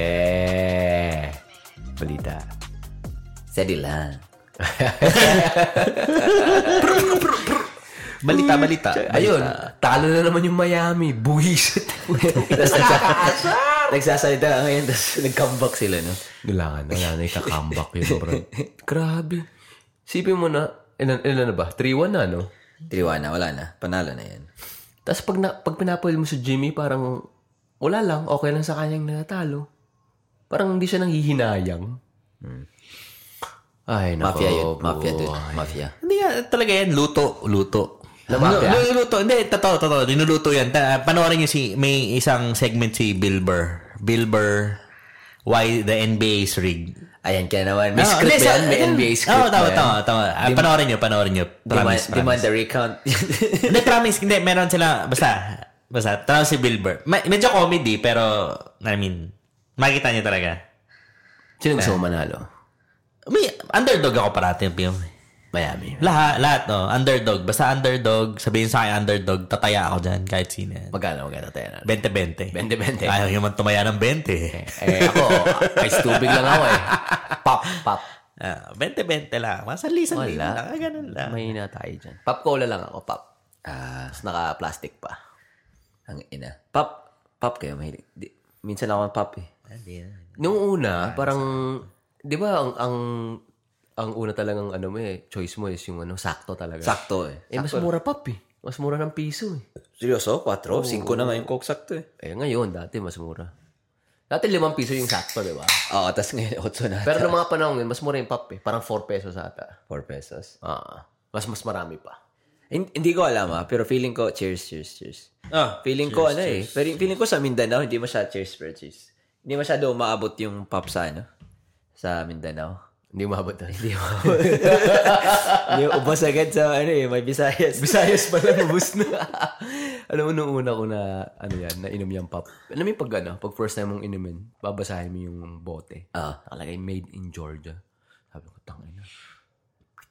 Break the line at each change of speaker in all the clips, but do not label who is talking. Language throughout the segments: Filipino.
Pre, balita.
Steady lang.
Balita, Hmm. balita.
Ayun,
Ayun.
talo na naman yung Miami. Buwisit. Tapos nagsasal- nagsasalita ka ngayon, tapos nag-comeback sila, no?
Wala nga na, wala na yung kakambak yun, bro.
Grabe.
Sipin mo na, eh, ilan, ilan na ba? 3-1 na, no?
Tiliwa na, wala na. Panalo na yan.
Tapos pag, na, pag pinapuwil mo si Jimmy, parang wala lang, okay lang sa kanyang natalo. Parang hindi siya nanghihinayang. Hmm. Ay, nako.
Mafia yun.
buhay.
Mafia, dude. Mafia.
Hindi nga, talaga yan. Luto. Luto. ah.
mafia?
Lu- Luto. Hindi, totoo, totoo. Niluluto yan. Ta- panoorin nyo si, may isang segment si Bill Burr. Bill Burr, why the NBA is rigged.
Ayan ka naman. May
Ah,
script
hindi,
ba
sa-
yan? May
ayun.
NBA script
Oo, tama,
ba yan?
tama, tama. Ah, panoorin nyo, panoorin nyo. Promise,
Demand, demand
promise.
the recount.
Hindi, promise. Hindi, meron sila, basta, basta, tawag si Bill Burr. Ma- medyo comedy, pero, I mean, makikita nyo talaga.
Sino gusto
Ah.
mo manalo?
May underdog ako parati yung film.
Miami.
Lahat, lahat, no? Underdog. Basta underdog, sabihin sa akin underdog, tataya ako dyan, kahit sino yan.
Magkano, magkano tayo na?
20-20.
20-20.
Ayaw nyo man tumaya ng 20.
Eh, ako, ice tubig lang ako eh.
pop, pop.
Ah, 20-20 lang. Masalisan din lang.
Wala.
Ah, ganun lang.
May na tayo dyan. Pop cola lang ako, pop.
Ah,
Tapos naka-plastic pa.
ang ina. Pop, pop kayo. Mahilig. Di, minsan ako ng pop eh.
Nung una, parang, di ba, ang, ang, ang una talagang ano mo eh, choice mo is yung ano, sakto talaga.
Sakto eh.
Eh, mas mura pop eh. Mas mura ng piso eh.
Seryoso? 4? 5 na ngayon coke sakto eh.
Eh, ngayon, dati mas mura. Dati limang piso yung sakto, di ba?
Oo, tas ngayon 8 na.
Pero noong mga panahon yun, mas mura yung pop eh. Parang 4 pesos ata.
4 pesos.
Ah, mas mas marami pa.
Hin- Hindi ko alam ah, pero feeling ko, cheers, cheers, cheers.
Ah,
feeling ko ano eh, pero feeling ko sa Mindanao, hindi masyado cheers, pero cheers. Hindi masyado umaabot yung pop sa ano, sa Mindanao.
Hindi umabot na. Hindi
Hindi, ubos agad sa ano eh, may Visayas.
Visayas pala, ubus na. Alam mo, nung una ko na, ano yan, na inom yung pop. Alam mo yung pag ano, pag first time mong inumin, babasahin mo yung bote.
Ah.
Nakalagay, made in Georgia. Sabi ko, tangin na.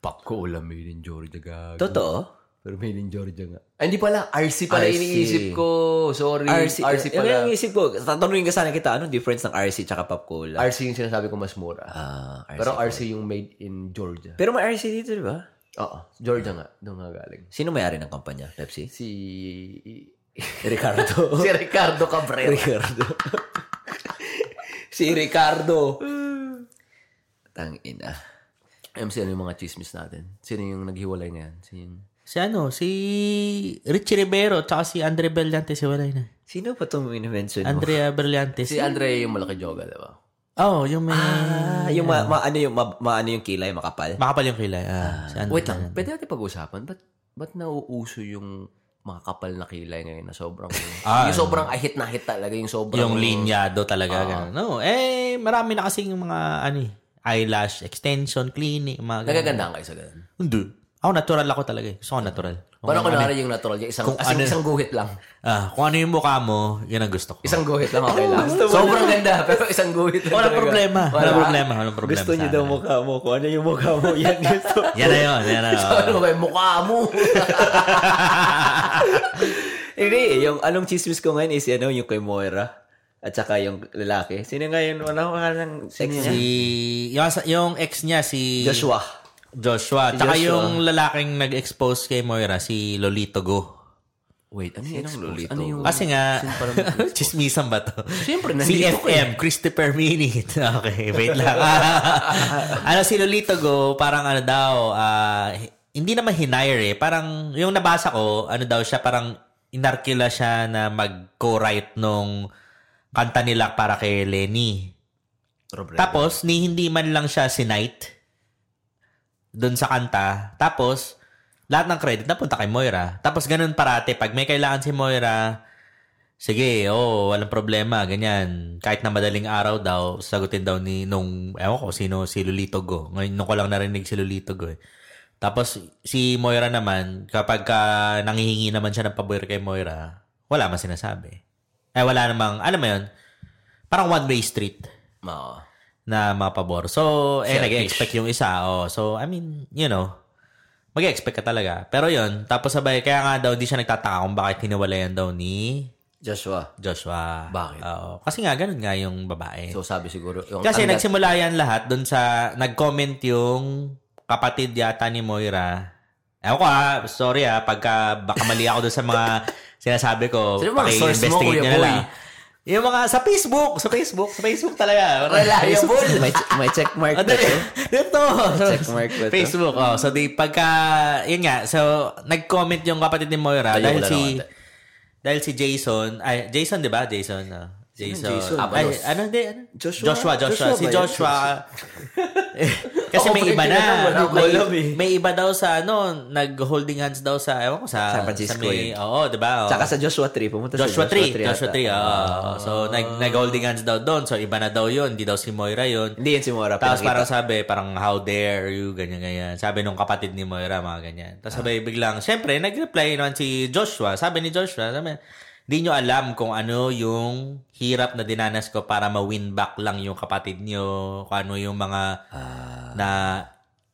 Pop ko ulam, made in Georgia, gago.
Totoo?
Pero made in Georgia nga. Ay, hindi pala. RC pala
RC.
iniisip ko. Sorry. RC,
Ano
pala.
yung isip ko? Tatanungin ka sana kita, anong difference ng RC tsaka pop cola?
RC yung sinasabi ko mas mura.
Ah, RC.
Pero RC yung made in Georgia.
Pero may RC dito, di ba?
Oo. Georgia nga. Doon nga galing.
Sino may-ari ng kumpanya? Pepsi?
Si...
Ricardo.
si Ricardo Cabrera.
Ricardo. si Ricardo. Tang ina.
MC, ano yung mga chismis natin? Sino yung naghiwalay ngayon? Sino yung...
Si ano, si Richie Rivero tsaka si Andre Berliante, si wala na.
Sino pa itong minimension mo?
Andrea Berliante.
Si Andre yung malaki joga, diba?
Oh, yung may...
Ah, yung ma, ma- ano yung ma, ma- ano yung kilay makapal.
Makapal yung kilay. Ah, si Andre
Wait lang,
Berliante.
pwede natin pag-usapan? Ba't, ba't nauuso yung mga kapal na kilay ngayon na sobrang... yung sobrang ahit na ahit talaga. Yung sobrang...
Yung linyado
Ah.
talaga. ganun. No, eh, marami na kasing mga, ano eh, eyelash extension, clinic, mga ganun.
Nagagandaan kayo sa ganun.
Hindi. Ako, natural ako talaga eh. Gusto ko natural. Kung,
Parang kunwari yung natural niya, isang, as in, isang guhit lang.
ah, kung ano yung mukha mo, yun ang gusto ko.
Isang guhit lang, okay lang. Sobrang ganda, pero isang guhit lang.
Walang
talaga.
problema. Walang problema. Walang problema.
Gusto niyo
sa
daw
akin.
mukha mo. Kung ano yung mukha mo, yan gusto.
Yan na yun. Yan na yun.
Ano ba yung mukha mo?
Hindi, yung anong chismis ko ngayon is ano, yung kay Moira. At saka yung lalaki. Sino nga yun? Wala ko ng sex niya.
Si, yung, yung ex niya, si...
Joshua.
Joshua. Tsaka
Joshua.
yung lalaking nag-expose kay Moira, si Lolito Go.
Wait, ano yung expose?
lolito?
Ano yung...
Kasi nga, chismisan ba to?
Siyempre,
Si
nandito ko
FM, Christopher Minit. Okay, wait lang. ano, si Lolito Go, parang ano daw, ah, hindi naman hinire eh. Parang, yung nabasa ko, ano daw siya, parang inarkila siya na mag-co-write nung kanta nila para kay Lenny. Tapos, ni hindi man lang siya si Knight doon sa kanta. Tapos, lahat ng credit napunta kay Moira. Tapos, ganun parate. Pag may kailangan si Moira, sige, oh, walang problema, ganyan. Kahit na madaling araw daw, sagutin daw ni nung, ewan ko, sino, si Lolito Go. Ngayon, nung ko lang narinig si Lolito Go eh. Tapos, si Moira naman, kapag ka nangihingi naman siya ng pabor kay Moira, wala man sinasabi. Eh, wala namang, alam mo yun, parang one-way street
Oo.
na mapabor. So, eh, nag-expect yung isa. Oh. So, I mean, you know, mag-expect ka talaga. Pero yun, tapos sabay, kaya nga daw, di siya nagtataka kung bakit hiniwalayan daw ni
Joshua.
Joshua.
Bakit?
Oo. Kasi nga, ganun nga yung babae.
So sabi siguro. Yung,
Kasi
ang-
nagsimula yan lahat doon sa, nag-comment yung kapatid yata ni Moira. Ewan ko ha, sorry ha, pagka baka mali ako doon sa mga sinasabi ko.
Sino mga source mo,
paki-investigate
Kuya
nyo na
Boy?
lang. Yung mga sa Facebook, sa Facebook, sa Facebook talaga.
Reliable.
May, may check mark
Ah,
na
dali.
to.
Dito.
Check mark ba to?
Facebook. Oh, so, di, pagka, yun nga, so, nag-comment yung kapatid ni Moira
Tayo
dahil
wala
si,
na konti.
dahil si Jason, ay, Jason, di ba? Jason, ah. Jason.
Jason?
Ay, ano, di, ano?
Joshua?
Joshua, Joshua.
Joshua ba
si
yun?
Joshua. Kasi
Ako
may
pa
iba
yung
na.
tinatawag, ako
May,
alam eh.
may iba daw sa, ano, nag-holding hands daw sa, ewan ko,
San
sa,
Francisco
sa may,
yun.
oo, di ba? Oo.
Tsaka sa Joshua 3. Pumunta
Joshua
sa Joshua
3. Joshua 3. oo. so, nag, nag-holding hands daw doon. So, iba na daw yun. Hindi daw si Moira yun.
Hindi yan si Mora.
Tapos
pinakita.
parang sabi, parang how dare you, ganyan-ganyan. Sabi nung kapatid ni Moira, mga ganyan. Tapos sabi biglang, syempre, nag-reply naman si Joshua. Sabi ni Joshua, sabi, di nyo alam kung ano yung hirap na dinanas ko para ma-win back lang yung kapatid nyo. Kung ano yung mga na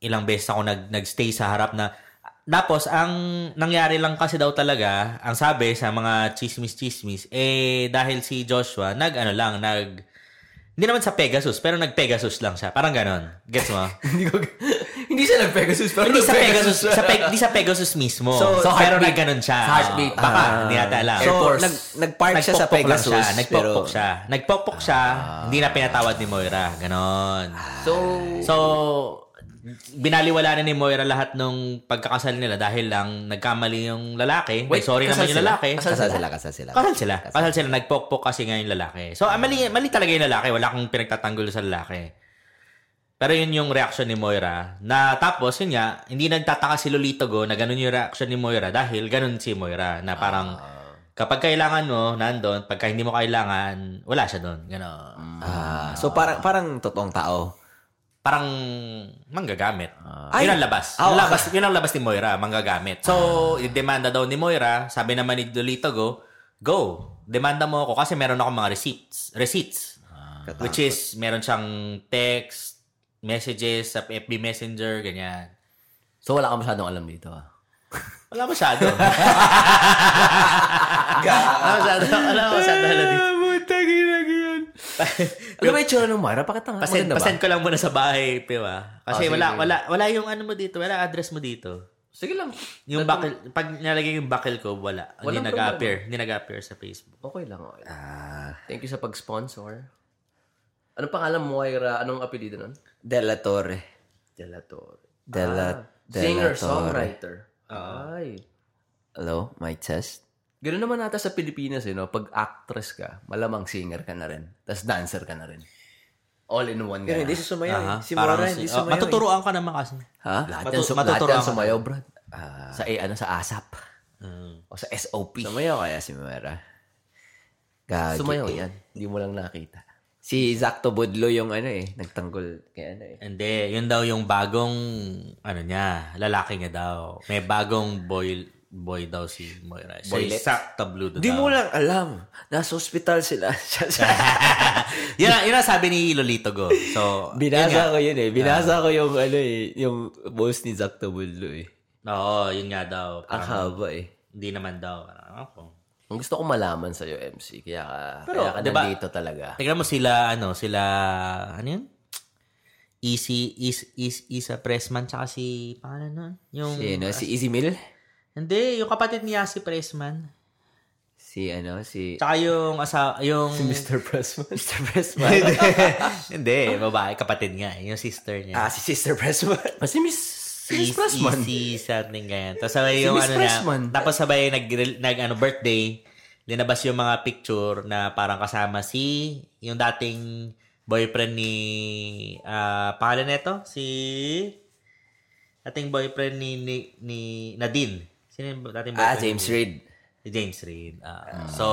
ilang beses ako nag, nag-stay sa harap na tapos, ang nangyari lang kasi daw talaga, ang sabi sa mga chismis-chismis, eh, dahil si Joshua, nag, ano lang, nag, hindi naman sa Pegasus, pero nag-Pegasus lang siya. Parang ganon. Gets mo?
hindi ko, hindi siya nag-Pegasus. pero
hindi sa Pegasus,
nag-Pegasus.
sa, Pe- hindi sa Pegasus mismo.
So,
So,
sa
pero
heartbeat.
nagganon siya.
Sa heartbeat.
Oo. Baka,
Ah.
hindi natin alam.
Air
So,
Force.
nag, nag-park siya sa
Nagpokpok lang
Pegasus.
Siya. Nagpokpok
Pero,
siya. Nagpokpok siya. Hindi na pinatawad ni Moira. Ganon.
So,
So, binaliwala na ni Moira lahat nung pagkakasal nila dahil lang nagkamali yung lalaki.
Wait,
Sorry naman
kasal
yung
sila?
lalaki.
Kasal
kasal sila, kasal sila.
Kasal sila. Kasal sila. Nagpokpok kasi nga yung lalaki. So, ah, mali, mali talaga yung lalaki. Wala akong pinagtatanggol sa lalaki. Pero yun yung reaction ni Moira. Na tapos, yun nga, hindi nagtataka si Lolito Go na ganun yung reaction ni Moira dahil ganun si Moira. Na parang, kapag kailangan mo, nandun. Pagka hindi mo kailangan, wala siya doon. Ganun.
Ah, so, parang, parang totoong tao.
Parang manggagamit.
Ay!
yun ang labas.
Ah,
Yun ang labas. Yun ang labas ni Moira, manggagamit. So, demanda daw ni Moira, sabi naman ni Lolito Go, go, demanda mo ako kasi meron akong mga receipts. Receipts. Which is, meron siyang text, messages sa FB Messenger, ganyan.
so wala ka masyadong alam dito. ah.
Wala masyado. wala masyado. Wala masyado. Wala dito.
Butang ina yun. Ano ba yung tsura ng Mara? Bakit ang
Pasend,
maganda ba?
Ah, pasend ko lang muna sa bahay, piwa. Kasi
Ah, sige,
wala,
sige.
wala, wala yung ano mo dito, wala address mo dito.
Sige lang.
Yung bakil, pag nalagay yung bakil ko, wala.
Walang
hindi nag-appear. Hindi nag-appear sa Facebook.
Okay lang. Okay. lang. Thank you sa pag-sponsor. Anong pangalan mo, Moira? Anong apelido nun?
Della Torre.
Delator.
Della,
Ah.
Della
Singer,
Torre.
songwriter. Ay.
Hello, my chest.
Ganun naman nata sa Pilipinas, eh, no? Pag actress ka, malamang singer ka na rin. Tapos dancer ka na rin. All in one ka na.
Hindi siya sumayaw. eh.
Aha,
Si
parang
Mora,
si-
hindi
oh,
sumayaw.
matuturoan ka naman kasi.
Ha? Ah.
Lahat
Matu-
yan, sum- lahat
matuturo
yan
ako.
sumayaw, bro. sa, eh, ano, sa ASAP.
Mm.
O sa SOP.
Sumayaw kaya si Mora? Gagi. eh.
Sumayaw yan. Hindi mo lang nakita.
Si Zacto Budlo yung ano eh, nagtanggol kay ano eh.
Hindi, yun daw yung bagong, ano niya, lalaki niya daw. May bagong boy, boy daw si Moira. Boy si Sak Tablo daw.
Di mo lang alam. Nasa ospital sila. Siya- siya.
yun, ang, yun ang sabi ni Lolito Go. So,
Binasa ko yun eh.
Ah.
Binasa ko yung ano eh, yung post ni Zacto Budlo eh.
oo, yun nga daw.
Ang
Parang,
haba eh.
Hindi naman daw. Parang, Ako.
Ang gusto ko malaman sa'yo, MC, kaya ka,
Pero,
kaya ka
diba-
nandito talaga.
Tignan mo sila, ano, sila, ano yun? Easy, is, is, Isa Pressman, tsaka si, pangalan nun? Yung,
Si ano, si Easy Mill?
Hindi, yung kapatid niya si Pressman.
Si ano, si...
Tsaka yung asa yung...
Mr. Pressman. Mr. Pressman.
Hindi, babae, kapatid nga. eh, Yung sister niya.
ah, si Sister Pressman.
Kasi Miss, Miss Pressman.
Si, something ganyan. Tapos sabay yung
Miss
ano
Pressman.
na, tapos sabay nag, nag ano, birthday, linabas yung mga picture na parang kasama si, yung dating boyfriend ni, ah pangalan nito, si, dating boyfriend ni, ni, ni Nadine. Sino yung dating boyfriend?
Ah, James
ni-
Reed.
Si James Reed. Ah, so,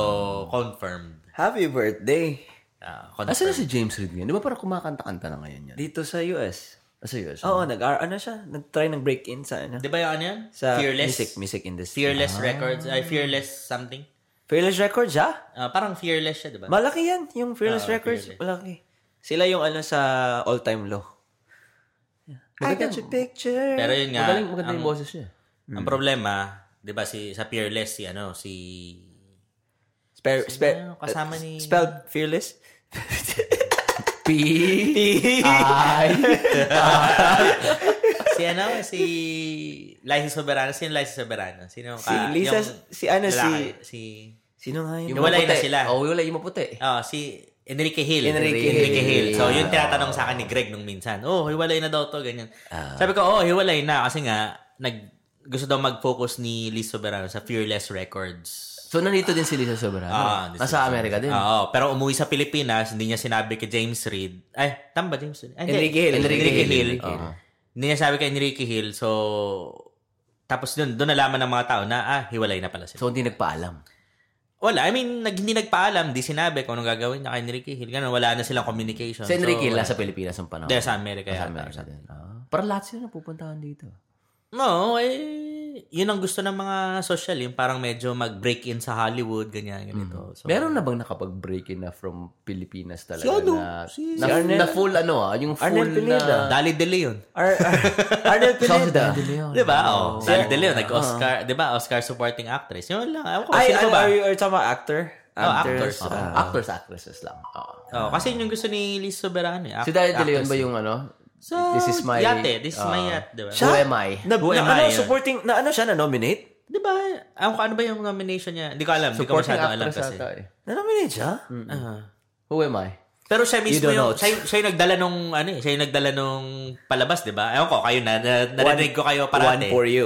confirmed.
Happy birthday.
Ah,
Asan na
confirmed.
si James Reed ngayon? Di ba parang kumakanta-kanta na ngayon yan?
Dito sa US.
Ah, Seryoso?
Oo, nag ano siya, nag-try ng break-in sa ano.
Di ba yung ano yan?
Sa
Fearless?
music, Ah. music industry.
Fearless Records. Ay, Fearless something.
Fearless Records, ha?
Ah, parang Fearless siya, di ba?
Malaki yan, yung Fearless Records, malaki. Sila yung ano sa all-time low. I got your picture.
Pero yun nga,
Magaling, maganda
ang,
yung
Hmm.
boses niya.
ang problema, di ba, si, sa Fearless, si ano, si
Spe- spe-
Sino? Kasama ni-
Spelled fearless?
P. I.
si ano, si Liza Soberano. Sino yung Liza Soberano? Sino yung
Si Liza- si ano, si-
lalaki? Si,
Sino nga yun?
Yung wala
maputi.
na sila.
Oh, wala yung maputi.
oh, si Enrique Hill.
Enrique Hill. Ah.
Hill. So, yun tinatanong sa akin ni Greg nung minsan. Oh, hiwalay na daw to, ganyan.
Ah.
Sabi ko, oh, hiwalay na. Kasi nga, nag, gusto daw mag-focus ni Liz Soberano sa Fearless Records.
So, nandito din si Lisa Soberano.
Ah, this
Nasa
is-
Amerika din.
Oo, pero umuwi sa Pilipinas, hindi niya sinabi kay James Reid. Ay, tamba James Reid. Ay, hindi.
Enrique Hill.
Enrique,
Enrique
Hill.
Hill.
Oo. Hindi niya sabi kay Enrique Hill. So, tapos doon, doon nalaman ng mga tao na, ah, hiwalay na pala sila.
So, hindi nagpaalam.
Wala, I mean, nag, hindi nagpaalam, di sinabi kung anong gagawin niya kay Enrique Hill. Ganun, wala na silang communication.
Si Enrique
so,
so, nasa Pilipinas ang panahon.
Hindi, sa Amerika yata.
Nasa Amerika din. Ah. Parang lahat sila napupuntahan dito.
No, eh, yun ang gusto ng mga social, yung parang medyo mag-break in sa Hollywood, ganyan, ganito. So,
Meron na bang nakapag-break in na from Pilipinas talaga?
Si ano?
Na,
Si-
na,
si Arnel-
na full ano ah, yung full
Arnel Pineda.
na...
Dali de Leon.
Ar- Ar- Arnel Pineda.
Saudi.
Di ba? Oh, Dali De Leon, nag-Oscar, di ba? Oscar supporting actress. Yun lang. Ewan ko,
Ay,
Ah, sino
ano
ba?
are you? Or tama, actor? Um,
Oh,
Actors.
actors.
Ah, actors, actresses lang. Oo.
Oh, kasi yun yung gusto ni Liz Soberano. Eh.
Si
Act-
Daryl De Leon
actress.
ba yung ano?
So,
this is my...
Yate. This is my
ah,
yacht, di ba?
Who am I?
Na,
Who
na,
am
ano,
I?
supporting, na ano siya, na-nominate?
Di ba? Ewan ko, ano ba yung nomination niya? Hindi ko alam. Hindi ko
Supporting
masyadong alam
actress
kasi.
ata eh.
Na-nominate siya?
Ah.
Who am I?
Pero siya mismo
don't
yung,
know.
siya, yung- siya yung nagdala nung, ano eh, siya yung nagdala nung palabas, di ba? Ewan ko, kayo na, na narinig ko kayo parate.
One for you.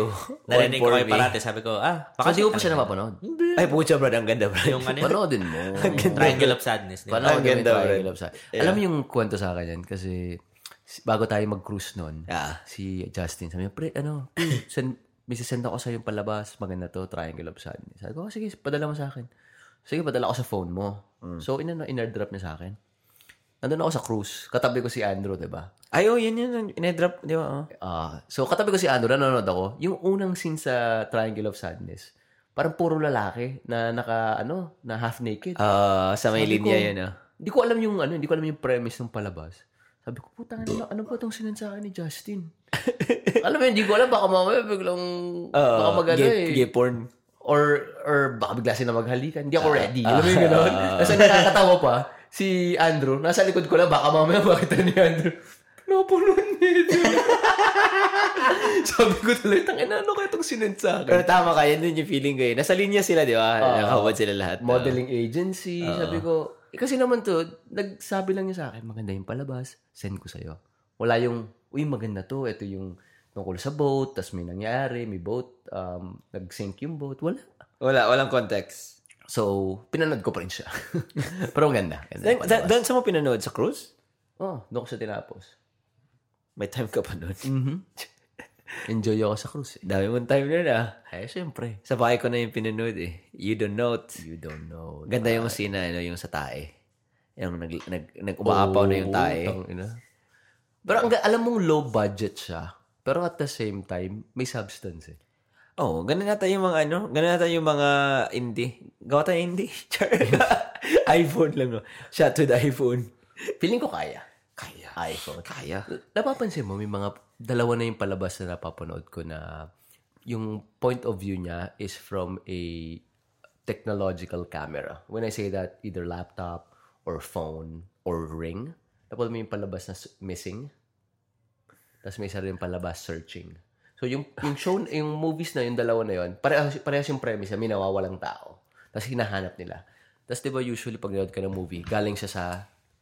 Narinig
One
ko
for
kayo
me.
parate. Sabi ko, ah,
Baka
baka
di ko pa siya napapanood.
Ay, pucha, brad. Ang ganda, brad.
Yung ano yun?
Panoodin mo.
Triangle of Sadness. Di ba?
Panoodin mo yung
ganda,
Triangle
Brad.
of Sadness. Alam mo yung kwento sa akin yan kasi s- bago tayo mag-cruise noon,
Ah.
si Justin sabi niya, pre, ano, pre, send, may sisend ako sa yung palabas, maganda to, Triangle of Sadness. Sabi ko, oh, sige, padala mo sa akin. Sige, padala ko sa phone mo.
Mm.
So, inano, inairdrop niya sa akin. Nandun ako sa cruise. Katabi ko si Andrew, di ba?
Ay, oh, yun yun. Inedrop, di ba? Oh.
Ah, so katabi ko si Andrew, nanonood ako. Yung unang scene sa Triangle of Sadness, parang puro lalaki na naka ano, na half naked.
Ah, sa may
Sabi ko,
linya yun, ah.
Hindi ko alam yung ano, hindi ko alam yung premise ng palabas. Sabi ko, putang ina, ano ba itong sinansakan ni Justin? alam mo, yun, hindi ko alam, baka mamaya biglang,
Ah,
baka magano
gay,
eh.
gay porn.
Or, or baka bigla sila maghalikan. Hindi ako
Ah,
ready. alam mo yung gano'n? Tapos ang nakakatawa pa, si Andrew, nasa likod ko lang, baka mamaya makita ni Andrew, napuno nito. Sabi ko tuloy, tangina, ano kaya itong sinansakan?
Pero tama ka, yun din yung feeling ko eh. Nasa linya sila, di ba? Nakahubad sila lahat.
modeling agency. Sabi ko, eh, kasi naman to, nagsabi lang niya sa akin, maganda yung palabas, send ko sa'yo. Wala yung, uy, maganda to, ito yung tungkol sa boat, tas may nangyari, may boat, um, nag-sink yung boat, wala.
Wala, walang context.
So, pinanood ko pa rin siya. Pero maganda. ganda yung
Then,
palabas.
doon sa mo pinanood? Sa cruise?
Oh, doon ko siya tinapos.
May time ka pa noon.
Enjoy ako sa cruise. Eh,
Dami mong time nun ah.
eh syempre.
Sa bahay ko na yung pinanood eh. You don't know it.
You don't know.
Ganda yung sina, ano, yung sa tae. Yung nag, nag, nag umaapaw na yung tae.
Oo, tang ina. Pero ang, ga- alam mong low budget siya, pero at the same time, may substance eh.
Oo, oh, ganun nga tayo yung mga ano, ganun nga tayo yung mga indie. Gawa tayo indie. Char. iPhone lang no. Shot with iPhone.
Feeling ko kaya. Kaya.
iPhone. Kaya.
Napapansin mo, may mga dalawa na yung palabas na napapanood ko na yung point of view niya is from a technological camera. When I say that, either laptop or phone or ring. Tapos may yung palabas na s- missing. Tapos may isa rin palabas searching. So yung, yung show, yung movies na yung dalawa na yun, parehas, parehas yung premise na may nawawalang tao. Tapos hinahanap nila. Tapos di ba usually pag nanood ka ng movie, galing siya sa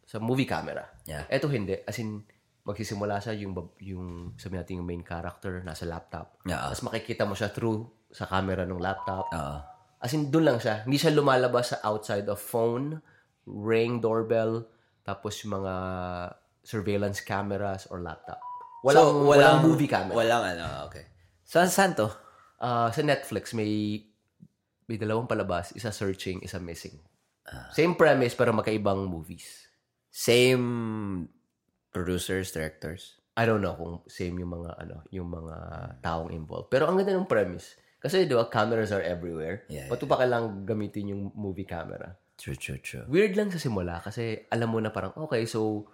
sa movie camera.
Yeah.
Eto hindi. As in, magsisimula siya yung, bab- yung sabi natin yung main character nasa laptop.
Yeah.
Tapos makikita mo siya through sa camera ng laptop.
Oo.
As in, doon lang siya. Hindi siya lumalabas sa outside of phone, ring, doorbell, tapos yung mga surveillance cameras or laptop. Walang,
So,
walang, movie camera.
Walang ano, okay. Saan, saan to?
Ah, sa Netflix, may, may dalawang palabas. Isa searching, isa missing. Same premise, pero magkaibang movies.
Ah. Same producers, directors.
I don't know kung same yung mga ano, yung mga taong involved. Pero ang ganda ng premise. Kasi, di ba, cameras are everywhere.
Yeah,
Ba't pa kailangan gamitin yung movie camera?
True, true, true.
Weird lang sa simula kasi alam mo na parang, okay, so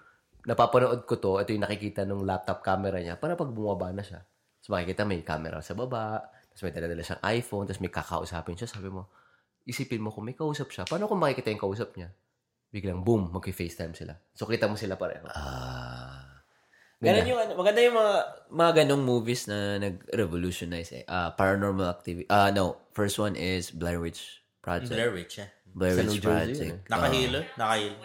napapanood ko to, ito yung nakikita ng laptop camera niya, para pag bumaba na siya. Tapos makikita may camera sa baba, tapos may daladala siyang iPhone, tapos may kakausapin siya, sabi mo, isipin mo kung may kausap siya, paano kung makikita yung kausap niya? Biglang boom, magki-FaceTime sila. So kita mo sila pareho. Ah.
Ganun yung, ano, maganda yung mga, mga ganong movies na nag-revolutionize eh. Ah, paranormal activity. Ah, no. First one is Blair Witch Project.
Blair Witch, eh.
Blair
Sa New
Witch
Jersey eh.
Project.
yun
Nakahilo?
Ah.
Nakahilo.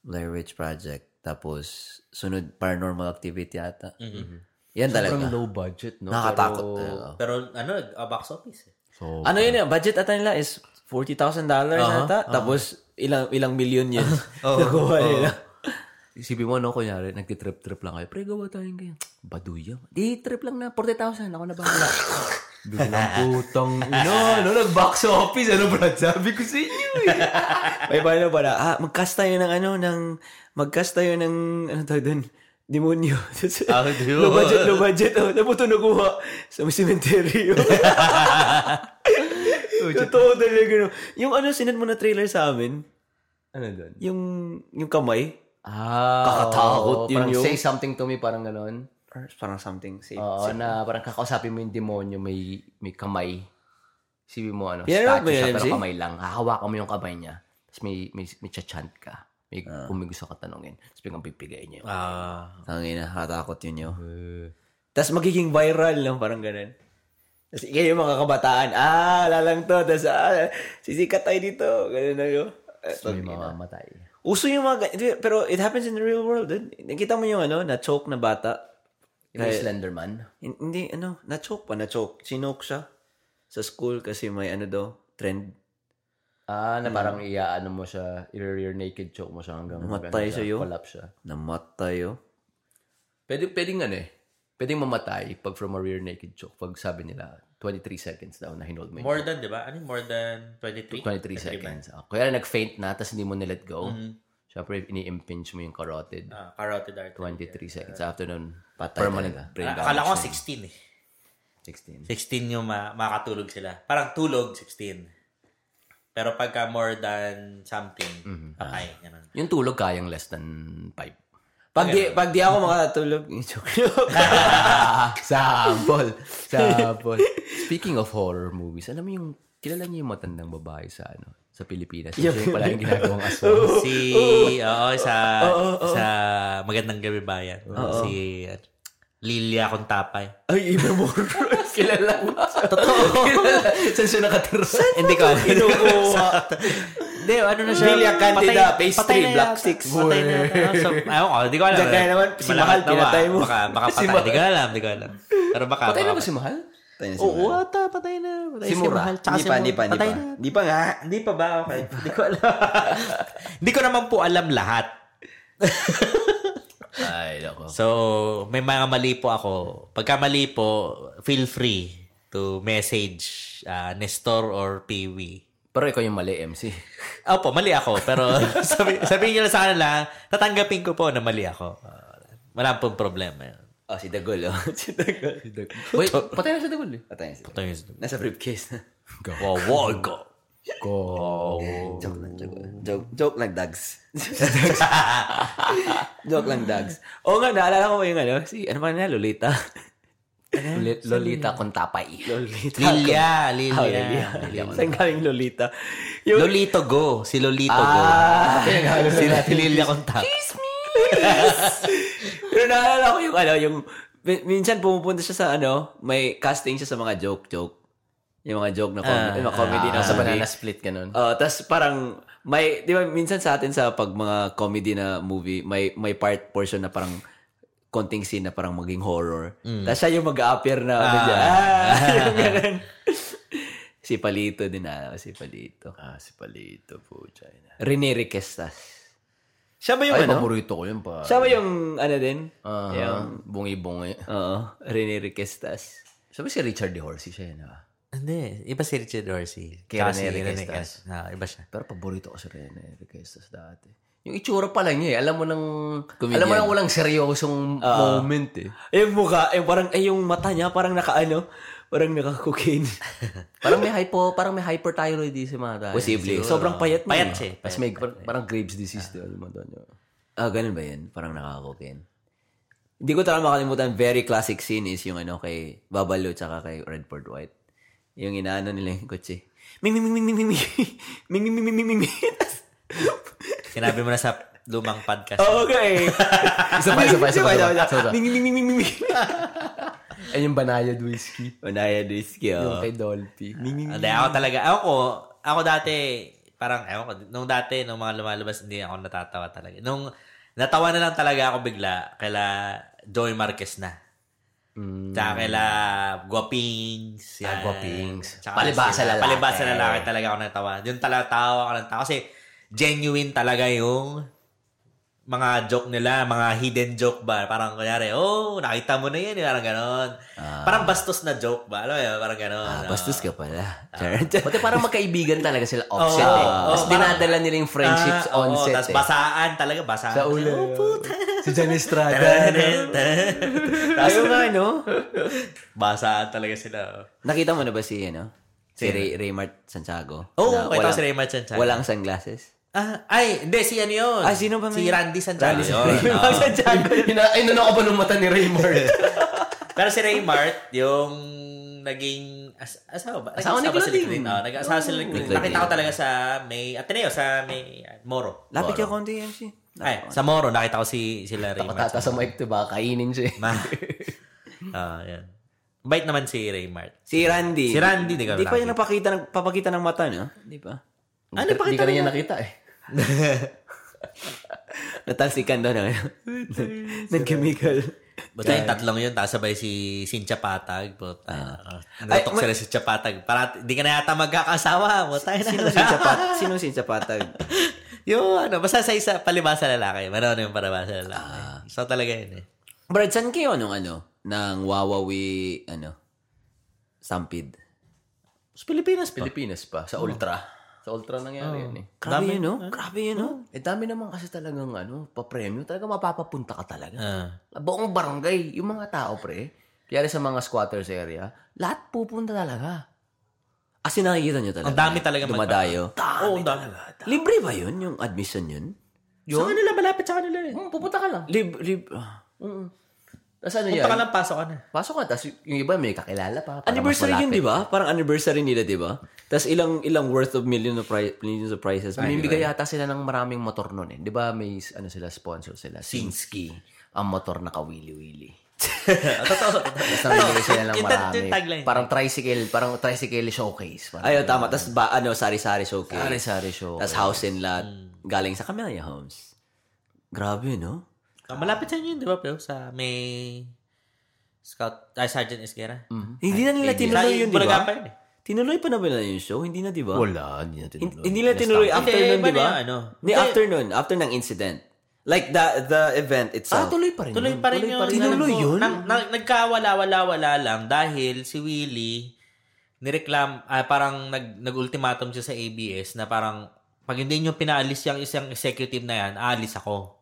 Blair Witch Project. Tapos, sunod, Paranormal Activity ata. Yan talaga. eh.
Parang low budget, no?
Nakatakot
Pero-
talaga.
Pero ano, uh, box office eh.
So, uh, Uh-huh,
Ano yun yun? Budget ata nila is $40,000 ata. Tapos, ilang ilang milyon yun. Nakuha nila.
Oh, isipin mo, no, kunyari, nagtitrip-trip lang kayo. Pre, gawa tayong ganyan. Baduya. Di, trip lang na. 40,000. Ako na bahala. Biglang putang ina. Ano, nag-box office. Ano, brad? Sabi ko sa inyo, eh.
May paano pala? Ah, mag-cast tayo ng ano, ng, mag-cast tayo ng, ano tawag doon? Demonyo.
Ah,
demonyo.
demonyo.
low budget, low budget. Oh, naputo nakuha sa may cementerio. Totoo talaga. No? Yung ano, sinad mo na trailer sa amin,
ano doon?
yung, yung kamay,
Ah,
Nakakatakot
oo.
yun
Parang
yun.
say something to me, parang ganon.
or parang something. Say,
Oo, na parang kakausapin mo yung demonyo, may, may kamay. Isipin mo, ano,
Pinanood mo yun,
statue siya, pero
MC?
kamay lang. Hahawakan mo yung kamay niya. Tapos may, may, may chachant ka. May, kung may gusto ka tanongin. Tapos biglang pipigayin niya.
Ah.
Tangina, nakatakot yun yun. Tapos magiging viral lang, parang ganun. Tapos ikaw yung mga kabataan, ah, lalang to, tapos ah, sisikat tayo dito, ganun na yun. Eh,
Tapos may mamamatay.
Uso yung mga, gan- pero it happens in the real world, dude. Nakita mo yung ano, na-choke na bata.
Yung may Slenderman.
Hin- Hindi, ano, na-choke pa, na-choke. Sinoke siya sa school kasi may ano daw, trend.
Ah, na parang iaano mo siya, i-rear naked choke mo siya hanggang
Namatay
hanggang
siya yun?
Collapse siya.
Namatay, oh.
Pwede, pwedeng ano eh. Pwedeng mamatay pag from a rear naked choke. Pag sabi nila, 23 seconds daw na hinold mo yun.
More than, di ba? Ano yung more than 23?
23 seconds. Ah, Kaya nag-faint na, tapos hindi mo nilet go. Siyempre, ini-impinge mo yung carotid.
Ah, carotid artery.
23 seconds. After nun, patay Permanent brain
Ah,
damage.
Akala ko 16 eh.
16.
16 yung ma- makatulog sila. Parang tulog, 16. Pero pagka more than something, patay. Ganun.
Yung tulog kayang less than 5.
Pag di, pag di ako makatulog, i-choke
Sample. Sample. Speaking of horror movies, alam mo yung, kilala niyo yung matandang babae sa ano? sa Pilipinas. Siya yung pala yung ginagawang aswang.
Si, oo, sa, sa Magandang Gabi Bayan. Si uh, Lilia Contapay.
Ay, iba mo.
Kilala mo. Totoo. Kilala. Saan siya nakatira?
Hindi ko
Ano
alam. Inukuha. Hindi, ano na siya? Lilia Candida,
ah,
page 3, block 6.
Patay na yata. no? So, ayaw ko, di ko alam.
Diyan kaya naman, si Mahal,
Malakad na ba?
pinatay mo.
Baka, baka
Si
patay. Di ko alam, di ko alam. Pero baka,
Patay na
baka
ba si Mahal? Oh,
Oo, ata, patay na. Patay
Si Mura.
Tsaka
Hindi
si
pa,
Mura.
hindi pa, hindi
Patay
pa.
na.
Hindi pa nga.
Hindi pa ba? Okay. Hindi ko alam. Hindi ko naman po alam lahat.
Ay, loko.
So, may mga mali po ako. Pagka mali po, feel free to message ah, Nestor or Peewee.
Pero ikaw yung mali, MC.
Opo, mali ako. Pero sabi, sabihin nyo lang sa kanila, tatanggapin ko po na mali ako. Ah, wala pong problema yun.
Oh, si Dagol, oh. si Dagol.
Wait, patay na siya dagol eh.
Patay na si Dagol.
Ito yung-
Nasa briefcase na.
Wow, go. Oh.
Go.
Joke lang, joke lang. Joke, joke lang, Dags. joke lang, Dags. Oo nga, naalala ko yung ano, si, ano pa na, Lolita.
Lol- Lolita Contapay.
Lolita.
Lilia,
Oh,
Lilia.
Lilia. Saan galing Lolita? Yung,
Lolito Go. Si Lolito
Ah.
Go. si si Lilia Contact.
Pero naalala ko yung ano, yung min- minsan pumupunta siya sa ano, may casting siya sa mga joke-joke. Yung mga joke na com-
Ah.
yung mga comedy na
Sa banana split, ganun.
Oh, tas parang may di ba minsan sa atin sa pag mga comedy na movie, may may part portion na parang konting scene na parang maging horror. Tapos siya yung mag-appear na ano dyan. Mm. Ah, yung ganun. si Palito din ah, si Palito.
Ah, si Palito po, China. Ano?
Rene Requestas.
Siya ba yung ano?
Ay, paborito ko yun pa.
Siya ba yung ano din?
Ah,
Yung-
bungi-bungi.
Oo, Rene Requestas.
Sabi si Richard De Horsey siya yun, ah.
Hindi. Iba si Richard Dorsey.
Kay
Tsaka
Rene
si
Requestas.
Requestas. Ah, iba siya.
Pero paborito ko si Rene Requestas dati. Yung itsura pala niya eh. Alam mo nang,
Comedian.
alam mo nang walang seryosong moment eh.
Eh, yung mukha, eh, parang, eh, yung mata niya, parang nakaano, parang naka-cocaine.
Parang may hypo, parang may hyperthyroidism ata. eh.
Posible. Sobrang payat mo.
Payat
eh.
siya. eh.
Tapos may parang, parang Graves disease din. Alam mo doon yun.
Ah, ganun ba yun? Parang naka-cocaine. Hindi ko talaga makalimutan, very classic scene is yung ano kay Babalo tsaka kay Redford White. Yung inaano nila yung kotse. Ming, ming, ming, ming, ming, ming, ming, ming, ming, ming, ming, ming, ming. Tas-
Sinabi mo na sa lumang podcast.
Oo nga eh.
Isa pa, isa pa, isa pa. isa pa, isa pa.
Ming, ming, ming, ming, ming, ming.
And yung Banayad Whiskey.
Unaya Drisky,
Yung
oh.
kay Dolphy.
Hindi, ako talaga. Ako ko, ako dati, parang, ewan ko, nung dati, nung mga lumalabas, hindi ako natatawa talaga. Nung, natawa na lang talaga ako bigla, kaila Joy Marquez na. Tsaka kaila Guapings.
Mm. Ah,
yan.
Guapings.
Tsaka
Palibasa
sila-
lalaki.
Palibasa lalaki talaga ako natawa. Yun talaga tawa ako ng tawa. Kasi genuine talaga yung mga joke nila, mga hidden joke ba? Parang kunyari, oh, nakita mo na yan. Parang ganon.
Ah.
parang bastos na joke ba? Alam mo yun, parang ganon.
Ah,
Oo.
bastos ka pala. Charot.
Pati Ah. parang magkaibigan talaga sila offset
Oo,
eh.
oo,
Tapos
parang-
dinadala nila yung friendships
Ah, oo,
onset
tas
eh.
basaan talaga, basaan.
Sa ulo.
Oh, puta.
Si Jan Estrada.
Tapos yung mga, no? Basaan talaga sila. oh.
Nakita mo na ba si, ano? Si Ray, Raymart Santiago?
Oo, nakita
Na
ko
walang-
si Raymart Santiago.
Walang sunglasses?
Ah, ay, hindi, si ano yun?
Ah, sino ba
Si
may-
Randy Santiago.
Randy
yun.
Santiago.
Oo.
Ina- Inano ko pa ng mata ni Raymart.
Pero si Raymart, yung naging as, asawa ba?
Asawa ni
Nag-asawa ba sila
Claudine. Oh.
Claudine? Oo, nag-asawa sila ni Claudine.
Claudine.
Nakita ko talaga sa may Ateneo, sa may uh, Moro.
Lapit
Moro.
ka konti, MC.
Ay, sa Moro, nakita ko si sila Raymart.
Patata sa mic, diba? Kainin siya eh.
Ma. Ah, yan. Bait naman si Raymart.
Si Randy.
Si Randy, di ka
Di pa
nakita.
niya napakita, ng, papakita ng mata, no? Di pa.
Ah,
Ano pa Hindi ka na niya nakita eh.
Natalsikan daw na. Nag-chemical.
Basta yung tatlong yun, tapos sabay si Cynthia Patag. Puta. Uh,
Ay,
Natok
ma-
sila si Cynthia Patag. Para, di ka na yata magkakasawa. Puta na.
Sino si Sapat? Sino si Sapatag?
yung ano, basta sa isa, palibasa lalaki. Maroon yung palibasa lalaki. so talaga yun eh.
Brad, saan kayo nung ano? Nang wawawi, ano? Sampid.
Sa Pilipinas pa. Pilipinas pa. Sa Ultra. Sa Ultra nangyari yun eh.
Grabe yun, no? Grabe yun, no?
Eh dami naman kasi talagang ano, pa-premyo. Talaga mapapapunta ka talaga.
Ah.
Buong barangay, yung mga tao pre, kaya sa mga squatters area, lahat pupunta talaga.
As in, nakikita nyo talaga.
Ang dami talaga
Dumadayo.
Oo, oh, talaga.
Libre ba yun, yung admission yun?
Sa kanila, malapit sa kanila eh.
Hmm, pupunta ka lang.
Lib, lib, ah.
Tapos ano
Punta
yan?
ka lang, pasok ka na.
Pasok ka, tapos yung iba may kakilala pa. para
Anniversary
mas
yun, di ba? Parang anniversary nila, di ba? Tapos ilang ilang worth of million of pri- millions of prizes.
malapit. Bumibigay yata sila ng maraming motor nun eh. Di ba may ano sila, sponsor sila.
Hmm.
Sinski. Ang motor na kawili-wili.
Ah, Totoo.
Basta bumibigay sila
Yung tat-
ng
yung
marami.
tagline.
Parang tricycle, parang tricycle showcase. Parang
Ayo, tama. Tapos ba, ano, sari-sari showcase.
Sari-sari show.
Tapos house and lot. Galing sa Camellia Homes. Grabe, no?
Ah, malapit sa inyo yun, di ba, Pio? Sa may... Scout, ay, Sergeant Esguera.
Hindi na nila tinuloy
Sa-
Mm. yun, di
Bulaga pa
ba?
yun eh.
Tinuloy pa na ba nila yung show? Hindi na, di ba?
Wala, hindi natin
Hin- Hindi nila tinuloy
Hindi,
after nun,
iba
di
na
ba?
yun, ano.
Hindi, after nun. After ng incident. Like, the the event
Ah,
itself.
tuloy pa rin.
Tuloy
yun.
pa rin yun.
rin. Tinuloy
Alam ko,
yun?
nang- nang- nagkawala-wala-wala lang dahil si Willie nireklam, ah, parang nag, nag-ultimatum siya sa ABS na parang pag hindi nyo pinaalis yung isang executive na yan, aalis ako.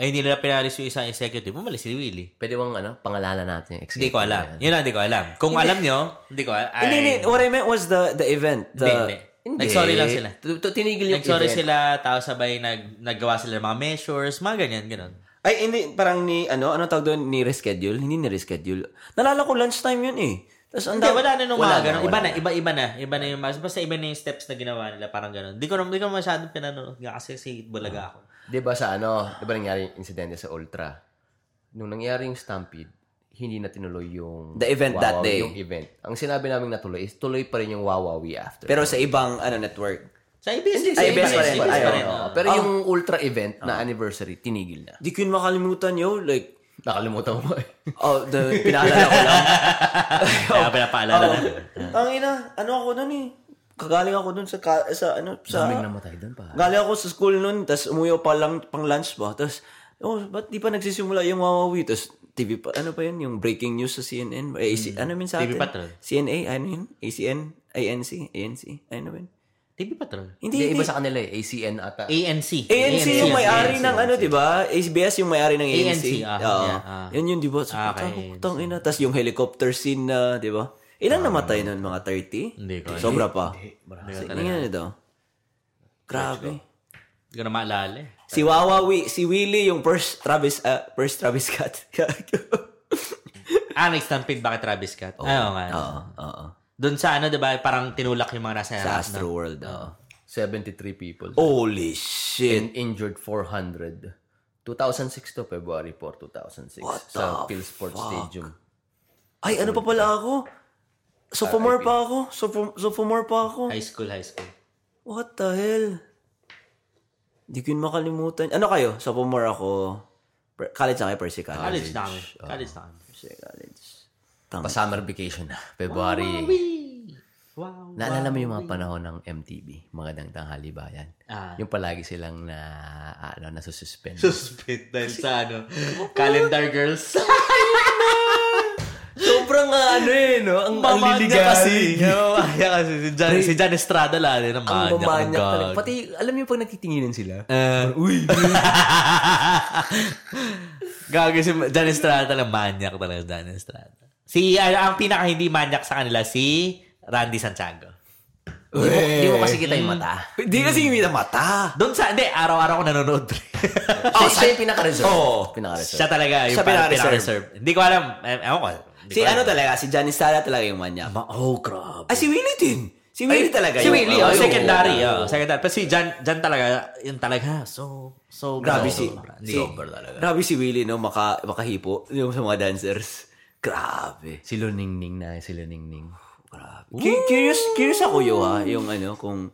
Ay, hindi nila pinaalis yung isang executive. Umalis si Willie.
Pwede bang ano, pangalanan natin yung
Hindi ko alam. Yun lang, hindi ko alam. Kung alam nyo, hindi ko alam. Ay,
Hindi, hindi. What I meant was the the event. The,
hindi, hindi. Nag-sorry lang sila.
Tu- tu- Tinigil yung
Nag-sorry
event.
sila, tapos sabay nag, naggawa sila ng mga measures, mga ganyan, ganun.
Ay, hindi, parang ni, ano, ano tawag doon, ni reschedule? Hindi ni reschedule. Nalala ko lunchtime yun eh. Tapos ang
Hindi,
dami.
wala na nung mga ganun. Iba na, iba, iba na. Iba na yung mas. Basta iba na yung steps na ginawa nila. Parang ganun. Di ko, na- di ko masyadong pinanood nga kasi si Bulaga ako.
Di ba sa ano, di ba nangyari yung insidente sa Ultra? Nung nangyari yung stampede, hindi na tinuloy yung
The event that
Wawawi,
day.
Yung event. Ang sinabi namin natuloy is tuloy pa rin yung Wawawi after.
Pero sa ibang, ano, network.
Sa IBS,
sa IBS pa rin.
IBS
Ayun,
pa rin.
oo.
oo.
pero yung Ultra event na anniversary, tinigil na.
Di ko yun makalimutan yo. Like,
Nakalimutan mo eh.
oh, the, pinaalala ko lang.
Kaya pinapaalala
Oh.
na.
Ang ina, ano ako nun eh. Kagaling ako dun sa, ka- sa ano, sa...
Daming namatay doon pa.
Galing ako sa school nun, tapos umuyo pa lang pang lunch ba. Tapos, oh, ba't di pa nagsisimula yung Wawawi? Tapos, TV pa, ano pa yun? Yung breaking news sa CNN? Eh, AC, ano yun sa
TV
atin?
Patrol.
CNA, ano yun? ACN? ANC? ANC? Ano yun?
TV Patrol.
Hindi, hindi.
Hindi, iba sa kanila eh. ACN ata.
ANC.
ANC yung may-ari ng ano, di ba? ABS yung may-ari ng ANC.
ANC, ah,
Oo.
yeah, ah.
Yun yun, di ba? So,
Ah, okay,
putang- putang ina. Tapos yung helicopter scene na, di ba? Ilan namatay nun? Mga 30?
Hindi ko alam.
Sobra pa. Hindi nga nito. Grabe.
Hindi ko na maalala eh.
Si Wawawi, si Willie yung first Travis, ah, first Travis Scott.
Ah, nag-stampede ba kay Travis Scott? Ah, Oo nga.
Oo, oo.
Doon sa ano, di ba, parang tinulak yung mga nasa
Sa
harap
Astro World.
Ah.
oo.
73 people.
Oh. Holy shit.
In- injured 400. 2006 to, February 4, 2006. sa Philsport Stadium.
Ay, ano pa pala ako? Sophomore pa ako. Sophom- Sophomore pa ako.
High school, high school.
What the hell? Hindi ko yun makalimutan. Ano kayo? Sophomore ako. Per- College na kayo, Percy College.
College na kami. College na kami.
Percy College.
Pa summer vacation na. February.
Wow.
Naalala mo yung mga panahon ng MTV, mga dang tanghali bayan.
Ah.
Yung palagi silang na, ano, nasususpend.
Suspend dahil sa ano, calendar girls.
Sobrang ano eh, no? Ang
Mamanya kasi. Yo, Maya kasi. Si Jan, si Jan Estrada lalo na manya.
Ang mamanyak talaga. Pati, alam niyo pag nagtitinginan sila?
uy. Gago si Jan Estrada talaga. Manyak talaga Jan Estrada. Si, ah, ang pinaka hindi manyak sa kanila, si Randy Santiago.
Di mo, di mo kasi kita yung mata.
Hindi kasi hindi na mata.
Doon sa, hindi, araw-araw ko nanonood.
Oh, siya yung pinaka-reserve.
Oo.
Pinaka-reserve.
Siya talaga yung
Siya
parang
pinaka-reserve.
pinaka-reserve. Hindi ko alam. Eh, Ewan ko. Hindi
Si
ko alam.
ano talaga? Si Johnny Stala talaga yung manya.
Ma- oh, grabe.
Ay, si Willie din. Si Willie talaga.
Si
yung-
Willie, oh,
Oo, yung-
secondary.
oo.
Oh, secondary. Pero si Jan, Jan talaga, yun talaga. So, so,
Grabe si-
Hindi.
Sober talaga.
Grabe si Willie, no? Maka, makahipo. Yung sa mga dancers. Grabe.
Si Luningning na, si Luningning.
Grabe. Cu- Curious, curious ako yo ha, yung ano, kung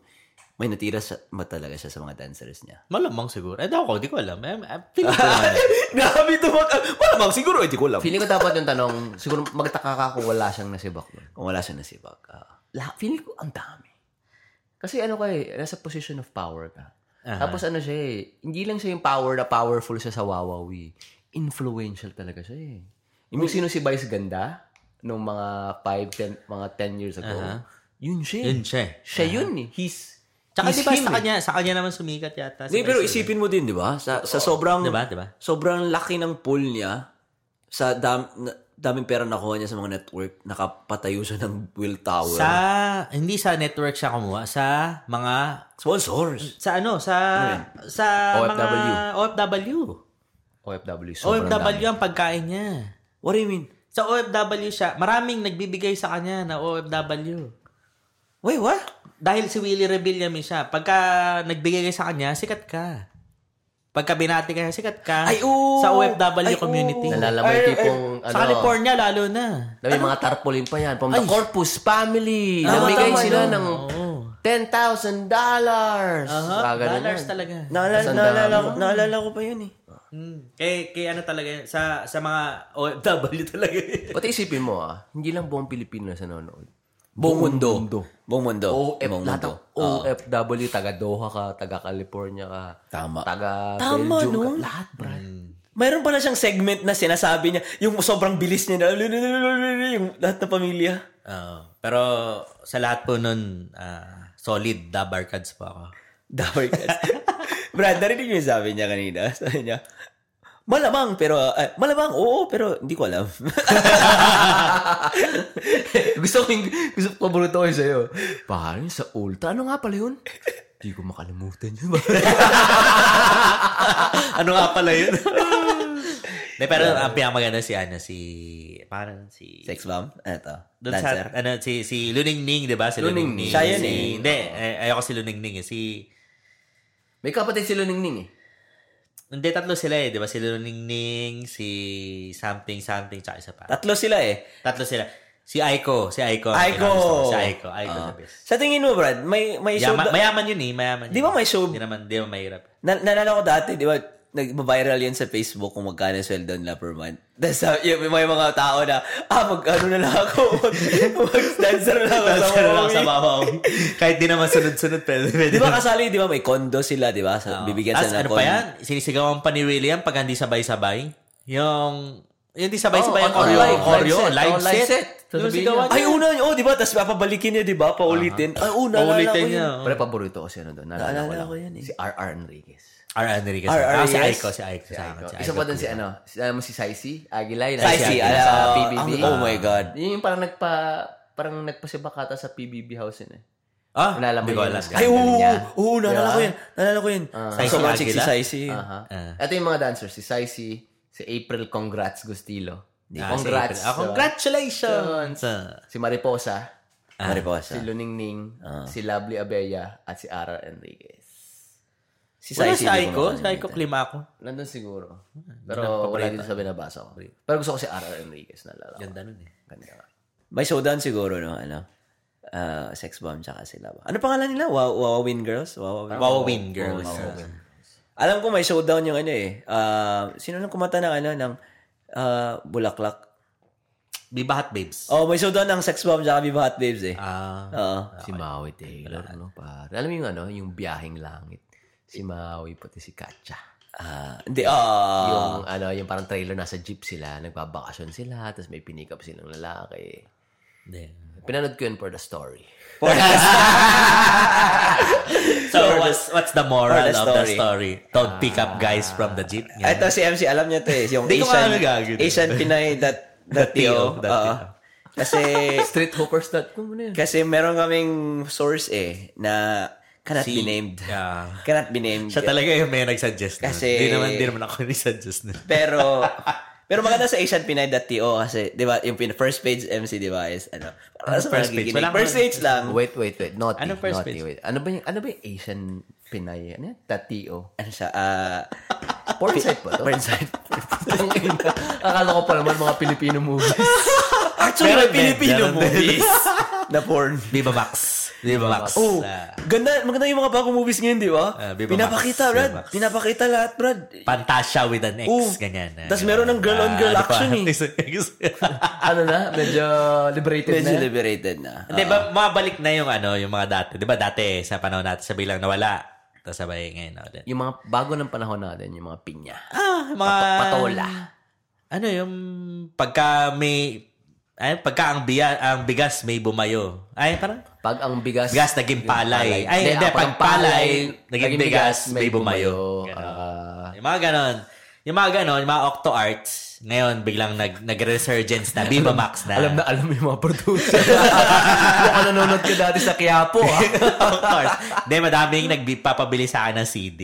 may natira sa, ba talaga siya sa mga dancers niya.
Malamang siguro. Eh, daw ko, di ko alam. Eh, eh, feeling ko lang.
Grabe to mag... Malamang siguro, hindi ko alam.
Feeling ko dapat yung tanong, siguro magtaka ka kung wala siyang nasibak nun.
Kung wala siya nasibag. Ah.
La, feeling ko ang dami. Kasi ano ka eh, nasa position of power ka. Tapos ano siya eh, hindi lang siya yung power na powerful siya sa Wawawi. Influential talaga siya eh. Yung sino si Vice Ganda, nung mga 5, 10, mga 10 years ago, yun siya eh.
Yun siya eh.
Siya yun eh. He's,
Tsaka
he's
di ba
him
sa
eh.
kanya, sa kanya naman sumikat yata.
Hindi, pero isipin mo din, di ba? Sa, sa sobrang...
Di ba, di ba?
Sobrang laki ng pool niya sa dam, na- daming pera nakuha niya sa mga network, nakapatayo siya ng Will Tower.
Sa, hindi sa network siya kumuha, sa mga,
Sponsors.
sa ano, sa, sa
OFW.
mga OFW.
OFW. Sobrang
OFW
dami.
ang pagkain niya.
What do you mean?
Sa OFW siya, maraming nagbibigay sa kanya na OFW.
Wait, what?
Dahil si Willie Rebillame siya, pagka nagbigay ka sa kanya, sikat ka. Pagka binati ka, sikat ka.
Ay, oo.
Sa OFW
Ay, oo.
community.
Nalala mo yung tipong,
sa
ano,
California, lalo na.
Na may mga tarpaulin pa yan. From the Corpus Family.
Ah,
Namigay
tama
sila
yun.
ng $10,000. dollars.
Dollars talaga.
Naalala,
Saan
naalala, ko, naalala ko pa yun eh.
Mm. Kay, kay ano talaga, yun, sa, sa mga OFW talaga. yun.
Pati isipin mo ah, hindi lang buong Pilipino na nanonood.
Buong mundo. Buong mundo.
OF,
Buong
eh, lahat
mundo. Ah.
ng OFW, taga Doha ka, taga California ka,
Tama.
taga
Tama,
Belgium
no?
ka, lahat bro.
Mm. Mayroon pala siyang segment na sinasabi niya, yung sobrang bilis niya na, yung lahat ng pamilya.
Oo. pero sa lahat po nun, ah, solid da barkads po ako.
Daway ka. Brad, narinig mo yung sabi niya kanina. Sabi niya, malamang, pero, ah, malamang, oo, pero hindi ko alam.
gusto ko yung, gusto ko paborito ko yung sa'yo. Parang sa Ultra, ano nga pala yun? Hindi ko makalimutan yun.
ano nga pala yun? De, pero ang pinakamaganda si ano si parang si
Sex bomb? Ano to?
Doon
Dancer?
sa, ano, si, si Luning Ning, di ba? Si Luning, Ning.
Siya yun
si,
eh.
Hindi, ay- ayoko si Luning Ning. eh. Si,
May kapatid sila Ning Ning eh.
hindi, tatlo sila eh, di ba? Si Luning Ning, si something, something, tsaka isa pa.
Tatlo sila eh.
Tatlo sila. Si Aiko, si Aiko. Ah. ang
Aiko!
pinakagusto ko. Si Aiko, Aiko the best.
Sa tingin mo, Brad, may, may show,
Yaman, mayaman yun eh, mayaman.
Di ba may show-
Hindi naman, di naman mahirap.
na, nanalo ko dati, di ba, nag-viral yan sa Facebook kung magkano sweldo nila per month. Tapos uh, yung, may mga tao na, ah, mag-ano na lang ako, mag- mag-dancer na lang ako sa
Pero lang
Maui.
sa mamaw. Kahit di naman sunod-sunod, pwede, pwede.
Di ba kasali, di ba, may condo sila, di ba? Sa, Bibigyan
Tapos
sila ng
ano
condo.
pa yan? Sinisigawan pa ni William pag hindi sabay-sabay. Yung, yung di sabay-sabay
Oo,
ang
on-
Ano choreo.
online,
Choreo, Oh, live
live set, online
set.
set.
Yung
Sasabihin
sigawan
Ay,
niya. Ah.
una, oh, di ba? Tapos papabalikin niya, di ba? Paulitin. Ay, una,
Paulitin
ko
niya. oh.
yun.
Pero paborito ko si ano doon. Naalala,
Ah. Naalala
ko
ko
lang.
yan eh.
Si R.R. Enriquez.
R. Enriquez.
R.
Ah, si
Enriquez.
Aiko, si Aiko. Si Aiko. Ah,
Isa pa doon si ano, si, um, si Saisi Aguilay.
Ay, si,
Aguilay
ala,
sa
ah,
PBB.
ang- oh my God.
Yun yung parang nagpa parang nagpasibakata sa PBB house yun eh.
Ah,
Naalala mo
hindi ko
yun,
alam.
Oscar?
Ay, oo,
Ganun niya.
oo, oo, naalala ko yun. Naalala ko yun.
Ah. Saisi
so, magic si
Aguila?
Saisi.
Aha.
Ah.
Ito yung mga dancers. Si Saisi, si April Congrats Gustilo.
Ah, si
congrats.
April. Ah, congratulations!
Si Mariposa.
Mariposa. Ah.
Si Luning Ning, si Lovely Abella, at si Ara Enriquez.
Si
Wala
Sai,
si
hindi ko
Aiko. Si
makakalimutan.
Aiko Klima ako.
Nandun siguro.
Ah,
Pero wala dito sa binabasa ko. Pero gusto ko si Ara Enriquez. Nalala ko. Ganda nun eh. Ganda nga.
May showdown siguro, no? Ano? Ah, sex bomb tsaka sila. Ano pangalan nila? Wa- Wawawin Girls? Wawawin.
Wawawin Girls.
Alam ko may showdown yung ano eh. Ah, sino nang kumanta ng ano? Ng ah, Bulaklak?
Bibahat Babes.
Oh, may showdown ng sex bomb tsaka Viva Hot Babes eh.
Ah.
Oo.
Si Maui Taylor, no? Pare. Alam mo yung ano, yung biyaheng langit. Si Maui, pati si Katya.
Ah, hindi. Ah.
Yung ano, yung parang trailer, nasa jeep sila, nagbabakasyon sila, tapos may pinikap silang lalaki.
Hindi.
Pinanood ko yun for the story.
So, what's, what's the moral
Or the
of the
story.
story? Ah. Don't pick up guys from the jeep. Ganun.
Ito si MC, alam niya to eh. Yung
Hindi ko
Asian,
maano gagawin.
Asian Pinay that, that
Tio,
Tio.
that
Oo. Kasi,
Streethookers.com na ano yun.
kasi meron kaming source eh, na cannot be named.
Yeah.
Cannot be named.
Siya talaga yung may nagsuggest nun.
Kasi-
Di naman, di naman ako nagsuggest nun.
Pero, pero maganda sa asianpinay.to kasi, di ba, yung pin- first page MC, di ba, is ano, para
Ah, First
sa first
page.
page.
Walang-
First page lang.
Wait, wait, wait. Naughty.
Ano first
naughty,
page?
wait. Ano ba yung, ano ba yung Asian Pinay? Ano yan? Tatio.
Ano siya, ah,
Porn site ba to?
porn site.
Akala ko pa naman mga Pilipino movies.
Actually,
Meron
may Pilipino
din, meron din.
movies na porn.
Viva Max. Viva Max.
Oh,
Ah,
ganda, maganda yung mga bagong movies ngayon, di ba?
Ah, Viva
pinapakita,
Max,
Brad.
Viva Max.
Pinapakita lahat, Brad.
Pantasya with an X.
Oh.
Ganyan. Ah,
Tas meron ng girl-on-girl
ah, di ba?
action eh.
ano na? Medyo liberated
Medyo
na.
liberated na. Ah.
Hindi ba, mabalik na yung ano, yung mga dati. Di ba dati, sa panahon natin, sabi lang nawala. Tapos sabay ngayon na ulit.
Yung mga bago ng panahon natin, yung mga pinya.
Ah, yung mga...
patola.
Ano yung pagka may... Ay, pagka ang, biya, ang bigas may bumayo. Ay, parang
Pag ang bigas...
bigas naging palay. Ay, hindi,
ah,
pag palay, naging bigas, may bumayo.
Ah,
Yung mga ganon. Yung mga ganon, yung mga Octo Arts, ngayon biglang nag, nag-resurgence na, Viva Max na.
alam na alam yung mga producer. Mukhang nanonood ka dati sa Quiapo, ah. ha?
Of course. Hindi, madaming nagpapabili sa akin ng CD.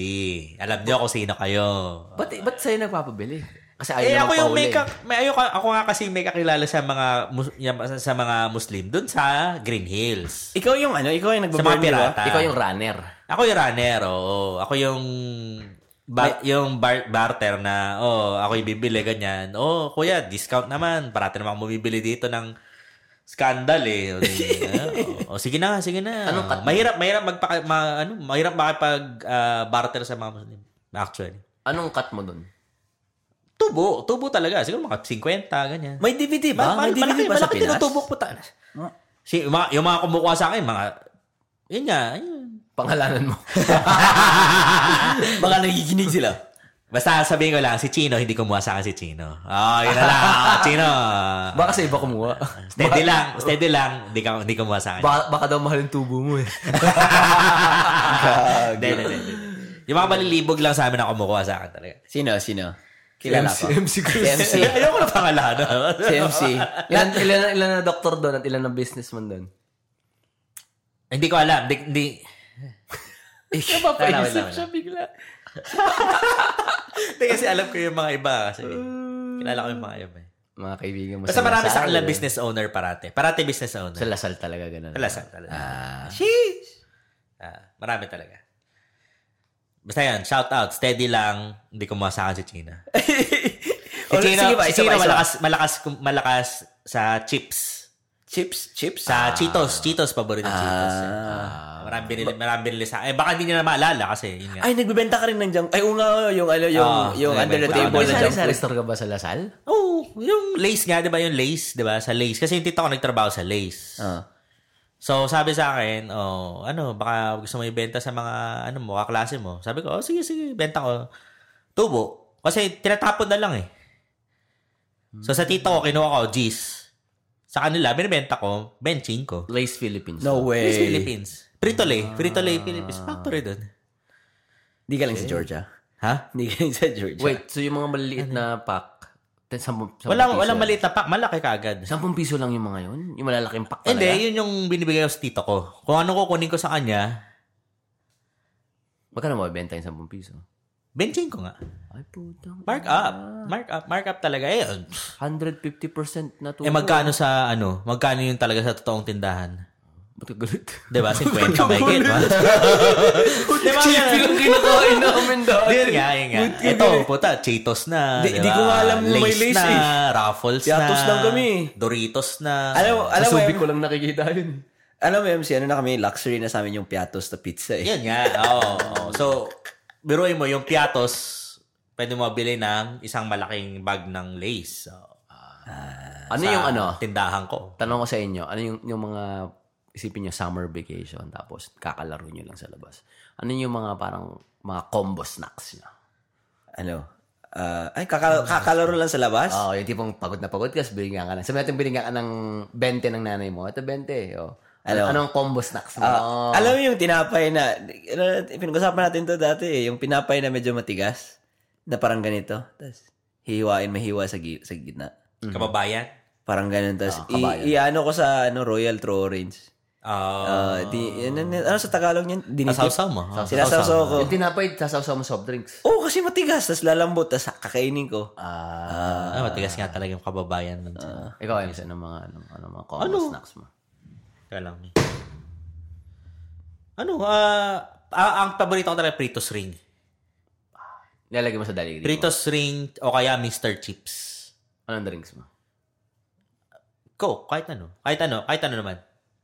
Alam niyo kung sino kayo.
ba't, ba't sa'yo nagpapabili? Kasi ayaw
eh,
naman
ako yung
pauli.
may, kak- may ayoko, ako nga kasi may kakilala sa mga mus- yam- sa- sa mga Muslim dun sa Green Hills.
Ikaw yung ano, ikaw yung
Sa mga
nagbaburn, di ba?
pirata.
Ikaw yung runner.
Ako yung runner, oo. Ako yung ba- yung bar- barter na, oh, ako yung bibili, ganyan. Oh, kuya, discount naman. Parati naman akong bumibili dito ng scandal eh. O, di- ano, o, sige na, sige na. mahirap, mahirap magpaka, ma- ano, mahirap makipag ah, barter sa mga Muslim. Actually.
Anong cut mo dun?
Tubo, tubo talaga. Siguro mga 50, ganyan.
May DVD ba?
Ma- ma-
May DVD
malaki,
ba sa
malaki
Pinas?
tinutubok po tayo. Oh. Si, yung, mga, yung mga kumukuha sa akin, mga, yun nga, yun.
Pangalanan mo.
Baka nagiginig sila.
Basta sabihin ko lang, si Chino, hindi kumuha sa akin si Chino. Oh, yun na lang. Oh, Chino.
Baka sa iba kumuha.
Steady lang, steady lang. Hindi, ka, hindi kumuha sa akin.
Baka, baka daw mahal yung tubo mo eh.
Hindi, hindi, hindi, hindi. Yung mga malilibog lang sa amin na kumukuha sa akin talaga.
Sino, sino? Kilala ko.
MC Cruz.
Si MC.
Ayoko na pangalan.
Si MC.
ilan, ilan, ilan na doktor doon at ilan na businessman doon?
hindi ko alam. Hindi, hindi. Napapaisip
siya bigla.
Hindi kasi alam ko yung mga iba. Kasi, kilala ko yung mga iba. eh.
Mga kaibigan mo.
Basta marami sa kanila
Lasal.
eh.
business owner parate. Parate business
Sa
owner.
Lasal talaga ganun.
Wala sa talaga.
Ah.
Sheesh! Ah, marami talaga. Basta yan, shout out. Steady lang. Hindi ko masakan si China. si
Oh,
China,
sige ba,
si
isa
China
ba, isa ba?
malakas, malakas, malakas sa chips.
Chips? Chips? Ah.
Sa Cheetos. Cheetos, paborito ng Cheetos. eh. Ah, marami binili, marami binili sa... Eh, baka hindi niya na maalala kasi yun nga.
Ay, nagbebenta ka rin ng junk. Ay, oo nga, yung, ano, yung,
Ah,
yung under the
nagbebenta
Ikaw,
table
may
na junk
sari-sari
food.
store ka ba sa Lasal?
Oh, yung lace nga, di ba? Yung lace, di ba? Sa lace. Kasi yung tita ko nagtrabaho sa lace.
Ah.
So, sabi sa akin, oh, ano, baka gusto mo ibenta sa mga, ano mo, kaklase mo. Sabi ko, oh, sige, sige, benta ko. Tubo. Kasi tinatapon na lang eh. So, sa tito ko, kinuha ko, G's. Sa kanila, binibenta ko, benching ko.
Lace Philippines.
No way.
Hey. Philippines. Fritole. Fritole, Philippines. Factory doon.
Hindi ka lang sa Georgia.
Ha?
Hindi ka lang sa Georgia.
Wait, so yung mga maliliit na pack, ten- sampung, sampung
Walang,
piso.
walang maliit na pack. Malaki kaagad.
Sampung piso lang yung mga yun? Yung malalaking pack talaga?
Hindi, yun yung binibigay ko sa tito ko. Kung ano kukunin ko sa kanya,
Magkano mabibenta yung sampung piso?
benching ko nga.
Ay, putang.
Mark
Ah.
up. Mark up. Mark up talaga. Eh, um,
150% na tubo.
eh magkano sa ano? Magkano yung talaga sa totoong tindahan?
Ba't ka gulit?
Diba? 50 mahigit. Diba?
Chippy lang kinakain namin dati.
Yun nga, yun nga. Ito, puta, Cheetos na.
Di- di ko nga alam na may lace
na,
eh.
Ruffles na.
Yatos lang kami.
Doritos na.
Alam,
Sa
alam mo,
subi
em-
ko lang nakikita yun.
alam mo, MC, ano na kami, luxury na sa amin yung piatos na pizza eh.
Yun nga, oo. oo. So, biruin mo yung piatos, pwede mo bilhin ng isang malaking bag ng lace. So,
Ano
sa
yung ano?
Tindahan ko.
Tanong ko sa inyo, ano yung, yung mga, isipin nyo, summer vacation, tapos kakalaro nyo lang sa labas. Ano yung mga parang, mga combo snacks nyo?
Ano? Ah, ay, kakala- kakalaro lang sa labas?
Oo, oh, yung tipong pagod na pagod ka, bilingan ka na. Sabi natin, bilingan ka ng 20 ng nanay mo. Ito, 20. Oh.
Ano?
Ano, anong combo snacks mo?
Ah, Alam mo yung tinapay na, ano, pinag-usapan natin to dati eh, yung pinapay na medyo matigas, na parang ganito, tapos hihiwain, mahiwa sa, gi- sa gitna.
Kababayan.
Parang ganun, tapos i- iano ko sa ano, Royal True Orange.
Uh,
Ah, di, ano, ano, ano sa Tagalog niyan? Dinitip.
Kasawsaw mo. ha?
Sinasawsaw
Oh.
ko.
Yung tinapay, sasawsaw mo soft drinks.
Oo, kasi matigas, tapos lalambot, tapos kakainin ko.
Ah,
Ah, matigas nga talaga yung kababayan. minsan.
ikaw, Ems, ano mga, ano, ano mga combo snacks mo?
Teka lang. eh. Ano, ah, ah, ang paborito ko talaga, Pritos Ring.
Nilalagay mo sa daligid mo.
Pritos Ring o kaya Mr. Chips.
Anong drinks mo?
Coke, kahit ano. Kahit ano, kahit ano naman.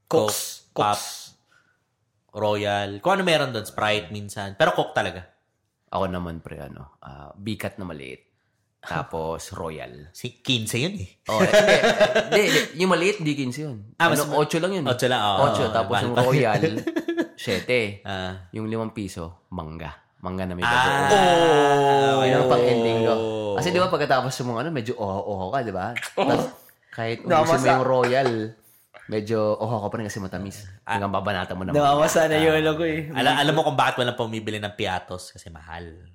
Cokes.
Coke, Pop, Royal, kung ano meron doon, Sprite minsan. Pero Coke talaga.
Ako naman, pre, ano, ah, bikat na maliit. Tapos, royal.
Si 15 yun eh.
Oh, eh, hindi, hindi, hindi. Yung maliit, di 15 yun.
Ah, mas-
ano, 8 lang yun.
Otso lang, oo.
8, tapos
Mahal
yung
pa.
royal, 7.
Ah.
Yung limang piso, mangga. Mangga na may
Ah,
bagoong.
oh,
Yun ang pang-ending ko. Kasi di ba pagkatapos yung mga ano, medyo oho-oho ka, di ba? Tapos kahit umusin mo
Namasa-
yung royal, medyo oho ka pa rin kasi matamis. Hanggang babanata mo naman.
Nawawasa na yun ako eh.
Ala, alam mo kung bakit walang pumibili ng Piatos? Kasi mahal.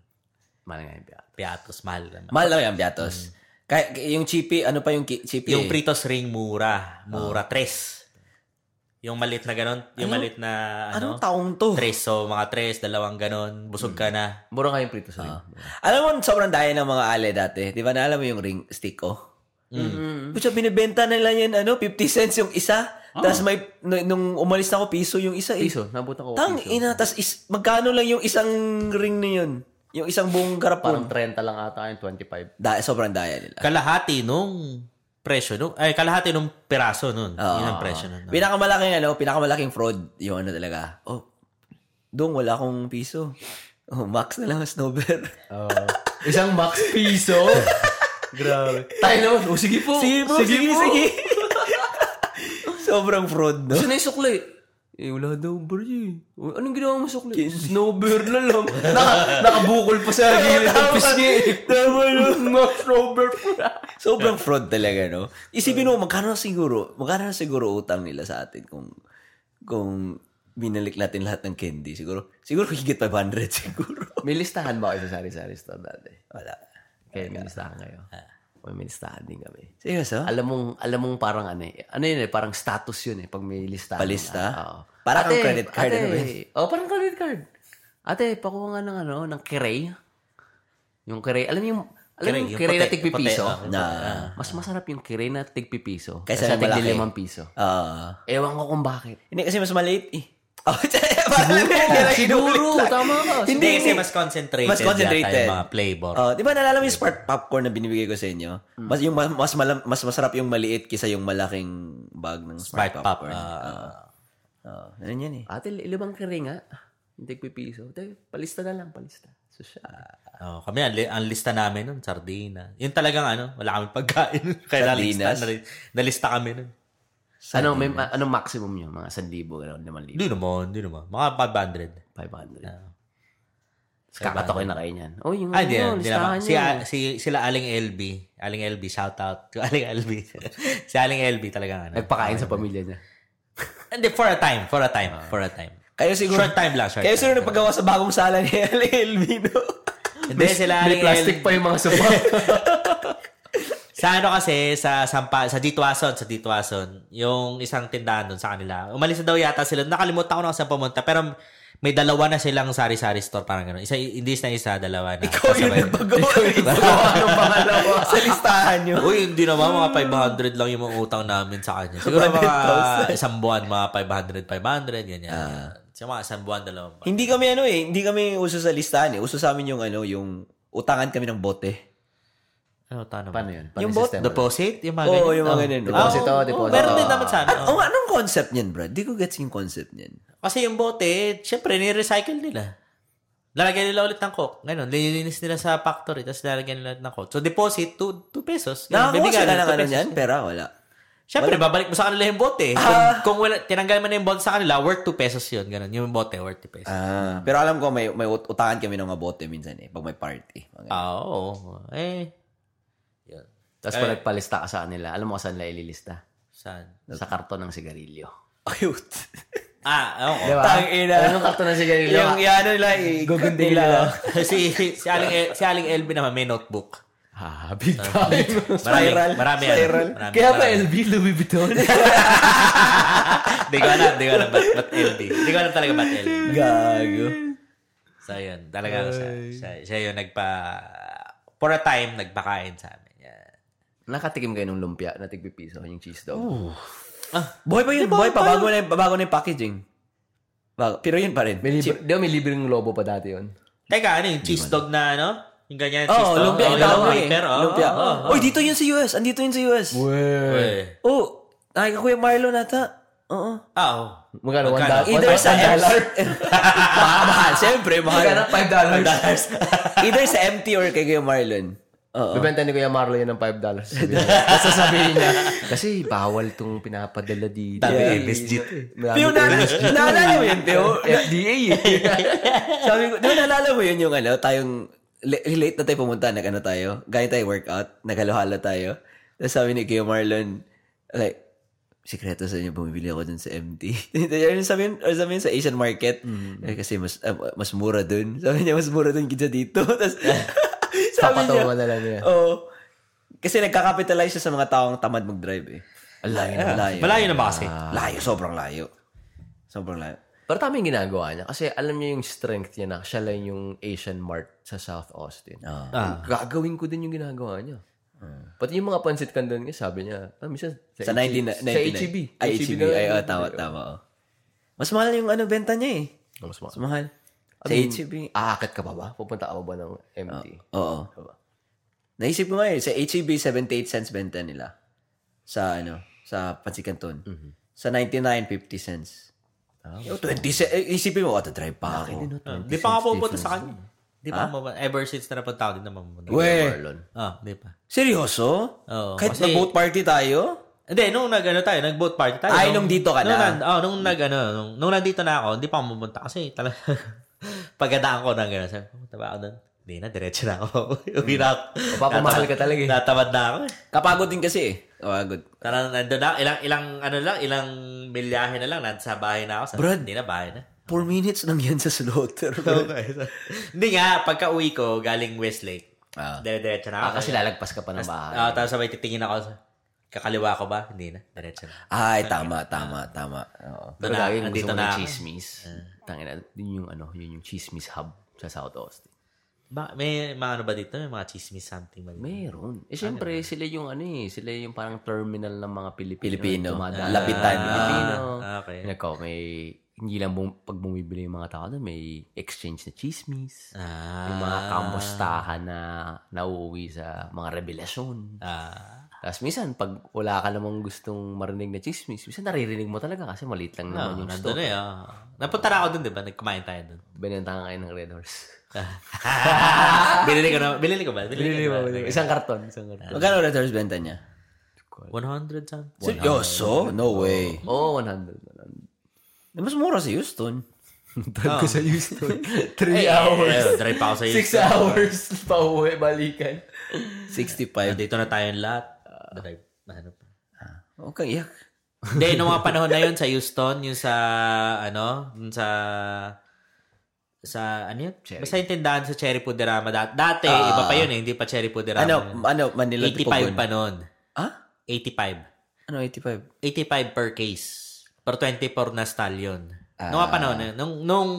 Mahal nga yung biyak.
Piatos, mahal naman.
Mahal lang yung piatos. Kaya, yung chippy, ano pa yung ki- chippy?
Yung
eh?
Pritos Ring, mura. Mura, tres. Yung malit na ganon. Yung malit na, Oh. ano? Hmm.
Anong taong to?
Tres. So, mga tres, dalawang ganon. Busog ka na.
Mura nga yung prito sa ring.
Alam mo, sobrang daya ng mga ale dati. Di ba naalam mo yung ring stick ko? Mm. Pucha, binibenta nila yan, ano, 50 cents yung isa. Tapos may, nu- nung umalis na ako, Ah. piso yung isa. Eh.
Piso, nabutan ko.
Tang
piso.
ina, tapos is, magkano lang yung isang ring na yun? Yung isang buong garapon.
Parang 30 lang ata yung 25.
Da, sobrang daya nila.
Kalahati nung presyo nung ay kalahati nung piraso nun. yun ang presyo nun.
Pinakamalaking, ano, pinakamalaking fraud yung ano talaga. Oh, dong, wala akong piso. Oh, max na lang ang snowbear.
Isang max piso? Grabe. Tayo naman. O Oh, sige po.
sige po, sige, sige. sobrang fraud, no?
Saan na yung sukli? Eh, wala daw, bro. eh. Anong ginawa mo sukli? Snowbird na lang. Naka, nakabukol pa sa gilid ng
Tama.
pisngi. Tama na. Snowbird pa.
Sobrang fraud talaga, no? Isipin mo, magkano siguro, magkano siguro utang nila sa atin kung, kung binalik natin lahat ng candy. Siguro, siguro higit 500 siguro.
May listahan ba kayo sa sari-sari store dati?
Wala.
Kaya may listahan kayo. May may listahan din kami.
Seryoso?
Alam mong, alam mong parang ano eh. Ano yun eh, parang status yun eh. Pag may listahan.
Palista?
Oo.
Parang
Ate,
kang credit card,
Ate,
ano ba
oh, parang credit card. Ate, pakuha nga ng ano, ng kiray. Yung kiray, alam mo yung, alam mo
Kiray,
yung
yung
kiray na
puti,
tigpipiso? Ah,
yung puti,
oh, Na,
Mas masarap yung kiray na tigpipiso.
Kaysa
Kaysa
yung malaki.
tiglilimang piso.
ah.
Ewan ko kung bakit.
hindi kasi mas maliit eh. Oh, parang lang,
Siguro,
inulit lang.
tama ka.
Hindi,
Hindi kasi
hindi.
mas concentrated.
Mas concentrated.
yata yung mga flavor.
Oh, di ba naalala mo yung spark popcorn na binibigay ko sa inyo? Mas yung mas mas, malam, mas masarap yung maliit kaysa yung malaking bag ng
Sprite pop.
spark, popcorn.
ah,
Oh, ano yan eh?
Ate, ilibang kiray nga. Yung tigpipiso. Ate, palista na lang, palista. So, siya.
oh, kami, ang, li- ang lista namin nun, sardina. Yun talagang ano, wala kami pagkain. Kaya nalista,
Sardinas?
nali- nalista kami nun.
Ano, may, anong maximum nyo? Mga 1,000, gano'n, 5,000.
Hindi naman, hindi naman. Mga 500.
500. Kakatokin na Ah. kayo niyan. Oh, yung
Ay, di,
ano,
di
listahan
Ah, naman. Si,
niya.
si, sila Aling LB. Aling LB, shout out. to Aling LB. si Aling LB talagang ano.
Nagpakain sa pamilya niya.
Hindi, for a time. For a time. For a time.
Kayo siguro
Short time lang, short
Kaya
time.
sino nagpagawa sa bagong sala ni LLB, no?
Hindi, sila
May
Aling
plastic
LB.
pa yung mga sopa.
Sa ano kasi, sa Sampa, sa Dituason, sa Dituason, yung isang tindahan doon sa kanila. Umalis na daw yata sila. Nakalimutan ko na kung saan pumunta. Pero may dalawa na silang sari-sari store parang gano'n. Isa, hindi na isa, dalawa na.
Ikaw yun
Kasabay.
nagpagawa. eh.
Ano pangalawa?
Sa listahan Ah. nyo.
Uy, hindi naman. Mga 500 lang yung mga utang namin sa kanya. Siguro mga isang buwan, mga 500, 500, ganyan. Sa mga isang buwan, dalawang buwan.
Hindi kami ano eh, hindi kami uso sa listahan eh. Uso sa amin yung ano, yung utangan kami ng bote.
Ano tanong?
Paano yun? Paano
Yung
yung
bot?
sistema?
Deposit? Yung mga
Oo,
ganyan?
yung mga
Oh.
ganyan.
Ah,
Deposit,
oo,
oh,
oo,
deposit.
Meron din naman sa ano. amin.
At,
oo.
oh, anong concept niyan, bro? Di ko gets yung concept niyan.
Kasi yung bote, syempre, ni-recycle nila. Lalagyan nila ulit ng coke. Ganun, nililinis nila sa factory, tapos lalagyan nila ulit ng coke. So, deposit, 2 pesos. Ganun,
Nakakuha
bibigyan
sila
nila
ng
2
ano
pesos.
niyan, pera wala. Ah.
Siyempre, babalik mo sa kanila yung bote. Kung, kung wala, tinanggal mo na yung bote sa kanila, worth 2 pesos yun. Ganun, yung bote, worth 2 pesos.
Ah, pero alam ko may may ut- utangan kami ng mga bote minsan eh pag may party. Mga ganun.
Ah, oo. Eh,
Tapos pag nagpalista ka sa kanila, alam mo kung saan nila ililista?
saan?
Sa karton ng sigarilyo.
Cute.
Ah, oo.
Di ba?
Tangina.
Alam mo yung karton ng sigarilyo?
yung yung ano nila, i-cut
Gugundin
nila.
eh, si, si, Aling, El- si Aling LB naman may notebook.
Ha, big time.
Marami,
Spiral.
Marami,
Spiral.
Ano, marami,
Kaya pa
marami.
LB, Louis Vuitton.
Hindi ko alam, hindi ko alam ba't, ba't LB. Hindi ko alam talaga ba't LB.
Gago.
So, yun. Talaga siya, siya, siya yung nagpa... For a time, nagpakain sa amin. Yan.
Nakatikim kayo ng lumpia na tigpipiso, yung cheese Ah. dog.
Boy pa yun, boy pa. Bago na, bago na yung packaging. Bago. Pero yun pa rin.
May libre, di ba may libreng lobo pa dati yun?
Teka, ano yung cheese dog na ano? Yung ganyan, cheese
Oo,
dog.
lumpia.
Oh,
Yung
yung
tawag eh.
paper, oh,
Lumpia.
oh, oh.
Uy, dito yun sa US. Andito yun sa US.
Uy.
Oh, ay, Kuya Marlo nata. Oo.
Ah, oh.
Magkano? One
Magkano?
dollar?
Either sa
One dollar?
Mahal, Ah, mahal. Siyempre,
Magkano?
mahal.
Five dollars.
Either sa MT or kay Kuya Marlon. Oo.
Bibenta ni Kuya Marlo yun ng five dollars. Tapos sasabihin niya, kasi bawal tong pinapadala dito.
Sabi,
Yeah.
MSG to eh.
Marami
Pero na,
tayong
naalala mo yun, Teo?
FDA eh.
Sabi ko, di ba naalala mo yun yung ano, tayong, li- late na tayo pumunta, nag ano tayo, gaya tayo workout, naghalo-halo tayo. Tapos sabi ni Kuya Marlon, like, sikreto sa inyo, bumibili ako dun sa MT. Ayun, sabi yun, or sabi yun sa Asian market,
Mm-hmm.
eh, kasi mas ah, mas mura dun. Sabi niya, mas mura dun kita dito. Tapos, sabi
Eh, Papatawa na lang niya.
Oo. kasi nagka-capitalize siya sa mga taong tamad mag-drive eh.
Alayo
na. Layo.
Malayo na ba kasi?
Layo, sobrang layo. Sobrang layo.
Pero tama yung ginagawa niya. Kasi alam niya yung strength niya na siya lang yung Asian Mart sa South Austin.
Ah.
Gagawin ko din yung ginagawa niya. Pati yung mga pansit kandan niya, sabi niya, ah, minsan,
Sa 99.
Sa E HEB.
Ay, HEB.
na lang
Ay,
yun.
oh, tama, tama. Oh. Mas mahal yung ano, benta niya eh.
Oh, mas
Mas mahal.
mahal.
Sa E HEB.
Aakit ka pa ba? Pupunta ka pa ba ng MT?
Oo. Naisip ko nga eh, sa HEB, 78 cents benta nila. Sa ano, sa Pansikanton.
Mhm.
Sa 99, 50 cents.
Ah,
Yo, 20 cents. Eh, Isipin mo, auto drive pa
oh,
ako.
Hindi Ah, pa nga pupunta sa kanya. Hindi pa ako mapunta. Ever since na napunta ako, hindi naman pumunta.
Weh.
Marlon.
Ah, hindi pa.
Seryoso?
Oo,
Kahit
kasi-
mag-boat party tayo?
Hindi, nung nag-ano tayo, nag-boat party tayo.
Ay, nung dito ka
nung
na.
nan- oh, nung nag-ano, nung, nung nandito na ako, hindi pa ako pumunta kasi talaga, pagkadaan ko ng gano'n, sabi, pumunta ba ako doon? Hindi na, diretso na ako. Uwi na ako.
Hmm.
Papamahal ka talaga eh.
Natamad na ako. eh.
Kapagod din kasi eh. Kapagod.
Parang nandun na, ako, ilang, ilang, ano lang, ilang milyahe na lang, nasa bahay na ako. Sabi,
Brad.
Hindi na, bahay na.
4 minutes lang yan sa slaughter. bro.
hindi nga, pagka uwi ko, galing Westlake,
Ah.
dire-diretso na ako.
Ah, kasi lalagpas ka pa ng bahay.
Ah, tapos sabay titingin ako, sa- kakaliwa ko ba? Hindi na, diretso na.
Ay, tama, tama, tama. Oo.
Doon
Pero
na,
lagi kung
nandito
gusto mo
na
ng
ako.
chismis. Tangina, yun yung ano, yun yung chismis hub sa South Austin.
Ba, may mga ano ba dito? May mga chismis something ba dito?
Meron. Eh, syempre, sila yung ano eh, sila yung parang terminal ng mga Pilipino.
Pilipino.
Dumadaan.
Lapitan.
Pilipino.
Ah, okay.
Nako, may, hindi lang bum, pag bumibili yung mga tao doon, may exchange na chismis.
Ah.
Yung mga kamustahan na nauuwi sa mga revelasyon.
Ah.
Tapos minsan, pag wala ka namang gustong marinig na chismis, minsan naririnig mo talaga kasi maliit lang naman yung
Nandun
store.
na yun. ah. Napunta na ako dun, di ba? Nagkumain tayo dun.
Binenta ka kayo ng Red Horse.
binili ko na. Binili ko ba? Binili, ko ba?
Isang karton. Isang karton.
Magkano returns benta niya?
100 something.
Seryoso? No way.
Oo, oh, 100. 100.
Eh, Mas mura sa Houston.
Tag ko sa Houston.
Eh,
3
eh, drive pa ako sa
Six
Houston.
hours pa uwi, balikan.
65.
Dito na tayong lahat. Drive. Ano pa.
Huwag kang iyak.
Hindi, nung mga panahon na yun sa Houston, yung sa, ano, yung sa, sa, ano yun? Basta yung tindahan sa Cherry Puderama. Dat- Dati, iba pa yun eh. Hindi pa Cherry Puderama.
Ah. Ano,
yun.
ano, Manila
85 pa noon.
Ha?
85.
Ano, 85? Ah.
85 per case. Per 24 na stall yun. Nung mga panahon, na yun. nung, nung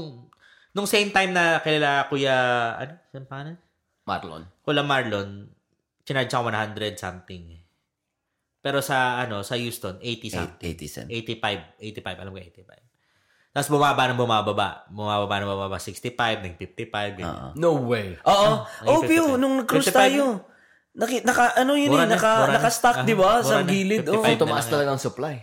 Nung same time na kilala Kuya, ano? Saan pa na?
Marlon.
Kuya Marlon, chinarge ako 100 something. Pero sa, ano, sa Houston, 80 something.
80 cent.
85, 85, alam ko 85. Tapos bumaba ng bumababa. Bumababa ng bumababa. 65, nag 55. ganyan.
No
Eh,
way.
Oo.
ah,
Oh,
Okay,
Pio,
55.
nung nag-cruise
55.
tayo, naki, naka, ano yun
Mura
eh,
na, mura
naka,
na.
naka-stack,
Aha,
di ba?
mura
Sa
na.
gilid.
55.
Oh.
So, tumaas talaga ang supply.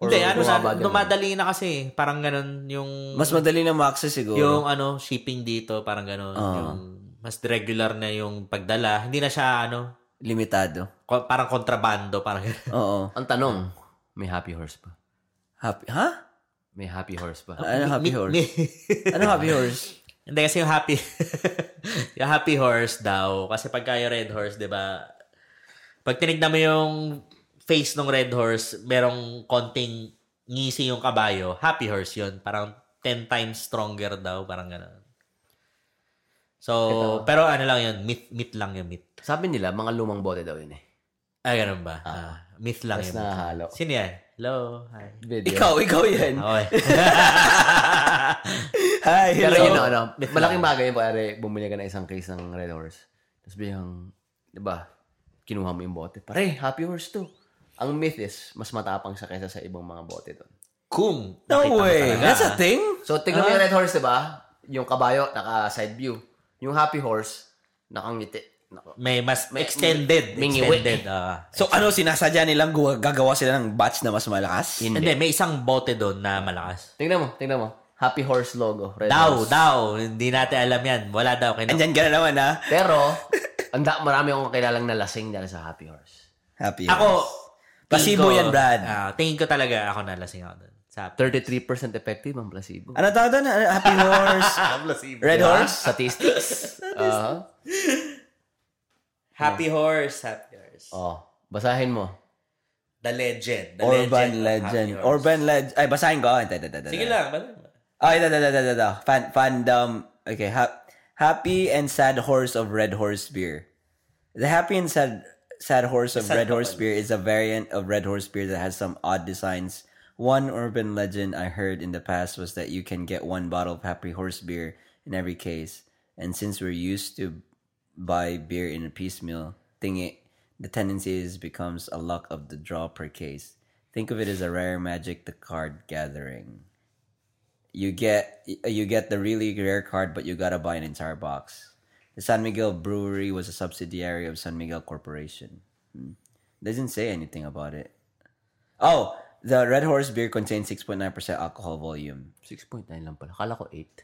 Hindi, ano sa,
bumaba ganun.
dumadali na kasi. Parang ganun yung...
Mas madali na ma-access siguro.
Yung ano, shipping dito, parang gano'n. Yung mas regular na yung pagdala. Hindi na siya ano,
limitado.
ko- parang kontrabando, parang gano'n.
Oo.
Ang tanong, may happy horse ba?
Happy, ha?
May happy horse ba?
Ano happy horse? ano happy horse?
Hindi kasi yung happy yung happy horse daw kasi pagka yung red horse, 'di ba? Pag tinignan mo yung face ng red horse, merong konting ngisi yung kabayo. Happy horse 'yun, parang 10 times stronger daw, parang gano'n. So, pero ano lang 'yun, myth myth lang 'yun, myth.
Sabi nila, mga lumang bote daw yun eh.
Ah, ganun ba? Ah, myth lang
Tapos
yun.
nahahalo.
Sino yan? Hello. Hi.
Video.
Ikaw, ikaw yan.
Okay.
Hi,
Pero
hello.
yun, ano, malaking bagay yun. Pare, bumili ka na isang case ng Red Horse. Tapos biglang, di ba, kinuha mo yung bote. Pare, happy horse to. Ang myth is, mas matapang siya kaysa sa ibang mga bote doon.
Kung.
No
nakita mo
way.
talaga.
That's a thing?
So,
Ah.
tingnan mo yung Red Horse, di ba? Yung kabayo, naka-side view. Yung happy horse, nakangiti. Nako.
May mas extended.
may ngiwi.
extended. ah.
So ano, sinasadya nilang gawa- gagawa sila ng batch na mas malakas?
hindi. may isang bote doon na malakas.
Tingnan mo, tingnan mo. Happy horse logo, Red
Daw,
Horse.
daw. Hindi natin alam yan. Wala daw. Kino-
Andyan ka na naman, ha?
Pero, anda, marami akong kilalang nalasing dahil sa happy horse.
Happy
ako, tingin
Placebo
ko-
yan, Brad.
ah, tingin ko talaga ako nalasing ako doon. Sa
33% effective ang placebo.
Ano tawag doon? Ano- Happy horse? Red
Diba?
horse?
Statistics. Oo.
Happy Horse, Happy Horse.
Oh, basahin mo.
The Legend. The
Urban
Legend. of
legend.
Happy Horse.
Urban legend. Ay, basahin ko. Ay, da, da, da, da.
Sige lang. basta-
Ay, da, da, da, da, da, da. Fan, fandom. Okay. Ha- happy and sad horse of red horse beer. The happy and sad sad horse of red horse beer is a variant of red horse beer that has some odd designs. One urban legend I heard in the past was that you can get one bottle of happy horse beer in every case. And since we're used to buy beer in a piecemeal thingy, the tendency is becomes a luck of the draw per case. Think of it as a rare magic the card gathering you get you get the really rare card, but you gotta buy an entire box. The San Miguel Brewery was a subsidiary of San Miguel Corporation. Hmm. Doesn't say anything about it. Oh, the Red Horse beer contains six point nine percent alcohol volume.
6.9 lang pala. Akala ko 8.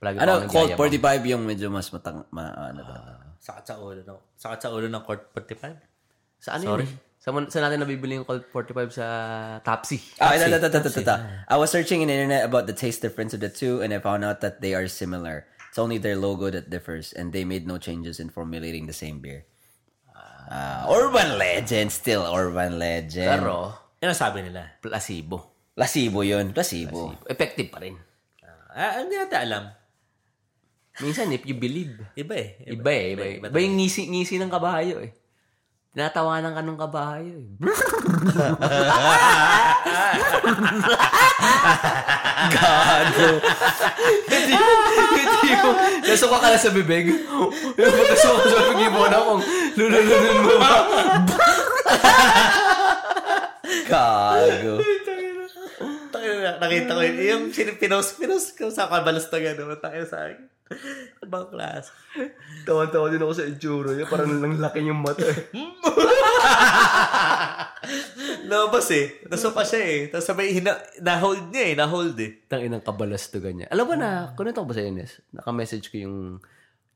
Palagi
Ano,
ako
cold
nagyayabang.
forty five yung medyo mas matang ma, ano ba?
Sakit sa ulo. No? Sakit sa ulo ng Court 45.
Sa ano Sorry. Saan, saan natin nabibili yung Colt 45 sa Topsy?
Ah, da, da, da, da, da, da, da. I was searching in the internet about the taste difference of the two, and I found out that they are similar. It's only their logo that differs, and they made no changes in formulating the same beer. Ah, urban legend, still urban legend.
Pero,
Ano sabi nila?
placebo.
placebo yun, placebo.
Effective pa rin.
Ah, hindi natin alam.
Minsan, if you believe.
Iba eh.
Iba eh. Iba, iba, iba yung ngisi-ngisi ng kabayo eh. Tinatawanan ka ng kabayo eh.
God, bro.
Hindi mo. Nasuka ka na sa bibig. Nasuka ka sa bibig mo na kung lululunin mo ba?
Gago.
Tangina na, nakita ko yun. Yung sin- pinost, pinost ko sa kabalas na gano'n. Tangina sa akin. Ibang class.
Tawan-tawa din ako sa itsura niya. Parang lang laki yung mata eh.
Labas eh. Nasuka siya eh. Tapos sabay, hina- na-hold niya eh. Na-hold eh.
tang inang kabalastugan niya. Alam mo na, kunento ko ba sa Ines? Naka-message ko yung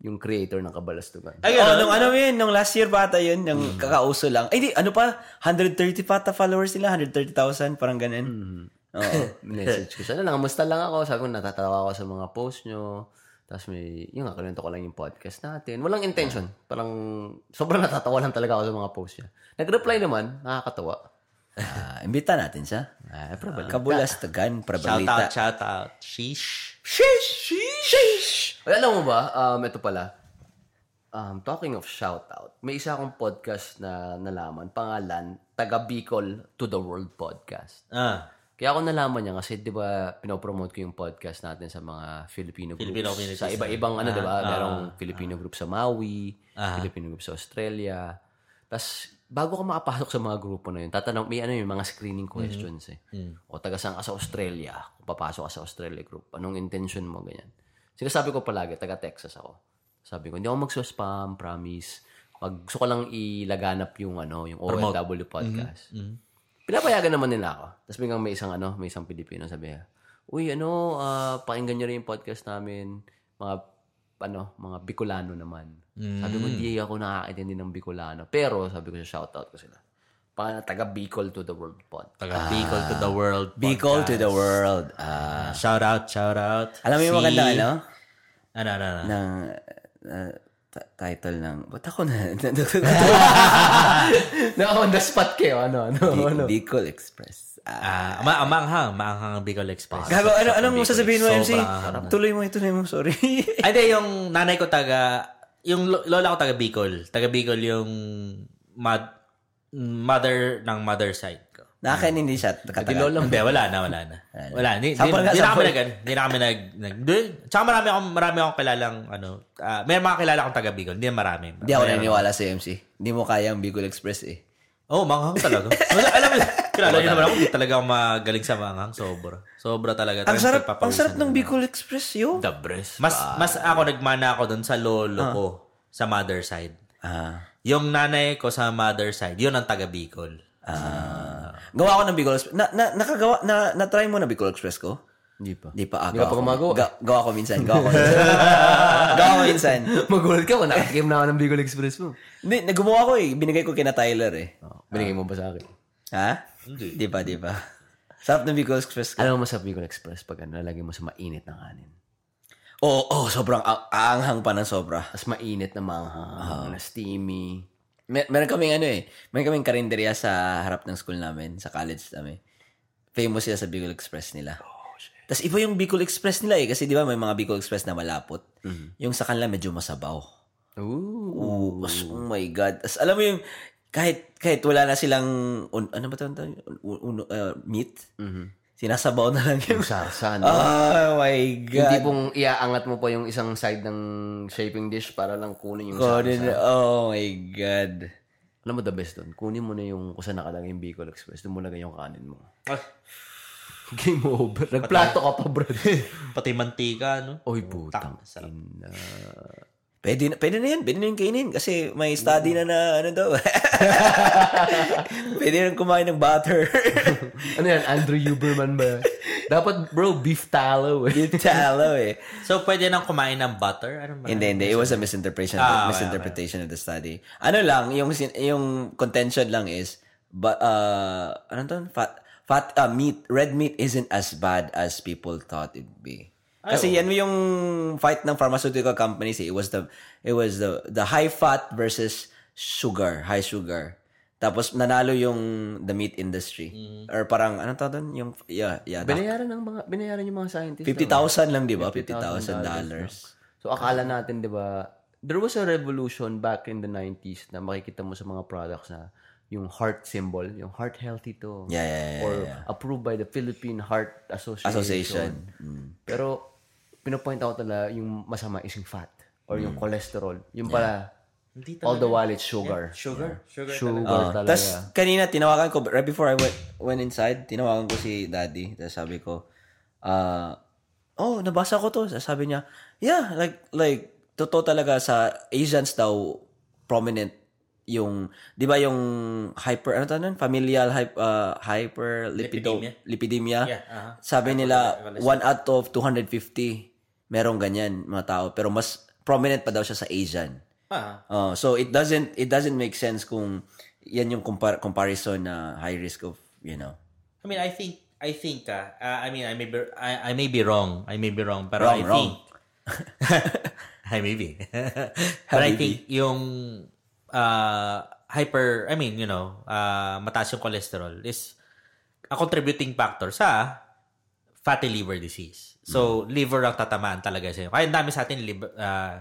yung creator ng kabalastugan.
Ay,
Oh,
gano'n.
nung ano yun, nung last year bata yun, yung kakauso lang. Ay, di, ano pa? 130 pata followers nila, 130,000, parang ganun. Oo.
Message ko siya. Ano lang, musta lang ako. Sabi ko, natatawa ako sa mga post nyo. Tapos may, yung nga, kunento ko lang yung podcast natin. Walang intention. Parang, sobrang natatawa lang talaga ako sa mga post niya. Nag-reply naman, nakakatawa.
Ah, imbita natin siya.
Ah, probably.
Kabulastagan,
Shout out,
prabalita.
shout out. Sheesh.
Sheesh! Sheesh!
Well, alam mo ba, um, ito pala, um, talking of shoutout, may isa akong podcast na nalaman, pangalan, Taga Bicol to the World Podcast.
Ah.
Kaya ako nalaman niya kasi 'di ba pinopromote ko yung podcast natin sa mga Filipino groups.
Filipino communities. Ah,
sa iba-ibang ano 'di ba? Merong Filipino group sa Maui, Filipino group sa Australia. Tapos bago ka makapasok sa mga grupo na yun, tatanong may ano yung mga screening
Mm-hmm.
questions eh.
Mm.
O taga saan ka sa Australia? Kung papasok ka sa Australia group, anong intention mo ganyan? Sinasabi ko palagi, taga Texas ako. Sabi ko, hindi ako magsa-spam, promise. Pag gusto ko lang ilaganap yung ano, yung OFW
Mm-hmm.
podcast. Pinapayagan naman nila ako. Tapos biglang may isang ano, may isang Pilipino sabi niya, Uy, ano, ah, pakinggan nyo rin yung podcast namin. Mga, ano, mga Bicolano naman. Sabi
Mm.
ko, hindi ako nakakaintindi ng Bicolano. Pero, sabi ko, shoutout ko sila. Pangalan, taga Bicol to the World pod.
Taga Bicol to the world.
Bicol Ah. to the world. Ah,
Ah, shout out, shout out.
alam mo yung maganda, ano?
Ano, ano, ano.
Ng ah, t- title ng... Ba't ako ano? na?
na on the spot kayo, ano, ano, ano.
Bicol Express. Ah,
Ah, ma- maanghang, maanghang ang Bicol Express.
Gago, ano, anong sasabihin mo, MC?
Sobrang-
Tuloy mo, ituloy mo, sorry.
Ay, di, yung nanay ko taga, yung lo- lola ko taga Bicol. Taga Bicol yung mad- mother ng mother side ko.
Nakain hindi siya katagal.
Hindi, wala na, wala na. Wala na. Di, di,
Sample nga,
di na kami
sample.
nag, di na kami nag, nag doon. Tsaka marami akong, marami akong kilalang, ano, ah, may mga kilala akong taga Bicol. Hindi na marami.
Hindi ako naniniwala sa MC. Hindi mo kaya ang Bicol Express eh.
Oo, oh, manghang talaga. Wala, alam mo, kilala niyo naman ako, hindi talaga ako magaling sa manghang. Sobra. Sobra talaga.
Ang
Talagang
sarap,
pagpapawisan
ang sarap
na-
ng Bicol Express, yo.
The Bres.
Mas, mas ako nagmana ako doon sa lolo ko, sa mother side.
Ah.
Yung nanay ko sa mother side, yun ang taga Bicol.
Ah. Gawa ko ng Bicol Express. Na, na, nakagawa, na, na-try mo na Bicol Express ko?
Hindi pa.
Hindi pa. Ah,
Hindi ka
gawa
pa
ko-
gumagawa.
Ga- gawa ko minsan. Gawa ko minsan. gawa ko minsan.
Magulat ka, wala game na ako ng Bicol Express mo.
Hindi, nagumawa ko eh. Binigay ko kina Tyler eh.
Binigay mo ba sa akin?
Ha? Hindi. Di pa, di pa. Sarap ng Bicol Express ko.
Alam mo sa Bicol Express, pag ano, lalagay mo sa mainit na kanin.
Oo, oh, oh, sobrang a- aanghang pa ng sobra.
Tapos mainit na manghang, na steamy.
Mer- meron kaming ano eh. Meron kaming karinderya sa harap ng school namin, sa college namin. Famous sila sa Bicol Express nila. Tapos iba yung Bicol Express nila eh. Kasi di ba may mga Bicol Express na malapot. Yung sa kanila medyo masabaw.
Ooh.
Mm-hmm. Ooh. as- oh my God. Tapos alam mo yung kahit kahit wala na silang un- ano ba tawag tawag? Un- un- uh, meat, sinasabaw na lang yung...
Sarsa, no?
Oh my
Hindi
God.
pong iaangat mo pa yung isang side ng shaping dish para lang kunin yung
Oh,
sarsa.
oh my God.
Alam mo the best doon, kunin mo na yung kung saan nakalagay yung Bicol Express, doon mo lagay yung kanin mo.
Ah,
Game over. Nagplato ka pa, bro.
Pati mantika, no?
Oy, putang.
Sarap.
ina.
Pwede na, pwede na yan. Pwede na yung kainin. Kasi may study na na ano daw. pwede na kumain ng butter.
ano yan, Andrew Huberman ba? Dapat, bro, beef tallow. eh.
Yung talo eh.
So, pwede nang kumain ng butter? Ano ba?
Hindi, hindi. It was a misinterpretation,
Ah, okay,
misinterpretation of the study. Ano lang, yung, sin- yung contention lang is, but, uh, ano to? Fat, fat, uh, meat, red meat isn't as bad as people thought it'd be. Kasi yan yung fight ng pharmaceutical companies. eh. It was the, it was the, the high fat versus sugar, high sugar. Tapos nanalo yung the meat industry.
Mm-hmm.
Or parang, ano to doon? Yung, yeah, yeah.
Binayaran ng mga, binayaran yung mga scientists.
50,000 lang, di ba? 50,000 dollars.
So akala natin, 'di ba, there was a revolution back in the 90s na makikita mo sa mga products na yung heart symbol, yung heart healthy to.
Yeah, yeah, yeah,
Or approved by the Philippine Heart Association.
Association.
Pero pinopoint out talaga yung masama is yung fat or yung cholesterol. Yung pala, all the while it's sugar.
Sugar? Sugar.
Sugar talaga.
Tapos Ah. kanina tinawagan ko right before I went went inside, tinawagan ko si Daddy. Tapos sabi ko, ah, oh, nabasa ko to. Tapos Sabi niya, yeah, like like totoo talaga sa Asians daw prominent yung 'di ba yung hyper ano tawag nun? familial hyper uh, hyperlipidemia lipidemia.
Yeah, aha.
Sabi nila 1 out of 250 merong ganyan mga tao pero mas prominent pa daw siya sa Asian.
Ah.
Uh,
Oh, so it doesn't it doesn't make sense kung yan yung compar- comparison na high risk of, you know.
I mean, I think, I think, ah, ah, I mean, I may be, I, I may be wrong. I may be wrong, pero
Wrong,
I
wrong.
think, I may be. but I
Maybe.
think yung uh, hyper, I mean, you know, uh, mataas yung cholesterol is a contributing factor sa fatty liver disease. So,
Mm.
liver ang tatamaan talaga sa'yo. Kaya ang dami sa atin, uh,
Mm.
liver, ah,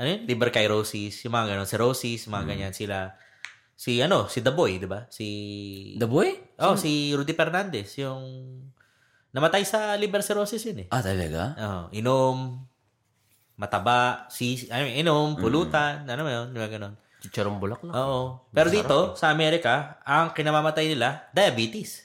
ano yun? liver cirrhosis, yung mga ganun, cirrhosis, mga ganyan sila. si ano, si The Boy, 'di ba? Si
The Boy?
Oh, si Rudy Fernandez, yung namatay sa liver cirrhosis yun eh.
Ah, talaga?
Oh, inom, mataba, si, I mean, inom, pulutan, ano mo yun, di ba ganun?
Chicharong bulaklak.
Oo. Pero dito, sa Amerika, ang kinamamatay nila, diabetes.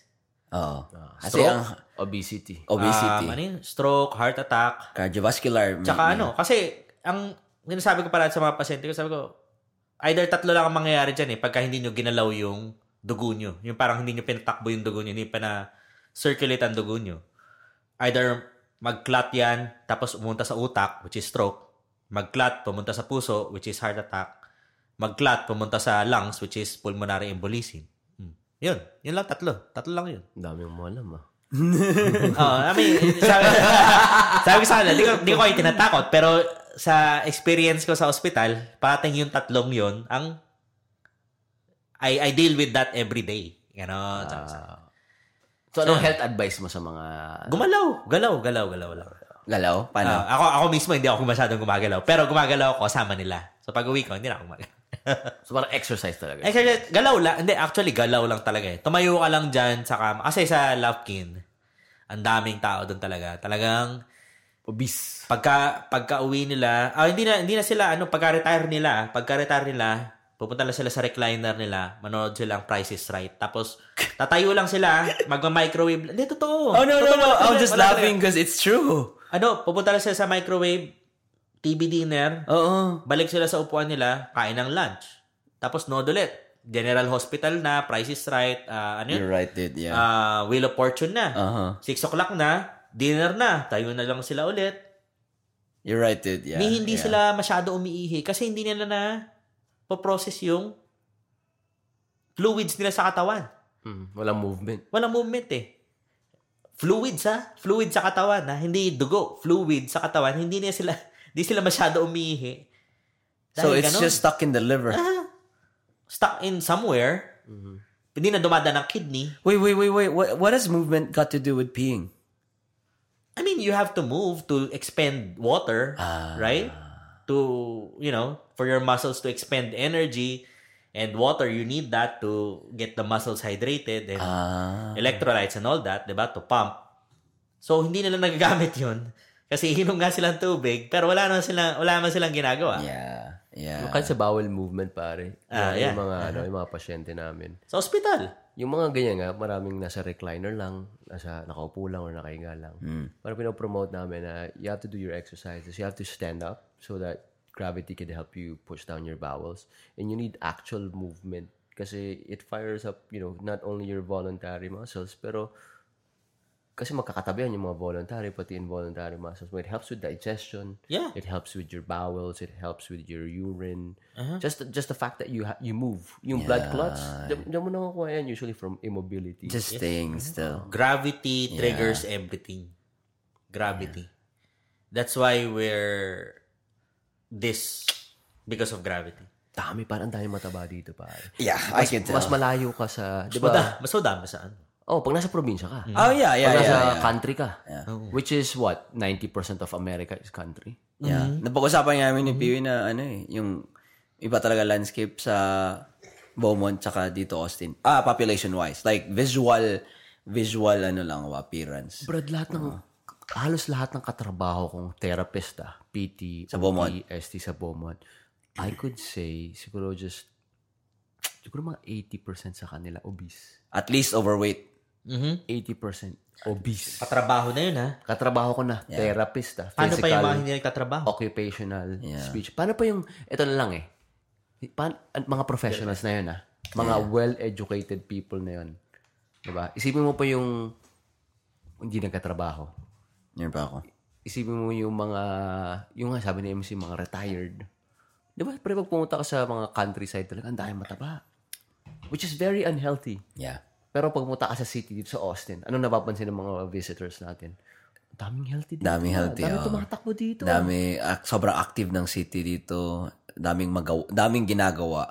Oo. Kasi
Stroke?
ang
Obesity.
obesity,
Um, ano yun? Stroke, heart attack.
cardiovascular. may-
Tsaka ano, kasi, ang sinasabi ko pala sa mga pasyente ko, sabi ko, either tatlo lang ang mangyayari dyan eh, pagka hindi nyo ginalaw yung dugo nyo. Yung parang hindi nyo pinatakbo yung dugo nyo, hindi pa na-circulate ang dugo nyo. Either mag-clot yan, tapos umunta sa utak, which is stroke. Mag-clot, pumunta sa puso, which is heart attack. Mag-clot, pumunta sa lungs, which is pulmonary embolism. Hmm. Yun. Yun lang tatlo. Tatlo lang yun.
Ang dami mo alam ah.
Oo, I mean, sabi, sabi ko sa kanila, di ko, di ko kayo tinatakot, pero sa experience ko sa ospital, parating yung tatlong yon ang I, I deal with that every day. Ganon. sabi sa-
So, anong health advice mo sa mga...
gumalaw, galaw, galaw, galaw lang.
Galaw?
Ano?
Paano?
Ah, ako, ako mismo hindi ako masyadong gumagalaw, pero gumagalaw ako kasama nila. So pag uwi ko, hindi na ako gumagalaw.
So, parang exercise talaga.
Actually, galaw lang. Hindi, actually, galaw lang talaga eh. Tumayo ka lang dyan sa kama. Kasi sa Lafkin, ang daming tao doon talaga. Talagang
Obese.
pagka pagka uwi nila ah, hindi na hindi na sila ano pagka retire nila pagka retire nila pupunta lang sila sa recliner nila manood sila ng Price is Right tapos tatayo lang sila magma-microwave hindi totoo
Oh, no, no,
Totoo,
no.
wala-
I'm just
wala talaga.
laughing because it's true.
ano pupunta lang sila sa microwave TV dinner
Oo.
balik sila sa upuan nila kain ng lunch tapos no ulit General Hospital na Price is Right ah, ano yun
You're right, dude. Yeah.
Ah, Wheel of Fortune na
Uh-huh.
6 o'clock na dinner na tayo na lang sila ulit
You're right, dude. Yeah.
Ni hindi
yeah.
sila masyado umiihi kasi hindi nila na poprocess yung fluids nila sa katawan.
Hmm, walang movement.
Walang movement eh. Fluids ha? Fluid sa katawan ha? Hindi dugo. Fluid sa katawan. Hindi nila sila, hindi sila masyado umiihi.
So
Dahil
it's
ganun, Ah.
just stuck in the liver.
stuck in somewhere.
Mm-hmm.
Hindi na dumadaan ng kidney.
Wait, wait, wait, wait. What, what has movement got to do with peeing?
I mean, you have to move to expend water,
Ah.
right? To, you know, for your muscles to expend energy and water, you need that to get the muscles hydrated and
Ah.
electrolytes and all that, di ba? To pump. So, hindi nila nagagamit yun. Kasi inom nga silang tubig, pero wala naman silang, wala naman silang ginagawa.
yeah. Yeah.
Kasi bawal movement, pare.
Ah,
Yung-
yeah.
Yung mga, ano, yung mga pasyente namin.
Sa ospital.
Yung mga ganyan nga, maraming nasa recliner lang, nasa nakaupo lang or nakahinga lang. Parang pinopromote namin na you have to do your exercises, you have to stand up so that gravity can help you push down your bowels. And you need actual movement kasi it fires up, you know, not only your voluntary muscles, pero kasi magkakatabihan yung mga voluntary pati involuntary muscles. But it helps with digestion.
Yeah.
It helps with your bowels. It helps with your urine. Just just the fact that you ha- you move. Yung blood clots, diyan diyan mo nakukuha yan usually from immobility.
Just staying still.
Gravity triggers everything. Gravity. That's why we're this because of gravity.
dami, parang dami mataba dito, pare.
Yeah, I can tell.
Mas malayo ka sa, di ba?
Mada, mas madami sa ano.
Oh, pag nasa probinsya ka.
oh, yeah, yeah,
pag nasa
yeah.
country ka. Oh.
Oo.
Which is what? 90% of America is country.
Yeah. mm-hmm. Napag-usapan namin ni Piwi na ano eh, yung iba talaga landscape sa Beaumont tsaka dito Austin. Ah, population-wise. Like, visual, visual ano lang, appearance.
Brad, lahat ng, halos lahat ng katrabaho kong therapist ah, PT,
Sa Beaumont.
OT, ST sa Beaumont, I could say, siguro just, siguro mga 80% sa kanila obese.
At least overweight.
Mm-hmm.
80% obese.
Katrabaho na yun, ha?
Katrabaho ko na, therapist ah,
Paano pa
physical,
yung mga hindi nagtatrabaho?
occupational, speech. Paano pa yung, ito na lang eh, Paano, ang mga professionals na yun ah, mga well-educated people na yun. Diba? Isipin mo pa yung hindi nagkatrabaho.
Yun pa ako.
isipin mo yung mga, yung nga sabi ni MC, mga retired. Di ba? Pero pag pumunta ka sa mga countryside talaga, ang dami mataba. Which is very unhealthy.
Yeah.
Pero pag pumunta ka sa city dito sa Austin, ano napapansin ng mga visitors natin? Ang daming healthy dito. ah.
Daming healthy,
Daming
oo.
tumatakbo dito.
Dami, ak- sobrang active ng city dito. Daming magaw, daming ginagawa.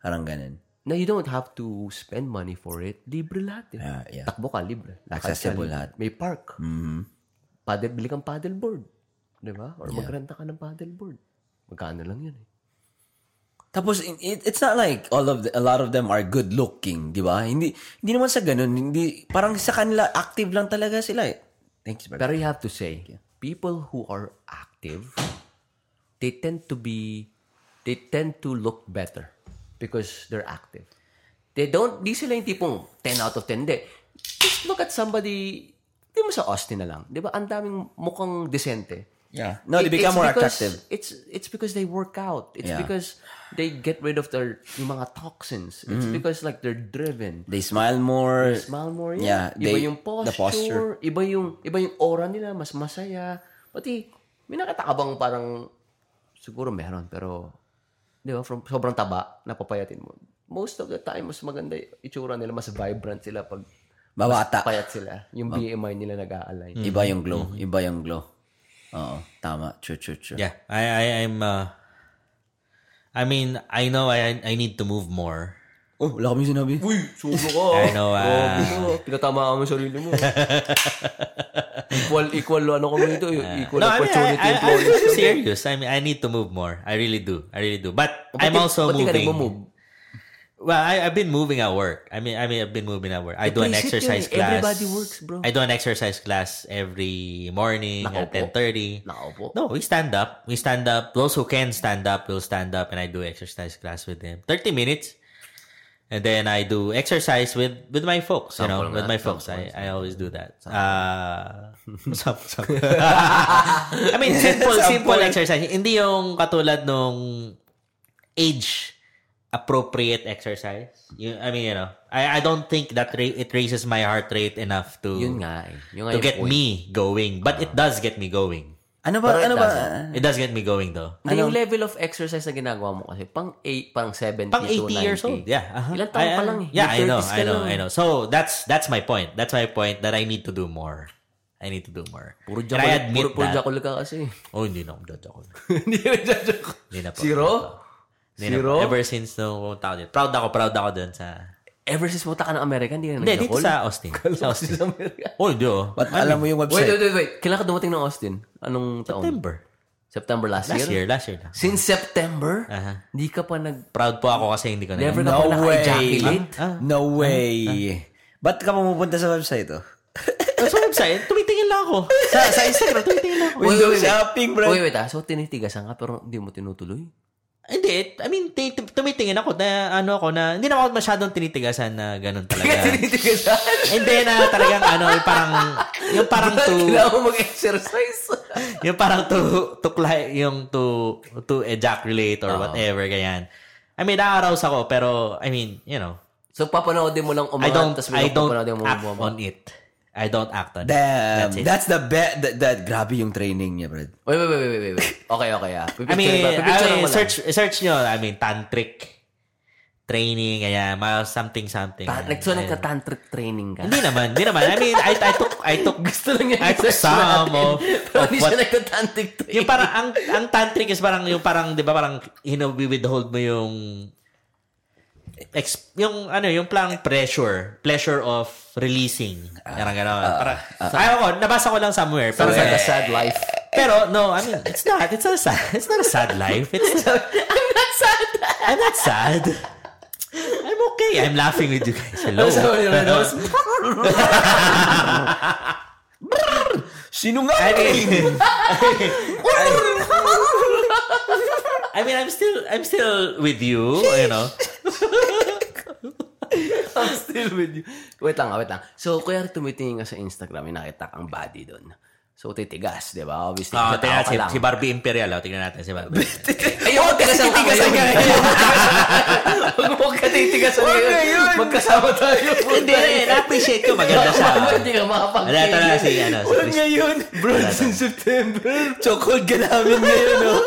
Parang ganun.
Na you don't have to spend money for it. Libre lahat eh.
Yeah, Ah, yeah.
Takbo ka, libre. Lakad ka,
Accessible
libre.
lahat.
May park.
Mhm.
Paddle, bili kang paddleboard. Di ba? Or magrenta ka ng paddleboard. Magkano lang yun eh.
Tapos in- it, it's not like all of the, a lot of them are good looking, 'di ba? Hindi hindi naman sa ganun, hindi parang sa kanila active lang talaga sila eh. Thanks, brother.
Pero you have to say, people who are active, they tend to be, they tend to look better because they're active. They don't, di sila yung tipong 10 out of 10. Hindi. Just look at somebody, di mo sa Austin na lang. Di ba? Ang daming mukhang desente.
Yeah. No, they
It-
become
it's
more
because-
attractive.
It's it's because they work out. It's
Yeah.
because they get rid of their yung mga toxins. It's
Mm-hmm.
because like they're driven.
They smile more.
Smile more.
Yeah,
Yeah. iba
they-
yung
the
posture,
posture.
Iba yung, iba yung aura nila. Mas masaya. Pati, may nakita ka bang parang, siguro meron, pero, di ba, from, sobrang taba, napapayatin mo. Most of the time, mas maganda yung itsura nila. Mas vibrant sila pag
Babata.
payat sila.
Oh.
Yung BMI nila nag-a-align.
Mm.
Iba yung glow,
Mm-hmm.
iba yung glow. Oo, tama. True, true, true.
Yeah, I, I I'm. Uh, I mean, I know I I need to move more.
Oh, wala kami sinabi.
Uy, subo ko.
I know, ah.
Oh, pinatama mo yung sarili mo. equal, equal, ano kami dito? Equal
Ah. No, I mean, I, I,
opportunity
I,
employees.
am serious. I mean, I need to move more. I really do. I really do. Oh, But I'm also
Ba't di ka
moving.
nagmumove?
Well, I, I've been moving at work. I mean, I mean, I've been moving at work. I do an
Naisip yun
exercise
eh.
class.
Everybody works, bro.
I do an exercise class every morning at
Nakaupo.
ten thirty.
Nakaupo.
No, we stand up. We stand up. Those who can stand up will stand up, and I do exercise class with them. Thirty minutes, and then I do exercise with with my folks. You know,
Sample
with
nga,
my folks. I, I always do that. Uh, sample, sample. I mean, simple, simple exercise. Hindi yung katulad nung age appropriate exercise. You, I mean, you know, I, I don't think that ra- it raises my heart rate enough to
Yun nga eh. Yun nga
to
yung
get
point. Ah.
me going, but it does get me going.
Ano ba, ano ba?
It does get me going though.
Hindi, yung level of exercise na ginagawa mo kasi pang 8, pang 70
Pang
to
80
90.
years old. Yeah. uh-huh.
Ilang taon
I-
pa
I-
lang eh.
Yeah, I know,
Mid-thirties
I
ka
know,
lang.
I know. So that's that's my point. That's my point that I need to do more. I need to do more.
Puro
And
jackal,
I admit
puro, puro
that.
jackal ka kasi.
Oh, hindi na ako judge ako.
Hindi ka jackal.
Hindi na po.
Zero?
Hindi na po.
Zero?
Ever since nung pumunta ako dito. Proud ako, proud ako dun sa...
Ever since punta ka ng Amerika, hindi ka na
Hindi, dito
nag-jackal?
sa Austin. Sa Austin.
Sa Amerika.
Oh, hindi oh.
Ba't alam mo yung
Wait,
website?
wait, wait, wait. Kailan ka dumating ng Austin? Anong taon?
September.
September last,
Last year, last year na.
Since September,
Aha.
hindi ka pa nag...
Proud po ako kasi hindi ko na.
Never ka
No
pa
way.
naka-ejaculate.
Ah,
No way. Ba't ka pumupunta sa website, oh?
sa website, tumitingin lang ako. Sa, sa Instagram, tumitingin lang ako.
Wait,
Window
wait, wait.
shopping, bro.
Wait, wait ah. So, tinitigasan ka pero hindi mo tinutuloy?
Hindi, I mean, ti- ti- tumitingin ako na ano ako na, hindi na ako masyadong tinitigasan na ganun talaga.
tinitigasan?
Hindi na talagang ano, yung parang, yung parang to,
Kailangan mo mag-exercise.
yung parang to, to, cli- yung to, to ejaculate or whatever, ganyan. I mean, naarouse ako, pero, I mean, you know,
so, papanoodin mo lang
I
umangat,
don't,
tapos
I
biglang
don't
papanoodin mo
act
umangat.
on it. I don't act on it.
Damn.
That's it.
That's, the best. That, that, grabe yung training niya, bro.
Wait, wait, wait, wait, wait, wait. Okay, okay ah.
I
Pipicture
mean,
ba?
I
Pipicture
mean,
mo lang.
search, search nyo, I mean, tantric training, ganyan, mga something, something.
Ta-
ganyan.
nag- so, nagka-tantric training ka.
Hindi naman, hindi naman. I mean, I, I took, I took,
Gusto lang yung
I took
exercise
some
natin.
of,
Pero
of
hindi
what,
siya nagka-tantric training.
yung parang, ang, ang tantric is parang, yung parang, di ba, parang, you know, we withhold mo yung, ex, yung, ano, yung parang pressure, pleasure of releasing. Parang gano'n.
Ah,
parang, ayaw ko, nabasa ko lang somewhere. Pero,
Sounds like a sad life.
pero, no, I mean, it's not, it's not a sad, it's not a sad life. It's not,
I'm not sad.
I'm not sad. I'm okay. I'm laughing with you guys. Hello.
Sorry, my nose.
Sino nga?
I mean, I mean, I'm still, I'm still with you, you know.
I'm still with you. Wait lang, ah, wait lang. So, kuya, tumitingin ka sa Instagram, may nakita kang body doon. So, titigas, di ba? Obviously,
Oh,
oh,
tingnan
tao ka
si,
lang.
si Barbie Imperial. Oh, tingnan natin si Barbie.
Ayoko tigasan ka
Titigasan ka
ngayon. Huwag mo ka titigasan
Huwag
ngayon.
ngayon.
Magkasama tayo.
Hindi, na-appreciate ko. Maganda siya.
Mama, Hindi ka
Wala talaga si, ano,
Walang
si Chris.
ngayon. Bro, since September. Chocolate ka namin ngayon, oh.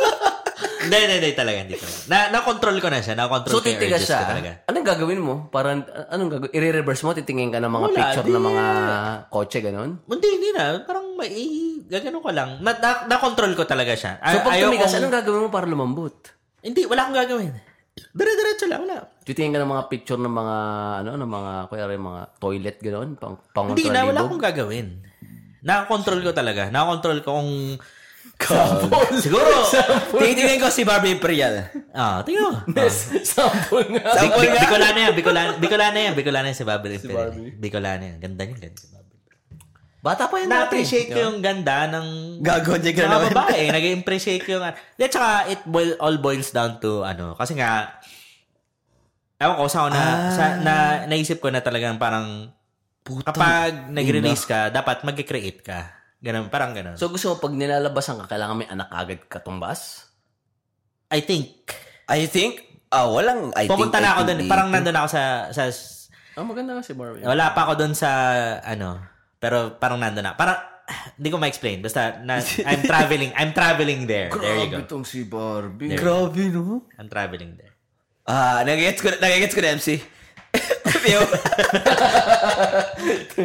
Hindi, hindi, hindi talaga. Hindi talaga. Na, na-control ko na siya. Na-control
So,
ko yung urges
titigas
ko talaga.
siya. Anong gagawin mo? Parang, anong gagawin? I-reverse mo, titingin ka ng mga
Wala,
picture ng
di.
mga kotse, ganun?
Hindi, hindi na. Parang may, gagano ko lang. Na, na, na-control ko talaga siya.
So,
Ay-
pag
ayokong-
tumigas, anong gagawin mo para lumambot?
Hindi, wala akong gagawin. Dire-diretso lang, wala.
Titingin ka ng mga picture ng mga, ano, ng mga, kuya mga toilet, gano'n? Pang, pang
Hindi na, wala akong gagawin. Nakakontrol ko talaga. Nakakontrol ko kung
Sample.
Siguro, titingin ko si Barbie Imperial.
Ah, tingnan mo. Ah.
Sample nga.
Bi- Bi- Bicolano yan, Bicolano, Bicolano yan, Bicolano yan si Barbie Rivera. Bicolano yan. Ganda niya, ganda si Barbie.
Bata pa yun natin.
Na-appreciate ko yung ganda ng
Gago niya
mga
ganun.
babae. Nag-appreciate ko yung... At saka, it boil, all boils down to, ano, kasi nga, ewan ko, sa ako na, sa, na, naisip ko na talagang parang, kapag nag-release ka, dapat mag-create ka. Ganun, parang ganun. So,
So gusto mo, pag nilalabasan ka, kailangan may anak agad katumbas?
I think,
I think, ah, walang I
pumunta
think.
na
I
ako
think
doon.
di.
Parang nandun ako sa, sa
Ang Ah, maganda nga si Barbie.
Wala pa ako doon sa ano, pero parang nandun na. Parang hindi ko ma-explain. Basta na, I'm traveling. I'm traveling there. There you go.
Grabe tong si Barbie.
Grabe, no?
I'm traveling there.
Ah, nagigets ko, nagigets ko na MC. Yo.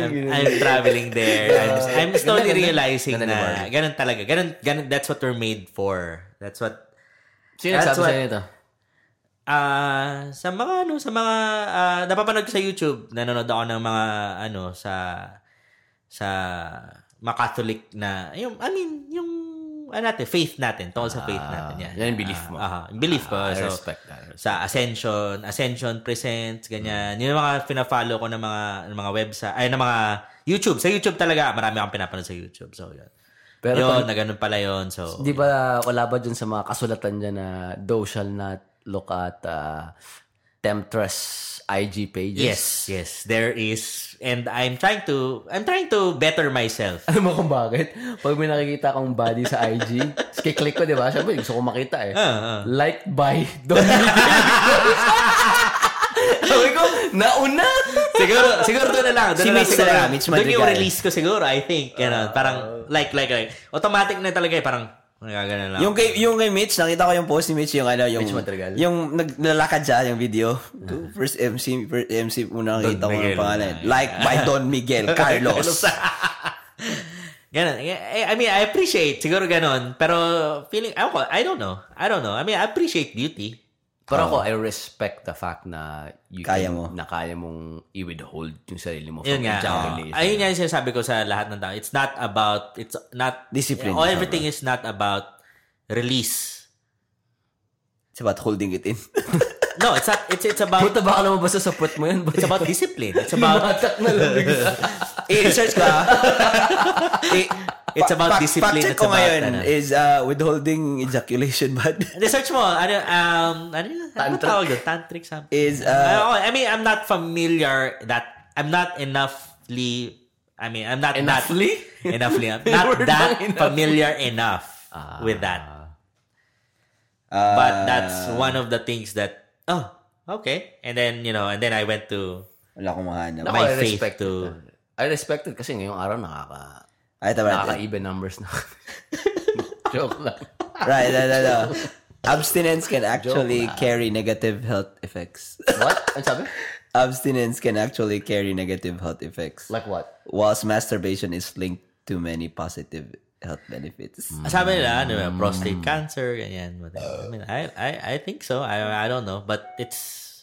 I'm, I'm traveling there. I'm, I'm slowly realizing
Ganda ni
na ganun talaga. Ganun, ganun, that's what we're made for. That's what
Sino
That's
nagsabi
what-
sa'yo nito?
Ah, sa mga ano, sa mga ah, napapanood ko sa YouTube, nanonood ako ng mga ano sa sa mga Catholic na yung I mean, yung ano natin, faith natin, tungkol sa faith natin yan.
Ah, yan yung belief mo.
Ah, ah, yung belief ko.
I
so,
respect that. Mm. I
Sa Ascension, Ascension Presents, ganyan. Yun Yung mga pina-follow ko ng mga ng mga website, ay ng mga YouTube. Sa YouTube talaga, marami akong pinapanood sa YouTube. So, yun.
Pero
Pero yun, na ganun pala yun. So,
Di ba wala ba dyan sa mga kasulatan dyan na thou shall not look at uh, temptress IG pages?
Yes, yes, there is. And I'm trying to I'm trying to better myself.
Alam mo kung bakit? Pag may nakikita akong body sa IG, kiklik ko, di ba? Siyempre, gusto ko makita eh.
Ah,
Like by Don Sabi ko, nauna!
siguro, siguro doon na lang. Doon
Si
na lang
Mitch
siguro.
talaga.
Mitch
Doon yung
Madrigal.
release ko siguro, I think. Ganun, parang, like, like, like. Automatic na talaga eh. Parang, nagagana lang.
Yung kay, yung kay Mitch, nakita ko yung post ni Mitch, yung ano, yung...
Mitch Madrigal.
Yung naglalakad siya, yung video. First MC, first MC muna nakita
Uh-huh.
ko
Miguel.
ng pangalan. Like by Don Miguel Carlos.
Ganun. Eh, I I mean, I appreciate. Siguro ganun. Pero, feeling, ewan ko, I don't know. I don't know. I mean, I appreciate beauty. Ah.
Pero ako, I respect the fact na you
Kaya
can-
mo.
na kaya mong i-withhold yung sarili mo
Yun
from
nga.
junk
oo.
relation.
Ayun nga yung sinasabi ko sa lahat ng tao. It's not about, it's not,
Discipline.
Oh, everything is not about release.
It's about holding it in.
No, it's not, it's, it's about,
Puta, baka naman basta sa puwet mo yun.
It's about discipline. It's about
Atak na lang bigla.
Eh,
I-research ko ah. I-
It's about
fact-
discipline.
Fact check
It's
ko
about,
ngayon
ano.
is uh, withholding ejaculation bad.
research mo ano um ano yun? Ano
Tantric.
tawag yun? Tantric something.
Is uh,
Uh, I mean, I'm not familiar that I'm not enoughly I mean, I'm not
Enoughly?
that enoughly. I'm
Word
not that
lang, enoughly.
familiar enough with that.
uh,
But that's one of the things that oh, okay. And then, you know, and then I went to
wala akong mahanap.
Ako,
My
I
faith
respect
to-
it. I respect it kasi ngayong araw nakaka
Ay, tama natin.
nakaka-even numbers na. Joke lang.
Right, no, no, no. Abstinence can actually carry negative health effects.
What? Ano sabi?
Abstinence can actually carry negative health effects.
Like what?
whilst masturbation is linked to many positive health benefits.
Sabi nila, ano,
Hmm.
prostate cancer, ganyan. Whatever. I mean, I, I, I think so. I, I don't know. But it's,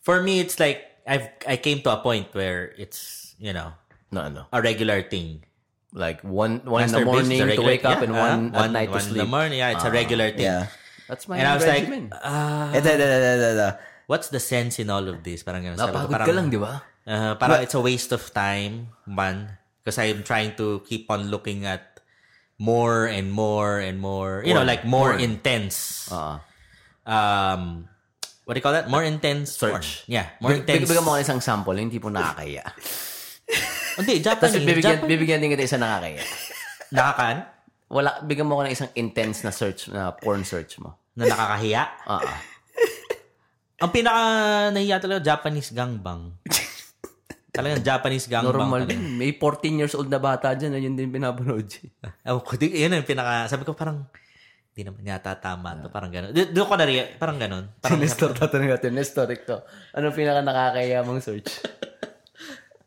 for me, it's like, I've, I came to a point where it's, you know,
No, no.
a regular thing.
ano? Like one one in the
Masturbation
morning
is a
to
regular-
wake up
yeah,
and
ah,
one, at night to
one in
sleep.
the
Ah.
morning. Yeah, it's a regular thing.
Yeah.
That's my
And I was like,
regimen.
ah,
Eh, da, da, da, da, da, da.
what's the sense in all of this? Parang ganun. Sabi ko,
Napagod
parang,
ka lang, di ba?
Uh, parang it's a waste of time, man. Because I'm trying to keep on looking at more and more and more, you know, like more, intense.
Ah.
um, what do you call that? More intense
Search.
porn. Yeah, more intense.
Bigyan mo ka ng isang sample, yung tipo nakakaya.
Hindi, Japanese.
Tapos bibigyan,
Japanese.
bibigyan din kita isang nakakaya.
Nakakaan?
Wala, bigyan mo ko ng isang intense na search, na porn search mo.
Na nakakahiya?
Ah, ah.
Ang pinaka nahiya talaga, Japanese gangbang. Talagang Japanese gangbang.
Normal
talaga.
din. May 14 years old na bata dyan, na yun din pinapanood siya.
Ah, Ewan ko, di- yun ang pinaka, sabi ko parang, hindi naman yata tama to, parang ganun. Di- Doon ko na rin, parang ganun. Parang,
Nestor, tatanong natin. Nestor, ito. Anong pinaka nakakaya mong search?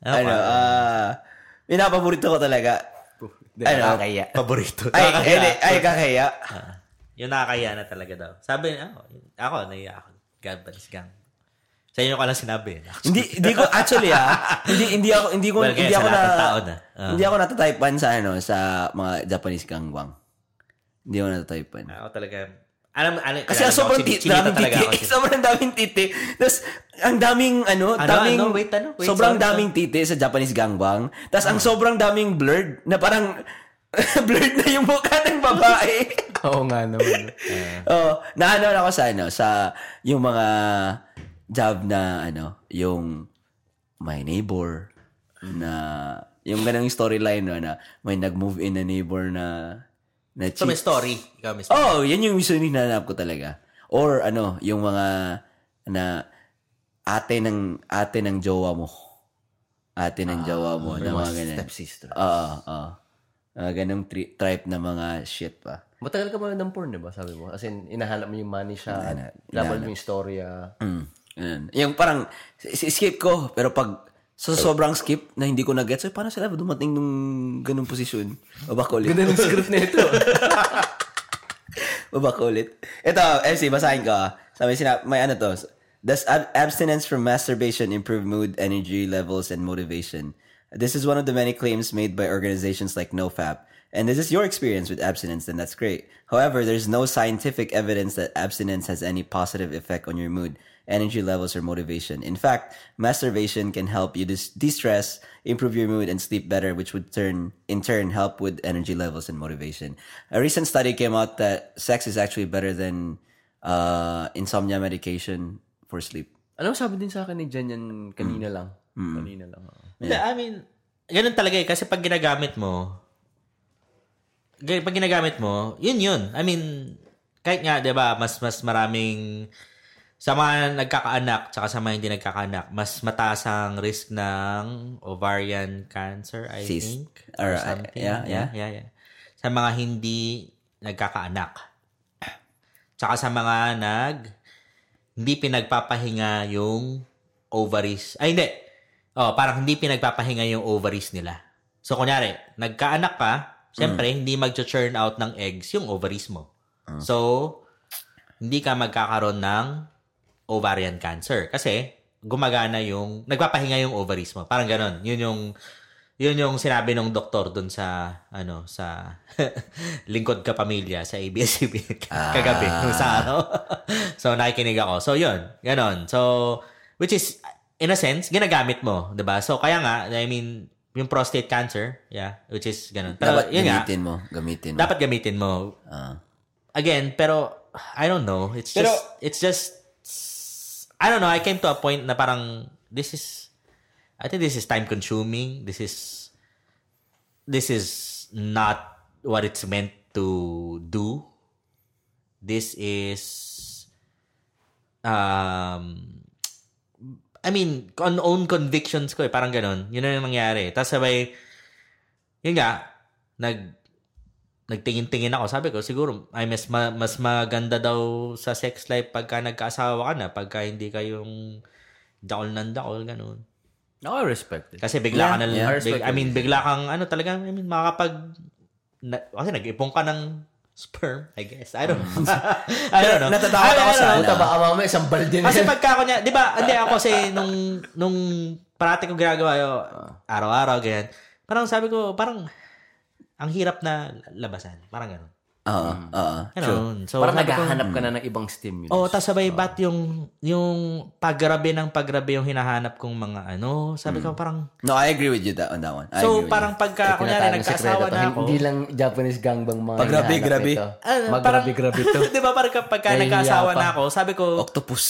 Ano, ah, pinapaborito ko talaga. Ano?
Nakakaya.
paborito.
Ay, ay, ay, kakaya.
Yung nakakahiya na talaga daw. Sabi niya, oh, yun- ako, nahiya ako. Japanese gangbang. Sa inyo ko lang sinabi. yun.
hindi, hindi ko, actually ah, hindi, hindi ako, hindi ko,
Well, kaya
hindi ako
sa
na,
lahat ng tao na. Ah.
hindi ako natatypan sa ano, sa mga Japanese gangbang. Hindi ko natatypan.
Ako talaga. Alam, alam,
Kasi ang sobrang tit, daming titi. Sobrang daming titi. Tapos, ang daming, ano,
Ano,
daming,
ano? Wait, ano? Wait,
sobrang
sorry, Ah.
daming titi sa Japanese gangbang. Tapos, ang sobrang daming blurred na parang, blurred na yung mukha ng babae.
Oo nga naman.
oh, naano ako sa, ano, sa yung mga job na, ano, yung my neighbor na, yung ganang storyline, no, na may nag-move in na neighbor na, na
So, may story. Ikaw, may story.
Oh, yan yung gusto hinahanap ko talaga. Or ano, yung mga na ate ng ate ng jowa mo. Ate ng jowa mo na mga ganyan.
Stepsister.
Oo, oo. Mga ganong tri- tribe na mga shit pa.
Matagal ka manood ng porn, di ba? Sabi mo. As in, inahanap mo yung money shot, laban mo yung ah. storya.
Mm. Ganun. Yung parang si- skip ko pero pag sa sobrang skip na hindi ko na gets, so, paano sila dumating nung ganung posisyon? Baba ko ulit.
Ganun yung script na ito.
Baba ko ulit. Ito, MC, basahin ko. ah. Sabi sinap, may ano to. Does ab- abstinence from masturbation improve mood, energy levels, and motivation? This is one of the many claims made by organizations like NoFap. And this is your experience with abstinence, then that's great. However, there's no scientific evidence that abstinence has any positive effect on your mood, energy levels, or motivation. In fact, masturbation can help you dis- de-stress, improve your mood, and sleep better, which would turn in turn help with energy levels and motivation. A recent study came out that sex is actually better than uh, insomnia medication for sleep.
Alam mo, sabi din sa akin ni Jen yan kanina
Mm.
lang. Kanina lang. oo.
Hindi, I mean, ganun talaga eh. Kasi pag ginagamit mo, g- pag ginagamit mo, yun yun. I mean, kahit nga, di ba, mas, mas maraming sa mga nagkakaanak tsaka sa mga hindi nagkakaanak, mas mataas ang risk ng ovarian cancer, I
Cyst.
think.
Or,
Or,
uh,
something.
yeah, yeah.
yeah, yeah. Sa mga hindi nagkakaanak. Tsaka sa mga nag hindi pinagpapahinga yung ovaries. Ay, hindi. Oh, parang hindi pinagpapahinga yung ovaries nila. So, kunyari, nagkaanak ka, syempre, hindi mag-churn out ng eggs yung ovaries mo.
Ah.
So, hindi ka magkakaroon ng ovarian cancer. Kasi, gumagana yung, nagpapahinga yung ovaries mo. Parang ganon. Yun yung, yun yung sinabi ng doktor dun sa, ano, sa lingkod ka pamilya sa ABS-CBN kagabi,
Ah.
nung sa araw. so, nakikinig ako. So, yun. Ganon. So, which is, in a sense, ginagamit mo. 'di ba So, kaya nga, I mean, yung prostate cancer, yeah, which is ganon. Pero,
Dapat
Uh, yun nga,
gamitin mo. Gamitin mo.
dapat gamitin mo.
Ah.
Again, pero I don't know. It's
Pero-
just it's just I don't know. I came to a point na parang this is I think this is time consuming. This is this is not what it's meant to do. This is um I mean, on own convictions ko eh. Parang ganun. Yun na yung nangyari. Tapos sabay, yun nga, nag, nagtingin-tingin ako. Sabi ko, siguro, ay mas, ma- mas maganda daw sa sex life pagka nagkaasawa ka na, pagka hindi kayong dakol ng dakol, ganun.
Ako, I respect it.
Kasi bigla ka na
Yeah, yeah.
big- I mean, bigla kang, ano talaga, I mean, makakapag, na, kasi nag-ipon ka ng sperm, I guess. I don't know. I don't know.
Natatakot
I- I
ako sa
don't know.
Puta, baka Ah, mamaya isang balde na
Kasi
yan.
pagka ako niya, di ba, hindi ako kasi nung, nung parati ko ginagawa yun, araw-araw, ganyan. Parang sabi ko, parang, ang hirap na labasan. Parang ganun.
Oo,
Hmm.
oo.
Ganun. So,
Parang
sabi ko,
naghahanap ka na ng ibang stimulus.
Oo, oh, tapos sabay bat yung, yung pagrabe ng pagrabe yung hinahanap kong mga ano. Sabi ko parang,
No, I agree with you that, on that one. I agree
so
with
parang pagka, kunyari,
Tinatagong sekreto
nagkaasawa
to.
na ako.
Hindi lang Japanese gangbang mga
Pag grabe,
hinahanap
grabe.
ito.
Ah,
Mag
parang-
grabe, grabe to.
di ba parang pagka
Nahihiya
nagkaasawa
pa.
na ako, sabi ko,
you. Octopus.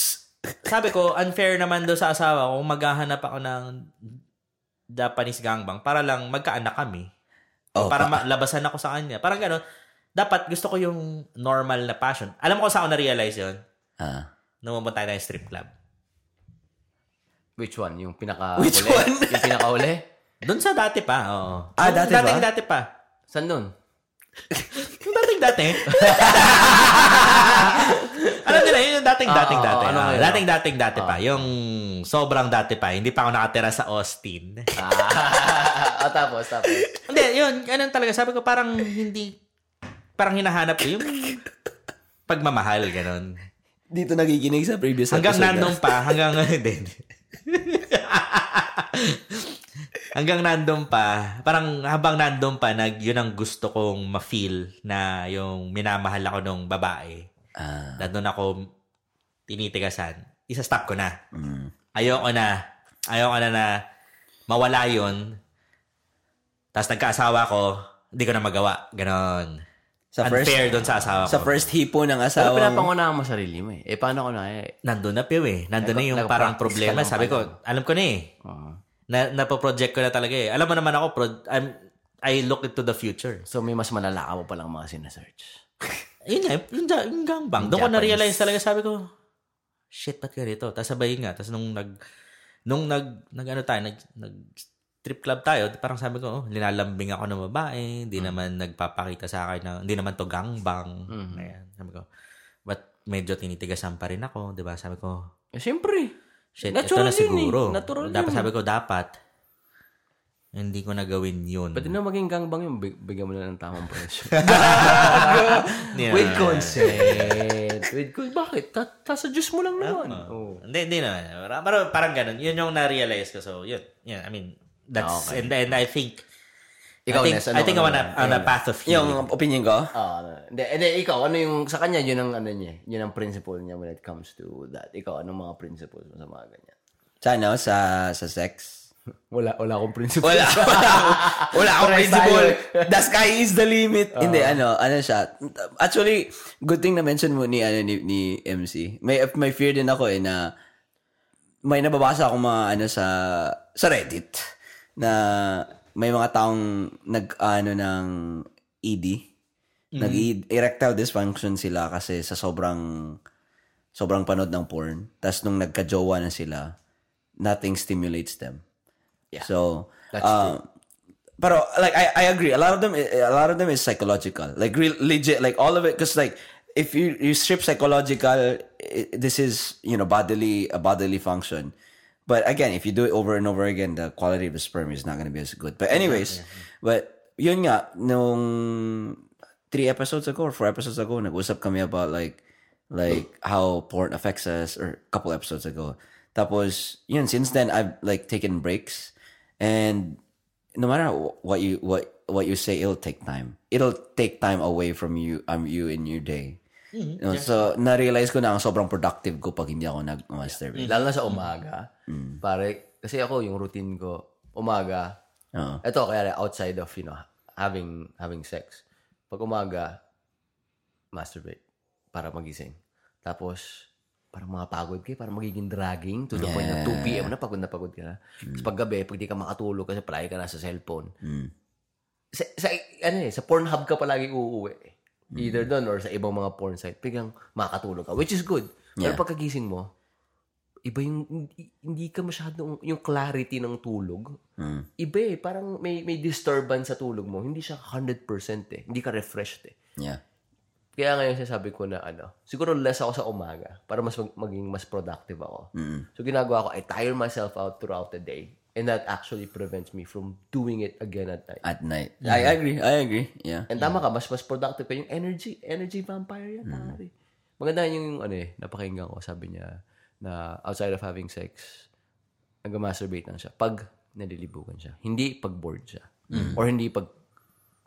sabi ko, unfair naman daw sa asawa ko kung maghahanap ako ng Japanese gangbang para lang magkaanak kami.
Oh,
para ma- labasan ako sa kanya. Parang gano'n. Dapat gusto ko yung normal na passion. Alam mo kung saan ako na-realize yun?
Ah.
Nung pumunta tayo ng strip club.
Which one? Yung pinaka
Which one?
yung pinaka huli?
Doon sa dati pa, oo.
Ah,
Yung
dati ba?
dating, dati pa.
Saan nun?
Yung dating dati. Alam nila, yun yung dating dating
Oo,
dati.
ano
Ah,
yun?
dating dating dati pa. Yung sobrang dati pa. Hindi pa ako nakatira sa Austin.
Ah, tapos, tapos.
Hindi, yun. Ganun talaga. Sabi ko, parang hindi, parang hinahanap ko yung pagmamahal, ganun.
Dito nagiginig sa previous
Hanggang
episode.
nandong pa, hanggang, hindi. hindi. hanggang nandun pa, parang habang nandun pa, nag, yun ang gusto kong ma-feel na yung minamahal ako nung babae.
Ah.
Nandun ako tinitigasan. Isa-stop ko na.
Mm.
Ayoko na. Ayoko na na mawala yun. Tapos nagkaasawa ko, hindi ko na magawa. Ganon.
Sa first-
Unfair doon sa asawa ko.
Sa first hipo ng
Pero
asawang...
pinapangunahan mo sarili mo eh. Eh, paano ko na eh?
Nandun na, Pew, eh. Nandun na
Nag-
yung
nag-practice
parang
ka
problema.
lang
Sabi ko,
ano.
pala.
alam ko na eh.
Oo.
Na, napoproject ko na talaga eh. Alam mo naman ako, pro- I'm, I look into the future.
so, may mas malala ka mo palang mga sinesearch.
Yun nga, yung, ja- yung gangbang. Doon ko
Japanese.
na-realize talaga, sabi ko, shit, ba't ganito? Tapos sabay yun nga. Tapos nung nag, nung nag, nag ano tayo, nag, nag trip club tayo, parang sabi ko, oh, linalambing ako ng babae,
Hmm.
hindi naman nagpapakita sa akin na, hindi naman to gangbang.
Hmm.
Ayan, sabi ko, but medyo tinitigasan pa rin ako, di ba? Sabi ko,
Eh, siyempre.
Shit, ito
Natural
na
yun
siguro.
eh. Natural
dapat
yun.
sabi ko, dapat. Hindi ko na gawin yun.
Pwede na maging gangbang yung big, bigyan mo na ng tamang presyo.
Yeah.
With consent. With consent. Bakit? Ta- tasa juice mo lang naman. Oh. Oo.
Hindi, hindi naman. Parang- Parang, parang ganun. Yun yung na-realize ko. So, yun. Yeah, I mean, that's, and, and I think,
Ikaw,
I think,
Nes, ano-
I think I'm on a,
ano-
on a path of healing.
Yung opinion ko?
Ah, ano. Hindi, hindi, ikaw, ano yung, sa kanya, yun ang ano niya, yun ang principle niya when it comes to that. Ikaw, anong mga principles mo sa mga ganyan?
Sa ano? Sa, sa sex?
Wala, wala akong principle.
Wala. Wala, wala akong
Pares
principle.
tayo.
The sky is the limit. Hindi, ano, ano siya. Actually, good thing na-mention mo ni, ano, ni, ni MC. May, may fear din ako eh na may nababasa akong mga ano sa sa Reddit na may mga taong nag ano ng ED nag erectile dysfunction sila kasi sa sobrang sobrang panood ng porn tas nung nagkajowa na sila nothing stimulates them so uh, pero like I, I agree a lot of them a lot of them is psychological like real legit like all of it because like if you you strip psychological i this is you know bodily a bodily function but again if you do it over and over again the quality of the sperm is not going to be as good but anyways but yun nga nung three episodes ago or four episodes ago nag-usap kami about like like how porn affects us or a couple episodes ago tapos yun since then I've like taken breaks and no matter wh- what you what what you say it'll take time it'll take time away from you um you in your day You know, so na-realize ko na ang sobrang productive ko pag hindi ako Mm. nag-masturbate
Lalo na sa umaga. Pare, kasi ako, yung routine ko, umaga,
Oo.
Ito, kaya outside of, you know, having having sex. Pag umaga, masturbate para magising. Tapos, parang mga pagod ka, eh, parang magiging dragging to the point na 2 p.m. na pagod na pagod ka na. Tapos pag gabi, pag di ka makatulog kasi palagi ka na sa cellphone.
Mm.
Sa, sa, ano eh, sa Pornhub ka palagi uuwi. eh. Either doon or sa ibang mga porn site. Biglang makatulog ka, which is good. Pero pagkagising mo, iba yung, hindi- hindi ka masyadong, yung clarity ng tulog,
Mm.
iba eh. Parang may, may disturbance sa tulog mo. Hindi siya 100% eh. Hindi ka refreshed eh.
yeah
Kaya ngayon sinasabi ko na ano, siguro less ako sa umaga para mas mag- maging mas productive ako. So ginagawa ko, I tire myself out throughout the day and that actually prevents me from doing it again at night.
at night I agree I agree yeah
And tama ka, mas mas productive ka. Yung energy, energy
Mm.
vampire yan, pare. Maganda yung, ano eh, napakinggan ko, sabi niya, na outside of having sex, nag-masturbate lang siya. Pag nalilibukan siya. Hindi pag bored siya.
Mm.
Or hindi pag,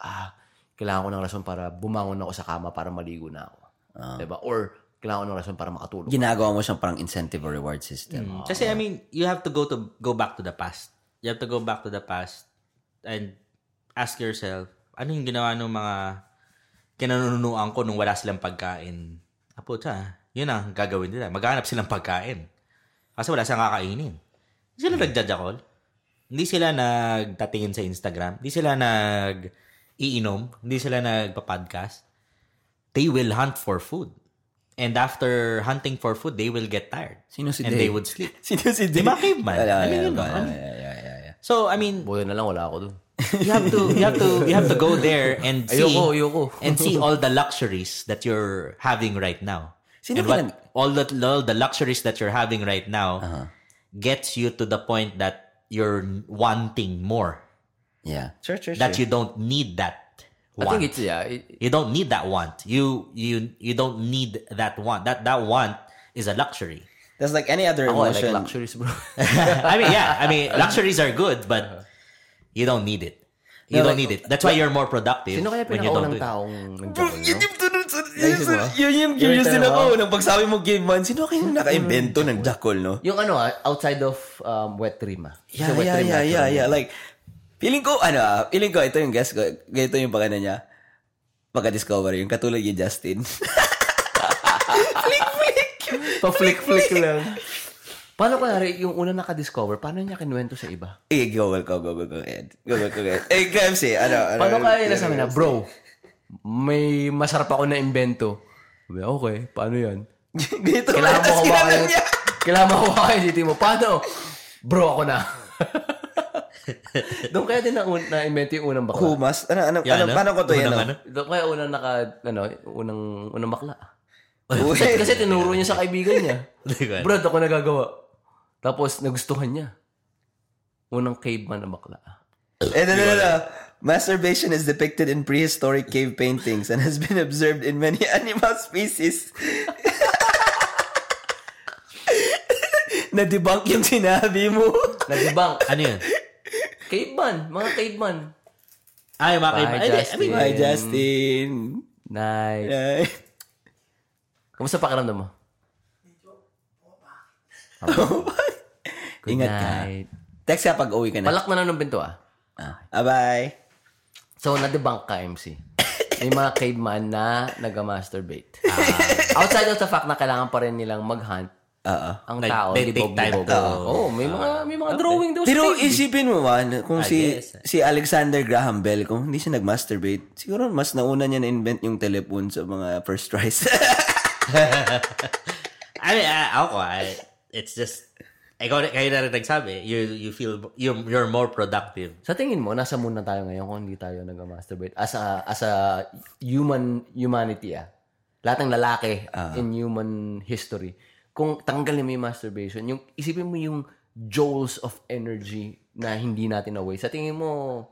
ah, kailangan ko ng rason para bumangon ako sa kama para maligo na ako.
Ah.
Diba? Or, kailangan ko ng rason para makatulog.
ginagawa mo siyang parang incentive or reward system
Kasi, I mean, you have to go to go back to the past. You have to go back to the past and ask yourself, ano yung ginawa ng mga kinanunuan ko nung wala silang pagkain? Apo, tsa, yun ang gagawin nila. Maghanap silang pagkain. Kasi wala silang kakainin. Hindi sila nagjajakol. Hindi sila nagtatingin sa Instagram. Hindi sila nag-iinom. Hindi sila nagpa-podcast. They will hunt for food. And after hunting for food, they will get tired.
Sino si
And
Dave?
they would sleep.
sino si
Di ba caveman?
Wala,
I mean, um, yun,
wala, wala,
no?
yeah, yeah, yeah, yeah.
So, I mean,
Buti na lang, wala ako dun.
you have to you have to you have to go there and see
Ayoko, ayoko.
and see all the luxuries that you're having right now.
Sino
and
ba
what,
nag-
all the all the luxuries that you're having right now
Uh-huh.
gets you to the point that you're wanting more.
Yeah.
That you don't need that
I
want.
think it's, yeah, it-
you don't need that want. You you you don't need that want. That that want is a luxury.
That's like any other
Ako, I like
emotion.
luxuries, bro.
I mean, yeah. I mean, luxuries are good, but you don't need it. You
No,
don't
like-
need it. That's why you're more productive
Sino kaya
when you don't
pinakaunang
do it.
taong nag-join,
Yun
no?
yung tunod sa... Yun
Naisip
yung-
mo?
yun yung
Yun yung
curious din
tanong
ako. Nang pagsabi mo game man, sino kayong naka-invento ng jackal, no?
Yung ano ah, outside of um, wet dream ah.
Yeah,
Sa wet
yeah,
dream
yeah,
actually.
yeah, yeah. Like, feeling ko, ano, ah, feeling ko, ito yung guess ko. Ganito yung pakana niya. Pagka-discover yung katulad ni Justin. flick, flick.
Pa-flick-flick lang. Paano ko nari, yung una naka-discover, paano niya kinuwento sa iba?
Eh, google ko, google ko, Ed. Google ko, Ed. Eh, KFC, ano, ano.
Paano kaya nila sa amin na, bro, may masarap ako na invento. Sabi, Okay, paano yan?
Dito ba? Tapos
Kailangan mo ko ba
kinanong
kayo?
niya.
Kailangan mo ko ba kayo dito mo? Paano? Bro, ako na. Doon kaya din na, na invento yung unang bakla.
Kumas? Ano, ano,
Yeah,
ano,
ano?
paano ko to yan,
Unang
ano?
ano?
Doon kaya unang naka, ano, unang, unang bakla.
Uy.
Kasi, kasi tinuro niya sa kaibigan niya.
Hindi ko alam.
Brad, ako nagagawa. Tapos, nagustuhan niya. Unang caveman na bakla.
Eh, no, no, no, no. Masturbation is depicted in prehistoric cave paintings and has been observed in many animal species. Na-debunk yung sinabi mo.
Nag-bank.
Ano yun?
caveman. Mga caveman.
Ay, mga
Bye,
kaibigan. Ay, I mean,
Justin.
Hi, Justin.
Nice.
Hi.
Kamusta pakiramdam mo? Good
Oh, Ingat ka.
night.
Text ka pag uwi ka na.
Palak na lang ng pinto ah.
Ah, bye.
So, na-debunk ka, MC. May mga caveman na nag-masturbate.
Ah.
outside of the fact na kailangan pa rin nilang mag-hunt,
Oo.
ang
Like,
tao,
they
di
take time to-
bobo-bobo.
Ah.
Oo, may mga, may mga drawing daw sa
Pero
cave.
isipin mo man, kung
Ah,
I
si
guess.
si Alexander Graham Bell, kung hindi siya nag-masturbate, siguro mas nauna niya na-invent yung telephone sa mga first tries.
I mean, ah, ako, I- it's just, ikaw, na- kayo na rin nagsabi, you, you feel, you're, you're more productive.
Sa tingin mo, nasa moon na tayo ngayon kung hindi tayo nag-masturbate? As a, as a human, humanity ah. Lahat ng lalaki in human history. Kung tanggalin mo yung masturbation, yung, isipin mo yung joules of energy na hindi natin away. Sa tingin mo,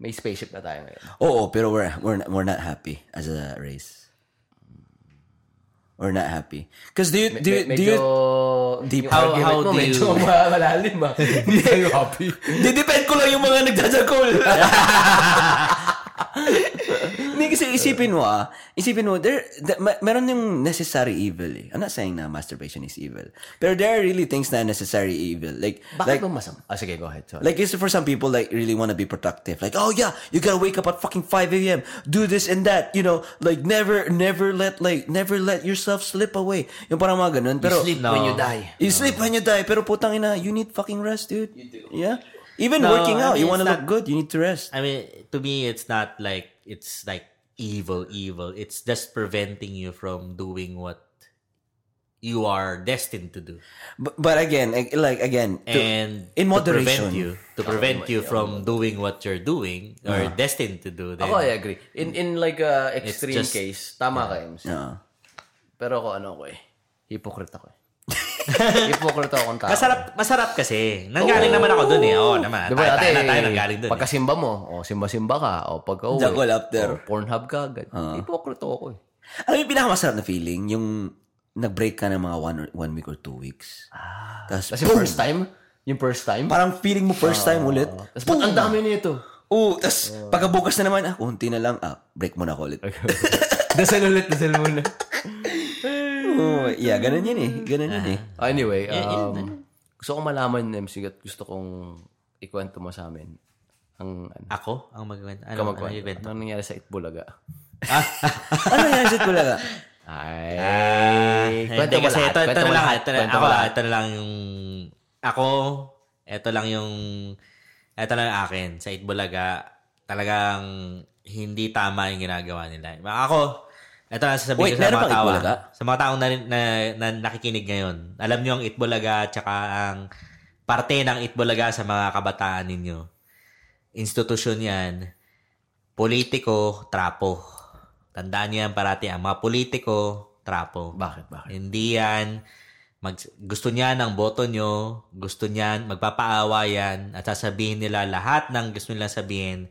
may spaceship na tayo ngayon.
Oo, pero we're we're not, we're not happy as a race. We're not happy. Cause do you do you, do
medyo,
you
deep
How-
argument
how
mo,
do
medyo
you-
malalim ah. Hindi tayo happy.
didepend ko lang yung mga nagdadagol. Hindi kasi isipin mo ah, isipin mo, there, the, ma- meron yung necessary evil eh. I'm not saying na masturbation is evil. Pero there are really things na necessary evil. Like,
Bakit
like,
ba masama? Ah, sige, go ahead. Sorry.
Like it's for some people like really want to be productive. Like, oh yeah, you gotta wake up at fucking five AM, do this and that, you know, like never never let like never let yourself slip away. Yung parang mga ganun. Pero
sleep
When
no.
you die.
You sleep when you die, pero putang ina, you need fucking rest, dude. You do. Yeah. Even
No, I
working out,
mean,
you wanna
it's
look good, you need to rest.
I mean, to me, it's not like, it's like evil, evil. It's just preventing you from doing what you are destined to do.
But, but again, ag- like again,
Eh.
to-
And
in
to prevent
moderation.
you, to prevent you from doing what you're doing or destined to do. Then,
Ako, I agree. In in like a extreme
just-
case, tama ka, MC.
Oo.
Pero ako ano ko eh. Hypocrite ako eh. Hypocrite ako kung tao.
Masarap, masarap kasi. Nanggaling naman ako dun eh. Oo naman. tayo,
Diba, ate,
tayo na tayo nanggaling dun. eh.
pagkasimba mo, o simba-simba ka, o pagka uwi,
Jackal up there.
o Pornhub ka agad.
Ah.
Hypocrite ako eh.
Alam mo yung pinakamasarap na feeling? Yung nag-break ka ng mga one, or- one week or two weeks. Ah. Tapos,
Kasi
boom!
first time, yung first time,
Parang feeling mo first time ulit.
tapos ba't ang dami nito?
Oo, tas pagkabukas na naman, ah, unti na lang, ah, break mo na ako ulit.
dasal ulit, dasal muna.
Oo, yeah, ganun yun eh. Ganun yun eh.
Anyway, um, gusto kong malaman, MC, at gusto kong ikwento mo sa amin ang ano,
Ako ang magkwento. Ano, ano yung
kamagkwento.
kwento?
Ano nangyari sa Itbulaga? Ah.
ano yan, shit ko lang.
Ay,
Ah, Hindi
kwento mo
kasi
lahat,
ito, ito
kwento
na
mo
lang,
lahat,
ito na,
kwento
ako,
mo
lang,
lahat.
ito na lang yung, ako, ito lang yung, ito lang yung akin, sa Itbulaga, talagang hindi tama yung ginagawa nila. Ako, ito lang sasabihin
Wait,
ko sa
meron
mga
bang
tao, ah.
Itbulaga?
sa mga taong na, na, na nakikinig ngayon. Alam nyo ang Itbulaga, tsaka ang parte ng Itbulaga sa mga kabataan ninyo. Institusyon yan, politiko, trapo. Tandaan nyo yan parati, ang mga politiko, trapo.
Bakit, bakit?
Hindi yan. Mag, gusto niya ng boto nyo, gusto niyan, magpapaawa yan, at sasabihin nila lahat ng gusto nila sabihin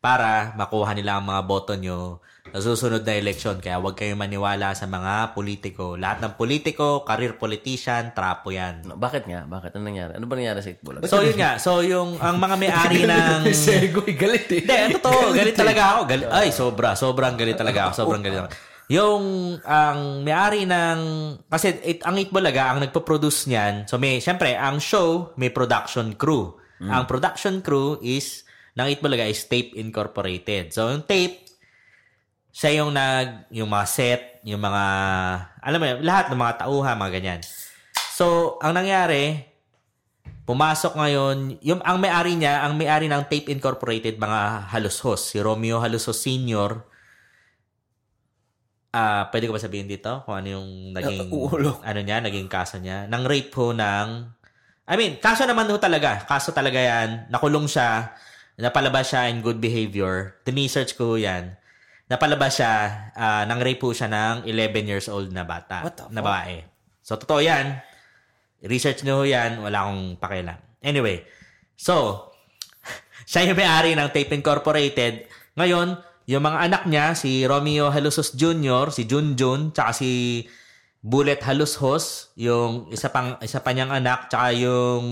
para makuha nila ang mga boto nyo sa susunod na eleksyon. Kaya huwag kayong maniwala sa mga politiko. Lahat ng politiko, career politician, trapo yan.
No, bakit nga? Bakit? Ano nangyari? Ano ba nangyari sa Itbulaga?
So yun nga, so yung ang mga may-ari ng...
Segoy, galit eh.
Hindi, ang totoo, galit talaga ako. Galit, ay, sobra, sobrang galit talaga ako. Sobrang galit ako. Yung ang may-ari ng kasi it, ang Itbolaga ang nagpo-produce niyan. So may syempre ang show may production crew.
Mm.
Ang production crew is ng Itbolaga is Tape Incorporated. So yung tape siya yung nag yung mga set, yung mga alam mo yun, lahat ng mga tauhan, mga ganyan. So, ang nangyari, pumasok ngayon, yung ang may-ari niya, ang may-ari ng Tape Incorporated, mga halushos, si Romeo Halushos Senior. Ah, pwede ko ba sabihin dito kung ano yung naging ano niya, naging kaso niya ng rape ho ng I mean, kaso naman ho talaga. Kaso talaga yan. Nakulong siya. Napalabas siya in good behavior. Tini-search ko ho yan. Napalabas siya. ah, nang rape ho siya ng 11 years old na bata. na babae. So, totoo yan. Research nyo ho yan. Wala akong pakialam. Anyway, so, siya yung may-ari ng Tape Incorporated. Ngayon, yung mga anak niya, si Romeo Halusos Jr., si Junjun, tsaka si Bullet Halushos, yung isa pang isa pa niyang anak, tsaka yung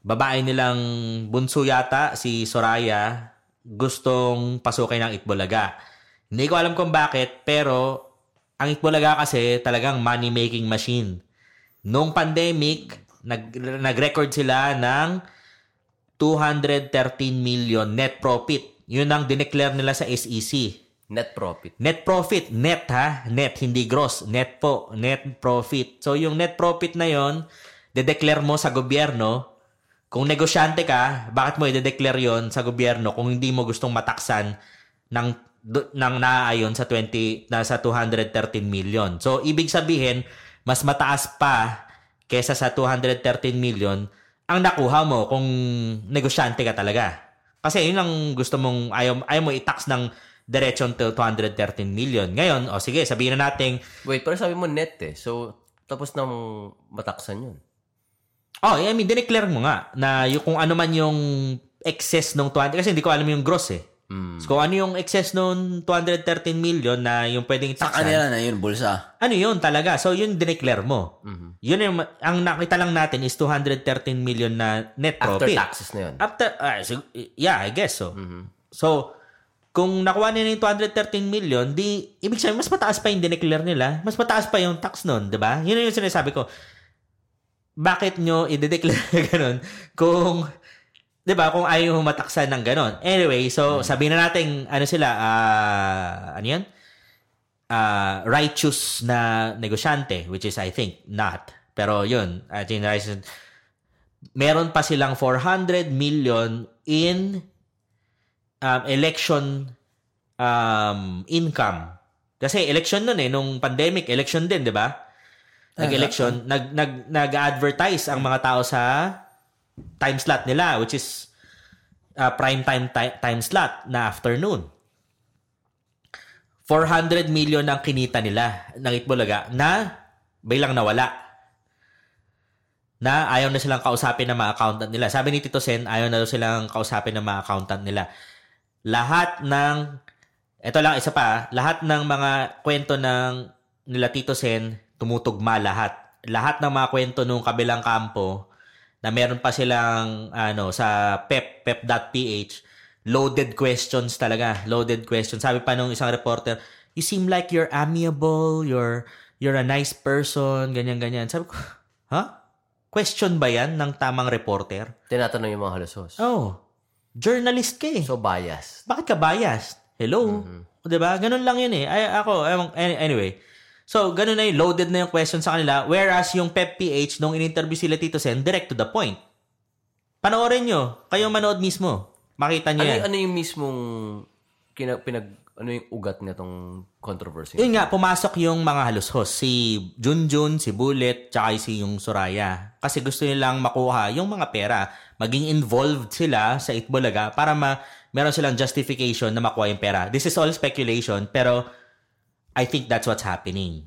babae nilang bunso yata, si Soraya, gustong pasukin ng Itbolaga. Hindi ko alam kung bakit, pero ang Itbolaga kasi talagang money-making machine. Noong pandemic, nag, nag-record sila ng 213 million net profit. Yun ang dineclare nila sa SEC.
Net profit.
Net profit, net ha, net hindi gross, net po, net profit. So yung net profit na yon, de-declare mo sa gobyerno. Kung negosyante ka, bakit mo i-declare yon sa gobyerno kung hindi mo gustong mataksan ng do- ng naaayon sa 20 na sa 213 million. So ibig sabihin, mas mataas pa kesa sa 213 million ang nakuha mo kung negosyante ka talaga. Kasi yun ang gusto mong ayaw, ayaw mo i-tax ng diretso to 213 million. Ngayon, o sige, sabihin na natin,
Wait, pero sabi mo net eh. So, tapos nang mataksan yun.
oh, I mean, dineclare mo nga na yung, kung ano man yung excess ng 200, kasi hindi ko alam yung gross eh.
Mm,
So, kung ano yung excess ng 213 million na yung pwedeng
Sa
taxan,
kanila na yun, bulsa.
ano yun talaga. So, yun dineclare mo.
mm-hmm.
Yun yung, ang nakita lang natin is 213 million na net
After
profit.
taxes na yun. Mm-hmm.
After, ah, sig- yeah, I guess so. So, kung nakuha nila yung 213 million, di, ibig sabihin, mas mataas pa yung dineclare nila. Mas mataas pa yung tax nun, di ba? Yun yung sinasabi ko. Bakit nyo i-declare na ganun kung, di ba, kung ayaw yung mataksan ng ganun. Anyway, so, sabihin na natin, ano sila, ah, ano yan? Ah, righteous na negosyante, which is, I think, not. Pero yun, uh, I think righteous, meron pa silang 400 million in um, election um, income. Kasi election nun eh, nung pandemic, election din, di ba? Nag-election, nag, nag, nag-advertise ang mga tao sa time slot nila, which is uh, prime time, ti- time slot na afternoon. 400 million ang kinita nila ng Itbulaga na bilang nawala na ayaw na silang kausapin ng mga accountant nila. Sabi ni Tito Sen, ayaw na daw silang kausapin ng mga accountant nila. Lahat ng, eto lang isa pa, lahat ng mga kwento ng nila Tito Sen, tumutugma lahat. Lahat ng mga kwento nung kabilang kampo na meron pa silang ano sa pep pep.ph loaded questions talaga loaded questions sabi pa nung isang reporter you seem like you're amiable you're you're a nice person ganyan ganyan sabi ko ha Question ba yan ng tamang reporter?
Tinatanong yung mga halusos.
Oh, journalist ka eh.
So, bias.
Bakit ka biased? Hello? 'Di ba? Ganun lang 'yun eh. Ay, ako, ewan- any- anyway. So, ganun na yung loaded na yung question sa kanila. Whereas yung PepPH, nung in-interview sila Tito Sen, direct to the point. Panoorin nyo. Kayong manood mismo. Makita nyo
Ano,
yan.
ano yung mismong kina, pinag, ano yung ugat nitong controversy?
Yun nga, pumasok yung mga halos-hos. Si Junjun, si Bullet, tsaka si yung Soraya. Kasi gusto nilang makuha yung mga pera. Maging involved sila sa Itbolaga para ma meron silang justification na makuha yung pera. This is all speculation, pero I think that's what's happening.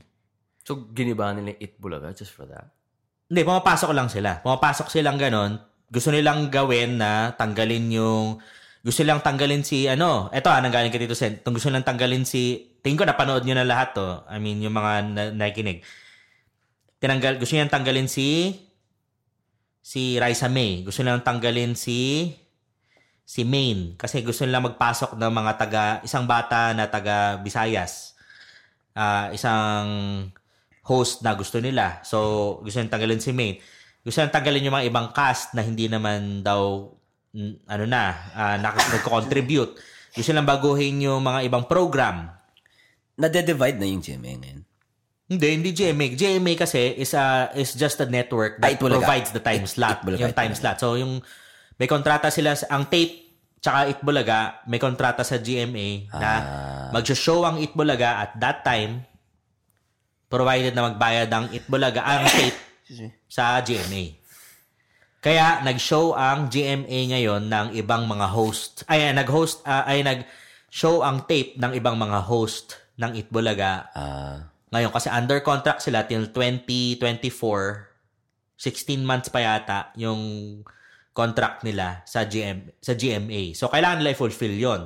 So, ginibahan nila yung Itbulaga just for that?
Hindi, pumapasok lang sila. Pumapasok silang ganun. Gusto nilang gawin na tanggalin yung... gusto lang tanggalin si ano, eto ah, nanggaling kay Tito Sen. Tung gusto lang tanggalin si tingin ko napanood niyo na lahat to. I mean, yung mga na, nakikinig. Tinanggal gusto niya tanggalin si si Raisa May. Gusto nilang tanggalin si si Maine kasi gusto nilang magpasok ng mga taga isang bata na taga Visayas. Ah, isang host na gusto nila. So, gusto nilang tanggalin si Maine. Gusto nilang tanggalin yung mga ibang cast na hindi naman daw mm, ano na, ah, nak- nagko-contribute. Gusto nilang baguhin yung mga ibang program.
Nade-divide na yung GMA ngayon.
Hindi, hindi GMA. GMA kasi is a is just a network
Ah,
that
it will
provides
aga.
the time
It-
slot.
it will aga,
yung
it
time
will
slot. So yung may kontrata sila sa- ang tape tsaka Itbulaga, may kontrata sa GMA na
Ah.
magsho-show ang Itbulaga at that time provided na magbayad ang Itbulaga ang tape sa GMA. Kaya nag-show ang GMA ngayon ng ibang mga host. Ay, ay, nag-host ah, ay nag-show ang tape ng ibang mga host ng Itbulaga
Ah,
ngayon, kasi under contract sila till 2024, 16 months pa yata yung contract nila sa GM sa GMA. So kailangan nila i-fulfill 'yon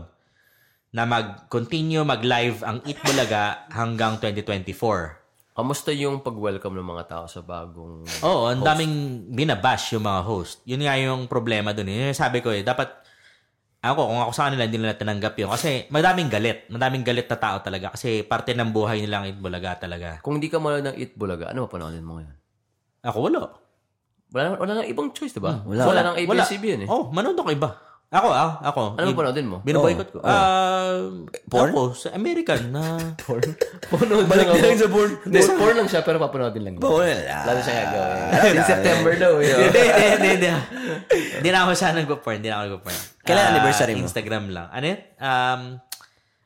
na mag-continue mag-live ang Eat Bulaga hanggang 2024.
Kamusta yung pag-welcome ng mga tao sa bagong...
Oo, ang daming binabash yung mga host. Yun nga yung problema dun. Yun yung sabi ko eh, dapat ako, kung ako sa kanila, hindi nila tinanggap yun. Kasi madaming galit. Madaming galit na tao talaga. Kasi parte ng buhay nila ang Eat Bulaga talaga.
Kung di ka manood ng Eat Bulaga, ano mapanoodin mo ngayon?
Ako wala.
Wala, naman- wala nang ibang choice, di ba?
wala.
wala, nang ABS-CBN eh.
Hmm, Oh, manood ako iba. Ako, ah, ako.
Ano
I-
mapanoodin mo?
Binaboycott ko.
Oh, oh.
Ah,
Porn?
Ako, sa American na... porn?
Punood
Balik
lang
na lang
ako.
sa porn.
Hindi, porn lang siya, pero papanoodin lang. niya.
wala.
Lalo siya gagawin.
Ah,
In September daw eh.
Hindi, hindi, hindi, hindi. Hindi na ako siya nagpo-porn. Hindi na ako nagpo-porn.
Kailan
Ah,
anniversary mo?
Instagram lang. Ano yun? Um,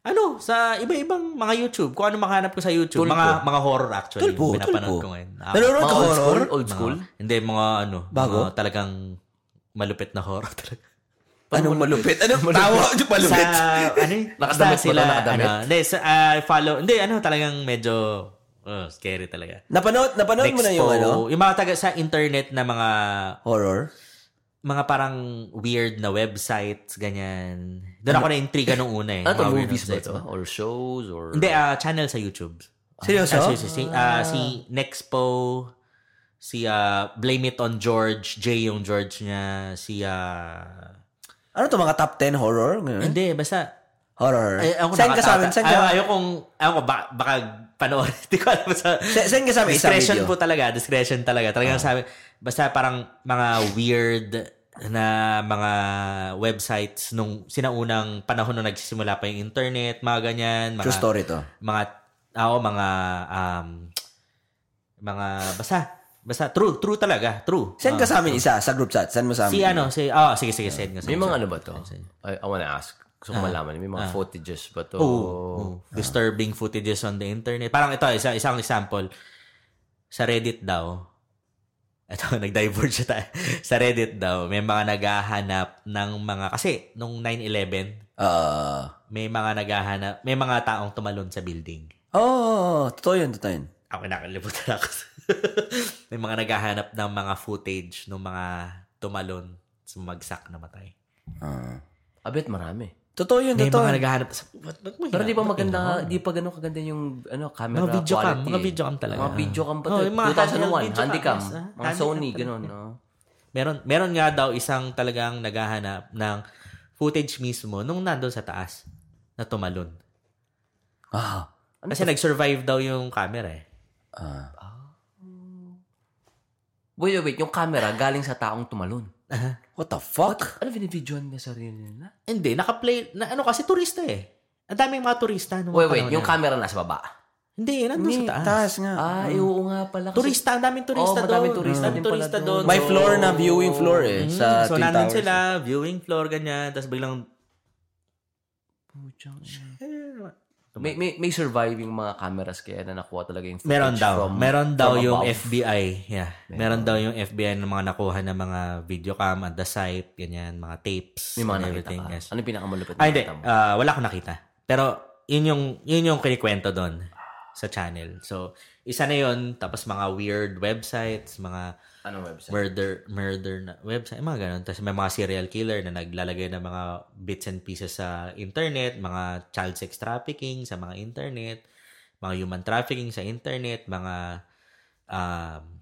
ano, sa iba-ibang mga YouTube. Kung ano makahanap ko sa YouTube. Mga mga horror actually.
Tulpo,
Pinapanood
tulpo.
ko ngayon. Ah,
Nanonood
Mga
ka
old
horror?
school, old school.
mga- hindi, mga ano.
Bago?
Mga talagang malupit na horror talaga.
Anong malupit? Anong tawa? Anong malupit?
Sa, ano yun?
Nakadamit
Basta
ba to?
sila,
Nakadamit?
Ano, hindi, sa, ah, follow. Hindi, ano, talagang medyo oh, scary talaga.
Napanood, napanood mo na yung
Next
ano?
po, Yung mga taga sa internet na mga
Horror?
mga parang weird na websites, ganyan. Doon ako na-intriga nung una eh.
Ano to,
mga weird
movies ba
websites
to? Or shows? Or...
Hindi, ah, channel sa YouTube.
Seryoso?
Ah, seryoso. Si, ah, si Nexpo, si ah, Blame It on George, Jay yung George niya, si... ah,
Ano to, mga top 10 horror? Ganun?
hindi, basta
Horror.
Ay, ako
Send ka sa amin, send ka.
Ayaw, kong, ayaw ko, baka, baka panoorin. Hindi ko alam sa...
Se- send ka sa amin isang
Discretion
video.
po
Ah.
talaga. Discretion talaga. Talagang sabi, basta parang mga weird na mga websites nung sinaunang panahon nung nagsisimula pa yung internet, mga ganyan. Mga,
True story to.
Mga, ah, oo, mga, um, mga, basta, basta, true, true talaga, true.
Send
Ah.
ka sa amin isa sa group chat. Send mo sa amin.
Si ano, si, oh, sige, sige, send nga.
May mga ano ba to? I, I wanna ask. Gusto ko
Ah.
malaman. May mga footages ba to?
Oh, disturbing footages on the internet. Parang ito, isa, isang example. Sa Reddit daw, ito, nag-diverge siya tayo. sa Reddit daw, may mga naghahanap ng mga, kasi nung 9-11,
Ah.
may mga naghahanap, may mga taong tumalon sa building.
oh, totoo yun, totoo yun.
Ako nakalimutan ako. may mga naghahanap ng mga footage ng mga tumalon, sumagsak, namatay.
Ah.
I bet marami.
Totoo yun,
May
totoo.
mga naghahanap, sa- ba't- ba't Ano? mo
Pero
hina-
di ba
ba't mo
maganda,
hinahanap?
di pa ganun kaganda yung ano, camera
Mga video cam,
quality.
mga
eh.
video cam talaga.
Mga video cam pa.
Oh,
to.
yung mga
2001,
handheld video
handycam.
cam, yes, ah.
Mga
Handheld
Sony,
talaga.
ganun. No?
Meron meron nga daw isang talagang naghahanap ng footage mismo nung nandoon sa taas na tumalon.
Ah.
Kasi
Ano?
nag-survive daw yung camera eh.
Ah.
Wait, wait, wait. Yung camera galing sa taong tumalon.
What the fuck?
Ano binibidyoan niya sarili nila?
Hindi, nakaplay, na, ano kasi turista eh. Ang daming mga turista. Nung mga
Wait, wait.
panahon
Yung
na yun.
camera nasa baba.
Hindi, nandun sa taas.
Taas nga.
Ah, eh, oo nga pala. Kasi-
Turista, ang daming turista
Oo,
doon.
madaming turista
Ang
din pala
turista
doon.
doon.
May
So-
floor na viewing floor eh.
Mm,
Sa
so,
Twin
nandun
Towers.
sila, viewing floor, ganyan. Tapos biglang,
Putyang ina. May, may, may surviving mga cameras kaya na nakuha talaga yung footage
meron daw.
from,
meron daw
from
yung
above.
FBI. Yeah. Meron daw yung FBI ng mga nakuha ng mga video cam at the site, ganyan, mga tapes, and
May mga nakita
everything.
ka.
Yes.
Ano yung pinakamalupit
Ay, hindi.
nakita mo?
Ah, wala akong nakita. Pero, yun yung, yun yung kinikwento doon. sa channel. So, isa na yon Tapos mga weird websites, mga
Anong website?
murder murder na website, mga ganun. Tapos may mga serial killer na naglalagay ng mga bits and pieces sa internet, mga child sex trafficking sa mga internet, mga human trafficking sa internet, mga um,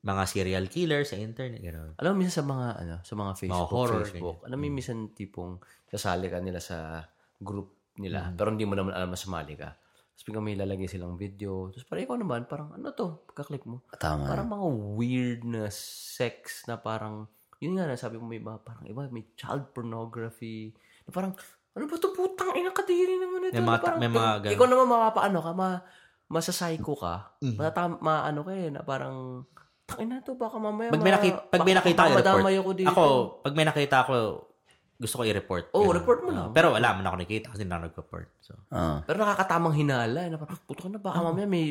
mga serial killer sa internet, ganun.
Alam mo, minsan sa mga, ano, sa mga Facebook,
horror, Hmm.
Facebook, alam mo, minsan tipong sasali ka nila sa group
Hmm.
nila, pero hindi mo naman alam na sumali ka. Tapos biglang may lalagay silang video. Tapos parang ikaw naman, parang ano to, pagka-click mo.
Tama.
Parang
Ah.
mga weird na sex na parang, yun nga na, sabi mo may iba, parang iba, may child pornography. Na parang, ano ba to putang ina kadiri naman ito.
May mga-
Na parang,
may mga
ikaw-
ganun. Mm-hmm.
Ikaw naman mapapaano ka, ma, masasayko ka. Matata- maano ka eh, na parang, tangina to, baka mamaya.
Pag may,
ma-
naki- pag may
baka
nakita ako, report.
mamadamay ako dito.
Ako, pag may nakita ako, gusto ko i-report.
Oo,
Ganun.
Oh, report mo
Ah,
lang.
pero wala mo na ako nakikita kasi hindi na ako nag-report. So,
Ah.
Pero nakakatamang hinala. eh, Na parang, puto ka na,
Ah.
baka mamaya may,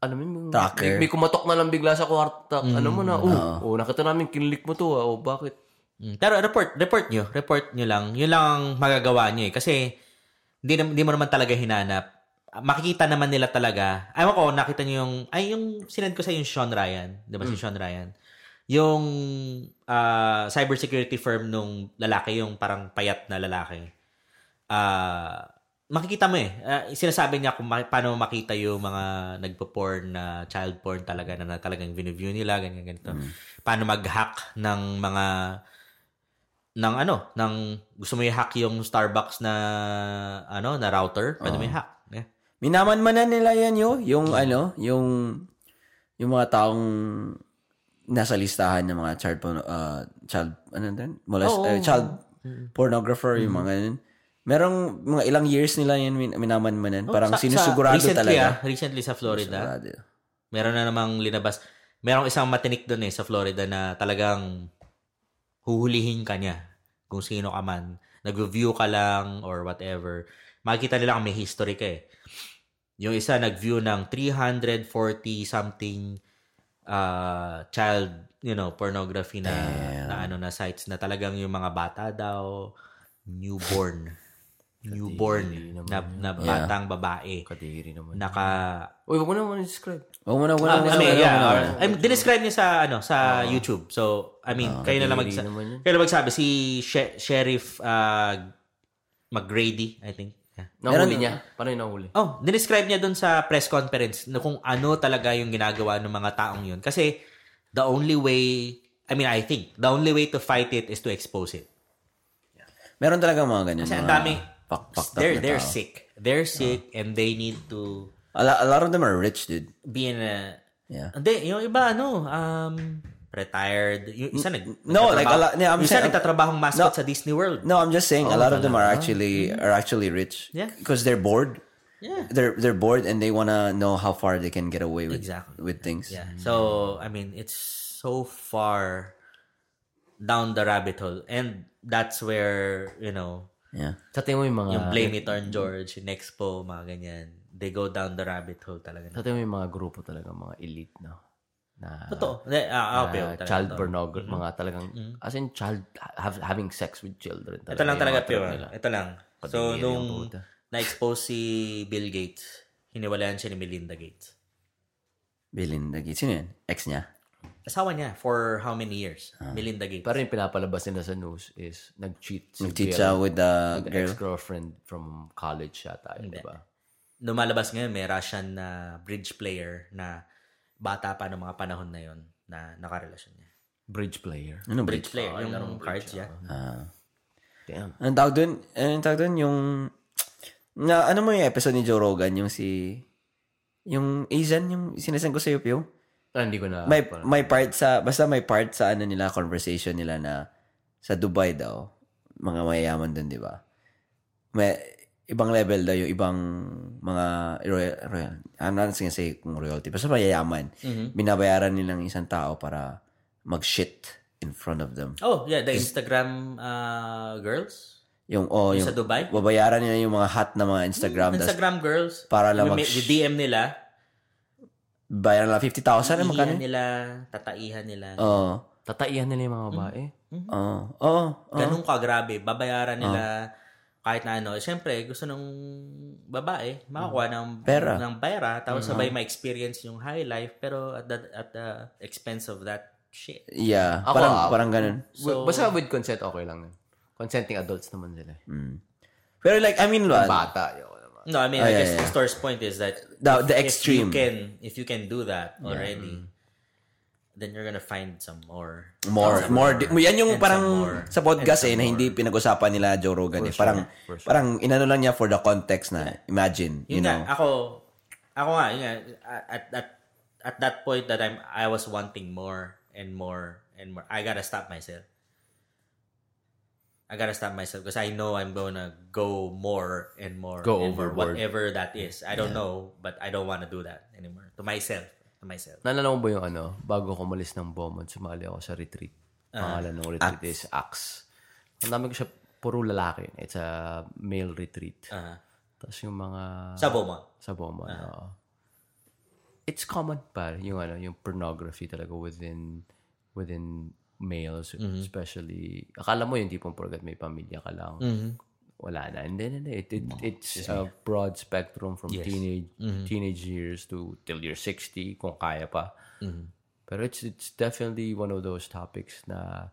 alam mo, may,
Tracker.
may, may kumatok na lang bigla sa kwarta. Ano mo
Mm-hmm.
na, oh, oh, nakita namin, kinlik mo to, ah, oh, bakit?
Mm, Pero report, report nyo. Report nyo lang. Yun lang ang magagawa nyo eh. Kasi, hindi, nam- hindi mo naman talaga hinanap. Ah, Makikita naman nila talaga. Ayaw ko, nakita nyo yung, ay yung sinend ko sa yung Sean Ryan. Di ba si Sean Ryan? Yung ah, cybersecurity firm nung lalaki, yung parang payat na lalaki. Ah, makikita mo eh. Ah, sinasabi niya kung ma- paano makita yung mga nagpo-porn na child porn talaga na, na talagang view nila, ganyan, ganito. Paano mag-hack ng mga ng ano, ng gusto mo i-hack yung Starbucks na ano, na router, pwede mo i-hack. Yeah.
Minaman man na nila yan yo, yung ano, yung yung mga taong nasa listahan ng mga child porn- ah, child ano din? Molest, eh, child pornographer yung mga ganun. Merong mga ilang years nila yan min- minamanmanan. Parang
Sa- sa-
sinusigurado
recently,
talaga.
ah, recently sa Florida,
Sigurado.
meron na namang linabas. Merong isang matinik doon eh sa Florida na talagang huhulihin ka niya kung sino ka man. Nag-view ka lang or whatever. Makikita nila kung may history ka eh. Yung isa nag-view ng 340 something uh, child, you know, pornography na, na ano na sites na talagang yung mga bata daw, newborn. newborn na, na batang babae.
Kadiri naman.
Naka
Uy, wag mo naman i-describe.
Huwag mo na, huwag
Ah,
mo na,
I mean,
huwag mo
yeah.
na,
or,
huwag mo na.
I'm dinescribe niya sa ano, sa YouTube. So, I mean, kayo na lang mag
Kadiri naman yun.
kayo na magsabi si She- Sheriff uh, McGrady, I think. Yeah.
Nahuli niya. Paano yung nahuli?
Oh, dinescribe niya dun sa press conference na kung ano talaga yung ginagawa ng mga taong yun. Kasi the only way, I mean, I think, the only way to fight it is to expose it.
Meron talaga mga ganyan.
Kasi ang
mga
dami,
pakpak-tak
they're,
na
they're
tao.
sick. They're sick and they need to
A, lo- a lot of them are rich, dude.
be in a...
Yeah.
Hindi, yung iba, ano, um, retired. Yung isa nag...
No, like, a lot,
nagtatrabaho-
yeah, I'm
yung isa
saying-
nagtatrabahong mascot sa Disney World.
No, I'm just saying a lot of them are actually are actually rich.
Oh, Yeah.
Because they're bored.
Yeah.
They're they're bored and they wanna know how far they can get away with
Exactly.
with things.
Yeah. So, I mean, it's so far down the rabbit hole. And that's where, you know,
Yeah.
Sa tingin mo yung mga...
yung Blame It on George, yung Expo, mga ganyan. They go down the rabbit hole talaga.
Sa tingin mo yung mga grupo talaga, mga elite, no? Na,
Totoo. Uh, ah, okay,
na
talaga
child
to. Mm-hmm.
pornography, mga talagang, as in child, have, having sex with children. Talaga,
Ito lang
yung
talaga,
mga
Pio.
trip
ah.
nila.
Ito lang. So,
Kadiri yung
nung
puta.
na-expose si Bill Gates, hiniwalayan siya ni Melinda Gates.
Belinda Gates. Sino yan? Ex niya?
Asawa niya for how many years? Melinda Gates.
Pero yung pinapalabas nila sa news is, nag-cheat si
Nag-cheat
Bill
siya with the
with the
girl.
ex-girlfriend from college siya tayo, di ba?
Lumalabas ngayon, may Russian na bridge player na bata pa noong mga panahon na yon na nakarelasyon niya.
Bridge player.
Mm.
Ano ba?
Bridge player, yung cards, yeah.
Ah. Damn.
Anong tawag dun? Anong tawag dun? Yung... Na, ano mo yung episode ni Joe Rogan? Yung si... Yung Asian, yung sinasend ko sa'yo, Pio?
Ah, ano. hindi ko na...
May, may part sa... Basta may part sa ano nila, conversation nila na sa Dubai daw, mga mayayaman dun, di ba? May ibang level daw yung ibang mga royal, royal I'm not gonna say kung royalty, basta mayayaman.
Mm-hmm.
Binabayaran nilang isang tao para mag-shit in front of them.
Oh, yeah, the Instagram uh, girls.
Yung, oh, yung,
Sa Dubai?
Babayaran nila yung mga hot na mga Instagram. tas
Instagram girls.
para lang
May-
mag-
may- DM nila.
bayaran lang 50,000 na eh, magkano?
Iihan nila, tataihan nila.
Oo. Oh,
Mm. Mm-hmm.
Tataian nila yung mga babae.
oo. Oh, oo.
Ganun ka, grabe. Babayaran nila kahit na ano, syempre, gusto ng babae, makakuha ng,
Pera. Mm-hmm.
ng pera, tapos sabay ma-experience yung high life, pero at the, at the expense of that shit.
Yeah.
Ako,
parang,
ah,
parang ganun.
So-
Basta with consent, okay lang yun. Consenting adults naman sila. eh.
Mm. Pero like, I mean, Lord,
Bata, yun.
No, I mean, I
Ah, yeah,
guess
yeah.
Nestor's point is that
The- the
if- If you
extreme.
can, if you can do that already, then you're gonna find some more.
more, more. di- yan yung
And
parang
some more.
sa podcast
And
eh,
some
na hindi pinag-usapan nila Joe Rogan. Eh. Parang, parang inano lang niya for the context na, imagine, you
Yun
know.
nga, ako, ako nga, yun nga, at, at, at that point that I'm, I was wanting more and more and more. I gotta stop myself. I gotta stop myself because I know I'm gonna go more and more.
Go
and more,
overboard.
Whatever that is. I don't know, but I don't wanna do that anymore. To myself. To myself.
Naalala mo ba yung ano, bago ko umalis ng Beaumont, sumali ako sa retreat.
Ah,
Pangalan ng retreat is Axe. Ang dami ko siya, puro lalaki. It's a male retreat.
Ah.
Tapos yung mga...
Sa Ah. Beaumont.
Sa Beaumont, oo. It's common pa yung ano, yung pornography talaga within within males
Mhm.
especially. Akala mo yung tipong porkat may pamilya ka lang.
Mhm.
Wala na. And then, and then, it, it, it's a broad spectrum from teenage
Mhm.
teenage years to till you're 60 kung kaya pa. Pero it's it's definitely one of those topics na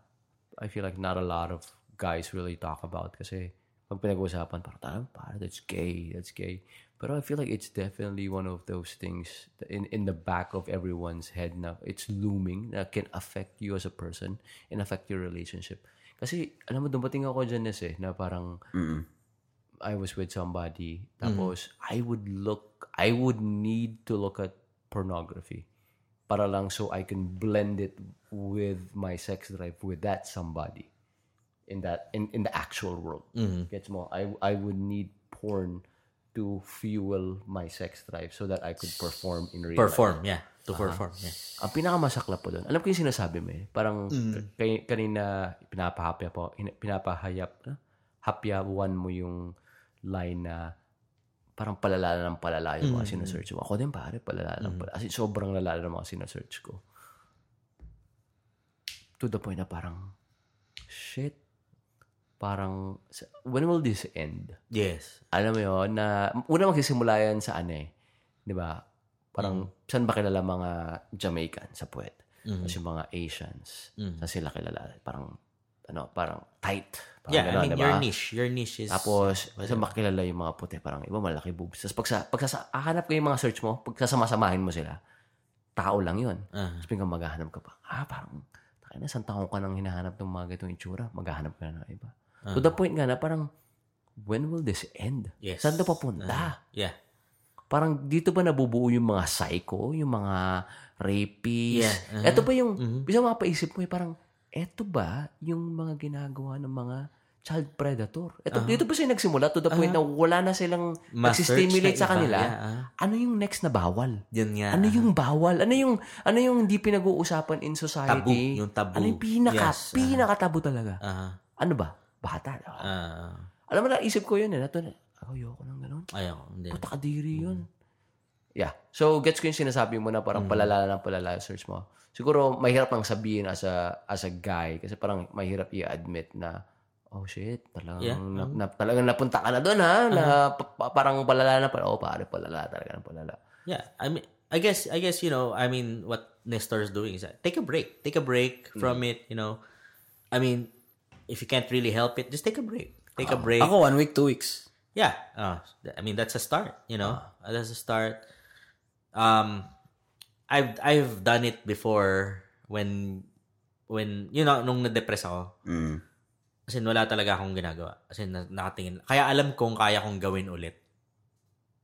I feel like not a lot of guys really talk about kasi pag pinag-uusapan, parang parang, parang that's gay, that's gay. Pero I feel like it's definitely one of those things in in the back of everyone's head na it's looming that can affect you as a person and affect your relationship. Kasi, alam mo, dumating ako dyan Nes, eh, na parang I was with somebody, tapos I would look, I would need to look at pornography para lang so I can blend it with my sex drive with that somebody in that in, in the actual world. Gets mo? I I would need porn to fuel my sex drive so that I could perform in real life.
Perform, yeah. To perform, yeah.
Ang pinakamasakla po doon, alam ko yung sinasabi mo eh, parang kay, kanina pinapahapya po, hin- pinapahayap, huh? hapyawan mo yung line na parang palala ng palala yung mga sinesearch mo. Ako din pare, palala ng palala. As in, sobrang lalala ng mga sinesearch ko. To the point na parang, shit, parang, when will this end?
Yes.
alam mo yun, na una magsisimula yan sa ano eh. Di ba? Parang,
Hmm.
saan ba kilala mga Jamaican sa puwet? Tapos yung mga Asians,
Mm.
saan sila kilala? Parang, ano, parang tight. Parang
Yeah,
ganun,
I mean,
di ba?
your niche. Your niche is...
Tapos, saan ba kilala yung mga puti? Parang iba malaki boobs. Tapos, pagsasa, pagsasa, hahanap ko yung mga search mo, pagsasamasamahin mo sila, tao lang yun.
Ah.
Tapos biglang maghahanap ka pa. Ah, parang, tayo na, saan taong ka nang hinahanap ng mga ganitong itsura? Maghahanap ka na ng iba. To the point nga na parang, when will this end?
Ah. Yes. Ah,
Saan to papunta?
yeah.
Parang dito ba nabubuo yung mga psycho, yung mga rapists?
Yeah, uh-huh.
Ito ba yung, bisa mapaisip mo eh, parang, eto ba yung mga ginagawa ng mga child predator? Eto, Dito ba siya nagsimula to the point na wala na silang
Ah. Ma-search na
nagsistimulate sa
iba,
kanila?
yeah, uh-huh.
Ano yung next na bawal?
Yun nga.
Ano yung bawal? Ano yung ano yung hindi pinag-uusapan in society?
Tabu. Yung tabu.
Ano yung pinaka
Yes, uh-huh.
pinaka tabu talaga?
Ah,
Ano ba? Bata.
ah,
Alam mo na isip ko yun eh. Nato na, ako ayoko ng ganun.
ayoko. Hindi.
Puta kadiri yun. Yeah. So, gets ko yung sinasabi mo na
Mm.
parang palala ng palala yung search mo. Siguro, mahirap lang sabihin as a, as a guy kasi parang mahirap i-admit na oh shit, talagang,
Yeah. Uh-huh.
na, na, talagang napunta ka na doon ha. Na, pa- pa- parang palala na pala. Oh, pare, palala talaga ng palala.
Yeah, I mean, I guess, I guess, you know, I mean, what Nestor's doing is that take a break. Take a break
Mm.
from it, you know. I mean, if you can't really help it, just take a break. Take
Ah.
a break.
Ako, one week, two weeks.
Yeah. Uh, th- I mean, that's a start, you know?
Ah.
Uh, that's a start. Um, I've, I've done it before when, when, you know, nung na-depress ako.
Mm.
As in, wala talaga akong ginagawa. As in, na- nakatingin. Kaya alam kong kaya kong gawin ulit.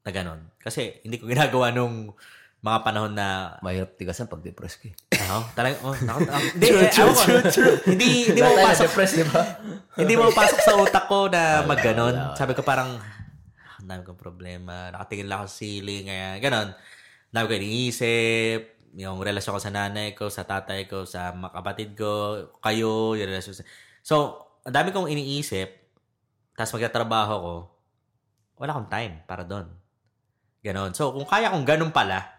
Na ganon. Kasi, hindi ko ginagawa nung mga panahon na,
Mahirap tigasan pag depressed ka. eh.
ano, talagang, oh, nako, nako. Hindi, eh, ewan ko. Hindi, hindi mo
Dahil
pasok
na-depress, di ba?
hindi mo pasok sa utak ko na magganon. Sabi ko parang, "Ah, ang dami kong problema. Nakatingin lang ako sa ceiling. Kaya, ganon. Ang dami ko iniisip. Yung relasyon ko sa nanay ko, sa tatay ko, sa mga kapatid ko, kayo, yung relasyon sa... So, ang dami kong iniisip. Tapos magtatrabaho ko. Wala akong time para doon. Ganon. So, kung kaya kong ganon pala,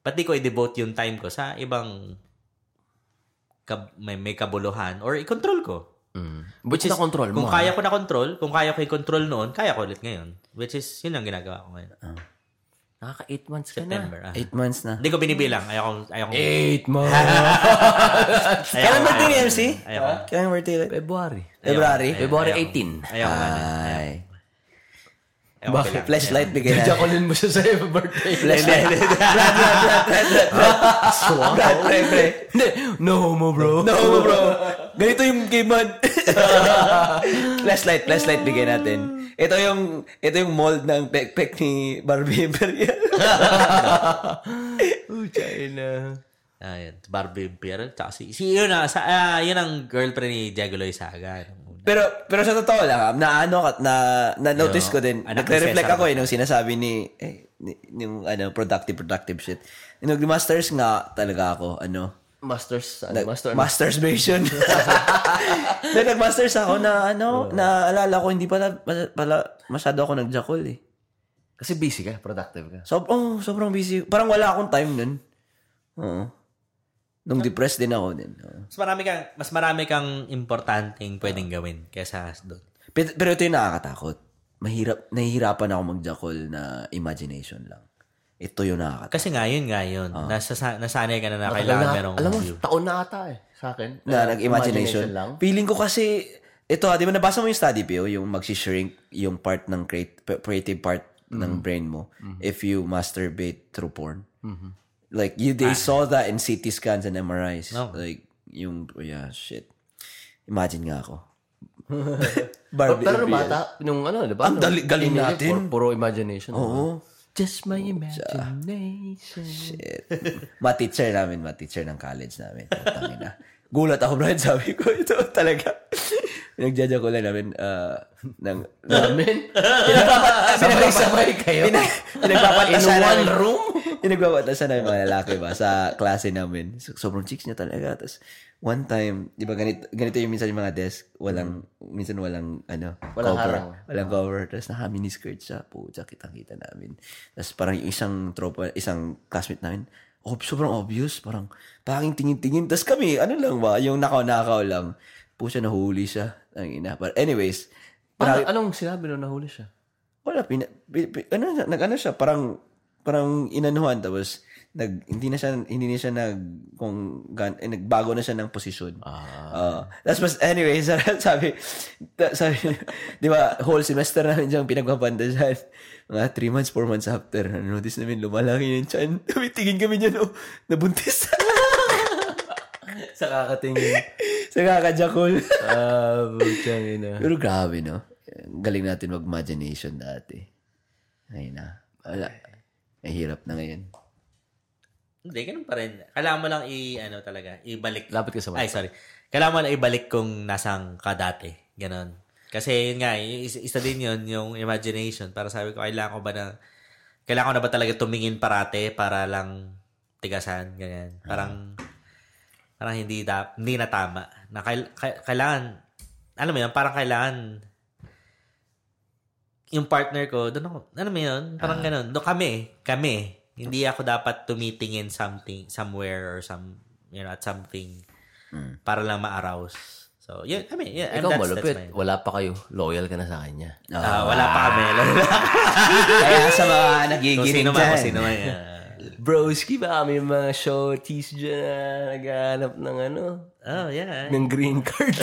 pati ko i-devote yung time ko sa ibang kab- may, may kabuluhan or i-control ko.
Which is, na-control mo. ah.
Kung kaya ko na control, kung kaya ko i-control noon, kaya ko ulit ngayon. Which is, yun ang ginagawa ko ngayon.
Ano Nakaka 8 months ka na.
September. ah.
Eight months na.
Hindi ko binibilang. Ayoko, ayoko.
8 months!
ayoko
Kailan birthday ni MC?
Ayoko.
Kailan birthday ulit?
February.
February?
February Ah. 18.
Ayoko. ayoko.
Ay.
Ayoko kailangan.
Flashlight bigay na.
Jacolin mo siya sa birthday.
Flashlight. Brad, Brad, Brad, Brad, Brad. Brad, pre, pre.
Hindi. no homo, bro.
No, bro. Ganito yung game man. flashlight, flashlight bigay natin. Ito yung ito yung mold ng pekpek ni Barbie Imperial.
Oh, China.
Ayun. Barbie Imperial. Tsaka si, si yun na, sa, ah, yun ang girlfriend ni Jaguloy Saga. Nung una.
pero pero sa totoo lang, ah, na ano ka- na na notice ko din.
Anak ni
Nagre-reflect
Cesar
ako eh nung sinasabi ni eh ni, yung ano productive productive shit. Yung masters nga talaga ako ano.
Masters, ano,
Nag-
master,
Masters version. Nung nag-masters ako na ano, naalala ko hindi pala, pala masyado ako nag-jackal eh.
Kasi busy ka, productive ka.
So, oh, sobrang busy. Parang wala akong time nun. Oo. Nung depressed din ako din. Oo.
Mas marami kang, mas marami kang importanteng pwedeng
Ah.
gawin kaysa doon.
Pero, pero ito yung nakakatakot. Mahirap, nahihirapan ako mag-jackal na imagination lang. Ito yung nakakatakot.
Kasi nga yun, nga yun. Nasa, nasanay ka na na
Ah. Alam
kailangan
na-
merong
alam mo,
view.
taon na ata eh. Sa akin.
Na
Eh,
nag-imagination.
lang.
Feeling ko kasi, ito ha, di ba nabasa mo yung study, Pio, yung mag-shrink yung part ng create, p- creative part ng
Mm-hmm.
brain mo if you masturbate through porn.
Mm-hmm.
Like, you,
Ah.
they saw that in CT scans and MRIs.
No.
Oh.
Like, yung, oh yeah, shit. Imagine nga ako. Barbie
Pero nung
Imperial.
bata, nung ano, di ba?
Ang dali- galing
Teenager,
natin.
Puro, puro imagination. Ano?
Oo.
Just my imagination.
Shit. ma-teacher namin, ma-teacher ng college namin. Putang ina. Gulat ako, Brian. Sabi ko, ito talaga. Pinagjaja ko lang namin uh, ng...
Namin? Sabay-sabay kayo?
Pinagpapatasan
In one
namin.
room?
Pinagpapatasan namin mga lalaki ba sa klase namin. So, sobrang chicks niya talaga. Tapos, one time, di ba ganito, ganito yung minsan yung mga desk, walang, minsan walang, ano,
Walang
cover.
harang.
Walang cover. Tapos naka skirt siya. Pucha, kitang-kita namin. Tapos parang yung isang tropa, isang classmate namin, oh, sobrang obvious. Parang, panging tingin-tingin. Tapos kami, ano lang ba, yung nakaw-nakaw lang. Pucha, nahuli siya. Ang ina. But anyways,
Ano, anong sinabi nung nahuli siya?
wala, pina, pi- pi- ano, siya, nag, ano siya, parang, parang inanuhan, tapos, nag, hindi na siya, hindi na siya nag, kung, gan, eh, nagbago na siya ng posisyon. Ah. tapos, mas, anyway, sa- sabi, ta- sabi, di ba, whole semester namin siyang pinagpapandasan. Mga three months, four months after, notice namin, lumalaki yung chan. Tumitingin kami niyan, oh, nabuntis.
Sa kakatingin.
sa kakajakol.
Ah, butang ina.
Pero grabe, no? Ang Galing natin mag-imagination dati. Ngayon na. Wala. Mahirap na ngayon.
Hindi, ganun pa rin. Kailangan mo lang i, ano talaga, ibalik.
Lapit ka sa mic.
Ay, sorry. Kailangan mo lang ibalik kung nasang ka dati. Ganun. Kasi yun nga, y- is- isa din yun, yung imagination. Para sabi ko, kailangan ko ba na, kailangan ko na ba talaga tumingin parate para lang tigasan, ganyan. Parang, parang hindi, da, hindi na tama. Na kail- kai- kailangan, alam mo yun, parang kailangan yung partner ko, doon ako, alam mo yun,
Ah.
parang ganun. Doon kami, kami. Hindi ako dapat tumitingin something, somewhere or some, you know, at something para lang ma-arouse. So, yun, I mean, yeah, and
Hmm. Ikaw
that's,
malupit.
that's my,
Wala pa kayo. Loyal ka na sa kanya.
Ah, wala pa kami. Wala pa
Kaya sa mga
kung
nagiginig
sino man,
dyan.
kung sino man. yeah.
Broski, baka may mga shorties dyan na naghahanap ng ano,
Oh, yeah.
ng green card.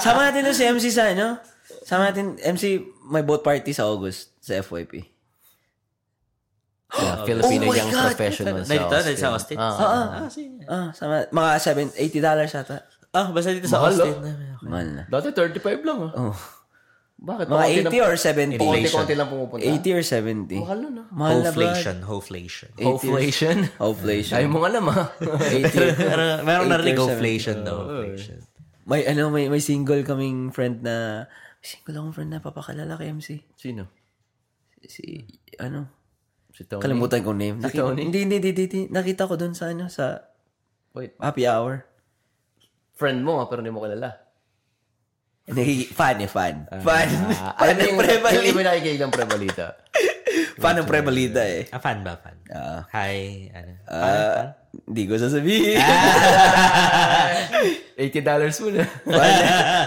Sama natin to si MC sa, ano? Sama natin, MC, may both party sa August sa FYP.
Yeah, Ah, Filipino
Oh my
young
God!
professional sa
Nandito, nandito sa
Austin.
Austin.
Ah,
Ah, sige.
Ah, sama, mga 7, 80 dollars ata.
Ah, basta dito sa
Mahal, oh.
Austin.
Mahal na.
Dati 35 lang ah.
Oh.
Bakit?
Oh,
Mga
Konti
80 or 70.
Konti-konti lang pumupunta.
80 or 70.
Mahal na.
Mahal na ba?
Hoflation, hoflation.
80 or-
Hoflation.
Hoflation.
Ayaw mong alam ah.
80.
Meron meron narinig
Eight or
hoflation daw. Hoflation.
May ano, may may single kaming friend na may single akong friend na papakalala kay MC.
Sino?
Si ano?
Si Tony.
Kalimutan kong name. Nakita,
Tony?
Hindi, hindi, hindi, hindi. Nakita ko dun sa ano, sa
Wait.
happy hour.
Friend mo ah, pero hindi mo kilala.
Nagigi- fan eh, fan. fan.
Ah,
fan
alam mo
ng
yung-
Prevali.
Hindi mo nakikinig ng prebalita.
Fan ng Premalita eh.
Ah, fan ba? Fan? Hi, ano?
Ah, Hindi ko sasabihin.
Ah. $80 muna.
Fan,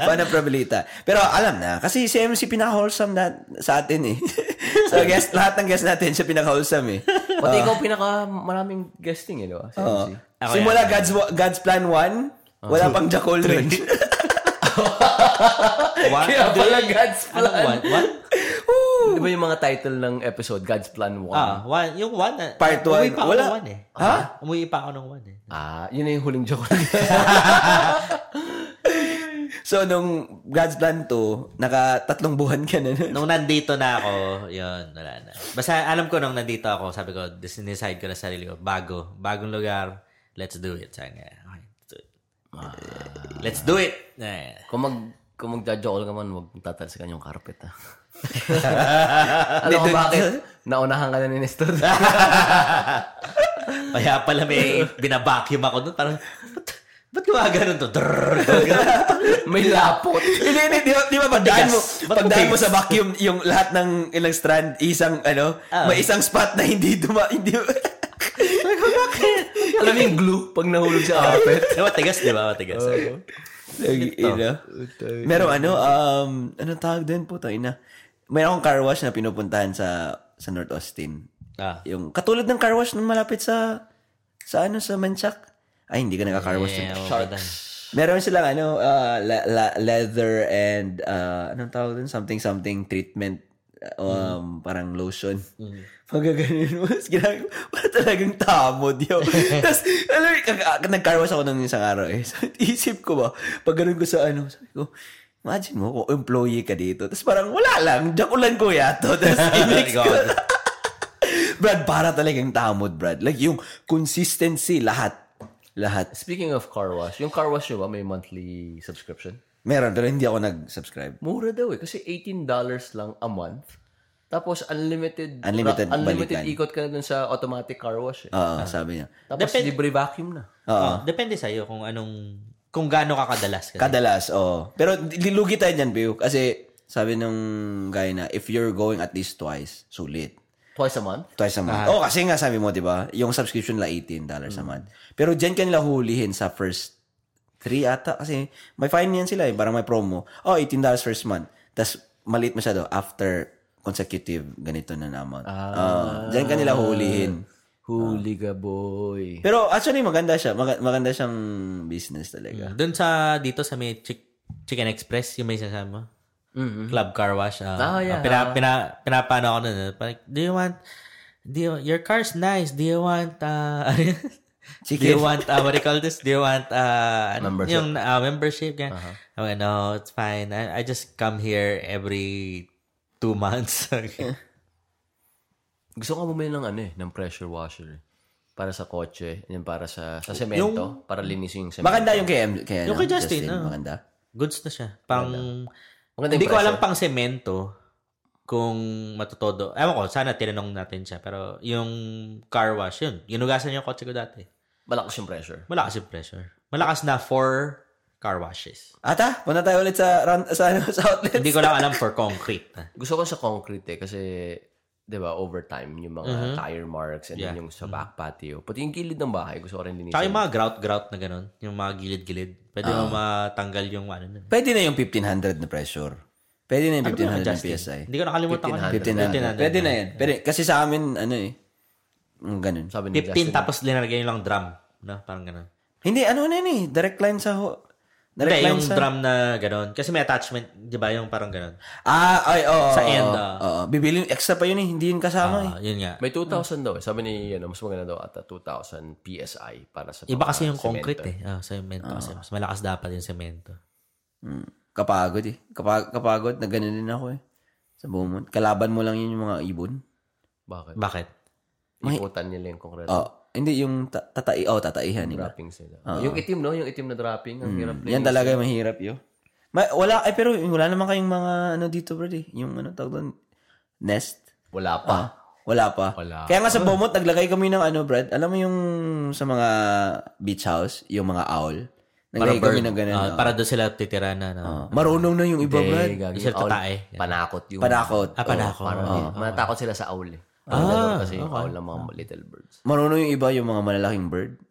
fan ng Premalita. Pero alam na, kasi si MC pinaka-wholesome na, sa atin eh. so guest, lahat ng guest natin siya pinaka-wholesome eh.
Pati ikaw pinaka maraming guesting, eh, di ba? Sa
Oo.
MC.
Ako
Oh. Simula God's, wa- God's Plan 1,
Oh.
wala pang Jack Holdren.
What?
Kaya pala God's
Ano, one?
Plan.
One?
Di ba yung mga title ng episode, God's Plan 1?
Ah, one. Yung one. ah,
Part
Umuwi
one.
pa ako
Wala.
ng one eh. Ha? Umuwi pa ako ng one eh.
Ah, yun na yung huling joke ko.
so nung God's Plan 2, naka tatlong buwan ka na. nun.
Nung nandito na ako, yun, wala na. Basta alam ko nung nandito ako, sabi ko, decide ko na sa sarili ko, bago, bagong lugar, let's do it. Sabi nga, okay, let's do it. Ah. Let's do it! Eh.
Kung mag kung magja-joke ka man, wag tatalsikan yung carpet ha.
Dito-
Alam ko bakit? Naunahan ka na ni Nestor.
Kaya pala may binabacuum ako doon. Parang, ba't, ba't gumagano to? Drrrr.
May lapot.
Hindi, hindi, di ba, di ba pagdaan mo,
Matigas. Ba't
pagdaan mo
matigas?
sa vacuum, yung lahat ng ilang strand, isang, ano,
Ah,
may isang spot na hindi duma, hindi,
Alam mo yung glue pag nahulog sa carpet?
Di ba, tigas, di ba? Matigas.
Like, you know? Merong ano, um, anong tawag din po, tayo na. May akong car wash na pinupuntahan sa sa North Austin.
Ah.
Yung katulad ng car wash na malapit sa sa ano sa Manchac. Ay, hindi ka nagka-car wash.
Yeah,
dun.
oo,
Sharks. Meron silang ano, uh, la- la- leather and uh, anong tawag dun? Something something treatment um, parang lotion. Pag ganun mo, tapos ginag- para talagang tamod yun. tapos, alam mo, kag- nag-car wash ako nung isang araw eh. So, isip ko ba, pag ganun ko sa ano, sabi ko, imagine mo, kung employee ka dito. Tapos parang, wala lang, jakulan ko yato. Tapos, i-mix ko na. Brad, para talagang tamod, Brad. Like, yung consistency, lahat. Lahat.
Speaking of car wash, yung car wash nyo ba may monthly subscription?
Meron, pero hindi ako nag-subscribe.
Mura daw eh. Kasi $18 lang a month. Tapos unlimited
Unlimited balikan.
unlimited
Ah.
ikot ka na dun sa automatic car wash eh.
Oo, sabi niya.
Tapos
Depend-
libre vacuum na.
Oh, depende sa'yo kung anong, kung gaano ka kadalas. Kasi.
Kadalas, oo. Pero dilugi tayo niyan, Bill. Kasi, sabi nung guy na, if you're going at least twice, sulit.
Twice a month.
Twice a month. Oo, kasi nga sabi mo, di ba? Yung subscription la $18 a month. Pero dyan ka nila hulihin sa first three ata. Kasi may fine yan sila eh. Parang may promo. Oh, $18 first month. Tapos maliit masyado after consecutive ganito na naman. Ah. dyan ka nila hulihin.
Ah.
Huli ka boy.
Pero actually maganda siya. Maga- maganda siyang business talaga.
Doon sa, dito sa may Chick- Chicken Express, yung may sasama. Club car wash. ah
Ah,
ah,
yeah.
pina, pina, pinapano ako nun. ah. Parang, do you want, do you, your car's nice. Do you want, uh, do you want, uh, what do you call this? Do you want, uh, ano,
Membership. Uh-huh.
yung ah, membership? Ganyan. I'm like, no, it's fine. I, I just come here every two months. Okay.
Gusto ko bumili ng ano eh, ng pressure washer eh. Para sa kotse, yun para sa sa semento, para linisin yung semento.
Maganda yung kay, M- kay,
Yung
ano,
kay Justin, ah.
Maganda.
Goods na siya. Parang,
Maganda yung
hindi ko
presyo.
alam pang semento kung matutodo. Ewan ko, sana tinanong natin siya. Pero yung car wash, yun. Ginugasan yung kotse ko dati.
Malakas yung pressure.
Malakas yung pressure. Malakas na for car washes.
Ata, ah, punta tayo ulit sa, round, sa, ano, sa outlet.
Hindi ko lang alam for concrete.
Gusto ko sa concrete eh, kasi, di ba, over time, yung mga
Mm-hmm.
tire marks and then yung sa back patio. Pati yung gilid ng bahay, gusto ko rin linisin.
Tsaka yung mga grout-grout na ganun. Yung mga gilid-gilid. Pwede mo matanggal yung ano nun.
Pwede na yung 1500 na pressure. Pwede na yung 1500 na
Ano Justin? Ano
PSI.
Hindi ko nakalimutan ko na.
1500. Pwede na yan. Pwede. Kasi sa amin, ano eh. mm, Ganun.
Sabi
15
ni Justin,
tapos linalagay yung lang drum. No? Parang ganun.
Hindi, ano na yun eh. Direct line sa... Ho- direct
Hindi,
line
yung
sa...
drum na ganun. Kasi may attachment, di ba? Yung parang ganun.
Ah, ay, oo.
Sa
oo,
end,
oo,
ah.
oo. bibili yung extra pa yun eh. Hindi yun kasama eh.
Ah, yun nga.
may 2,000 daw eh. Sabi ni, ano, mas maganda daw ata, 2,000 PSI para sa
Iba
mga
kasi yung
semento.
concrete eh. Ah, cemento kasi. Mas malakas dapat yung cemento.
eh. Kapagod eh. Kapag, kapagod. Na ganun din ako eh. Sa buong mundo. Kalaban mo lang yun yung mga ibon.
eh.
Bakit?
Bakit?
Iputan nila yung
Ah.
concrete.
Oo. Hindi, yung ta- tatai. Oh, tataihan. yun.
Droppings nila.
Ah.
Yung itim, no? Yung itim na dropping. Ang
Mm.
hirap na
Yan talaga yung mahirap yun. Ma- wala, ay pero wala naman kayong mga ano dito bro eh. Yung ano tawag doon, nest. Ah,
Wala pa.
Wala pa.
Wala.
Kaya nga sa Pomot, naglagay kami ng ano Brad, alam mo yung sa mga beach house, yung mga owl. Naglagay kami ng ganun.
Ah,
oh.
para doon sila titira na. No?
Marunong na yung iba Brad.
Eh, gagi,
Sir,
owl,
tatae.
Panakot yung...
Panakot.
Ah, pala ako.
Parang, manatakot sila sa owl eh. Ah, kasi yung owl ng mga little birds.
Oh, Marunong yung iba, yung mga malalaking bird.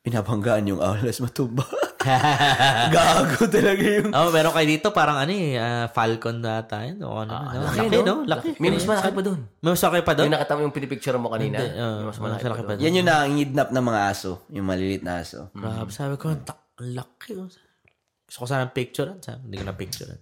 Pinapanggaan yung owl, mas matumba. Gago talaga yung...
Oh, meron kayo dito parang ano eh, ah, Falcon na tayo. O ano, no? Laki, no? Laki.
May mas malaki pa dun.
May mas okay pa doon?
Yung nakatama yung pinipicture mo kanina.
Ah,
Yung mas malaki pa dun.
pa doon.
Yan yung nangidnap ng mga aso. Yung malilit na aso.
Grabe, sabi ko, ang ta- ang laki. oh. Gusto ko sana picturean. Sabi, hindi ko na picturean.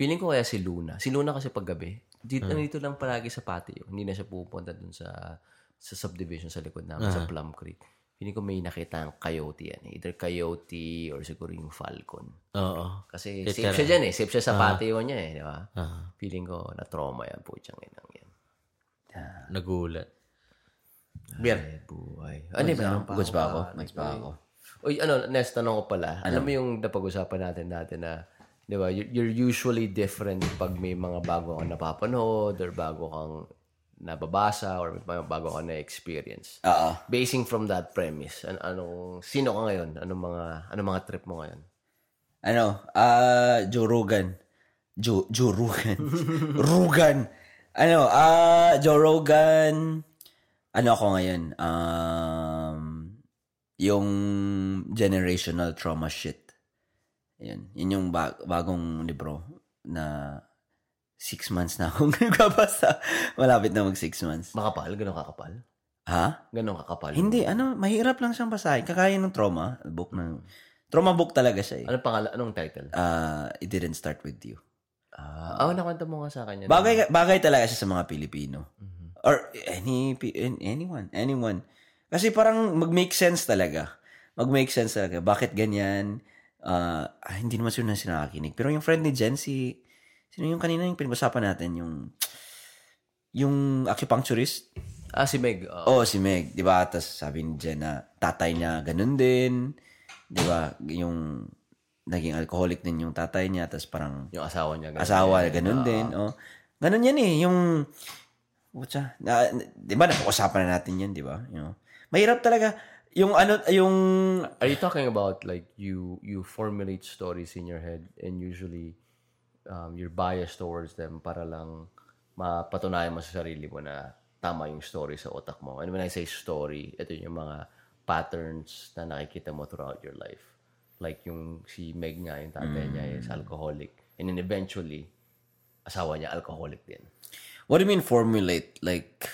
Feeling ko kaya si Luna. Si Luna kasi paggabi, dito, nandito lang palagi sa patio. Hindi na siya pupunta dun sa sa subdivision sa likod namin, sa Plum Creek. Feeling ko may nakita ang coyote yan. eh. Either coyote or siguro yung falcon.
Oo.
Kasi safe siya dyan eh. Safe siya sa patio niya eh. Di ba?
Ah.
Feeling ko na-trauma yan po siyang inang yan.
Nagulat.
Ay, buhay. Ano ba?
Goods ba ako? Goods ba ako?
Uy, ano, next tanong ko pala.
Ano?
Alam mo yung napag-usapan natin natin na, di ba, you're, you're usually different pag may mga bago kang napapanood or bago kang nababasa or may mga bago kang na-experience.
Oo.
Basing from that premise, an- anong, sino ka ngayon? Anong mga, anong mga trip mo ngayon?
Ano? Ah, Joe Rogan. Joe, Joe Rogan. Rogan. Ano? Ah, Joe Rogan. Ano ako ngayon? Um, yung generational trauma shit. Yun. Yun yung ba- bagong libro na six months na akong nagbabasa. Malapit na mag six months.
Makapal? Ganun kakapal?
Ha?
Ganun kakapal?
Hindi, ano, mahirap lang siyang basahin. Kakaya ng trauma book na. Trauma book talaga siya eh.
Anong pangalan? Ano Anong title?
Ah, it didn't start with you.
Ah, oh, nakwento mo nga sa akin yan. Mm-hmm.
Bagay, bagay talaga siya sa mga Pilipino. Or any, P- an- anyone, anyone. Kasi parang mag-make sense talaga. Mag-make sense talaga. Bakit ganyan? Ah, ah, hindi naman sino na sinakakinig. Pero yung friend ni Jen, si... Sino yung kanina yung pinag-usapan natin? Yung... Yung acupuncturist?
Ah, si Meg. ah.
Oo, si Meg, 'di ba? Tapos sabi ni Jen na tatay niya ganun din. 'Di ba? Yung naging alcoholic din yung tatay niya tapos parang
yung asawa niya. ganun.
asawa ganun
ah.
din, oh. Ganun 'yan eh, yung Pucha, na, na- 'di ba napag-usapan na natin 'yan, 'di ba? You know? Mahirap talaga yung ano yung
Are you talking about like you you formulate stories in your head and usually um, you're biased towards them para lang mapatunayan mo sa sarili mo na tama yung story sa otak mo. And when I say story, ito yung mga patterns na nakikita mo throughout your life. Like yung si Meg nga, yung tatay niya is alcoholic. And then eventually, asawa niya alcoholic din.
what do you mean formulate like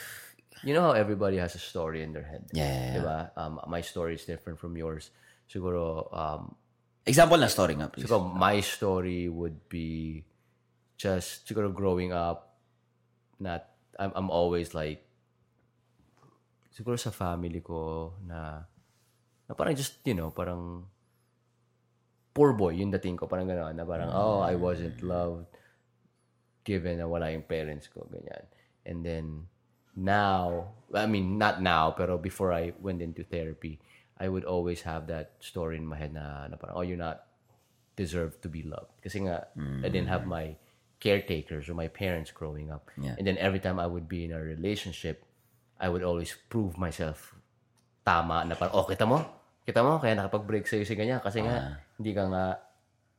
You know how everybody has a story in their head?
Yeah, yeah, yeah.
Diba? Um, my story is different from yours. Siguro, um,
example na story nga please.
Siguro my story would be just siguro growing up not I'm I'm always like siguro sa family ko na na parang just you know parang poor boy yung dating ko parang gano'n na parang oh I wasn't loved given na wala yung parents ko ganyan and then now I mean not now pero before I went into therapy I would always have that story in my head na, na parang oh you're not deserve to be loved. Kasi nga, I didn't have my caretakers or my parents growing up. And then every time I would be in a relationship, I would always prove myself tama na parang, oh, kita mo? Kita mo? Kaya nakapag-break sa'yo si ganyan. Kasi nga, hindi ka nga,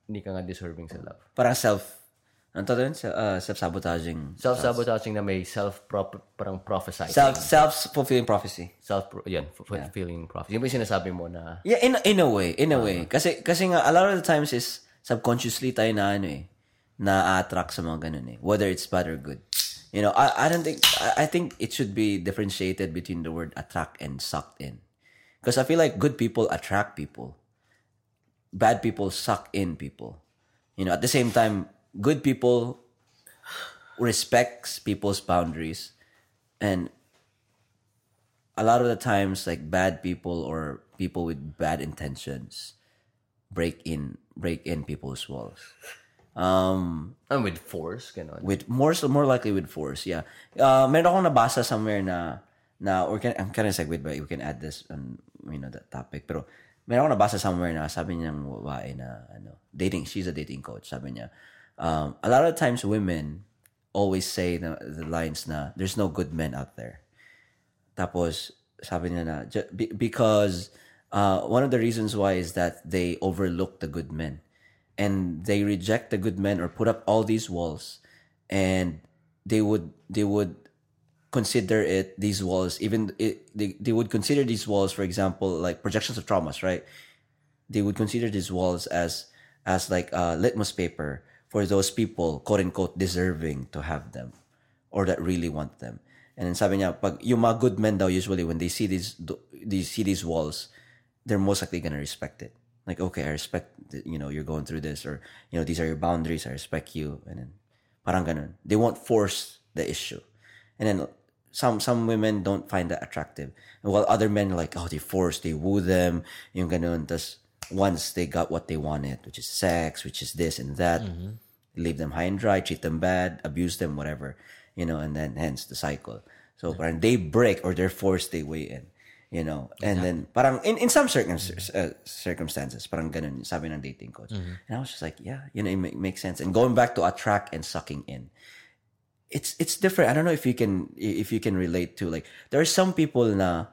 hindi ka nga deserving sa love.
Parang self ano to doon? Sa- ah, self-sabotaging.
Self-sabotaging na may self-prop, parang prophesy.
Self, self-fulfilling prophecy.
Self, yan, fulfilling prophecy. Yung ba yung sinasabi mo na,
Yeah, in in a way, in a way. Kasi kasi nga a lot of the times is subconsciously tayo na ano eh, na-attract sa mga ganun eh, whether it's bad or good. You know, I I don't think I, I think it should be differentiated between the word attract and sucked in. Because I feel like good people attract people. Bad people suck in people. You know, at the same time, good people respects people's boundaries and a lot of the times like bad people or people with bad intentions break in break in people's walls um
I'm with force, gano'n.
with more so more likely with force yeah uh meron akong nabasa somewhere na na or can I'm kind of segue but we can add this on you know that topic pero meron akong nabasa somewhere na sabi niya ng babae na ano dating she's a dating coach sabi niya um a lot of times women always say the, the lines na there's no good men out there tapos, sabi niya na, "Ju- be- because uh, one of the reasons why is that they overlook the good men. And they reject the good men or put up all these walls. And they would, they would consider it these walls even it, they, they would consider these walls for example like projections of traumas right they would consider these walls as as like a litmus paper for those people quote unquote deserving to have them or that really want them and then sabi niya pag yung mga good men daw usually when they see these they see these walls they're most likely gonna respect it like okay I respect that, you know you're going through this or you know these are your boundaries I respect you and then parang ganun they won't force the issue and then some some women don't find that attractive while other men are like oh they force they woo them yung ganun tas once they got what they wanted, which is sex, which is this and that, leave them high and dry, treat them bad, abuse them, whatever, you know, and then hence the cycle. So parang they break or they're forced they weigh in, you know, and then parang in, in some circum- uh, circumstances, parang ganun yung sabi ng dating coach. And I was just like, yeah, you know, it ma- makes sense. And going back to attract and sucking in, it's it's different. I don't know if you can if you can relate to like there are some people na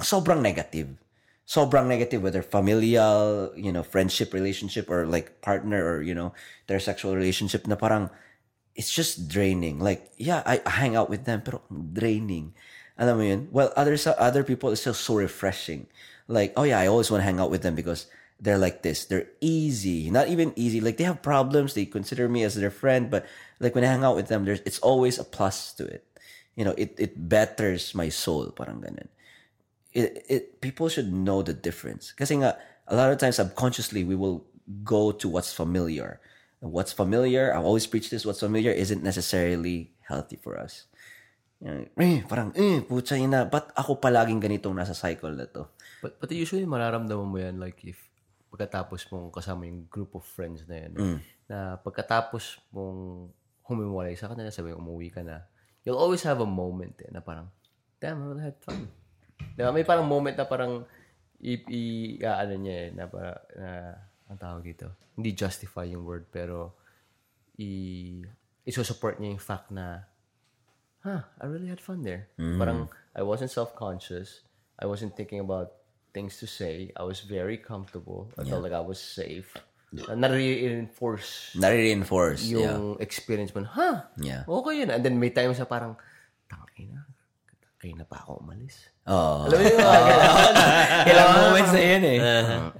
sobrang negative. Sobrang negative, whether familial, you know, friendship relationship or like partner or, you know, their sexual relationship na parang it's just draining. Like, yeah, I, I hang out with them, pero draining. Alam mo yun? Well, other, other people, it's just so refreshing. Like, oh yeah, I always want to hang out with them because they're like this. They're easy, not even easy. Like they have problems. They consider me as their friend, but like when I hang out with them, there's, it's always a plus to it. You know, it, it betters my soul. Parang ganun it, it people should know the difference. Kasi nga, a lot of times subconsciously we will go to what's familiar. And what's familiar, I always preach this, what's familiar isn't necessarily healthy for us. You know, eh, parang, eh, putsa ina, ba't ako palaging ganitong nasa cycle na to?
But, but usually, mararamdaman mo yan like if pagkatapos mong kasama yung group of friends na yan, na pagkatapos mong humiwalay sa kanila, sabi umuwi ka na, you'll always have a moment eh, na parang, damn, I really had fun. Diba? May parang moment na parang i, i ah, ano niya eh, na para na ang tawag dito. Hindi justify yung word pero i isusupport niya yung fact na huh, I really had fun there. Parang I wasn't self-conscious. I wasn't thinking about things to say. I was very comfortable. I felt like I was safe. Na Na-reinforce
Nare-reinforce. yeah.
yung experience mo na, huh,
Yeah.
okay yun. And then may times na parang, tangay na, tangay na pa ako umalis.
Oh.
Alam mo yung mga ganun.
Ilang moments na yun eh.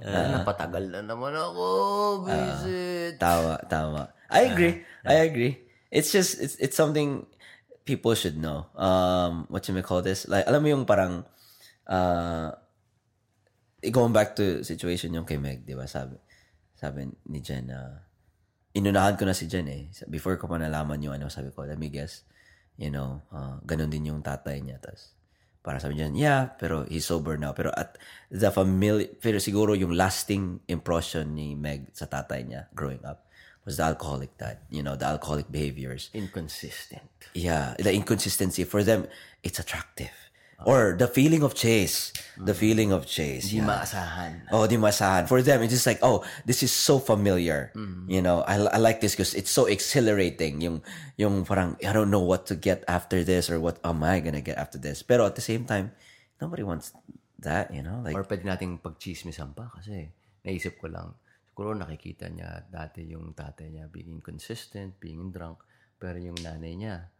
Ah, napatagal na naman ako, visit.
Tama, tama. I agree.
Ah,
I agree. It's just it's it's something people should know. Um, what you may call this? Like alam mo yung parang uh Eh, going back to situation yung kay Meg, 'di ba? Sabi sabi ni Jen na inunahan ko na si Jen eh. Sa- Before ko pa nalaman yung ano, sabi ko, let me guess, you know, uh, ganun din yung tatay niya. Tapos, para sabi niya, yeah, pero he's sober now. Pero at the family, pero siguro yung lasting impression ni Meg sa tatay niya growing up was the alcoholic dad. You know, the alcoholic behaviors.
Inconsistent.
Yeah, the inconsistency for them, it's attractive. Or the feeling of chase. The feeling of chase. yeah.
Maasahan.
Oh, di masahan. For them, it's just like, oh, this is so familiar.
Mm-hmm.
You know, I, I like this because it's so exhilarating. Yung, yung parang, I don't know what to get after this or what am I gonna get after this. Pero at the same time, nobody wants that, you know? Like,
Or pwede nating pagchismisan pa kasi naisip ko lang, siguro nakikita niya dati yung tatay niya being inconsistent, being drunk, pero yung nanay niya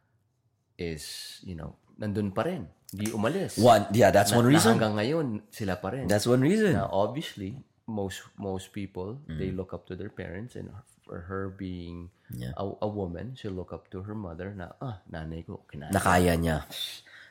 is, you know, nandun pa rin. Hindi umalis.
one, yeah, that's
Na-
one
na
reason.
hanggang ngayon, sila pa rin.
That's one reason.
Now, obviously, most most people they
Mm.
look up to their parents, and her- for her being a, a woman, she look up to her mother. Na ah, nanay ko kinaya.
Nakaya niya.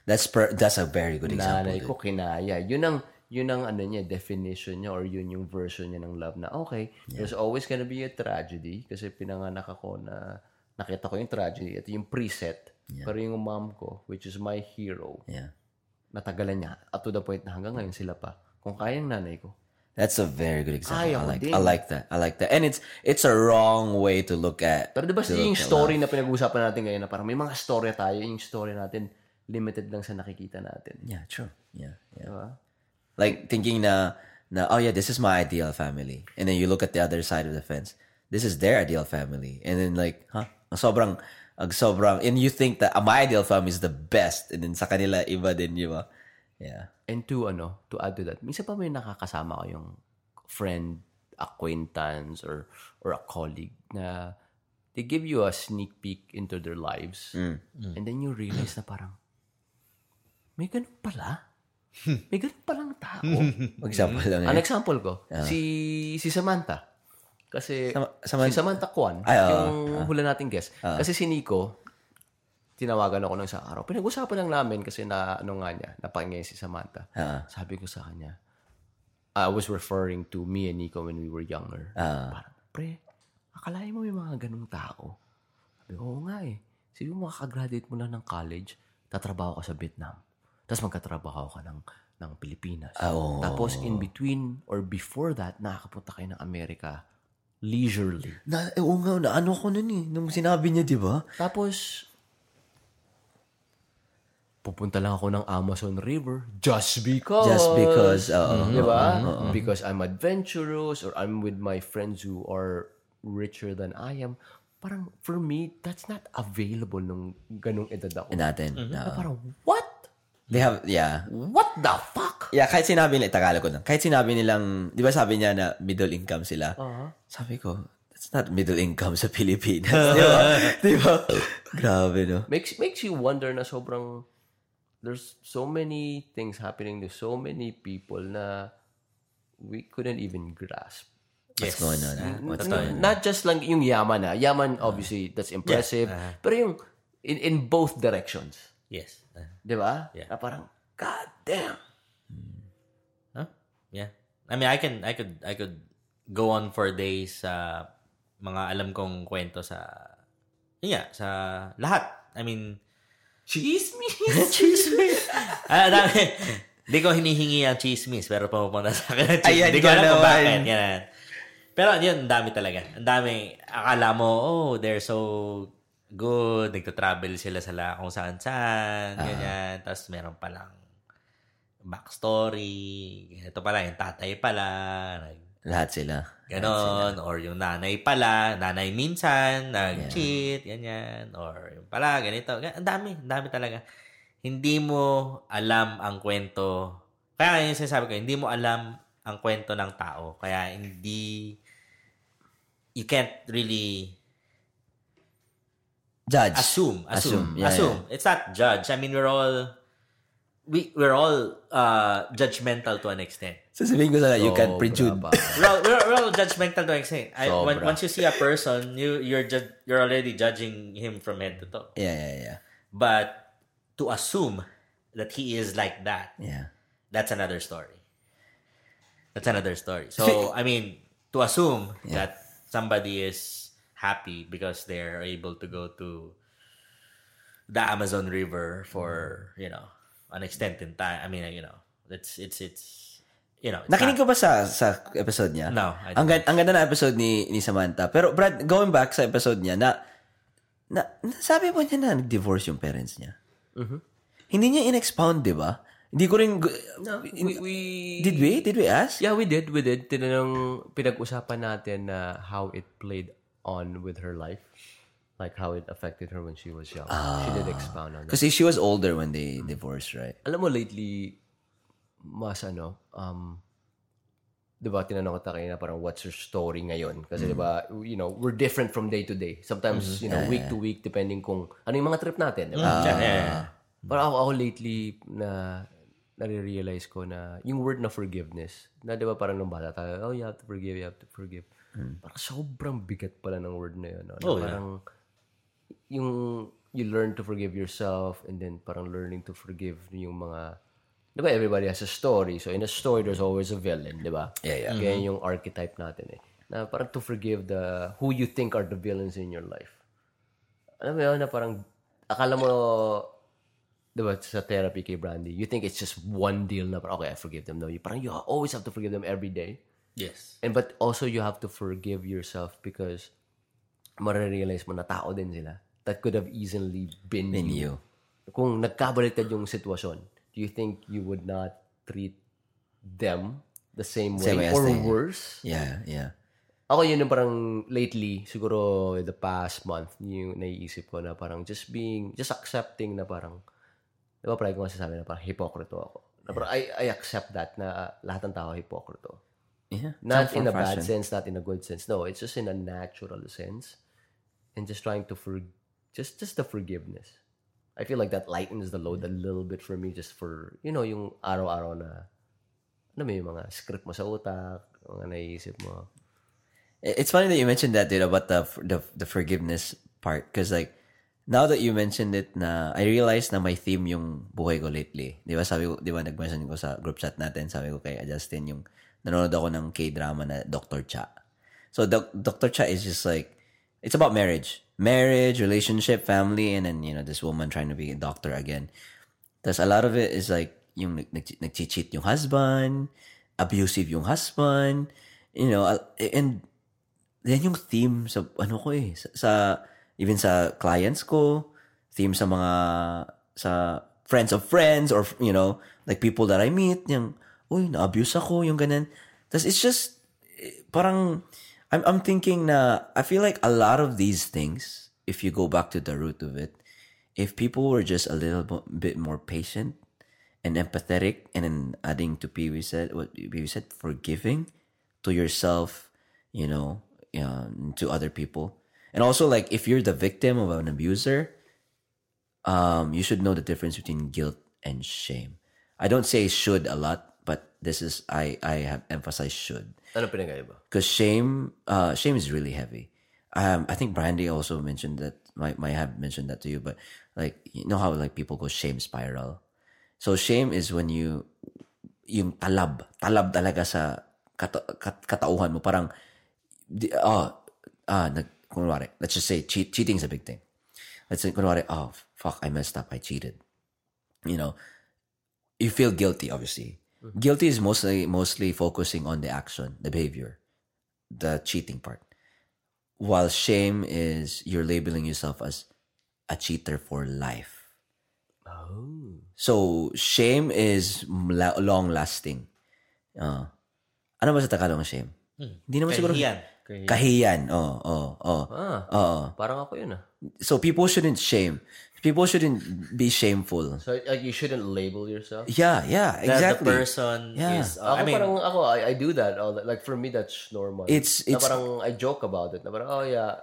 That's per, that's a very good example.
nanay ko kinaya. Yun ang yun ang ano niya definition niya or yun yung version niya ng love na okay there's always gonna be a tragedy kasi pinanganak ako na nakita ko yung tragedy at yung preset pero yung mom ko which is my hero
Yeah.
natagalan niya at to the point na hanggang ngayon sila pa kung kaya ng nanay ko
That's a very good example. I
Ayaw
like
din.
I like that. I like that. And it's it's a wrong way to look at
Pero di ba yung story na pinag-uusapan natin ngayon na parang may mga story tayo, yung story natin limited lang sa nakikita natin.
Yeah, true. Yeah, yeah.
Di ba?
Like thinking na, na oh yeah, this is my ideal family. And then you look at the other side of the fence. This is their ideal family. And then like, huh? Ang sobrang, ang sobrang, and you think that ah, my ideal family is the best. And then sa kanila, iba din, di ba? Yeah.
And to ano, to add to that, minsan pa may nakakasama ko yung friend, acquaintance, or or a colleague na they give you a sneak peek into their lives.
Mm.
And then you realize na parang, may ganun pala. May ganun palang tao.
Mag-example lang
An
yun.
example ko, si si Samantha. Kasi
Ah. Sama- Saman-
si Samantha Kwan,
Ay, oo. Ah.
yung hula nating guest. Kasi si Nico, tinawagan ako ng sa araw. Pinag-usapan lang namin kasi na ano nga niya, napakinggan si Samantha.
Ah.
Sabi ko sa kanya, I was referring to me and Nico when we were younger.
Ah.
Parang, pre, akalain mo may mga ganung tao. Sabi, oo nga eh. Sabi mo, makakagraduate mo lang ng college, tatrabaho ka sa Vietnam. Tapos magkatrabaho ka ng, ng Pilipinas.
Ah,
Tapos in between or before that, nakakapunta kayo ng Amerika leisurely.
Na, eh, oo nga, na ano ko nun eh. Nung sinabi niya, di ba?
Tapos, pupunta lang ako ng Amazon River just because.
Just because, oo.
Di ba?
uh-huh,
Because I'm adventurous or I'm with my friends who are richer than I am. Parang, for me, that's not available nung ganung edad ako.
Natin. na-
Na parang, what?
They have, yeah.
What the fuck?
Yeah, kahit sinabi nila, Tagalog ko na. Kahit sinabi nilang, di ba sabi niya na middle income sila?
Oh.
Sabi ko, that's not middle income sa Pilipinas. di ba? Di ba? Grabe, no?
Makes, makes you wonder na sobrang, there's so many things happening to so many people na we couldn't even grasp.
What's going on? ah? What's
N-
going on?
Not just lang yung yaman na. Yaman, obviously, that's impressive.
Uh-huh.
Pero yung, in, in both directions.
Yes. Ah.
Di ba?
Yeah.
Na parang, God damn.
Huh? Yeah. I mean, I can I could I could go on for days sa mga alam kong kwento sa yun nga, sa lahat. I mean,
Chismis!
chismis. Ah, dami. Hindi ko hinihingi ang chismis, pero pumupunta sa akin ang chismis.
Ayan
Hindi ko
ka
alam kung
naman.
bakit. Ganun. Pero yun, ang dami talaga. Ang dami. Akala mo, oh, they're so good. Nagta-travel sila sa la- kung saan-saan. Ganyan. Tapos meron palang backstory. Ito pala, yung tatay pala. Nag-
Lahat sila.
Ganon. Or yung nanay pala, nanay minsan, nag-cheat, ganyan. Or yung pala, ganito. Gan- Ang dami, ang dami talaga. Hindi mo alam ang kwento. Kaya yung sinasabi ko, hindi mo alam ang kwento ng tao. Kaya hindi, you can't really
Judge.
assume assume
Assume, yeah,
assume. it's not judge i mean we're all we we're all uh judgmental to an extent
Sasabihin ko sana, you
Oh,
can't prejude.
we're all, we're, we're all judgmental to an extent I, when,
Sobra.
once you see a person you you're ju- you're already judging him from head to toe
Yeah, yeah, yeah.
but to assume that he is like that
Yeah.
that's another story that's another story so i mean to assume that somebody is happy because they're able to go to the amazon river for you know an extent in time i mean you know it's it's it's you know it's
Nakinig
not-
ko ba sa sa episode niya?
No, I
Ang, gan- ang ganda na episode ni ni Samantha. Pero Brad, going back sa episode niya na na nasabi mo niya na nag-divorce yung parents niya. Hindi niya in-expound, di ba? Hindi ko rin... gu-
We, we-
did we? Did we ask?
yeah, we did, we did. Tinanong, pinag-usapan natin na how it played on with her life. Like how it affected her when she was young. she did expound on that.
Kasi she was older when they divorced, right?
alam mo lately, mas ano, um, di ba, tinanong kita kanina parang what's your story ngayon? Kasi di ba, you know, we're different from day to day. Sometimes, you know, week to week, depending kung ano yung mga trip natin. Di
Mm-hmm.
ba?
Ah. Yeah, yeah, yeah.
Parang ako, ako lately na nare-realize ko na yung word na forgiveness, na di ba parang nung bata tayo, oh, you have to forgive, you have to forgive. Parang sobrang bigat pala ng word na yun. No? Na
Mm. Oh, yeah.
parang yung you learn to forgive yourself and then parang learning to forgive yung mga di ba everybody has a story so in a story there's always a villain di ba
Yeah, yeah.
Ganyan yung archetype natin eh na parang to forgive the who you think are the villains in your life alam mo yun na parang akala mo di ba sa therapy kay Brandy you think it's just one deal na parang okay I forgive them no you parang you always have to forgive them every day
yes
And but also you have to forgive yourself because marirealize mo na tao din sila that could have easily been,
Then you.
you. Kung nagkabaliktad yung sitwasyon, do you think you would not treat them the same way,
Same way as
or
they-
worse?
Yeah, yeah.
Ako yun yung parang lately, siguro the past month, yung naiisip ko na parang just being, just accepting na parang, di ba parang ko masasabi na parang hipokrito ako. Na parang I, I accept that na lahat ng tao hipokrito.
Yeah.
Not
Some
in a
form
bad
fashion.
sense, not in a good sense. No, it's just in a natural sense and just trying to for just just the forgiveness. I feel like that lightens the load a little bit for me just for, you know, yung araw-araw na ano may mga script mo sa utak, mga naisip mo.
It- It's funny that you mentioned that, dude, about the the, the forgiveness part. Because, like, now that you mentioned it na, I realized na my theme yung buhay ko lately. Di ba, sabi ko, di ba, nag-mention ko sa group chat natin, sabi ko kay Justin yung, nanonood ako ng K-drama na Dr. Cha. So, Doc- Dr. Cha is just like, it's about marriage. Marriage, relationship, family, and then, you know, this woman trying to be a doctor again. Tapos a lot of it is like, yung nag- nag- nag-cheat yung husband, abusive yung husband, you know, al- and yan yung theme sa ano ko eh sa, sa even sa clients ko theme sa mga sa friends of friends or you know like people that I meet yung uy na-abuse ako yung ganun tas it's just eh, parang I'm I'm thinking na I feel like a lot of these things if you go back to the root of it if people were just a little bo- bit more patient and empathetic and then adding to Pee Wee said what Pee Wee said forgiving to yourself you know um, to other people and also like if you're the victim of an abuser um you should know the difference between guilt and shame I don't say should a lot but this is I I have emphasized should
Ano pinagay ba?
because shame uh shame is really heavy um i think brandy also mentioned that might might have mentioned that to you but like you know how like people go shame spiral so shame is when you yung talab talab talaga sa kata, kat, katauhan mo parang di, ah ah nag kunwari let's just say cheat, cheating is a big thing let's say kunwari oh fuck i messed up i cheated you know you feel guilty obviously guilty is mostly mostly focusing on the action the behavior the cheating part while shame is you're labeling yourself as a cheater for life so shame is la- long lasting uh, ano ba sa Tagalog ang shame hindi naman siguro
Kahiyan.
kahiyan oh oh oh oo
Parang ako yun ah.
so people shouldn't shame people shouldn't be shameful
So like, you shouldn't label yourself.
yeah yeah
That
exactly
the person
Yeah.
is... uh,
Ako
I mean,
parang ako I, I do that all the, like for me that's normal.
It's-
na
it's-
parang I joke about it. Na parang oh yeah,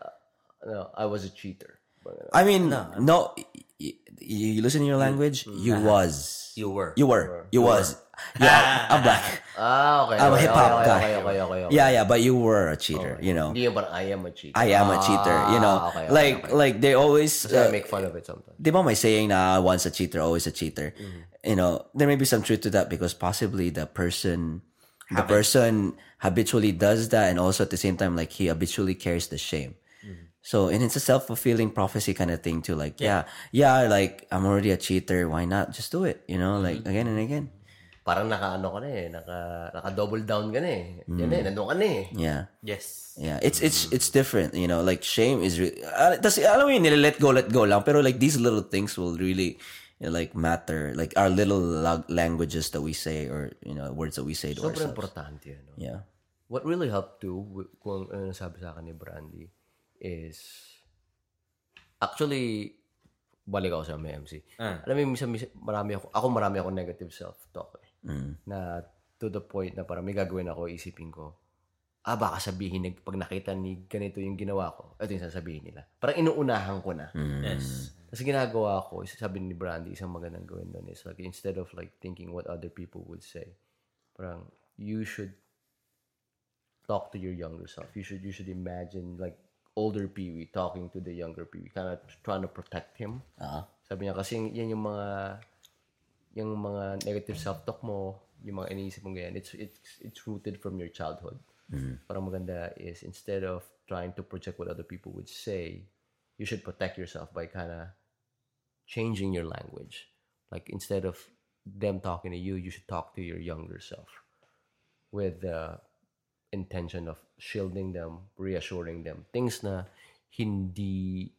no, I was a cheater. Parang,
I mean, no, y- y- you, listen to your language. You was,
you were.
you were, you was. Yeah, I'm black.
Ah, okay.
I'm a
okay,
hip-hop
okay,
guy.
Okay, okay, okay, okay.
Yeah, yeah, but you were a cheater. You know,
Hindi yung parang I am a cheater.
I am a cheater. You know,
Ah, okay, okay,
like
okay.
like they always.
So I
Uh,
make fun of it sometimes.
di ba may saying na once a cheater, always a cheater. You know, there may be some truth to that because possibly the person, the person habitually does that, and also at the same time, like he habitually carries the shame. So and it's a self fulfilling prophecy kind of thing too. Like yeah. yeah, like I'm already a cheater. Why not just do it? You know, like again and again.
Parang naka-ano ka na eh. Naka, naka-double down ka na eh.
Mm.
Yan eh, nandun ka na eh.
Yeah,
Yes.
yeah. It's it's it's different. You know, like shame is. Re- uh, tas alam mo yun, nila let go, let go lang. Pero like these little things will really. you know, like matter, like our little la- languages that we say, or you know, words that we say to
Sobrang
ourselves.
importante yan. No?
Yeah,
What really helped too, w- kung ano nasabi sa akin ni Brandy, is actually, balik ako sa may MC. Alam mo, yung minsan, minsan, marami ako, ako marami ako negative self-talk eh.
Mm.
Na to the point na parang may gagawin ako, isipin ko, ah, baka sabihin, nag- pag nakita ni ganito yung ginawa ko, ito yung sasabihin nila. Parang inuunahan ko na.
Hmm.
Mm.
Yes.
Kasi ginagawa ko, isa- sabi ni Brandy, isang magandang gawin doon is like, instead of like thinking what other people would say, parang, you should talk to your younger self. You should you should imagine like older Peewee talking to the younger Peewee, kind of trying to protect him.
Ah.
Sabi niya kasi yan yung mga yung mga negative self-talk mo, yung mga iniisip mong ganyan, it's it's it's rooted from your childhood. Parang maganda is instead of trying to project what other people would say, you should protect yourself by kind of changing your language. Like instead of them talking to you, you should talk to your younger self with the intention of shielding them, reassuring them. Things na hindi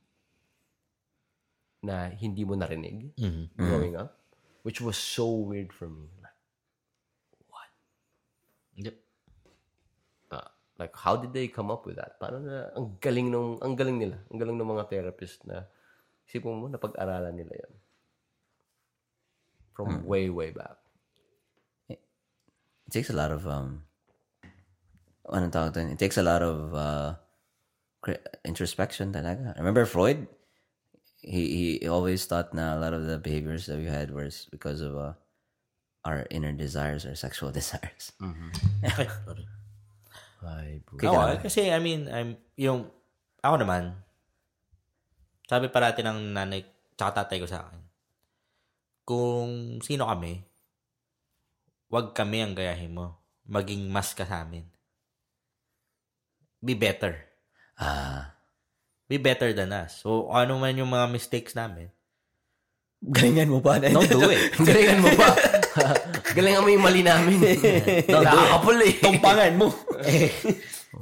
na hindi mo narinig growing up, which was so weird for me. Like,
Yep.
uh, like how did they come up with that? Paano na ang galing nung ang galing nila, ang galing ng mga therapist na isipin mo na pag-aralan nila 'yan. From way way back.
it takes a lot of um. Anong tawag doon? It takes a lot of uh, cri- introspection talaga. Remember Freud? He he always thought na a lot of the behaviors that we had were because of uh, our inner desires, our sexual desires.
Ay, bu-
Oo, kasi I mean, I'm, yung, ako naman, sabi parati ng nanay, tsaka tatay ko sa akin, kung sino kami, wag kami ang gayahin mo. Maging mas ka sa amin. Be better.
Ah,
Be better than us. So, ano man yung mga mistakes namin,
galingan mo pa.
don't do it.
Galingan mo pa. Galingan mo yung mali namin. Nakakapul eh.
tumpangan mo.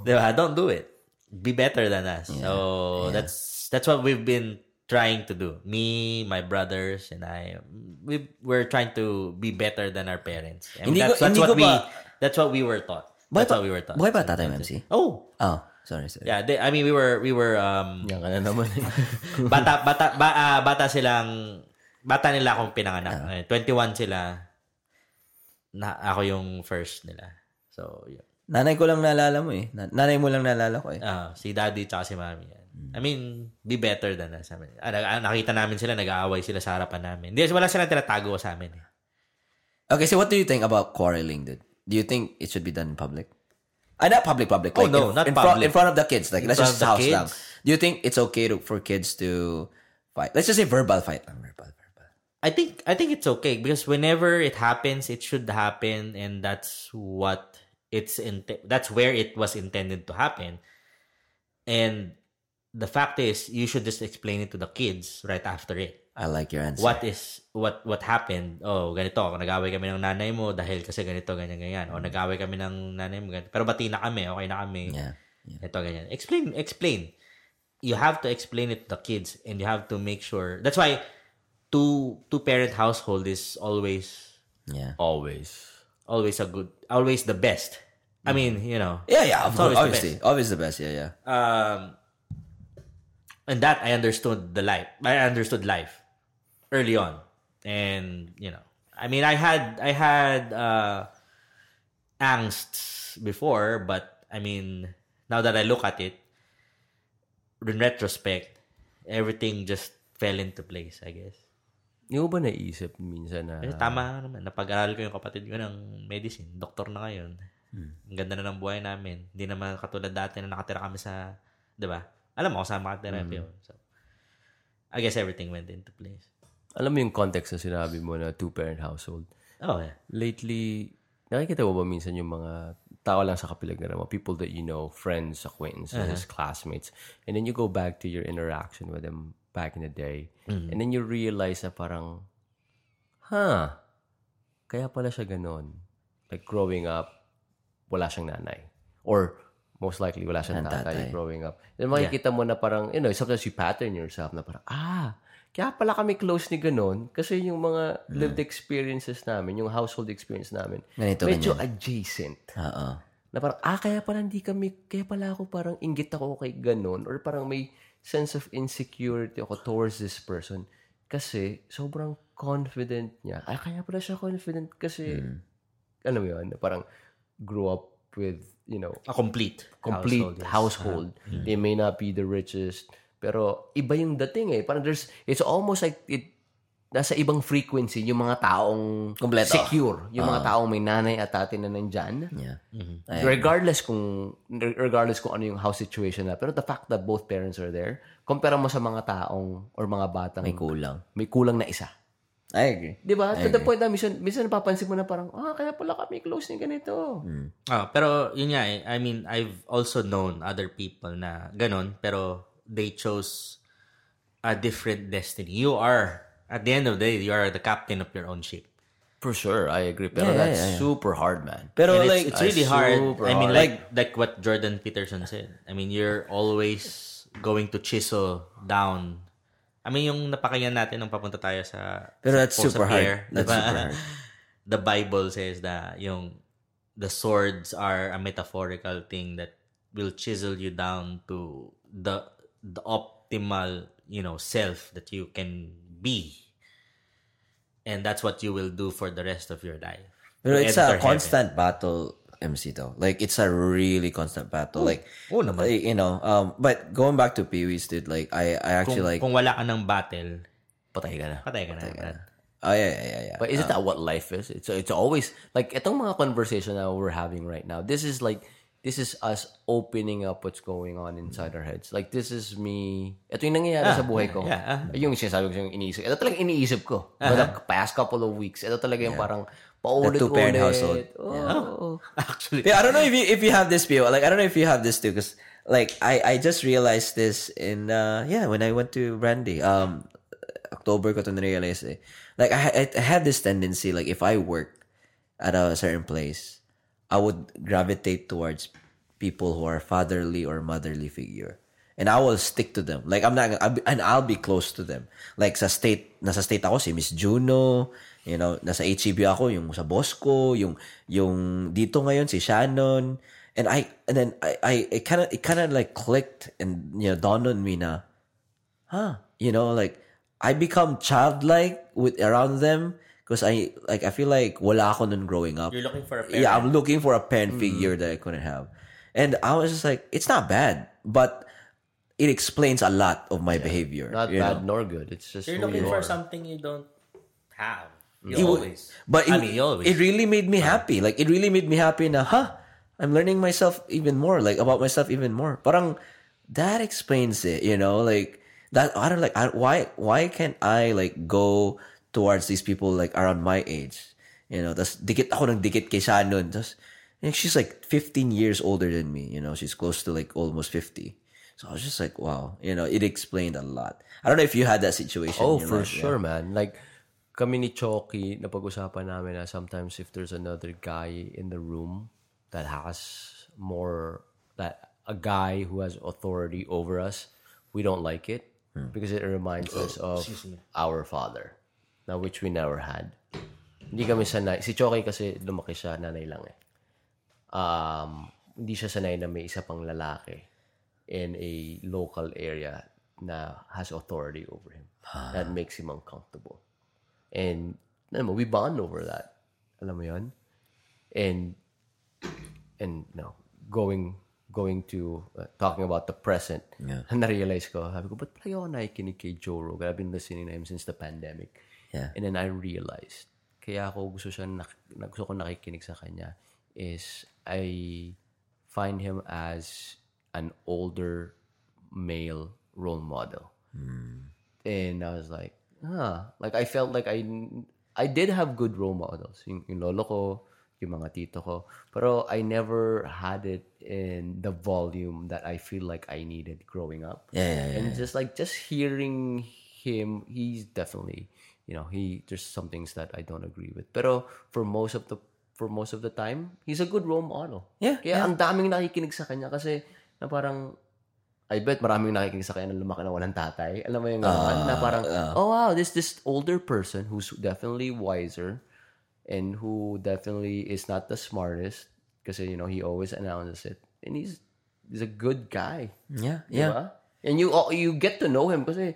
diba? Don't do it. Be better than us. So that's that's what we've been trying to do. Me, my brothers, and I, we we're trying to be better than our parents. And
Hindi
that's,
ko-
that's
hindi
what
ko
we
ba-
that's what we were taught. That's what we were taught.
Buhay ba tatay mo, MC?
Oh,
Oh, sorry, sorry.
yeah. They, I mean, we were we were um
Yan ka na naman.
bata bata ba, ah, bata silang bata nila akong pinanganak. Eh, 21 sila. Na ako yung first nila. So, yun.
Nanay ko lang naalala mo eh. Na- nanay mo lang naalala ko eh.
Ah, si daddy tsaka si mami yan. I mean, be better than us. I mean, ah, nag- ah, nakita namin sila, nag-aaway sila sa harapan namin. Hindi, wala silang tinatago sa amin. eh.
Okay, so what do you think about quarreling, dude? Do you think it should be done in public? Ah, not public, public.
Oh,
Like
no,
in,
not
in front-
public.
in front of the kids. Like, let's
front
just
of the
house lang.
kids?
Do you think it's okay to, for kids to fight? Let's just say verbal fight. Ah, verbal, verbal.
I think I think it's okay because whenever it happens, it should happen and that's what it's in that's where it was intended to happen. And the fact is, you should just explain it to the kids right after it.
I like your answer.
what is what what happened oh ganito nag-away kami ng nanay mo dahil kasi ganito ganyan ganyan
Mm.
o nag-away kami ng nanay mo ganito. pero bati na kami okay na kami
Yeah.
ito ganyan explain explain you have to explain it to the kids and you have to make sure that's why two two parent household is always
Yeah.
Always.
always a good always the best
Mm.
i mean you know
Yeah, yeah, of
It's
course.
always the
Obviously. Always the best. Yeah, yeah.
um and that i understood the life i understood life early on and you know i mean i had i had uh angst before but i mean now that i look at it in retrospect everything just fell into place i guess
Hindi ko ba naisip minsan na
Kasi tama nga naman napag-aral ko yung kapatid ko ng medicine doktor na ngayon
Hmm.
ang ganda na ng buhay namin hindi naman katulad dati na nakatira kami sa 'di ba alam mo kung saan makatira
Hmm.
yun. so I guess everything went into place
alam mo yung context na sinabi mo na two-parent household.
oh yeah
Lately, nakikita mo ba minsan yung mga tao lang sa kapilagran mo, people that you know, friends, acquaintances, classmates, and then you go back to your interaction with them back in the day, and then you realize na parang, huh, kaya pala siya ganun. Like growing up, wala siyang nanay. Or most likely, wala siyang tatay, growing up. Then makikita mo na parang, you know, sometimes you pattern yourself na parang, ah, kaya pala kami close ni ganun kasi yung mga lived experiences namin, yung household experience namin,
Ganito, Uh-uh.
medyo adjacent.
Oo.
Na parang, ah, kaya pala hindi kami, kaya pala ako parang inggit ako kay ganun or parang may sense of insecurity ako towards this person kasi sobrang confident niya. Ah, kaya pala siya confident kasi,
Hmm. Mm,
ano mo yun, na parang grew up with, you know,
a complete
complete
Uh-huh.
household. They may not be the richest, pero iba yung dating eh. Parang there's, it's almost like it, nasa ibang frequency yung mga taong
Kompleto.
secure. Yung mga taong may nanay at tate na nandyan.
Yeah.
Regardless kung regardless kung ano yung house situation na. Pero the fact that both parents are there, compare mo sa mga taong or mga batang may,
Kulang.
kulang na isa. Eh.
I agree.
Di ba? To the point na minsan, minsan napapansin mo na parang, ah, kaya pala kami close ni ganito.
Ah, pero yun nga eh. I mean, I've also known other people na ganun, pero they chose a different destiny. You are, at the end of the day, you are the captain of your own ship.
For sure, I agree. Pero
yeah,
that's
yeah, yeah.
super hard, man.
Pero
And
like,
it's, it's really hard.
super
I mean,
hard.
like like what Jordan Peterson said. I mean, you're always going to chisel down. I mean, yung napakayan natin nung papunta tayo sa
Pero
sa
that's
Paul
super
Sapir,
hard. That's
diba?
super hard.
The Bible says that yung the swords are a metaphorical thing that will chisel you down to the the optimal, you know, self that you can be. And that's what you will do for the rest of your life.
Pero
To
it's a
enter heaven.
constant battle MC though. Like it's a really constant battle. Like
Oo naman.
like, you know, um but going back to Pee Wee's dude, like I I
Kung,
actually like
kung wala ka ng battle,
Patay ka na.
patay ka na.
Oh yeah, yeah, yeah, yeah.
But isn't that what life is? It's it's always like itong mga conversation that we're having right now. This is like this is us opening up what's going on inside our heads. Like this is me. Ito yung nangyayari
Ah,
sa buhay ko.
yeah,
Yung sinasabi ko yung iniisip. Ito talaga iniisip ko. For the past couple of weeks. Ito talaga yung parang
Uh-huh. The
paulit-ulit.
two-parent household.
Oh.
Actually,
Yeah, I don't know if you if you have this feel. Like I don't know if you have this too, because like I I just realized this in uh yeah when I went to Brandy um October ko to realize eh. Like I ha- I had this tendency like if I work at a certain place, I would gravitate towards people who are fatherly or motherly figure. And I will stick to them. Like I'm not, I'll be, and I'll be close to them. Like sa state, nasa state ako si Miss Juno, you know, nasa HEB ako yung sa boss ko, yung yung dito ngayon si Shannon. And I and then I I it kind of it kind of like clicked and you know dawned on me na huh you know like i become childlike with around them because i like i feel like wala ako nun growing up
you're looking for a parent. Mm.
yeah i'm looking for a parent figure that i couldn't have and i was just like it's not bad but it explains a lot of my behavior
Not
you
bad
know?
nor good. It's just
You're
who
looking
you
for
are.
something you don't have. You
It wa-
always.
but it,
I mean, you always.
it really made me happy like it really made me happy na huh i'm learning myself even more like about myself even more parang that explains it you know like that i don't like I, why why can't i like go towards these people like around my age you know that's dikit ako ng dikit kay Shannon Tapos, and eh, she's like 15 years older than me you know she's close to like almost 50 so i was just like wow you know it explained a lot i don't know if you had that situation
Oh,
in your
for
life, yeah.
sure, man. Like, kami ni Chucky, napag-usapan namin na sometimes if there's another guy in the room that has more, that a guy who has authority over us, we don't like it
Hmm.
because it reminds
Oh,
us of our father, na which we never had. Hindi kami sanay. Si Chucky kasi lumaki siya, nanay lang eh. Um, hindi siya sanay na may isa pang lalaki in a local area na has authority over him. That makes him uncomfortable. And, alam mo, we bond over that. Alam mo yun? And, and no, going, going to, uh, talking about the present, na-realize ko, sabi ko, ba't pala ako nakikinig kay Joe Rogan? I've been listening to him since the pandemic.
Yeah.
And then I realized, kaya ako gusto siya, nak- na, gusto ko nakikinig sa kanya, is I find him as an older male role model and I was like, ah, like I felt like I I did have good role models, yung, yung lolo ko, yung mga tito ko, pero I never had it in the volume that I feel like I needed growing up.
Yeah, yeah,
and just like just hearing him, he's definitely, you know, he there's some things that I don't agree with, pero for most of the for most of the time, he's a good role model.
Yeah,
Kaya ang daming nakikinig sa kanya kasi na parang I bet maraming nakikinig sa kanya na lumaki na walang tatay. Alam mo yung
Ah,
ganun, na parang, oh wow, this this older person who's definitely wiser and who definitely is not the smartest kasi, you know, he always announces it. And he's he's a good guy.
yeah
Di
yeah
ba? And you oh, you get to know him kasi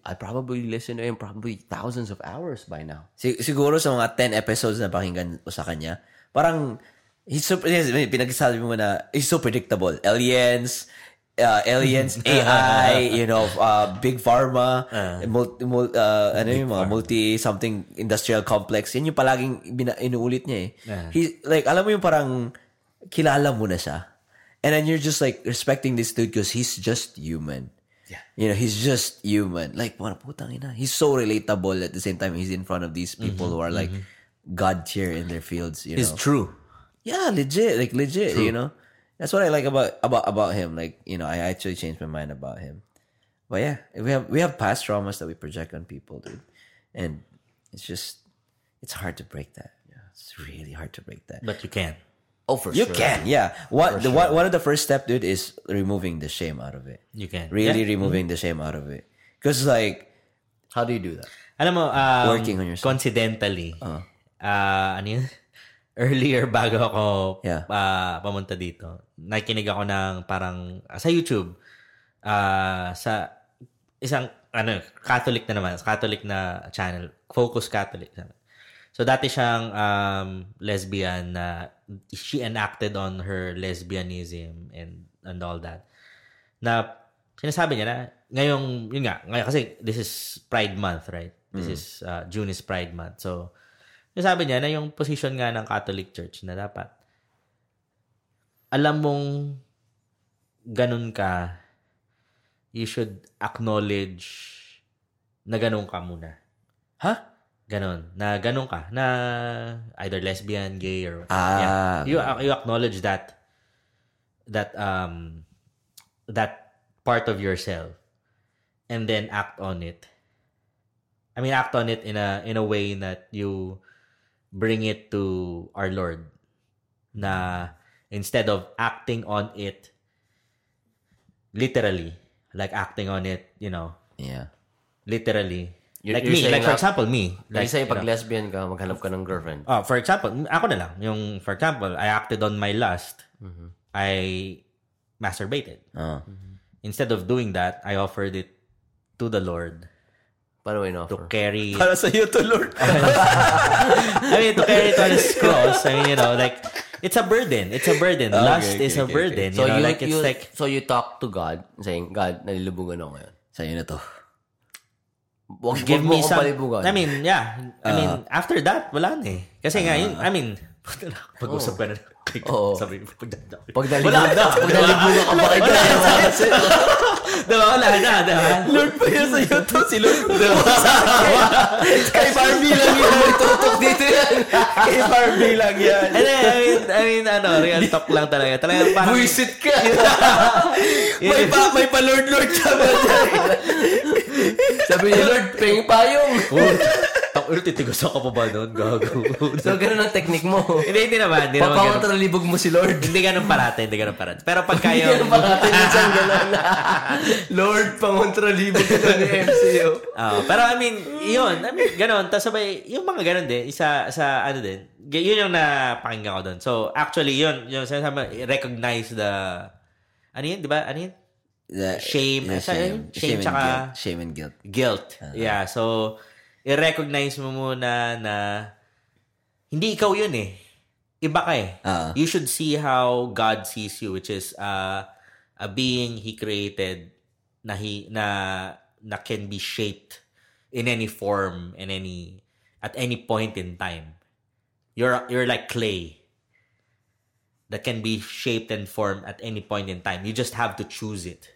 I probably listen to him probably thousands of hours by now.
Sig- siguro sa mga 10 episodes na pakinggan ko sa kanya, parang, he's so, yes, pinagsasabi mo na, he's so predictable. Aliens, uh, aliens, AI, you know, uh, big pharma, multi, mul- uh, ano yung mga multi-something industrial complex. Yan yung palaging bina- inuulit niya eh. He, like, alam mo yung parang, kilala mo na siya. And then you're just like respecting this dude because he's just human. Yeah. You know, he's just human. Like, what putang ina. He's so relatable at the same time he's in front of these people who are like god tier in their fields, you
It's
know.
true.
yeah, legit, like legit, you know. That's what I like about about about him. Like, you know, I actually changed my mind about him. But yeah, we have we have past traumas that we project on people, dude. And it's just it's hard to break that. Yeah. It's really hard to break that.
But you can.
Oh, for
You
sure.
can, yeah. What the one, one of the first step, dude, is removing the shame out of it.
You can.
Really removing the shame out of it. Because like
How do you do that?
Alam mo, um,
Working on yourself.
coincidentally, ah, ano yun? earlier bago ako
Yeah.
ah, pamunta dito, nakikinig ako ng parang ah, sa YouTube ah, sa isang ano Catholic na naman, Catholic na channel, Focus Catholic. So dati siyang um, lesbian na she enacted on her lesbianism and and all that. Na sinasabi niya na ngayong yun nga, ngayon kasi this is Pride month, right? This is uh, June is Pride month. So sinasabi niya na yung position nga ng Catholic Church na dapat alam mong ganun ka, you should acknowledge na ganun ka muna.
Ha?
Ganun. Na ganun ka. Na either lesbian, gay, or...
Ah.
You, you acknowledge that that um that part of yourself and then act on it. I mean act on it in a in a way that you bring it to our Lord na instead of acting on it literally like acting on it, you know,
Yeah.
literally.
You're-
like
you're
me, like
saying
for
na-
example, me. Like,
Like, Isa
you
pag
know,
lesbian ka, maghanap ka ng girlfriend.
oh, for example, ako na lang. Yung, for example, I acted on my lust. I masturbated.
Oh.
Instead of doing that, I offered it to the Lord
Paano in
to
offer?
carry it
Para sa iyo to, Lord.
I mean, to carry it on his cross. I mean, you know, like, it's a burden. It's a burden. Lust
okay,
is a
okay,
burden. You
So
know,
you,
like, it's
you-
like,
so you talk to God, saying, God, nalilubungan ako ngayon.
sa iyo na to.
Wag,
give me some...
Palibugan.
I mean, yeah. I mean, after that, wala na eh. Kasi nga, yun, I mean, puta na, pag-usap ka na. Kay God,
Oo.
Sabi, pagdanda.
pag nalibungan na, pag nalibungan ka ba kay God?
Diba, wala na, diba?
Lord pa yan sa iyo to. Si Lord. Kay Barbie lang yan.
Tutok dito yan.
Kay Barbie lang yan.
And then, I mean, I mean, ano, real talk lang talaga. Talaga parang...
Buisit ka.
May pa, may pa Lord Lord ka ba dyan?
Sabi niya, Lord, paying payong.
Oh, tak, ulo, titigos ako pa ba nun? Gago.
So, ganun ang technique mo.
Hindi, hindi naman. Hindi naman ganun.
Papakontralibog mo si Lord.
Hindi ganun parate, hindi ganun parate. Pero pag kayo...
Yan ang pangatin ng siyang ganun. Lord, pangontralibog ka ng MCO.
Ah, pero I mean, yun. I mean, ganun. Tapos sabay, yung mga ganun din, isa sa ano din, g- yun yung napakinggan ko doon. So, actually, yun, yung sinasabi, recognize the, ano yun, di ba? Ano yun? Shame. Ah,
Yeah,
sa-
shame.
shame tsaka-
and guilt. Shame and guilt.
Guilt. Yeah, so, i-recognize mo muna na hindi ikaw yun eh. Iba ka eh.
Ah.
You should see how God sees you, which is uh, a being He created na, he, na, na can be shaped in any form, in any, at any point in time. You're, you're like clay that can be shaped and formed at any point in time. You just have to choose it.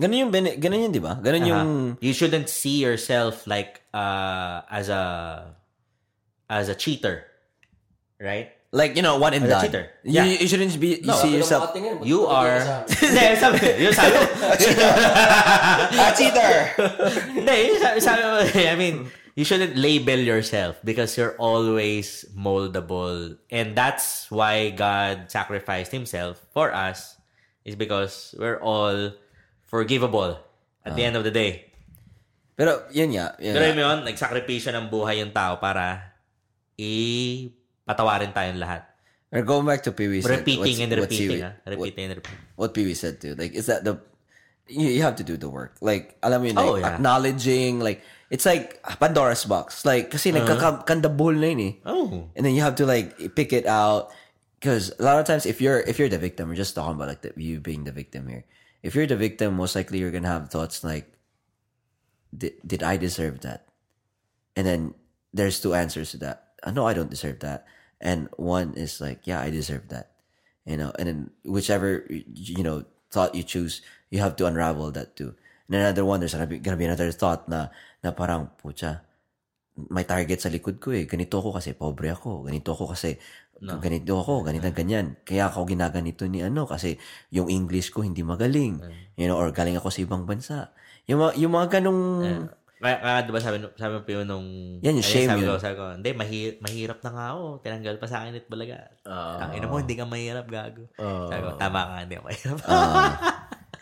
Ganun yung, bene- ganun yun, di ba? Ganun yung,
Uh-huh. you shouldn't see yourself like uh as a as a cheater right
like, you know, one and
As a
done.
cheater.
You,
Yeah.
you shouldn't be, you see yourself.
you are Hindi, sabi yun sabi
A cheater!
Hindi, yun sabi, sabi mo, I mean you shouldn't label yourself because you're always moldable and that's why God sacrificed himself for us is because we're all forgivable at the end of the day
Pero, yun nga. Yun
Pero
nga.
yun yun, nagsakripisyo ng buhay yung tao para ipatawarin tayong lahat.
Or going back to Pee Wee said,
Repeating
what's-
and
what's he-
repeating, ah.
what-
Repeating and repeating.
what Pee Wee said too. Like, is that the you, you have to do the work. Like, alam mo yun, like,
Oh, yeah.
acknowledging, like, it's like ah, Pandora's box. Like, kasi
Uh-huh.
nagkakandabol na yun eh.
Oh.
And then you have to, like, pick it out. Because a lot of times, if you're if you're the victim, we're just talking about, like, the, you being the victim here. If you're the victim, most likely you're gonna have thoughts like, did, did I deserve that? And then there's two answers to that. Uh, No, I don't deserve that. And one is like, yeah, I deserve that. You know, and then whichever y- you know thought you choose, you have to unravel that too. And another one, there's gonna be, gonna be another thought na na parang pucha, may target sa likod ko eh. Ganito ako kasi pobre ako. Ganito ako kasi ganito ako, ganito ganyan. Kaya ako ginaganito ni ano kasi yung English ko hindi magaling. You know, or galing ako sa ibang bansa. Yung mga, yung mga ganong
Kaya, kaya diba sabi, nu- sabi pa yun nung...
Yan
ayun,
yung shame
sabi
yun.
Ko, sabi ko, hindi, mahi- mahirap na nga ako. Tinanggal pa sa akin at balaga.
Ah.
Ang ina mo, hindi ka mahirap, gago. sabi ko, tama ka, hindi ako mahirap.
Ah.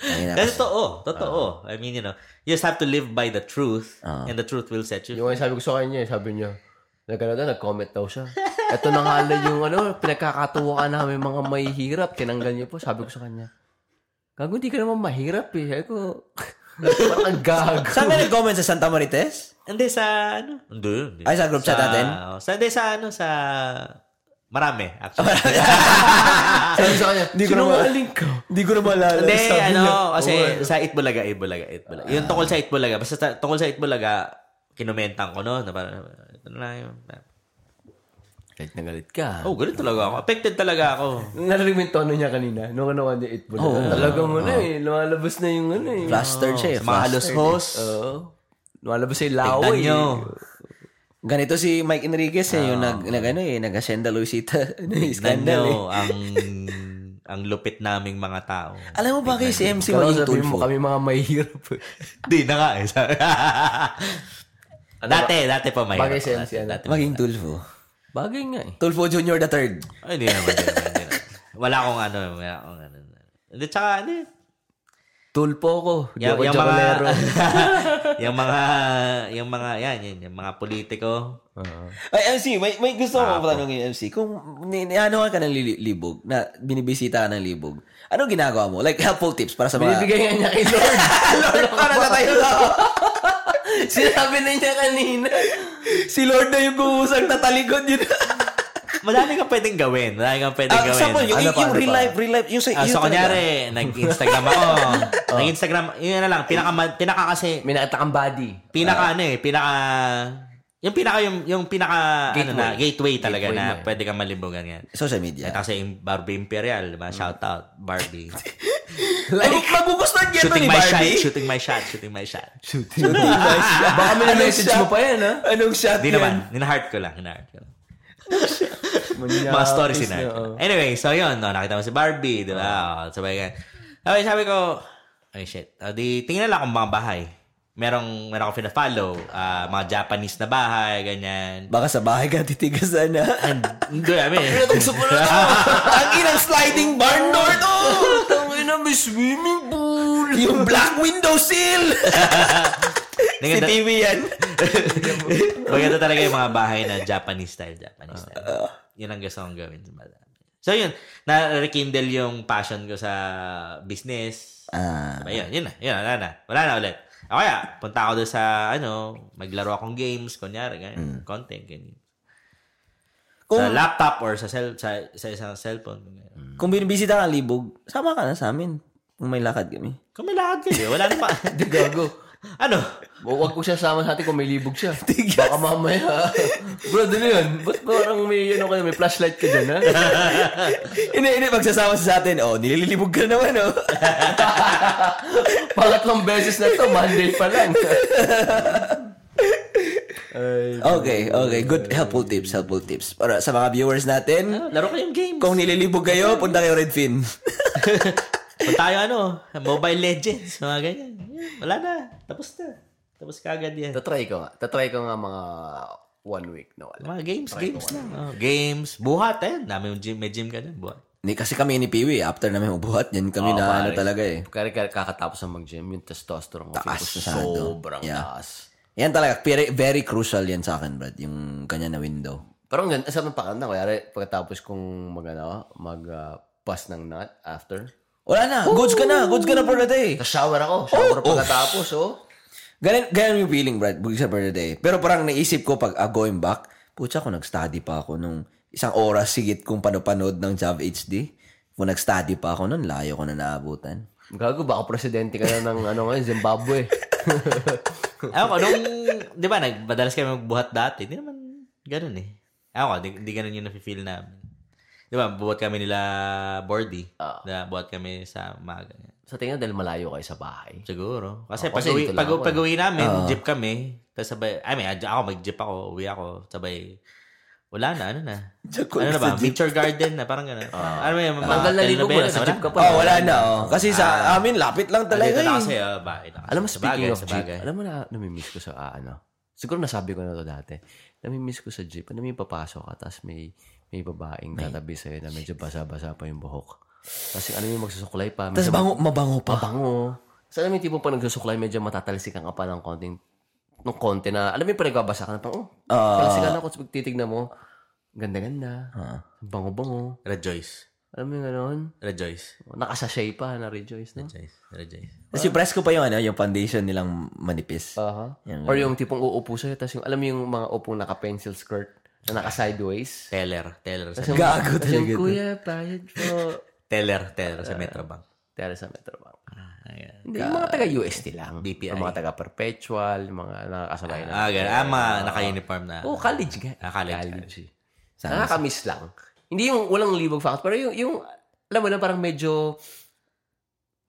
ayun na
Kasi totoo, totoo.
Ah.
I mean, you know, you just have to live by the truth and the truth will set you
Yung nga sabi ko sa kanya, sabi niya, nagkano daw, nag-comment daw siya. Ito na nga lang yung ano, pinagkakatuwaan namin mga mahihirap. Tinanggal niyo po, sabi ko sa kanya. Gago, hindi ka naman mahirap eh. Sabi ko, parang ang gago.
Saan ka nag-comment sa Santa Marites?
Hindi, sa ano? Hindi, hindi.
Ay, sa group chat natin?
oo. Sa, hindi, sa ano, sa... Marami,
Oh,
actually.
Sabi sa kanya,
Hindi ko na ma-
sinungaling ka.
Hindi ko na maalala.
Hindi,
Sabi
ano,
niya. "Oh, Ah.
kasi sa Itbulaga, Itbulaga, Itbulaga. yung tungkol sa Itbulaga, basta sa- tungkol sa Itbulaga, kinumentang ko no, na parang, ito na lang yun.
Kahit nagalit ka.
Oh, ganun talaga ako. Affected talaga ako.
Narinig mo yung tono niya kanina. Nung ano niya, it bullet. Talagang ano eh. Lumalabas na yung ano eh.
Flustered siya eh.
Sa mga halos host.
Oh.
Oo. Lumalabas na yung laway.
Tignan nyo.
Ganito si Mike Enriquez eh, yung
Ah,
nag, nag ano eh, nag-ascenda Luisita ano, eh,
Tignan
scandal
nyo
eh.
ang, ang lupit naming mga tao.
Alam mo ba kayo si MC
Ikaw
Maging
sabihin mo,
Tulfo?
kami mga mahirap.
Di na nga eh.
Ano
dati, dati pa mahirap.
Bagay si MC, ano?
Dati, dati.
Maging Tulfo.
Bagay nga eh.
Tulfo Junior the third.
Ay, hindi naman. Hindi naman, hindi naman. Wala akong ano, wala akong ano. Hindi, tsaka ano eh,
Tulpo ko.
Yung,
Joko
yung mga
Chocolero.
yung mga yung mga yan, yan yung mga politiko.
Ay, MC, may, may gusto ko patanungin, MC. Kung ni, ni, ano ka ng li- libog, na binibisita ka ng libog, ano ginagawa mo? Like, helpful tips para sa mga...
Binibigay nga niya kay Lord.
Lord, para na tayo ah. na.
Sinabi na niya kanina.
si Lord na yung gumusag na talikod yun.
Madami kang pwedeng gawin. Madami kang pwedeng
Ang
gawin.
example, yung,
Ano
yung,
pa, ano
real
pa?
life, real life. Yung sa,
Ah,
Ah, yun
so,
talaga.
kunyari, nag-Instagram ako. Nag-Instagram, yun na lang, pinaka, pinaka kasi,
May nakita kang body.
pinaka ano eh, pinaka, yung pinaka, yung, yung pinaka, ano na, gateway talaga
Gateway
na
mo eh.
pwede kang malibugan yan.
Social media.
Ito kasi yung Barbie Imperial, diba? Shout out, Barbie.
Like, magugustuhan niya ito ni
shooting my shot,
Barbie.
shooting my shot, shooting my shot.
Baka may message mo pa yan, ha?
Anong
ah.
shot
Hindi
yan?
naman, nina-heart ko lang, nina-heart ko lang. mga stories na. Anyway, so yun, no, nakita mo si Barbie, di ba? Oh, sabay ganyan. Sabi, sabi ko, ay shit, Ah, di, tingnan lang akong mga bahay. Merong, meron akong pinafollow, ah, mga Japanese na bahay, ganyan.
Baka sa bahay ka titigasan ah. na.
And, hindi, I mean,
Ang inang sliding barn door to!
Tangin na, may swimming pool.
Yung black window sill! si
Naganda-
TV yan.
maganda talaga yung mga bahay na Japanese style, Japanese style.
Uh,
Yun ang gusto kong gawin. So yun, na-rekindle yung passion ko sa business.
Ah.
Diba, yun, yun na, yun na, wala na. Wala na ulit. O kaya, punta ako doon sa, ano, maglaro akong games, kunyari, ganyan, content, ganyan.
Hmm. Kung,
Sa laptop or sa, cell, sa, sa isang cellphone. Mm.
kung binibisita ka ng libog, sama ka na sa amin. Kung may lakad kami.
Kung may lakad kayo, wala na pa.
Hindi, gago.
ano?
Huwag ko siya sama sa atin kung may libog siya. Baka mamaya. Bro, ano yun? Ba't parang may, ano kayo, may flashlight ka dyan, ha?
Hindi, hindi. Magsasama siya sa atin. Oh, nililibog ka na naman, oh.
Pangatlong beses na to, Monday pa lang. Ay,
okay, okay. Good. Helpful tips, helpful tips. Para sa mga viewers natin,
Ah.
Laro kayong games.
kung nililibog kayo, punta kayo Redfin.
Kung tayo, ano, Mobile Legends, mga ganyan. Yun, Wala na. Tapos na. Tapos kagad yan.
tatry ko nga. Tatry ko nga mga one week na wala.
Mga games, games na. Oh, games. Buhat, ayun. Dami yung gym, may gym ka dun. Buhat.
Ni, kasi kami ni Piwi, after namin ubuhat, yan kami
Oo,
na ano
Oh, pare.
talaga eh.
Kaya kaya kakatapos ng mag-gym, yung testosterone ko.
Taas
feel ko
masyado.
Sobrang
Yeah.
taas.
Yan talaga, very, very crucial yan sa akin, Brad. Yung kanya na window.
Pero ang ganda, sa mga pakanda, kaya pagkatapos kong mag, ano, mag ah, pass ng nut after,
Wala na.
Oh!
Goods ka na. Goods ka na for the day.
Tapos shower ako. Shower pagkatapos, oh.
Ganun, ganun yung feeling, Brad. Goods ka for the day. Pero parang naisip ko pag ah, going back, putya ko nag-study pa ako nung isang oras sigit kung panopanood ng Job HD. Kung nag-study pa ako nun, layo ko na naabutan.
Gago, baka presidente ka na ng ano ngayon, Zimbabwe.
Ewan ko, nung, di ba, nag, madalas kami magbuhat dati, di naman ganun eh. Ewan ko, di, di ganun yung nafe-feel namin. Di ba, buhat kami nila Bordy.
Ah.
na buhat kami sa umaga.
sa tingin dahil malayo kayo sa bahay.
Siguro. Kasi,
Ah, kasi
pag, uwi,
dito lang
pag,
ako eh.
pag uwi namin, jeep kami. Tapos sabay, I mean, ako mag-jeep ako, uwi ako. Sabay, wala na, ano na.
Jack-
ano na ba? Nature garden na, parang gano'n. ano ba yung mga
Tanggal na libog Ah. mo,
telenovela,
nasa
wala
jeep ka
na.
pa.
oh, wala na. Oh. Kasi sa amin, lapit lang
Ah, Dito
talaga.
na
eh.
kasi, ah, bahay na kasi.
Alam mo,
Sa
speaking
bagay,
of
sa
jeep,
bagay.
alam mo na, namimiss ko sa, ah, ano, siguro nasabi ko na to dati, namimiss ko sa jeep, ano may papasok ka, tapos may, may babaeng tatabi sa'yo na medyo basa-basa pa yung buhok. Kasi ano yung magsusuklay pa.
Tapos
medyo
bango, mabango pa.
Mabango. So, alam mo yung tipong pag nagsusuklay, medyo matatalsikan ka pa ng konting, ng konti na, alam mo yung pinagbabasa ka na, pang, oh,
Ah.
Ah.
talsikan ako, tapos titignan mo, ganda-ganda, bango-bango.
Rejoice.
Alam mo yung gano'n?
Rejoice.
Nakasashay pa, na-rejoice, no?
Rejoice. Rejoice.
Tapos yung press ko pa yung, ano, yung foundation nilang manipis.
Uh-huh.
Aha. Or yung tipong uupo sa'yo, tapos yung, alam mo yung mga upong naka-pencil skirt na naka-sideways?
Teller. Teller sa,
Tas yung-
Gago
tas yung,
talaga to.
kuya, bayad po.
teller, teller sa Metrobank.
Tara sa Metrobank.
Ayan.
Hindi, yung mga taga-UST lang.
BPI.
Yung mga taga-perpetual, yung mga nakakasabay na.
Ah, ganun. Ah, mga naka-uniform na.
Oo, Oh, college nga.
Ah, college,
eh. Nakakamiss lang. Hindi yung walang libog fact, pero yung, yung alam mo na parang medyo,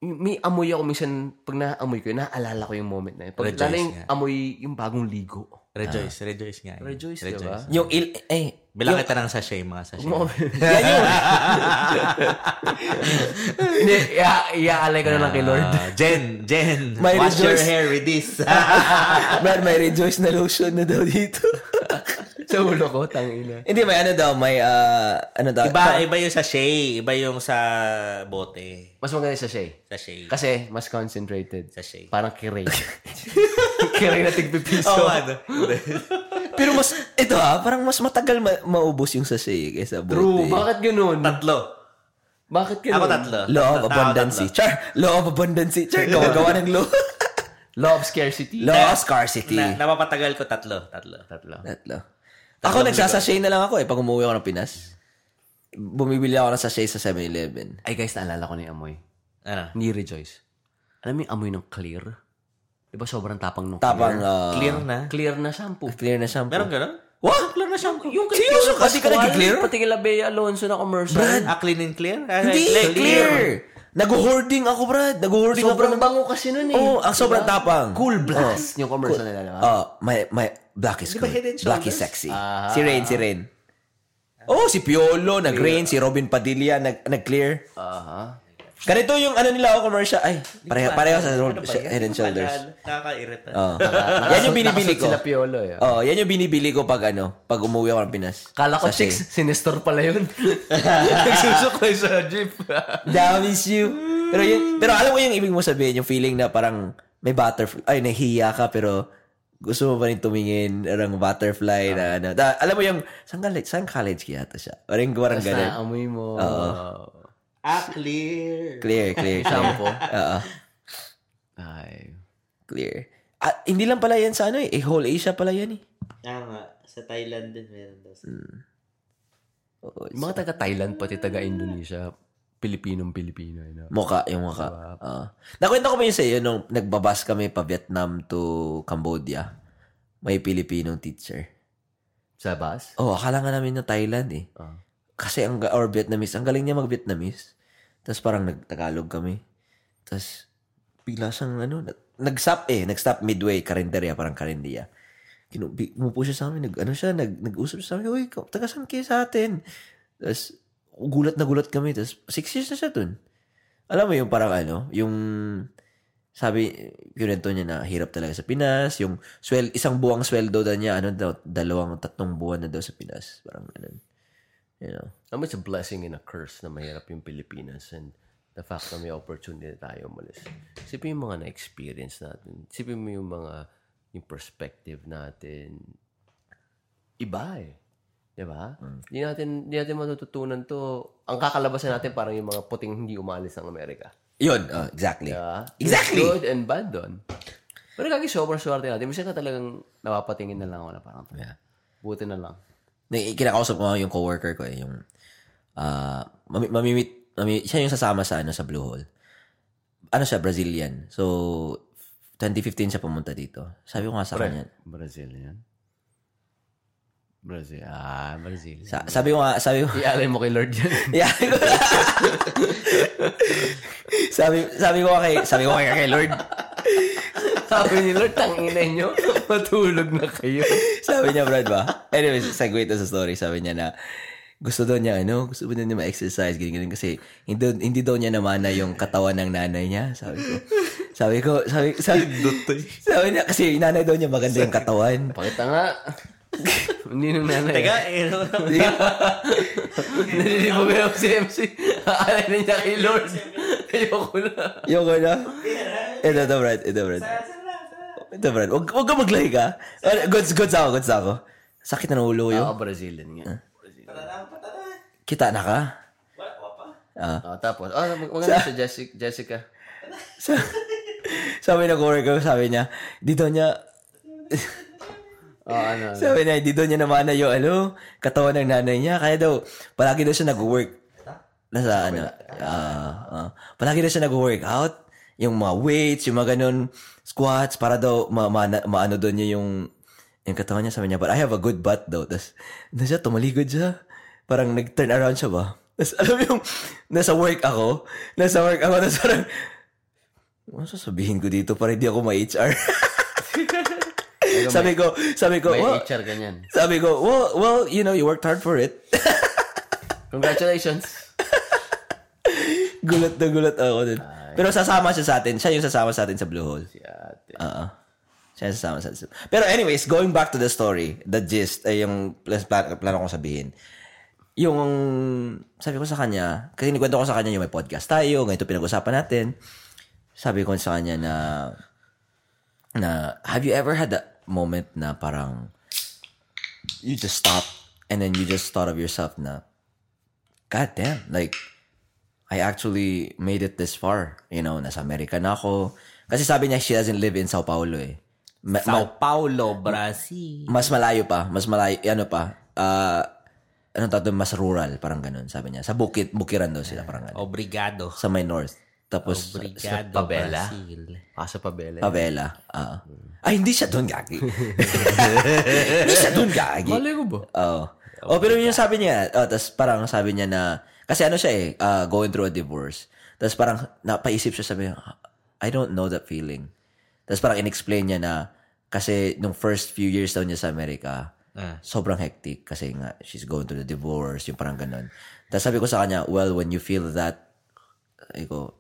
may amoy ako minsan, pag naamoy ko, yun, naaalala ko yung moment na yun. Pag
Rejoice
lalo yung
nga.
amoy, yung bagong ligo.
Rejoice. Rejoice nga. yun.
Rejoice, diba?
Yung il... Eh,
Bilang kita ng sachet, mga sachet.
Yan yun. Hindi, ia- iaalay ko na lang kay Lord.
Ah, Jen, Jen,
May
wash your
rejoice.
hair with this. Ah,
man, may rejoice na lotion na daw dito.
Sa ulo ko, tangina.
Hindi, may ano daw, may, ah, ano daw.
iba, iba yung sachet. Iba yung sa bote.
Mas maganda sa Shay.
Sachet.
Kasi, mas concentrated.
Sachet.
Parang kiray. kiray na tigpipiso.
Oh, ano?
Pero mas, ito ah, parang mas matagal ma- maubos yung sachet kaysa bote.
True. Bakit ganun?
Tatlo.
Bakit ganun?
Ako tatlo.
Law of
Tatlo,
abundance.
tatlo.
Char, law of abundance. Char, gumagawa ng law.
Law of scarcity.
law of scarcity.
Na, napapatagal ko tatlo. Tatlo.
Tatlo.
Tatlo. Ako, nagsasashay na lang ako eh. Pag umuwi ako ng Pinas, bumibili ako ng sachet sa 7-Eleven.
Ay guys, naalala ko na yung amoy.
Ano?
Ni Rejoice. Alam mo yung amoy ng clear? Di ba sobrang tapang nung
Tapang, ah,
Clear na.
Clear na shampoo.
clear na shampoo.
Meron ganun?
What?
Clear na shampoo. Yung kay
Seryoso?
Pati
Kasi ka nag-clear?
Pati kay Labea Alonso na commercial.
Ah, clean and clear? Ah,
Hindi, clear. Nag-hoarding ako, Brad. Nag-hoarding ako.
Sobrang
ng-
bango kasi nun eh.
Oo, ang sobrang
Diba?
tapang.
Cool blast. Yung commercial nila, diba? di ba?
Oh, my, my, black is
Di ba
good.
Head and
Black is
Shoulders?
sexy.
Ah.
si Rain, si Rain. Oh, si Piolo, nag-rain. Si Robin Padilla, nag- nag-clear.
Aha.
Ganito yung ano nila ako commercial. Ay, pareho, pareho sa
Ano
ro- sh- Head and Shoulders.
Nakakairita.
Oh. yan yung binibili ko.
Nakasuot sila Piolo eh.
Oh, yan yung binibili ko pag ano, pag umuwi ako ng Pinas.
Kala ko
Sachet.
chicks, sinister pala yun. Nagsusuklay sa jeep.
Damn is you. Pero, yun, pero alam mo yung ibig mo sabihin, yung feeling na parang may butterfly, ay, nahiya ka, pero gusto mo pa rin tumingin, parang butterfly na ano. Da, alam mo yung, saan college, saan college kaya to siya? Parang parang ganun.
Naamoy mo.
Ah, clear.
Clear, clear, clear.
Shampoo.
Oo,
Ay.
clear. Ah, hindi lang pala yan sa ano eh, eh, whole Asia pala yan eh.
Ah, nga. Sa Thailand din meron daw.
Oo,
Yung mga taga-Thailand, pati taga-Indonesia, Pilipinong-Pilipino. You know?
Mukha, yung mukha. Oo. Nakwento ko ba yun sa iyo nung nagbabas kami pa Vietnam to Cambodia? May Pilipinong teacher.
Sa bus?
Oh, akala nga namin na Thailand eh.
Ah.
Kasi ang ga- or Vietnamese, ang galing niya mag-Vietnamese. Tapos parang nagtagalog kami. Tapos bigla siyang ano, nag- nag-stop eh, nag-stop midway, karinderya, parang karinderya. Kinu- bi- Umupo siya sa amin, nag, ano siya, nag, nag-usap siya sa amin, uy, ka- taga saan kayo sa atin? Tapos gulat na gulat kami, tapos six years na siya dun. Alam mo yung parang ano, yung sabi, kinento niya na hirap talaga sa Pinas, yung swel, isang buwang sweldo daw niya, ano daw, dalawang, tatlong buwan na daw sa Pinas. Parang ganun. You know.
Alam mo, it's a blessing and a curse na mahirap yung Pilipinas and the fact na may opportunity tayo umalis. Isipin yung mga na-experience natin. Isipin mo yung mga yung perspective natin. Iba eh. Di ba? Di natin, di natin matututunan to. Ang kakalabasan natin parang yung mga puting hindi umalis ng Amerika.
Yun, oh, exactly.
Diba?
Exactly.
There's good and bad doon. Pero kagi sobrang swerte natin. Minsan ka talagang napapatingin na lang ako na parang, buti na lang.
Ni- Kinakausap ko nga yung coworker ko eh, yung, ah, mami- mamimit, mami, siya yung sasama sa, ano, sa Blue Hole. Ano siya, Brazilian. So, 2015 siya pumunta dito. Sabi ko nga sa kanya,
Brazil yan. Brazil. Ah, Brazil.
sa- sabi ko nga, sabi ko,
Ialay mo kay Lord yan.
Yeah. sabi sabi ko kay sabi ko kay, kay Lord.
Sabi ni Lord, tanginay nyo. Matulog na kayo.
Sabi niya, Brad ba? Anyways, segue to sa story. Sabi niya na, gusto daw niya, ano, gusto ba daw niya ma-exercise, ganyan, ganyan. Kasi, hindi, hindi daw niya namana yung katawan ng nanay niya. Sabi ko, sabi ko, sabi, sabi, sabi niya, kasi yung nanay daw niya maganda yung katawan.
Pakita nga. Hindi nung nanay.
Teka, eh, ano?
Nalilibog na ako si MC. Aalay na niya kay Lord. Ayoko na.
Yung ko na. Ito, ito, Brad. Ito, Brad. Ito, Brad. Huwag huwag ka maglahi ka. Ah, Goods, goods ako, goods ako.
Ah,
Sakit na ng ulo ko yun.
Ako, Brazilian nga.
Kita na ka? Ah.
Oh, tapos, oh, mag- maganda si Jessica. Jessica.
So, sabi ng coworker ko, sabi niya, dito niya,
Oh, ano, ano.
sabi niya, dito niya naman na yung, ano, katawan ng nanay niya. Kaya daw, palagi daw siya nag-work. Nasa, ano, ah, ah. palagi daw siya nag-workout. Yung mga weights, yung mga ganun, squats, para daw, ma, ma, maano doon niya yung, yung katawan niya. Sabi niya, but I have a good butt daw. Tapos, na siya, tumaligod siya. Parang nag-turn around siya ba? Tapos, alam mo yung, nasa work ako, nasa work ako, tapos parang, ano sasabihin ko dito para hindi ako ma-HR? sabi ko, sabi ko, "Oh,
May
"Wow."
HR ganyan.
Sabi ko, well, well, you know, you worked hard for it.
Congratulations.
gulat na gulat ako dun. Pero sasama siya sa atin. Siya yung sasama sa atin sa Blue Hole.
Si ate.
Oo. Siya yung sasama sa atin. sa- Pero anyways, going back to the story, the gist, ay yung plus plan, plano kong sabihin. Yung, sabi ko sa kanya, kasi nikwento ko sa kanya yung may podcast tayo, ganito pinag-usapan natin. Sabi ko sa kanya na, na, have you ever had a moment na parang, you just stop and then you just thought of yourself na, God damn, like, I actually made it this far. You know, nasa Amerika na ako. Kasi sabi niya, she doesn't live in Sao Paulo eh. Ma- ma-
Sao Paulo, Brazil.
mas malayo pa. Mas malayo, ano pa. ah anong tawag doon? Mas rural. Parang ganun, sabi niya. Sa bukit, bukiran daw sila. Parang
Oh.
ganun.
Obrigado.
Sa may north. Tapos,
Obrigado,
Pabela.
Brazil.
Pasa pabela.
Pavela. ah Ay, hindi siya doon, Gagi. hindi siya doon, Gagi.
Malay ko ba?
Oo. Oh, pero yun yung sabi niya. Oh, tapos parang sabi niya na, kasi ano siya eh, uh, going through a divorce. Tapos parang napaisip siya, sabi niya, I don't know that feeling. Tapos parang in-explain niya na, kasi nung first few years daw niya sa Amerika, sobrang hectic kasi nga, she's going through the divorce, yung parang ganun. Tapos sabi ko sa kanya, well, when you feel that, I go,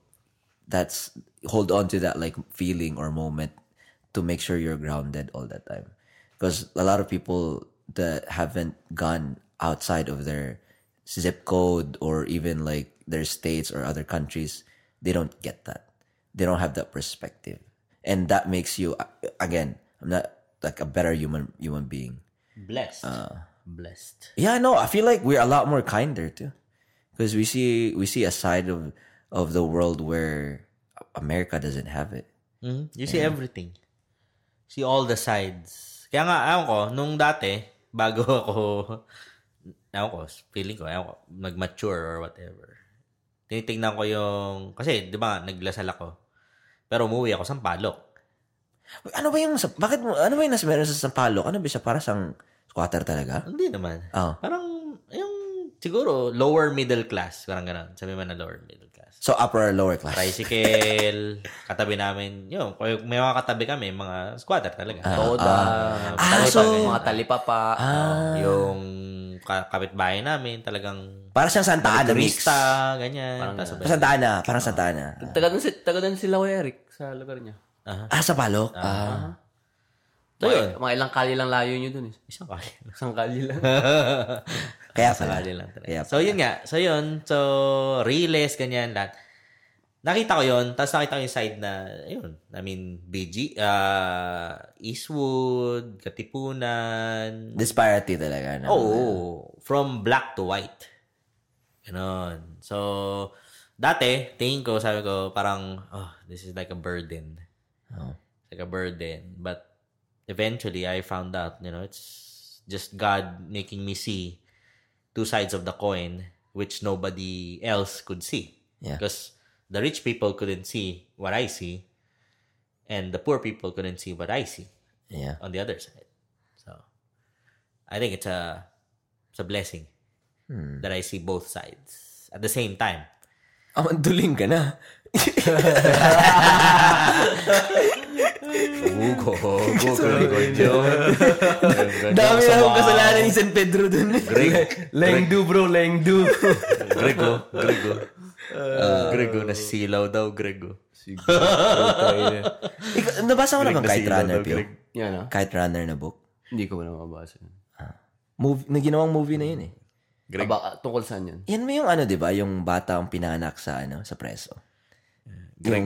that's, hold on to that like feeling or moment to make sure you're grounded all that time. Because a lot of people that haven't gone outside of their zip code or even like their states or other countries, they don't get that. They don't have that perspective. And that makes you, again, I'm not like a better human human being.
Blessed. Blessed.
Yeah, no, I feel like we're a lot more kinder too, because we see we see a side of of the world where America doesn't have it.
Mhm. You see everything. See all the sides. Kaya nga, ewan ko, nung dati, bago ako, ewan ko, feeling ko, ewan ko, nag-mature or whatever. Tinitingnan ko yung, kasi, di ba, naglasal ako. Pero umuwi ako sa Palok.
Wait, Ano ba yung sa- bakit mo ano ba yung nasa meron sa Sampalok? Ano ba siya para sang squatter talaga?
Hindi Ano naman.
Oh.
Parang, yung, siguro, lower middle class. Parang ganun. Sabi mo na lower middle class.
So upper or lower class?
Tricycle, katabi namin, yun, kung may mga katabi kami, mga squatter talaga.
Toda.
Ah,
talipa-
so- ah.
Mga talipapa.
Yung ka- kapitbahay namin, talagang
Para siyang Santa Ana Ah, mix.
turista, ganyan. Tapos sabay-
Parang Santa Ana, parang Santa Ana.
Taga doon si- taga doon sila Kuya Eric sa lugar niya.
Ah, sa Palok? Ah.
So,
eh.
yun. Mga ilang kali lang layo niyo doon. Eh.
Isang kali.
Isang kali lang.
Kaya
Isang
pala.
kali lang talaga.
Kaya
So, yun nga. So, yun. So, reels, ganyan, lahat. Nakita ko yun. Tapos nakita ko yung side na, yun, I mean, BG, ah, Eastwood, Katipunan.
Disparity talaga. No? Oh.
Oo. from black to white. Ganon. So, dati, tingin ko, sabi ko, parang, oh, this is like a burden.
Oh.
It's like a burden. But eventually, I found out, you know, it's just God making me see two sides of the coin which nobody else could see.
Yeah.
Because the rich people couldn't see what I see, and the poor people couldn't see what I see
Yeah.
on the other side. So I think it's a it's a blessing that I see both sides at the same time.
Ah, manduling ka na.
Ugo. Ugo. Ugo.
Dami na akong kasalanan ni San Pedro dun.
Lengdu bro. Lengdu.
Grego, Grego. Grego, nasilaw daw, Grego.
Ikaw, Nabasa ko naman Kite Runner, Pio.
Yan ah.
Kite Runner na book.
Hindi ko na mabasa. yun.
Movie, na ginawang movie na yun eh.
Aba, ah, tungkol saan yun?
Yan mo yung ano, di ba? Yung bata ang pinanganak sa, ano, sa preso. Yung,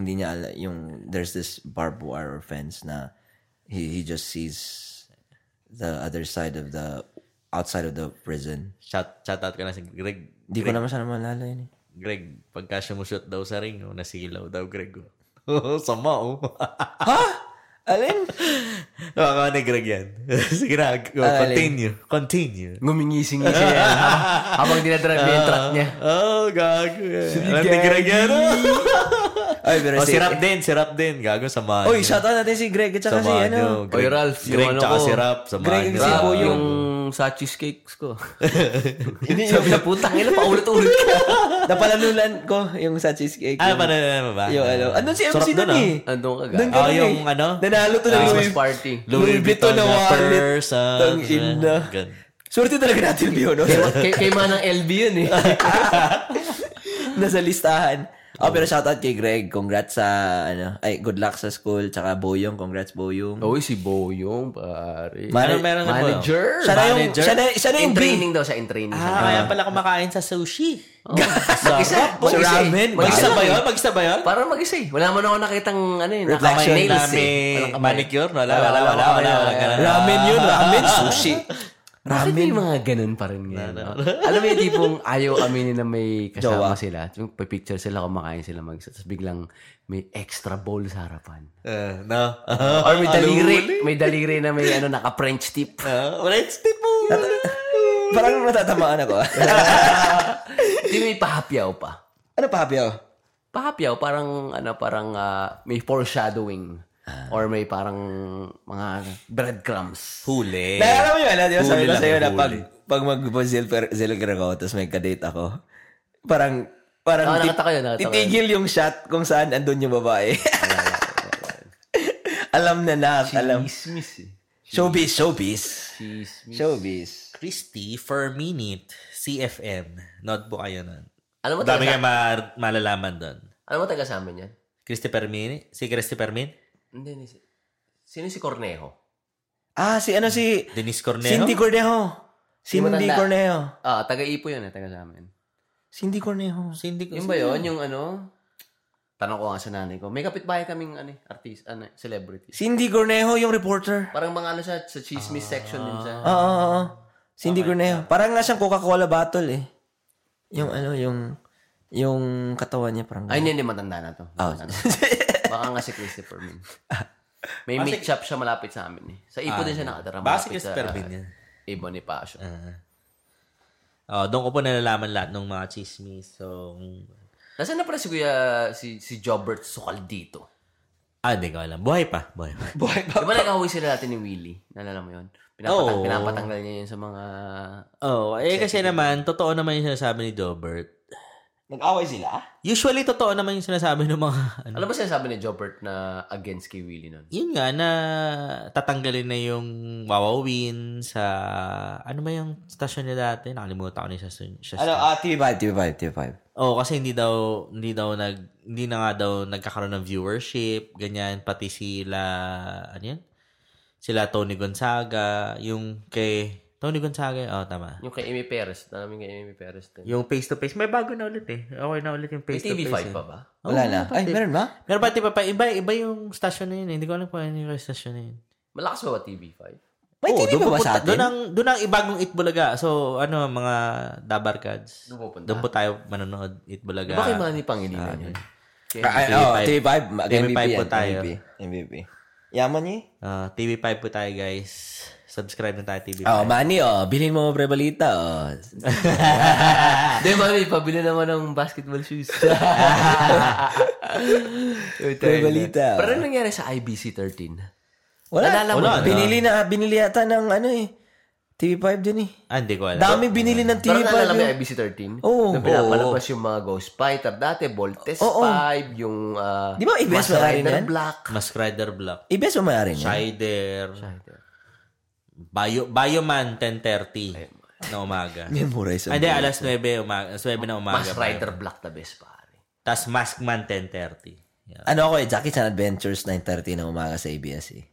hindi niya ala, yung, there's this barbed wire or fence na he, he just sees the other side of the, outside of the prison.
Shout, shout out ka na si Greg.
Hindi ko naman sana malala yun eh.
Greg, pagka sumushoot daw sa ring, oh, nasilaw daw, Greg. Oh. Sama, oh.
Alin?
Baka ni Greg yan. Sige na, go, continue. Continue.
Ngumingising-ngisi
eh.
yan. habang- habang dinadrive
Ah.
niya yung truck niya.
Oh, gago. Alam ni Greg yan.
Ay, pero
oh,
si...
sirap din, sirap din. Gago, samahan
Oy,
niyo.
shoutout natin si Greg at saka si
Samahan niyo.
ano.
Greg,
Oy, Ralph, yung
Greg,
ano
tsaka
ko.
si Rap, samahan
Greg,
niyo.
si
Grabe,
Boyong.
yung sa cheesecakes ko. Sabi na putang ina, paulit-ulit ka.
Napalanulan ko yung sa cheesecake.
Ah,
Yung-
paano naman ba?
Yung ano. Ano si
Sarap
MC
dun,
nun
ah.
eh?
Andun ka
Doon
ga.
ka
Ah,
nun
yung
eh.
ano?
Nanalo to ng
Christmas
Louis,
party.
Louis Vuitton na wallet.
purse, ah,
Tang ina.
ganun.
Swerte talaga natin, Bio, no?
Kay, kay manang LB yun eh.
Nasa listahan. Oh, pero shoutout kay Greg. Congrats sa, ano, ay, good luck sa school. Tsaka Boyong, congrats Boyong.
Uy, si Boyong, pare.
Ano meron ka ba?
Manager.
Siya na yung,
manager?
siya na, siya na yung
In
B.
training daw siya, in training.
Ah, Oh. kaya pala kumakain sa sushi.
Mag-isa.
Sa ramen.
Mag-isa
Mag-isa
ba
ba
yun?
yun? Mag-isa ba yun?
Parang mag-isa eh. Wala mo na ako nakitang ano eh.
Kamay
Reflection
na
nails eh.
may
Walang kamay.
manicure? Wala, wala, wala, wala. wala, wala. Ah.
Ramen yun, ramen, sushi.
Bakit may mga ganun pa rin ngayon? no? Alam mo yung tipong ayaw aminin na may kasama sila. Yung picture sila, kumakain sila mag Tapos biglang may extra bowl sa harapan.
Eh, no.
Or may daliri. May daliri na may ano, naka-French tip.
Ah, Wala yung step mo.
Parang natatamaan ako. ah.
Hindi may pahapyaw pa.
ano pa, Bio?
Pahapyaw, parang ano, parang ah, may foreshadowing. Or may parang mga breadcrumbs.
Huli.
Dahil alam mo yun, alam mo, yun,
Huli
sabi ko
Eh, lang,
sa'yo na pag,
huli.
pag mag-zilker ako, tapos may kadate ako, parang, parang
Oo,
Ah,
tit-
nakita ko yun, nakita ko yun.
titigil yung shot kung saan andun yung babae. alam na lahat, alam.
Chismis eh.
Showbiz, showbiz.
Chismis.
Showbiz.
Christy for Minute CFM. Notebook kayo nun.
Alam mo
Dami
taga,
kayo ma- malalaman doon.
alam mo taga sa amin yan?
Christy Permin? Si Christy Permin?
Hindi, hindi. si- Sino si Cornejo?
Ah, si ano si...
Denise Cornejo?
Cindy Cornejo. Cindy
matanda.
Cornejo.
Ah, taga-ipo yun eh, taga sa amin.
Cindy Cornejo.
Cindy
Yung ba yun? Yung ano? Tanong ko nga sa nanay ko. May kapitbahay kaming ano, eh, artist, ano, eh, celebrity.
Cindy Cornejo, yung reporter.
Parang mga ano siya, sa chismis section din siya.
Oo, oo, oo. Cindy Cornejo. Parang nga siyang Coca-Cola bottle eh. Yung ano, yung... Yung katawan niya parang...
Ay, hindi, hindi, matanda na to. Matanda na. Baka nga si Christopher Min. May meet shop siya malapit sa amin eh. Sa ipo din siya
Baka si
nakatira. malapit sa,
Christopher Min yan.
eh, Bonifacio.
Oh, doon ko po nalalaman lahat ng mga chismis. So,
Nasaan na pala si Kuya, si, si Jobert Sukal dito?
ah, hindi ko alam. Buhay pa. Buhay pa.
Di ba nagkahuwi sila natin ni Willie? Nalala mo yun? Pinapatang,
Oo.
Pinapatanggal niya yun sa mga...
Oh, eh kasi naman, totoo naman yung sinasabi ni Jobert.
Nag-away sila?
Usually, totoo naman yung sinasabi ng mga, ano,
Mm. Alam ba sinasabi ni Jobert na against kay Willie nun?
yun nga, na tatanggalin na yung wawawin sa, ano ba yung station niya dati? Nakalimutan ko na yung station. station.
Ano, ah, TV5, TV5, TV5.
Oo, kasi hindi daw hindi daw nag hindi na nga daw nagkakaroon ng viewership, ganyan pati sila ano yan? Sila Tony Gonzaga, yung kay Tony Gonzaga, oh tama.
Yung kay Amy Perez. Namin kay Amy Perez din.
Yung face to face, may bago na ulit eh. Okay na ulit yung
May
face to
TV5
face.
pa ba?
Wala na. Ay, meron ba?
Pero pati pa pa iba iba yung station na yun, eh. hindi ko alam kung ano yung station na yun.
Malakas ba ba TV5?
May
Oo,
TV
doon
ba, ba
pupunta-
sa atin?
Doon ang, doon ang ibagong Itbulaga. So, ano, mga dabarkads.
Doon pupunta?
Doon po tayo manonood Itbulaga.
Baka yung Manny Pangilinan yun.
Ah, ay, oo, TV5.
TV5
MVP
po
yan,
tayo.
MVP. MVP. Yaman niya eh.
Ah, TV5 po tayo, guys. Subscribe na tayo, TV5.
Oh, Manny, oh, bilhin mo mga prebalita, oh.
Hindi, mami, pabili naman ng basketball shoes.
prebalita.
Pero ano nangyari sa IBC 13?
Wala,
Nalala mo
wala.
na.
Binili na, binili yata ng ano eh. TV5 din eh.
Ah, hindi ko alam.
Dami binili ng
Pero
TV5.
naalala mo yung
eh.
IBC 13?
Oo.
Na pinapalabas yung mga Ghost Fighter. Dati, Voltes 5, yung... ah,
Di ba ibes
Master
wala rin
Rider
yan?
Black.
Mas Rider Black.
Ibes mo maaaring yan.
Shider. Bio, Bioman 10.30 na umaga.
Memorize.
Ah, Hindi, alas 9 umaga. Alas 9 na umaga.
Mas Rider Black the best, pare.
Tapos Maskman 10.30. Yeah.
Ano ako eh, Jackie Chan Adventures, 9.30 na umaga sa ABS eh.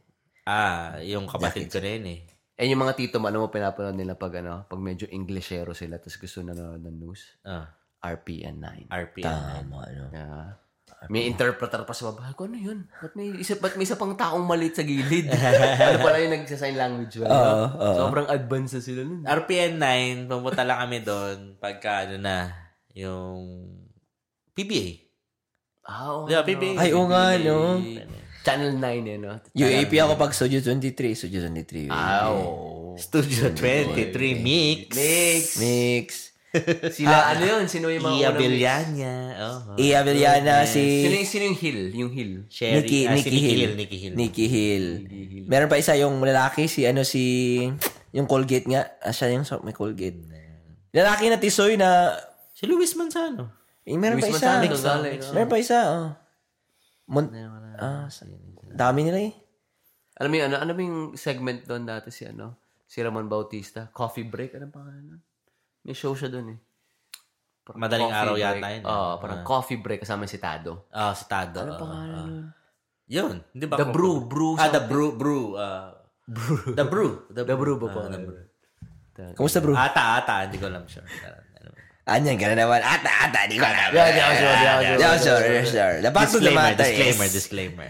Ah, yung kapatid ko na yun eh.
And yung mga tito mo, ano mo pinapanood nila pag ano, pag medyo Englishero sila tapos gusto na nanonood ng news?
Ah,
RPN 9.
RPM.
Tama, ano.
Yeah. May interpreter pa sa baba. Ko, ano yun? Ba't may, isa, ba't may isa pang taong maliit sa gilid? ano pala yung nagsasign language? Wala? Sobrang advanced na sila nun.
RPN 9, pumunta lang kami doon pagka ano na, yung PBA.
Ah, oo.
Di ba, PBA?
Ay, oo nga, no?
Channel 9 eh, no?
UAP ako pag Studio 23. Studio 23. UAP.
Ah. Oh,
Studio 23 Mix. Mix.
Mix.
Sila, ano yun? Sino yung mga
Ia
unang-
Villania. Oo.
Ia Villana,
Sino,
E. si
yung- sino yung Hill? Yung Hill.
Sherry.
Nikki,
ah, si
Nikki, Hill.
Nikki Hill.
Nikki Hill. Meron pa isa yung lalaki, si ano, si... Yung Colgate nga. Ah, siya yung so- may Colgate. Lalaki na tisoy na...
Si Luis Manzano.
Eh, meron pa
Luis
isa.
Manzano, Gonzalez.
Meron pa isa, oh. Mon- ah, sa- dami nila eh.
Alam mo yung ano? Ano ba yung segment doon dati si ano? Si Ramon Bautista? Coffee break? Ano pa nun? May show siya doon eh. Parang
Madaling
coffee
araw
break.
yata yun. eh.
Oo, oh, parang coffee break kasama si Tado.
Ah, si Tado. Ano pangalan yun? Di ba?
The
kung-
Brew, Brew.
Ah, The Brew. Brew. ah, The Brew. The Brew ba po?
Kumusta bro?
Ata, ata. Hindi ko alam sure. Ano ba?
Anyan, gano'n naman. Ata, ata, di ko alam.
Yeah, yeah, sure, yeah, sure.
Yeah, sure, yeah, sure. Lapat ko
Disclaimer,
naman tayo.
disclaimer, disclaimer.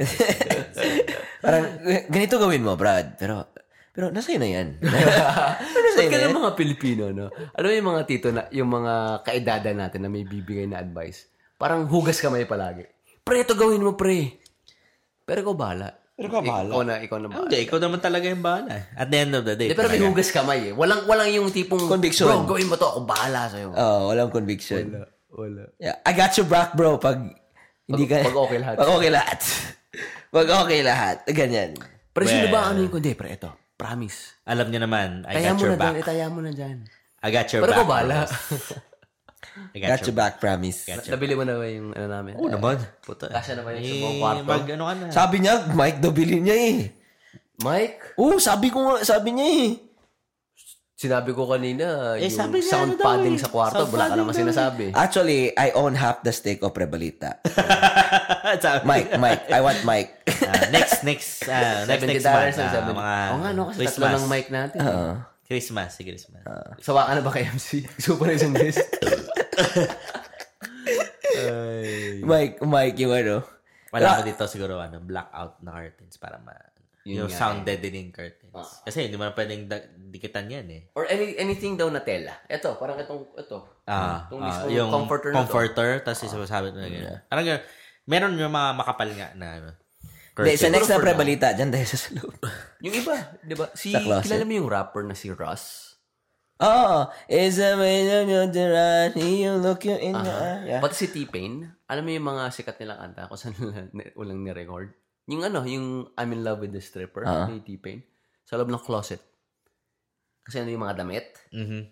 Parang, eh, ganito gawin mo, Brad. Pero, pero nasa'yo na yan. pero
Ba't
nasa'yo na
ka
yan.
ng Ano mga Pilipino, no? Ano yung mga tito, na, yung mga kaedada natin na may bibigay na advice? Parang hugas kamay palagi. Pre, ito gawin mo, pre. Pero ikaw bahala. Pero ikaw bahala. Ikaw na, ikaw na bahala.
Hindi, ikaw naman talaga yung bahala. At the end of the day.
Eh, pero may hugas kamay eh. Walang, walang yung tipong,
Conviction.
bro, gawin mo to, ako bahala sa'yo.
Oh, walang conviction.
Wala.
Yeah, I got you back, bro. Pag, hindi ka...
pag okay lahat.
Pag okay lahat. pag okay lahat. Ganyan.
Pero sino ba ano yung kundi? Pre, ito. Promise.
alam niyo naman, I
Taya
got
mo
your
na dyan.
back.
Itaya mo na dyan.
I got your
Pero
back.
ikaw bahala.
I got,
Got
your
you back, promise.
Nabili mo na ba yung ano namin?
Oo naman.
Puta. Kasya na ba yung sa
Eh,
buong kwarto?
Mag, ano ka na?
Sabi niya, Mike daw bilhin niya eh.
Mike?
Oo, sabi ko nga, sabi niya eh.
Sinabi ko kanina,
Eh,
yung
sabi niya, ano
sound
daw
padding
eh.
sa kwarto,
Sound
wala ka
padding
naman
daw eh.
sinasabi.
Actually, I own half the stake of Rebalita.
Sabi-
Mike, Mike. I want Mike.
Ah, next, next, ah, next,
Seventy
next
dollars
month.
na
ah,
sabi niya.
mga
Oo nga, no? Kasi tatlo
Christmas.
lang mic natin.
Christmas, si Christmas.
Sawa ka na ba kay MC? Gusto pa na isang guest?
Mike, Mike, yung ano.
Ah.
Wala ko dito siguro, ano, blackout na curtains para ma, yung sound
eh.
deadening curtains.
Ah.
Kasi hindi mo na pwedeng da- dikitan yan eh.
Or any, anything daw na tela. Ito, parang itong, ito.
Ah,
Itong
ah,
mismong
yung
comforter
comforter,
na to.
tapos isasabi na gano'n. Parang gano'n, meron yung mga makapal nga na, ano,
Hindi,
curtains.
sa next na Rebalita, dyan tayo sa loob.
Yung iba, di ba? Si,
Sa closet.
kilala mo yung rapper na si Russ?
Oo. Is Oh, a man of your demand, you look you in the eye. Yeah.
Ah, Pati si T-Pain, alam mo yung mga sikat nilang kanta kung saan nila ni- walang nirecord? Yung ano, yung I'm in love with the stripper
Ah.
ni T-Pain. Sa loob ng closet. Kasi ano yung mga damit?
Mhm.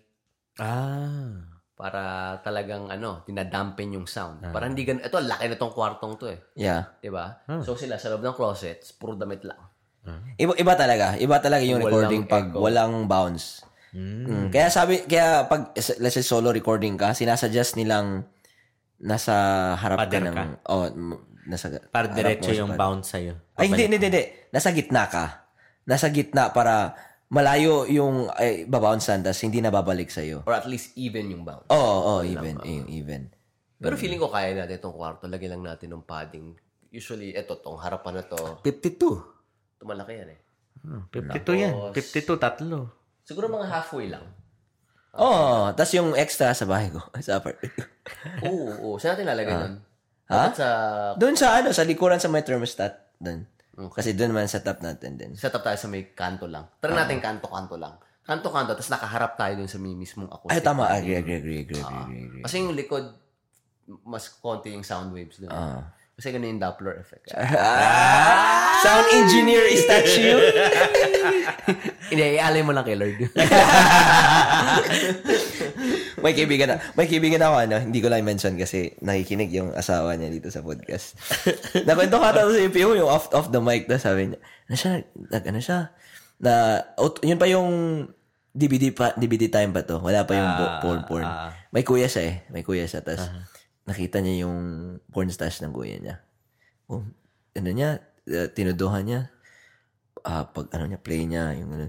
Ah.
para talagang ano, dinadampen yung sound.
Ah.
Para hindi ganun, ito, laki na tong kwartong to eh.
yeah.
'Di ba?
Hmm.
So sila sa loob ng closet, puro damit lang.
Iba, iba talaga. Iba talaga yung
Walang
recording pag
echo.
walang bounce. Mm. Kaya sabi, kaya pag, let's say solo recording ka, sinasuggest nilang nasa harap
Pader
ka ng,
ka.
oh, m- nasa
Para
harap
diretso
mo sa
yung
pad-
bounce sa'yo.
Ay, hindi, hindi, hindi. Nasa gitna ka. Nasa gitna para malayo yung ay, babounce sandas, hindi na babalik sa'yo.
Or at least even yung bounce.
Oo, oh, oh, even, eh, even. Hmm.
Pero feeling ko kaya natin itong kwarto, lagyan lang natin ng padding. Usually, ito, tong harapan na to,
52.
tumalaki yan eh.
52 yan. 52, tatlo.
Siguro mga halfway lang.
Oo, oh, tas yung extra sa bahay ko, sa apartment ko.
Oo, oo. Saan natin lalagay
Ah.
nun? Dapat Sa,
Doon sa ano, sa likuran sa may thermostat. Doon. Kasi doon man sa top natin din.
set up tayo sa may kanto lang. Tara
Ah.
natin kanto-kanto lang. Kanto-kanto, tapos nakaharap tayo dun sa may mismong acoustic.
Ay, tama. Agree, agree, agree, agree, agree, agree, agree.
Kasi yung likod, mas konti yung sound waves doon.
Ah.
Kasi ganun yung Doppler effect.
Sound engineer is that you?
Hindi, ialay mo lang kay Lord.
may kaibigan na, may kaibigan ako, ano, hindi ko lang mention kasi nakikinig yung asawa niya dito sa podcast. Nakwento ka tapos sa IPO, yung off, off the mic na sabi niya, ano siya, nag, ano siya, na, out- yun pa yung DVD pa, DVD time pa to. Wala pa yung bo- porn porn. May kuya siya eh. May kuya siya. Tapos, nakita niya yung porn stash ng kuya niya. Oh, ano niya, uh, tinuduhan niya. Ah, pag ano niya, play niya, yung ano.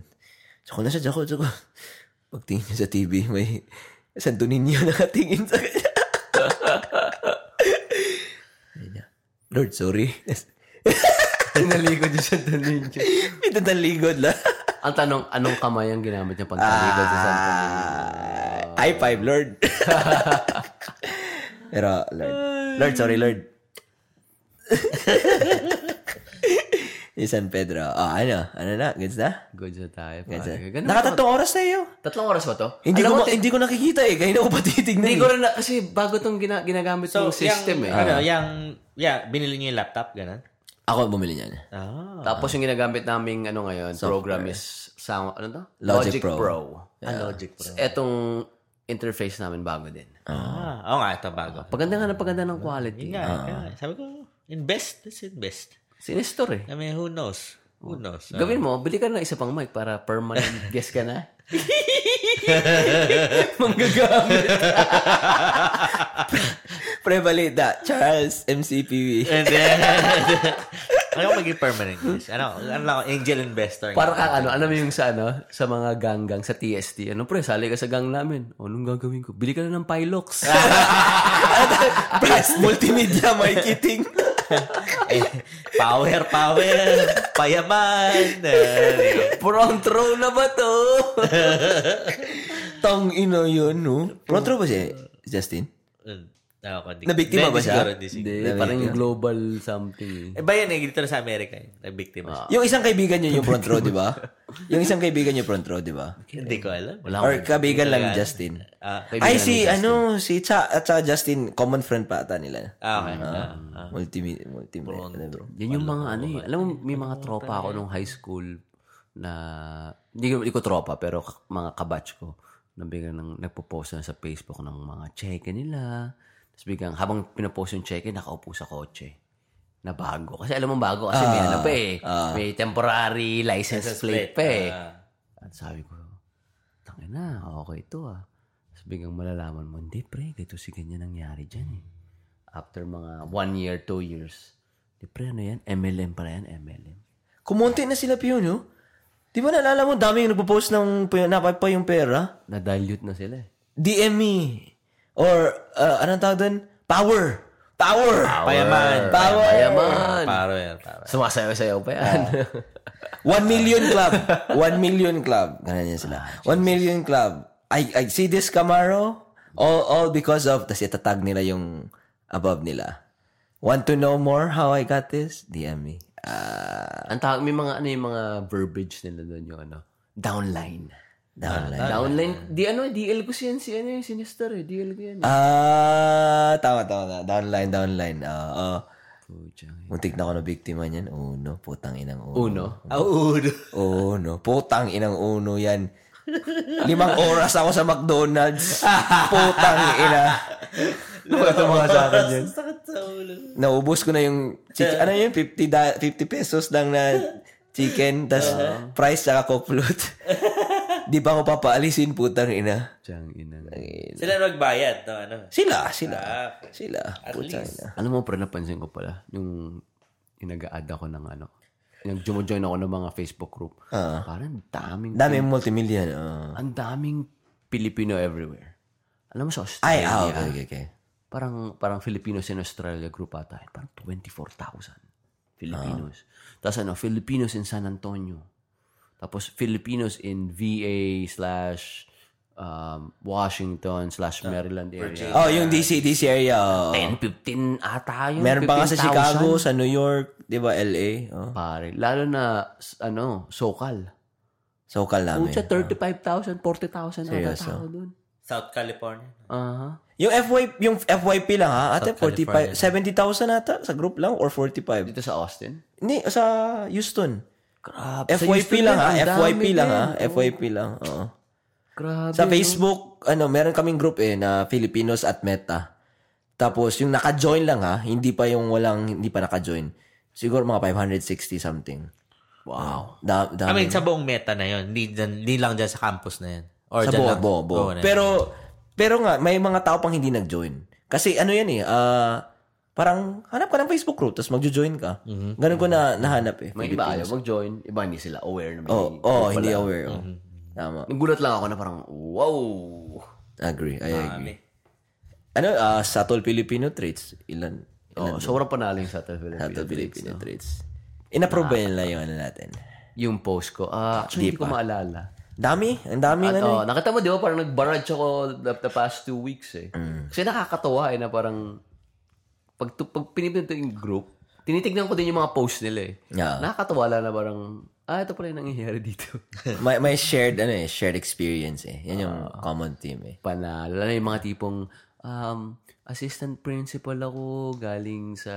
Tsaka na siya, tsaka, tsaka. Pagtingin niya sa TV, may Santo Niño nakatingin sa kanya. Sabi niya, Lord, sorry.
Tinaligod yung Santo Niño.
Ito ng ligod lang.
ang tanong, anong kamay ang ginamit niya pang taligod sa Santo Niño?
Ah, high five, Lord. Pero, Lord. Lord, sorry, Lord. Yung San Pedro. Ah, ano? Ano na? Goods na?
Good na tayo.
Goods
pare.
na.
Ganun.
Nakatatlong oras na yun.
Tatlong oras ba to?
Hindi ko, ma- hindi ko nakikita eh. Kanina ko patitignan. eh.
Hindi ko rin na, kasi bago tong gina, ginagamit yung system
yung,
Ah.
eh.
Ano, yung, yeah, binili niyo yung laptop, ganun?
Ako bumili niyan.
Ah.
Tapos yung ginagamit naming ano ngayon, program is sound, ano to?
Logic Pro.
Ah, Logic Pro.
Etong interface namin bago din.
Ah, oo nga, ito bago.
Paganda nga na paganda ng
Yun
quality.
nga, kaya nga, sabi ko, invest, let's invest.
Si Nestor eh.
I mean, who knows? Who knows? Ah.
Gawin mo, bili ka na ng isa pang mic para permanent guest ka na. Manggagamit.
Prevalida, Charles MCPV.
And then, ano ko maging permanent guys? Ano, ano lang, ako, angel investor.
Para kang ano, alam mo yung sa ano, sa mga ganggang sa TST. Ano pre, sali ka sa gang namin. O, anong gagawin ko? Bili ka na ng Pilox.
Press Multimedia Marketing.
Eh, power, power, payaman. Ah,
Front row na ba to?
Tang ina yun, no? Protro ba siya, Justin?
Ako, hindi.
Nabiktima ba siya?
Hindi, siguro,
Hindi, parang yung global something. eh.
Eh, ba yan, eh, dito na sa Amerika yun. Nabiktima siya.
Yung isang kaibigan niyo yung front row, di ba? Yung isang kaibigan niyo front row, di ba?
Hindi ko alam. Wala.
Or kaibigan lang ni Justin.
Ah,
Ay, si ano, si Cha at sa Justin, common friend pa ata nila.
ah, okay. Ah.
Multimedia. Multimedia.
Yan yung mga ano eh. Alam mo, may mga tropa ako nung high school na, hindi, ko- hindi ko tropa, pero k- mga kabatch ko, na biglang nang, nagpo-post na sa Facebook ng mga check nila. Tapos biglang, habang pinapost yung check nakaupo sa kotse na bago. Kasi alam mo bago kasi may ano pa eh. may temporary license, plate, pa eh. At sabi ko, tangin na, okay ito ah. Tapos biglang malalaman mo, hindi pre, dito si ganyan nangyari dyan eh. After mga one year, two years. Di pre, ano yan? MLM pala yan, MLM.
Kumonti na sila piyo, no? Di ba naalala mo, dami yung nagpo-post ng pi- napapa yung pera?
Na-dilute na sila eh.
DM me. Or, uh, anong tawag doon? Power. Power.
Payaman.
Power.
Mayaman!
Paro yan, paro.
Sumasayaw-sayaw pa yan.
One million club. One million club. Ganun yan sila. One million club. I, I see this Camaro. All, all because of, tas itatag nila yung above nila. Want to know more how I got this? DM me. Ah,
Ang tawag, may mga ano yung mga verbiage nila doon yung ano, downline.
downline.
Downline, di ano, DL ko siya si ano yung sinister eh. DL ko yan.
Ah, tama, tama. tama. Downline, downline. Ah, ah.
Putang-
Muntik na ako na biktima niyan. Uno, putang inang uno.
Uno.
Ah, udo.
Uno, putang inang uno yan. Limang oras ako sa McDonald's. Putang ina. Ano ito mga sa akin yan?
Sakit sa ulo.
Naubos ko na yung, chick- ano yun, 50, da- 50 pesos lang na chicken, tas price sa coke float. Di pa ako papaalisin, putang ina.
Putang ina.
Sila nagbayad, no? Ano?
Sila, sila. Sila, putang ina.
Alam mo, pre, napansin ko pala, yung inaga-add ako ng ano, yung jumojoin ako ng mga Facebook group.
Ah.
Parang daming,
Dami yung multimillion. ah.
ang daming Pilipino everywhere. Alam mo sa
Ay,
Australia,
ah, okay, okay, okay.
parang, parang Filipinos in Australia group ata, eh. parang 24,000 Filipinos.
Ah.
Tapos ano, Filipinos in San Antonio. Tapos Filipinos in VA slash um, Washington
Ah,
slash Maryland area.
Oh, yung DC, DC area. oh.
10, 15 ata yun.
Meron pa nga sa
15,000.
Chicago, sa New York, di ba, LA. Oh.
Pare, lalo na, s- ano, Sokal.
Sokal namin.
Pucha, 35,000, 40,000 ang tao dun.
South California.
Aha.
Yung FY, yung FYP lang ha, ate, 45, 70,000 ata sa group lang or 45?
Dito sa Austin.
Hindi, sa Houston.
Grabe. sa
FYP
Houston
lang ah, ha,
yan, ang dami
FYP lang ha,
din.
FYP lang. Oo.
Grabe.
Sa Facebook, ano, meron kaming group eh na Filipinos at Meta. Tapos yung naka-join lang ha, hindi pa yung walang hindi pa naka-join. Siguro mga 560 something. Wow. Da,
I
dami.
mean, sa buong meta na yun. Hindi, dyan- hindi lang dyan sa campus na yun. Or
sa
dyan
buo,
lang-
buo, buo.
buo na yun.
Pero, pero nga, may mga tao pang hindi nag-join. Kasi ano yan eh, ah, parang hanap ka ng Facebook group, tapos magjo-join ka. Ganun ko na nahanap eh.
Mm-hmm. May iba ayaw mag-join. Iba hindi sila aware na may... Mm-hmm.
Oo, oh, hindi aware. oh. Tama.
Nagulat lang ako na parang, wow!
Agree, I agree. Ano, ah, subtle Filipino traits, ilan?
Oh, sobrang panaling sa Tel
Subtle Filipino traits. Inapprove ba nila yung ano natin?
Yung post ko. Ah, actually, hindi ko maalala.
Dami, ang dami
At,
ano.
oh, nakita mo, di ba, Mm. parang nag-barrage ako the, the past two weeks eh. Kasi nakakatawa eh, na parang pag, tu- pag pinipinto yung group, tinitignan ko din yung mga post nila eh.
Yeah.
Nakakatawa lang na parang, ah, ito pala yung nangyayari dito.
may, may shared, ano eh, shared experience eh. Yan yung common theme eh.
Panalo. Lalo na yung mga tipong, um, assistant principal ako, galing sa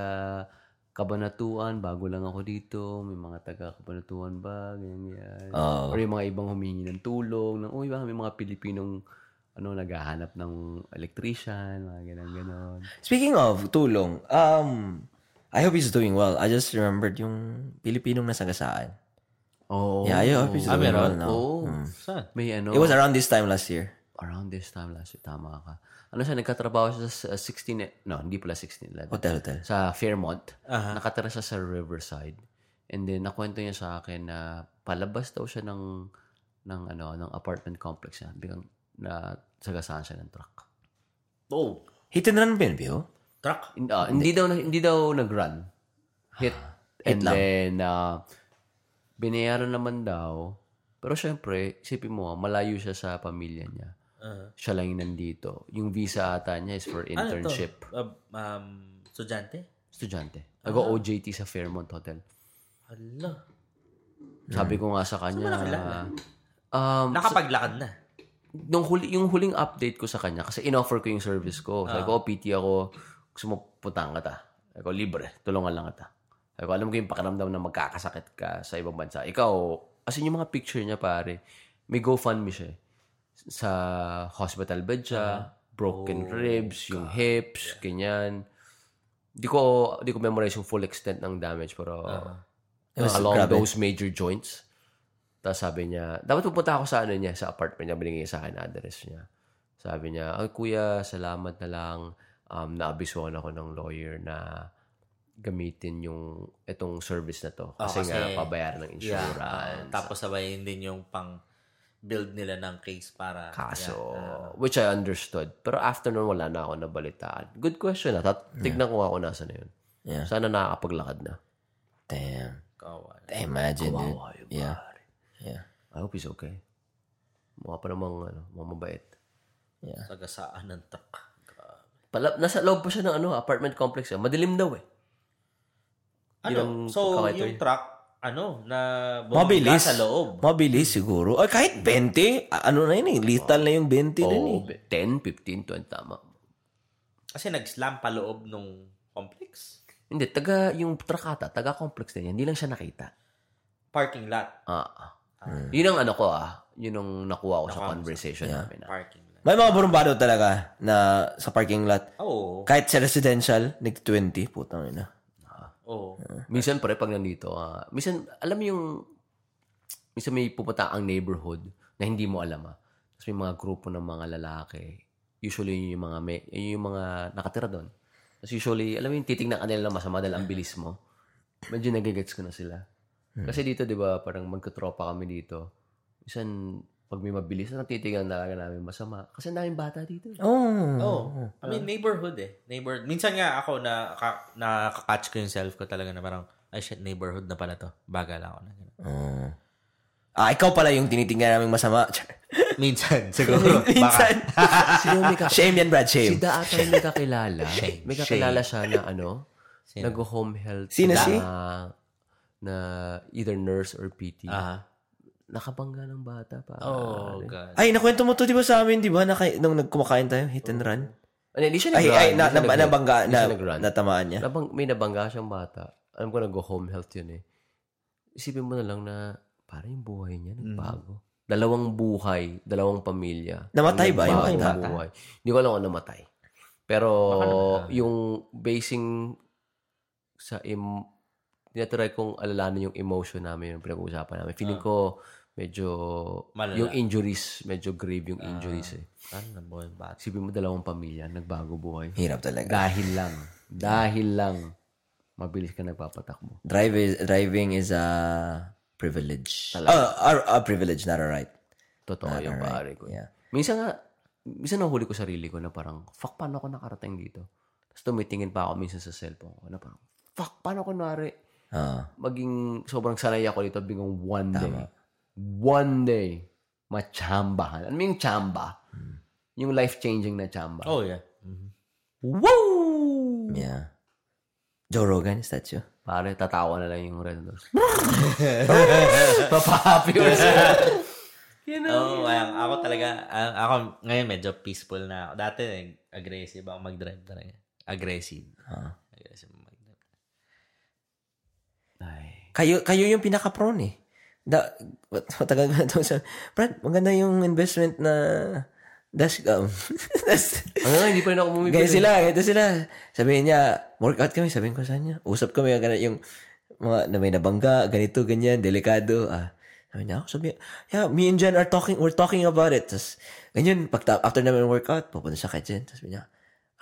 kabanatuan, bago lang ako dito, may mga taga kabanatuan ba, ganyan, ganyan. Or yung mga ibang humingi ng tulong, ng, uy, baka may mga Pilipinong ano, naghahanap ng electrician, mga ganun, ganon.
Speaking of tulong, um, I hope he's doing well. I just remembered yung Pilipinong nasagasaan.
Oo.
Yeah, I hope he's doing well now.
Oo.
Saan?
May ano,
It was around this time last year.
around this time last year, tama ka. Ano siya, nagkatrabaho siya sa 16, e- no, hindi pala 16, 11.
Hotel, hotel.
sa Fairmont. Nakatira siya sa Riverside. And then nakwento niya sa akin na palabas daw siya ng ng ano ng apartment complex niya biglang na sagasaan siya ng truck.
Oh,
Hit and run ba yun, Bill?
truck.
Hin- ah, hindi, daw hindi daw nagrun. Hit. and then ah, binayaran naman daw. Pero syempre, isipin mo, ah, malayo siya sa pamilya niya.
Ah.
Siya lang yung nandito. Yung visa ata niya is for internship.
Uh, um, estudyante?
Estudyante. Nag-OJT sa Fairmont Hotel.
Hala.
Sabi ko nga sa kanya, um,
Nakapaglakad na.
nung huli, yung huling update ko sa kanya, kasi in-offer ko yung service ko. Sabi ko, oh, PT ako, gusto mo puntahan ka ta. Sabi ko, libre, tulungan lang kita. Sabi ko, alam ko yung pakiramdam na magkakasakit ka sa ibang bansa. Ikaw, as in yung mga picture niya pare, may GoFundMe siya eh. Sa hospital bed siya, broken ribs, yung hips, ganyan. Di ko, di ko memorize yung full extent ng damage, pero ah, along those major joints. Tapos sabi niya, dapat pupunta ako sa ano niya, sa apartment niya, binigay niya sa akin address niya. Sabi niya, ay kuya, salamat na lang. Um, naabisuan ako ng lawyer na gamitin yung itong service na to. Kasi,
kasi-
nga, pabayaran ng insurance.
Tapos sabayin din yung pang build nila ng case para
Kaso, which I understood. Pero after nun, wala na ako nabalitaan. Good question na. Tignan ko nga kung nasa na yun.
Yeah.
Sana nakakapaglakad na.
Damn.
kawan.
Imagine, dude. Yeah. Yeah.
I hope he's okay. Mukha pa namang, ano, mukhang mabait.
Sagasaan ng ano, truck. Grabe.
Pala, nasa loob pa siya ng ano, apartment complex. Eh. Madilim daw eh.
Ano?
Yun ang
So,
kawaito
yung eh. truck, ano, na bumigla
Mabilis.
sa loob.
Mabilis siguro. Ay, kahit 20. a- Ano na yun eh. Lethal na yung 20 din eh.
Oo, 10, 15, 20, tama.
Kasi nag-slam pa loob nung complex.
Hindi, taga, yung trakata, taga complex na yan. Hindi lang siya nakita.
Parking lot.
Ah, ah. Yun ang ano ko ah. Yun ang nakuha ko sa conversation namin. Ah.
Parking lot.
May mga burumbado talaga na sa parking lot.
Oo.
Kahit sa residential, nag-20. Putang ina.
Oo.
Minsan pare pag nandito, ah, minsan, alam mo yung, minsan may pupunta ang neighborhood na hindi mo alam ah. Tapos may mga grupo ng mga lalaki. Usually yun yung mga, may, yun yung mga nakatira doon. Tapos usually, alam mo yung titignan ka nila ng masama dahil ang bilis mo. Medyo nagigets ko na sila. Kasi dito, di ba, parang magkatropa kami dito. Minsan, pag may mabilis na titignan talaga namin masama. Kasi ang daming bata dito.
Oh.
Oh, I mean, neighborhood eh. Neighborhood. Minsan nga ako na ka, nakakatch ko yung self ko talaga na parang, ay shit, neighborhood na pala to. Baga lang ako na. ganun.
Ah, ikaw pala yung tinitingnan naming masama.
Minsan, siguro.
Minsan.
Sino may ka-
shame yan, Brad.
Si
Shame.
Da ata yung may kakilala. may kakilala siya na ano,
Sino?
nag-home health
Sino
na,
si?
na either nurse or PT.
Ah.
Nakabangga ng bata pa.
Oh, God.
Ay, nakwento mo to, di ba, sa amin, di ba, na, kay- nung nagkumakain tayo, hit and run?
Ano, hindi siya
Ay,
nag-run.
ay, na,
hindi siya
na,
nag-run.
nabangga,
Hindi siya
na,
nag-run.
natamaan niya.
Nabang, may nabangga siyang bata. Alam ko nag-home health yun eh. Isipin mo na lang na parang yung buhay niya
Mm.
nagbago. Dalawang buhay, dalawang pamilya.
Namatay ba yung
Bagong
bata?
buhay. Hindi ko alam kung namatay. Pero yung basing sa im tinatry kong alalanin yung emotion namin yung pinag-uusapan namin. Feeling ko medyo
Malala.
yung injuries, medyo grave yung injuries eh.
Ano na boy, bat?
Isipin mo dalawang pamilya, nagbago buhay.
Hirap talaga.
Dahil lang. Dahil lang. Mabilis ka nagpapatakbo.
Drive is, driving is a privilege. Uh, a, a privilege, not a right.
Totoo yung pare ko.
Yeah.
Minsan nga, minsan nahuli ko sarili ko na parang, fuck, paano ako nakarating dito? Tapos tumitingin pa ako minsan sa cellphone ko na parang, fuck, paano ko nari?
Ah.
Maging sobrang sanay ako dito bigong one day. One day, machambahan. Ano yung chamba? Yung life-changing na chamba.
Oh, yeah.
Woo!
Yeah. Joe Rogan, is that you?
Pare, tatawa na lang yung Red Nose. Papahappy or something.
Oo, oh, ako talaga, ang- ako ngayon medyo peaceful na ako. Dati, eh, aggressive ako mag-drive talaga. Aggressive.
Ah.
Aggressive mag-drive.
Kayo, kayo yung pinaka-prone eh. Da, what, matagal ko na ito sa... Brad, maganda yung investment na dash um, dash,
Ano nga, hindi pa rin ako bumibili.
Ganyan sila, ganito sila. Sabihin niya, workout kami, sabihin ko saan niya. Usap kami, ganyan, yung mga na may nabangga, ganito, ganyan, kan ya, delikado. Ah. Sabi niya, ako sabi, yeah, ya, me and Jen are talking, we're talking about it. kan Tapos, ganyan, pag, after namin workout, pupunta siya kay Jen. Tapos sabi niya,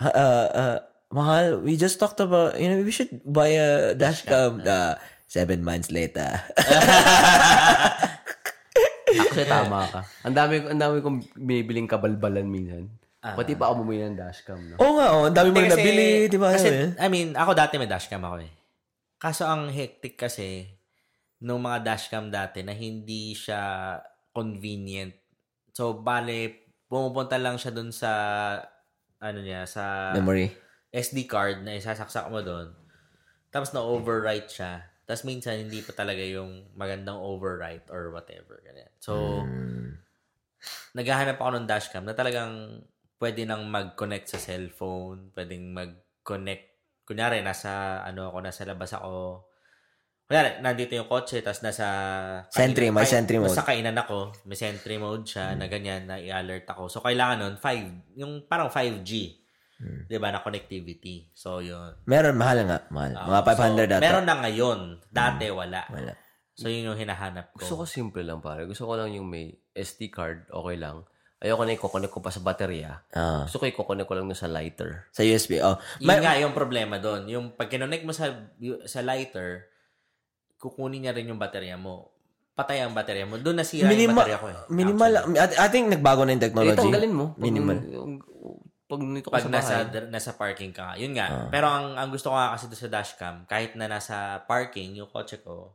"Ah, ah, ah, mahal, we just talked about, you know, we should buy a dashcam. Ah, seven months later.
Actually, tama ka. Ang dami, ang dami kong binibiling kabalbalan minsan. Pati pa ako bumili ng dashcam. No?
Oo nga, oh, ang dami mo
Kasi-
nabili, ya. di ba? eh.
Kasi,
sabi?
I mean, ako dati may dashcam ako eh. Kaso ang hectic kasi, nung mga dashcam dati na hindi siya convenient. So, bale, pumupunta lang siya dun sa, ano niya, sa...
Memory.
SD card na isasaksak mo doon. Tapos na-overwrite siya. Tapos minsan hindi pa talaga yung magandang overwrite or whatever. Ganyan.
Mm.
So, naghahanap ako ng dashcam na talagang pwede nang mag-connect sa cellphone, pwedeng mag-connect. Kunyari, nasa, ano ako, nasa labas ako. Kunyari, nandito yung kotse, tapos nasa...
Sentry, may
kainan-
sentry mode. Hmm.
Nasa kainan ako, may sentry mode siya, na ganyan, na i-alert ako. So, kailangan nun, 5, yung parang 5G.
Hmm.
Di ba, na connectivity. So, yun.
Meron, mahal nga. Mahal. Mga
Ah,
500
so,
data.
Meron na ngayon. Dati, wala.
Hmm. Wala.
So, yun yung hinahanap ko.
Gusto ko simple lang pare. Gusto ko lang yung may SD card, okay lang. Ayoko na i-connect ko pa sa baterya.
Ah.
Gusto ko i-connect ko lang na sa lighter.
Sa USB, oh.
yun nga yung problema doon. Yung pag kinonect mo sa, yu- sa lighter, kukunin niya rin yung baterya mo. Patay ang baterya mo. Doon nasira yung
Minimal,
baterya ko eh.
minimal. I, I think nagbago na yung
Eh,
technology.
tanggalin mo. Pag,
Minimal.
yung- Pag nito ko
Pag
sa
nasa,
bahay.
nasa parking ka nga. Yun nga. Pero ang, ang gusto ko nga kasi doon sa dashcam, kahit na nasa parking, yung kotse ko,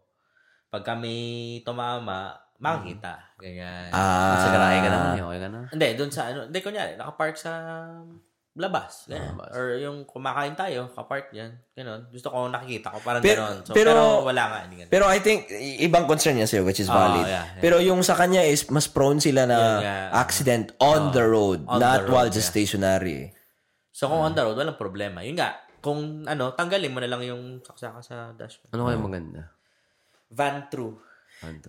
pag kami tumama, makikita. Ganyan.
Ah.
Sa garahe ka naman, eh, okay ka na.
Hindi, doon sa ano. Hindi, kunyari, nakapark sa labas. Ganyan. Or yung kumakain tayo, kapark yan. Ganon. Gusto ko nakikita ko, parang
Pero-
ganon. So, pero,
pero-
wala nga. Hindi ganun.
Pero I think, i- ibang concern niya sa'yo, which is valid.
Ah, yeah, yeah.
Pero yung sa kanya is, mas prone sila na
Yun nga. Ah,
accident on the road,
On the
not
road,
while just
yeah.
stationary. eh.
so, kung on the road, walang problema. Yun nga, kung ano, tanggalin mo na lang yung saksaka sa dashboard.
Ano kaya maganda?
Van through.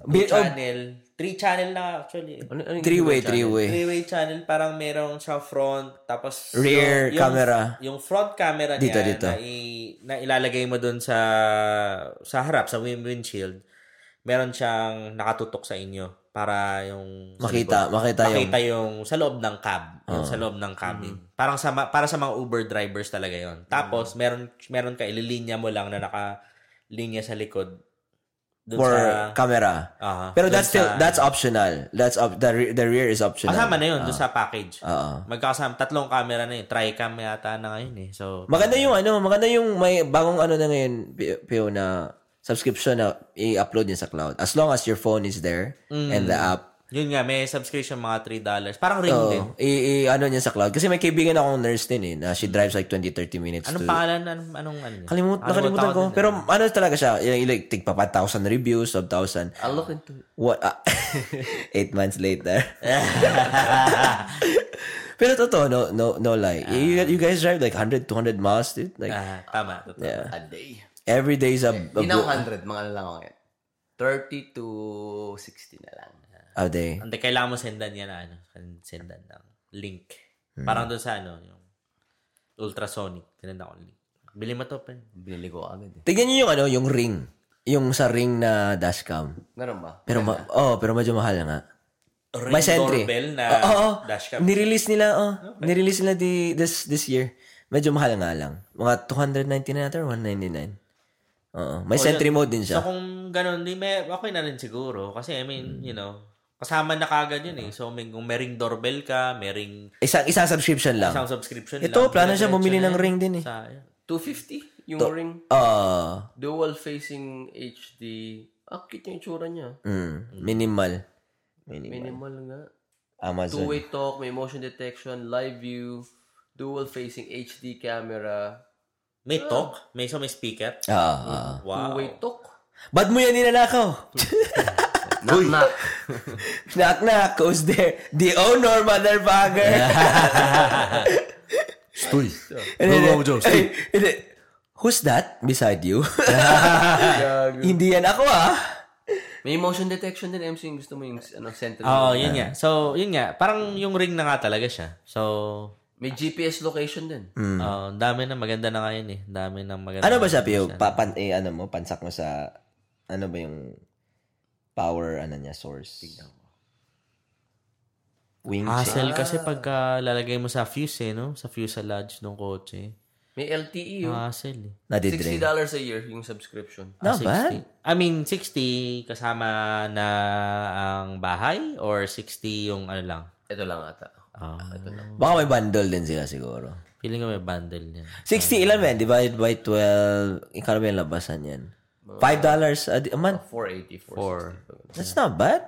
Bi- oh,
channel. Three channel na actually.
Ano, ano yung-
three-way, three-way.
Three-way channel, parang merong sa front, tapos...
Rear camera.
Yung front camera
Dito,
niya
dito.
Na, i- na ilalagay mo dun sa sa harap, sa wind- windshield, meron siyang nakatutok sa inyo para yung...
Makita, makita yung- Oh. Mm-hmm.
Makita yung sa loob ng cab. Yung sa loob ng cabin. Parang sa, ma- para sa mga Uber drivers talaga yon Tapos, meron, meron ka, ililinya mo lang na naka-linya sa likod. Dun
for
sa-
camera.
Aha.
Pero
Dun
that's still,
sa- Ah,
that's optional. That's op- the, re- the rear is optional.
Kasama na yun
Ah.
doon sa package.
Oo.
Magkakasama. Tatlong camera na yun. Tri-cam yata na ngayon eh. So,
Maganda yung ano, maganda yung may bagong ano na ngayon, P- Pio, na subscription na i-upload niya sa cloud. As long as your phone is there
Mm.
and the app,
yun nga. May subscription mga $3. Parang ring din.
Oo. I, i- ano niya sa cloud. Kasi may kaibigan akong nurse din eh, na she
Mm.
drives like 20-30 minutes
Ano?
Anong
to...
pangalan? Anong, anong, ano yun?
Kalimut,
Ano
nakalimutan
tawag
ko.
nila?
Pero
eh.
ano talaga siya, yung like, tig pa 1,000 reviews, sub 1,000.
I'll look into it.
What? ah, eight months later. Pero totoo, no, no, no lie.
Ah.
you, you guys drive like 100, 200 miles, dude. Like,
Ah, tama. Totoo.
yeah.
A day.
Every day is a, a,
Hindi na ako
bu-
100, mga ano lang ako ngayon. 30 to 60 na lang.
a day.
Hindi, kailangan mo sendan yan na ano. Sendan ng link. Parang doon sa ano, yung ultrasonic. Sinenda ko yung link. Bili mo to, pre.
Binili ko agad eh.
Tignan niyo yung ano, yung ring. Yung sa ring na dashcam.
Ganun ba?
Pero ma- oh, pero medyo mahal na nga.
Ring
May sentry.
doorbell na
Oo, oo.
dashcam.
Nirelease nila, oh. Nirelease nila di, this, this year. Medyo mahal nga lang. Mga 299 ata or 199. Oo.
Oh,
May sentry mode din siya.
So kung ganun, di may, okay na rin siguro. Kasi I mean, you know, kasama na kagad yun eh. So may, kung may ring doorbell ka, may ring
Isang, isang subscription lang.
sound subscription
Ito, plano siya
Diretso
bumili
na yun.
ng ring din eh.
Sa, yun.
250 yung ring.
Ah,
Dual facing HD. Ah, cute yung itsura niya.
mm, minimal.
Minimal nga.
Amazon.
Two-way talk, may motion detection, live view, dual facing HD camera,
May talk? May so may speaker?
Ah, ah.
Wow.
Two-way talk.
Ba't mo yan ninanakaw?
Knock, knock.
knock knock, who's there? The owner, motherfucker!
Stoy.
And then, ay, and then, Who's that beside you? Hindi yan ako ah.
May emotion detection din, MC. Yung Gusto mo yung ano, sentinel.
Oo, Oh, yun nga. So, yun nga. Parang yung ring na nga talaga siya. So,
May GPS location din.
ah, ang dami na. Maganda na nga yun eh. Ang Dami na maganda.
Ano ba siya, Pio? Papan, eh, ano mo, pansak mo sa, ano ba yung power, ano niya, source? Wing shape.
Hassle kasi pagka lalagay mo sa fuse eh, no? Sa fuselage ng kotse.
May E, LTE yun.
Hassle eh.
$60
Nadidrain.
oh. a year yung subscription.
Not bad.
60. I mean, 60 kasama na ang bahay or 60 yung ano lang. Ah,
Ito lang ata. Ito lang.
Baka may bundle din sila siguro.
Feeling ko may bundle niya.
60 ilan men, divided by 12. Ikaw na ba yung labasan yan? $5 a, di- a month.
480, 460.
That's not bad.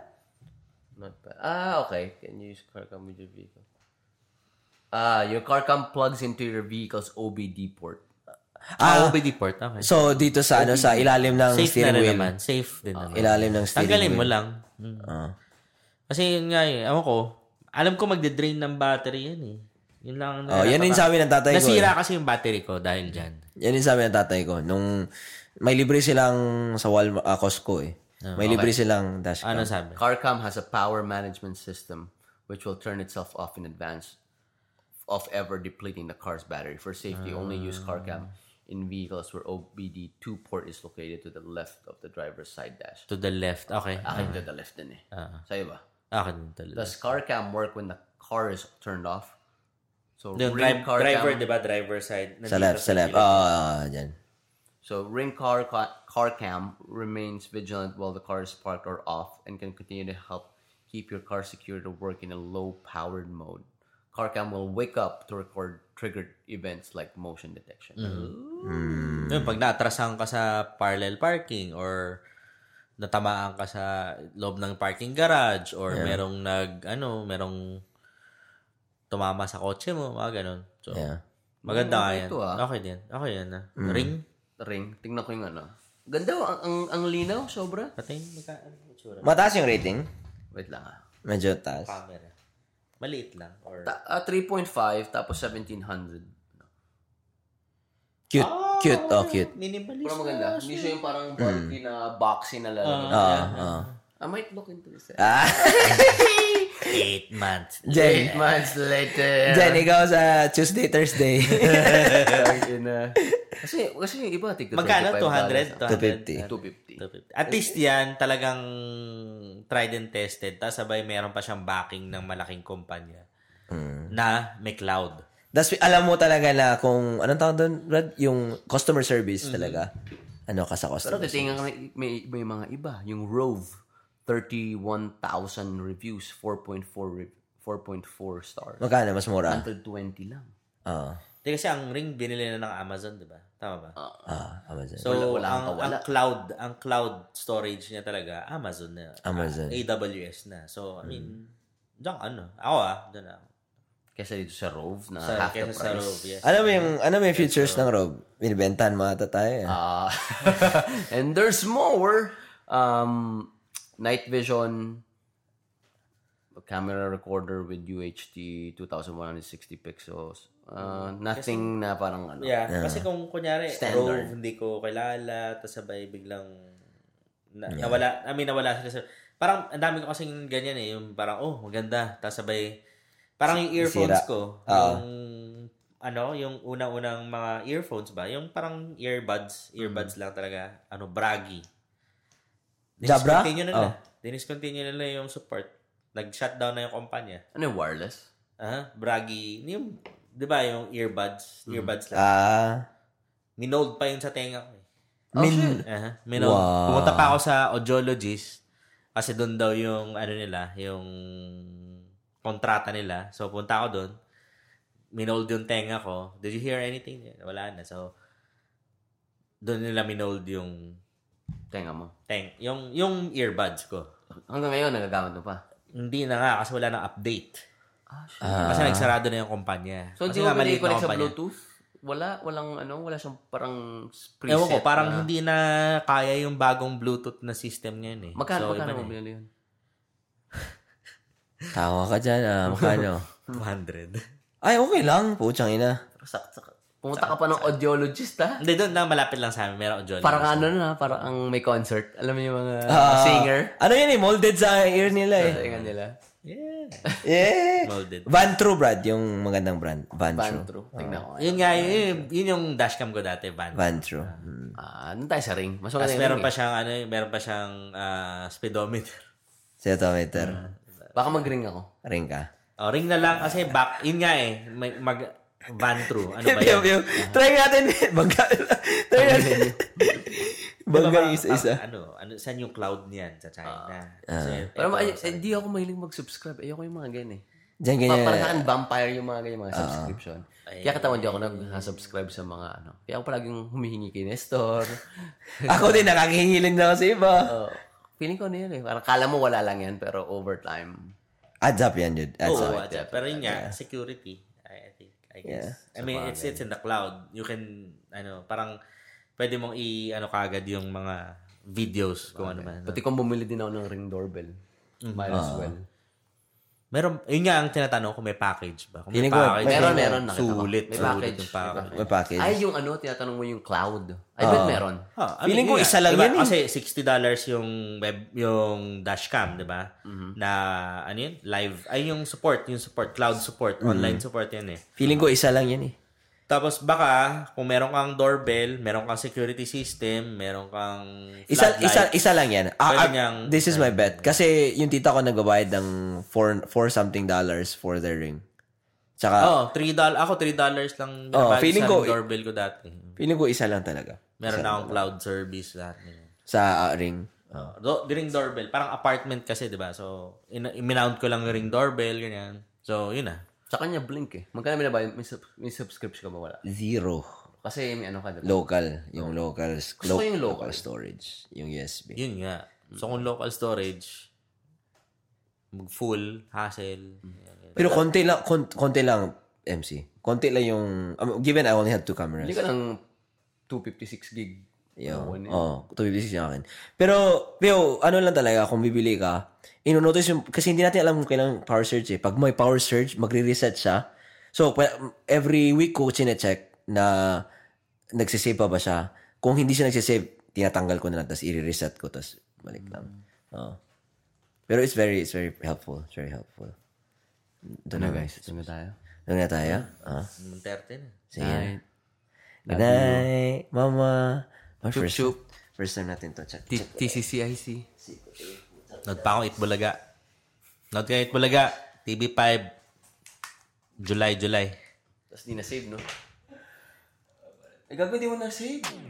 Not bad. Ah, okay. Can you use car cam with your vehicle? Ah, your car cam plugs into your vehicle's OBD port.
Ah, OBD port. Okay.
So, dito sa, ano, sa ilalim ng
Safe na
steering
rin
wheel.
naman. Safe din naman.
Ilalim ng steering
Tanggalin
wheel. Ah.
mo lang. Mm. Kasi yun nga eh. Ewan ko. Alam ko magde-drain ng battery yan eh. Yun lang. ang
Oh, yan
nakakata-
din sa amin ng tatay ko, eh.
Nasira kasi yung battery ko dahil dyan.
Yan yung sabi ng tatay ko. Nung may libre silang sa Walmart, ah, Costco eh. May libre silang dashcam.
Ano sabi?
CarCam has a power management system which will turn itself off in advance of ever depleting the car's battery. For safety, only use CarCam in vehicles where OBD2 port is located to the left of the driver's side dash.
To the left. Okay.
Ah.
Akin to the left din eh. Sa'yo ba?
Akin talaga.
Does CarCam work when the car is turned off? So
Yung drive,
ring car
driver,
cam.
di ba? Driver side.
Sa left, sa left. Oo, oh, dyan.
So ring car ca- car cam remains vigilant while the car is parked or off and can continue to help keep your car secure to work in a low powered mode. Car cam will wake up to record triggered events like motion detection.
Mm.
Yun, pag naatrasan ka sa parallel parking or natamaan ka sa loob ng parking garage or merong nag, ano, merong tumama sa kotse mo, mga ganun. So,
Yeah. Mm.
maganda nga yan.
ito, ah.
Okay din. Okay yan. Ah. Ring.
Ring, tingnan ko yung ano. Ganda oh, ang, ang, ang linaw, sobra.
Pati magka, ano, itsura.
Mataas yung rating.
Wait lang ah.
Medyo taas.
Camera. Maliit lang. Or,
Ta- ah, 3.5 tapos 1700.
Cute. cute. Oh, cute.
minimalist.
Pero maganda. Hindi siya yung parang bulky na boxy na lalagyan.
Oo, oo.
I might look into this. Eh.
Ah,
Eight months.
Jen.
months later.
Jen, ikaw sa Tuesday, Thursday.
kasi, kasi yung iba, tig
Magkano? 200?
ah.
250.
250.
250. At least yan, talagang tried and tested. Tapos sabay, meron pa siyang backing ng malaking kumpanya
Hmm.
na may cloud.
Tapos alam mo talaga na kung, anong tawag doon, Brad? Yung customer
Mm-hmm.
service talaga. Ano ka sa customer
Pero titingnan ka, may, may, may mga iba. Yung Rove, 31,000 reviews, 4.4 re- 4.4 stars.
Magkano? Mas mura?
120 lang.
Oo.
Hindi kasi ang ring binili na ng Amazon, di ba? Tama ba?
Ah, Amazon.
so,
wala- wala
ang,
kang kawala.
ang cloud, ang cloud storage niya talaga, Amazon na.
Ah.
Amazon.
AWS na. So, I mean,
Hmm.
diyan ano. Ako ah, doon ako.
Kesa dito sa Rove na
Sa,
half the
kesa
price.
sa Rove, yes.
Ano ba yung, ano ba yung features ng Rob? Binibentahan mo ata tayo. eh.
Ah. and there's more. Um, night vision, a camera recorder with UHD, 2160 pixels. Uh, nothing na parang ano.
Mm. Yeah, kasi kung kunyari,
Standard.
Rove, hindi ko kilala, tapos sabay biglang na, nawala, I mean, nawala sila sa... Parang, ang dami ko kasing ganyan eh, yung parang, oh, maganda, tapos sabay, parang yung earphones
Sira.
ko, yung, ano, yung unang-unang mga earphones ba, yung parang earbuds, earbuds lang talaga, ano, bragi.
Jabra?
Diniscontinue na nila. Diniscontinue na nila yung support. Nag-shutdown na yung kumpanya.
Ano yung wireless?
Ah, bragi, yung, di ba, yung earbuds, earbuds lang.
Ah,
Minold pa yun sa tenga ko eh.
Oh,
min,
Aha, Minold.
Wow.
Pumunta pa ako sa audiologist kasi doon daw yung ano nila, yung kontrata nila. So punta ako doon. Minold yung tenga ko. Did you hear anything? Wala na. So doon nila minold yung
Tenga mo.
teng yung yung earbuds ko.
Hanggang ngayon, nagagamit mo pa.
Hindi na nga kasi wala nang update.
Ah, shit.
Kasi nagsarado na yung kumpanya.
so,
kasi
hindi mo
nga, maliit na
pinag-connect sa
kumpanya.
Bluetooth? wala, walang ano, wala siyang parang preset. ah.
Ewan ko, parang
na-
hindi na kaya yung bagong Bluetooth na system ngayon eh.
Magkano,
So,
magkano
iba na
mo
eh.
binili yun?
Tawa ka dyan, ah, makano.
200.
Ay, okay lang, puchang ina.
Sak- sak- Pumunta ka pa ng audiologist ha?
Hindi, doon na malapit lang sa amin. Meron Jolly.
Parang ano na, parang ang may concert. Alam mo yung mga
Ah,
singer?
Ano yun eh, molded sa ear nila eh.
Tingnan nila.
Yeah.
Yeah.
Molded.
Van True, Brad, yung magandang brand. Van True.
Pantro. Tingnan ko.
Yun nga, yun, yun yung dashcam ko dati, van.
Van True. Hmm.
Ah, ano tayo sa ring? Mas
Tapos
maganda
meron pa
yung ring. eh.
siyang, ano, meron pa siyang ah, speedometer.
Cetometer.
Baka mag-ring ako.
Ring ka.
O, Oh, ring na lang kasi back, yun nga eh, may, mag, van through. Ano ba
Pew,
yun?
pew. Try natin. Bangga. Ah. Try natin. Bangga
Diba,
isa-isa. Ah.
ah, ano, ano, saan yung cloud niyan sa China? so, eh,
Pero ma- eh, hindi ako mahilig mag-subscribe. Ayoko yung mga ganyan eh.
Diyan
Pa-
ganyan.
Para saan vampire yung mga ganyan mga
Ah.
subscription. Kaya katawan di ako nag-subscribe sa mga ano. Kaya ako palaging humihingi kay Nestor.
Ako din, nakakihingilin na ako sa iba.
Oh, feeling ko na yun eh. Parang kala mo wala lang yan pero overtime.
Ads up yan, dude. Ads
Oo,
up.
what's up. Pero yun nga, security, I, I think, I guess. I mean, it's, it's in the cloud. You can, ano, parang, pwede mong i, ano, kagad yung mga videos, kung ano man.
Pati kung bumili din ako ng ring doorbell. Might as well.
Meron, yun nga ang tinatanong kung may package ba. Kung may
Feeling ko,
package,
meron, meron, nakita ko.
Sulit,
May
sulit
package,
yung package.
May package.
Ay, yung ano, tinatanong mo yung cloud. I bet meron.
Oh, I
Feeling
mean, yun
ko isa
nga.
lang
Diba,
yan eh.
Kasi $60 yung web, yung dashcam, di ba?
Mm-hmm.
Na, ano yun? Live. Ay, yung support, yung support. Cloud support.
Mm-hmm.
Online support yan eh.
Feeling ko isa lang yan eh.
Tapos baka, kung meron kang doorbell, meron kang security system, meron kang
Isa,
floodlight.
isa, isa lang yan. Ah,
Pwede
ah,
niyang-
this is my bet. Kasi yung tita ko nagbabayad ng 4 something dollars for their ring. Tsaka,
Oh, $3. Ako, $3 lang.
Oh,
binabayad
feeling
sa
ko-
doorbell ko dati.
feeling ko isa lang talaga.
Meron na akong cloud service lahat. Yun.
Sa ah, ring.
Oh. Do, the ring doorbell. Parang apartment kasi, di ba? So, in, minount ko lang yung ring doorbell, ganyan. So, yun na.
Sa kanya, blink eh. Magkano binabayad? May, sub- may subscription ka ba wala?
Zero.
Kasi may ano ka diba?
Local. Yung local,
Gusto ko yung
local
local.
storage. Yung USB.
Yun nga. So, kung local storage, mag-full, hassle. ganyan.
Pero konti lang, kon- konti lang, MC. Konti lang yung, um, given I only had two cameras.
Hindi ka ng 256 gig.
Yo,
One eh.
oh, 256 yung akin. Pero, pero, ano lang talaga, kung bibili ka, inonotice yung, kasi hindi natin alam kung kailang power surge eh. Pag may power surge, magre-reset siya. So, pa- every week ko chinecheck na nagsisave pa ba siya. Kung hindi siya nagsisave, tinatanggal ko na lang, tapos i-reset ko, tapos balik lang. Oh. Pero it's very, it's very helpful. It's very helpful. Doon na, guys.
Sino tayo?
Doon na tayo. Ah.
Duterte na.
Sige. Good night, mama. My first, first time natin to. Check.
T- TCCIC.
Not pa akong Itbulaga. Not kayo Itbulaga. TV5. July, July.
Tapos di na-save, no? Eh, gago, di mo na-save.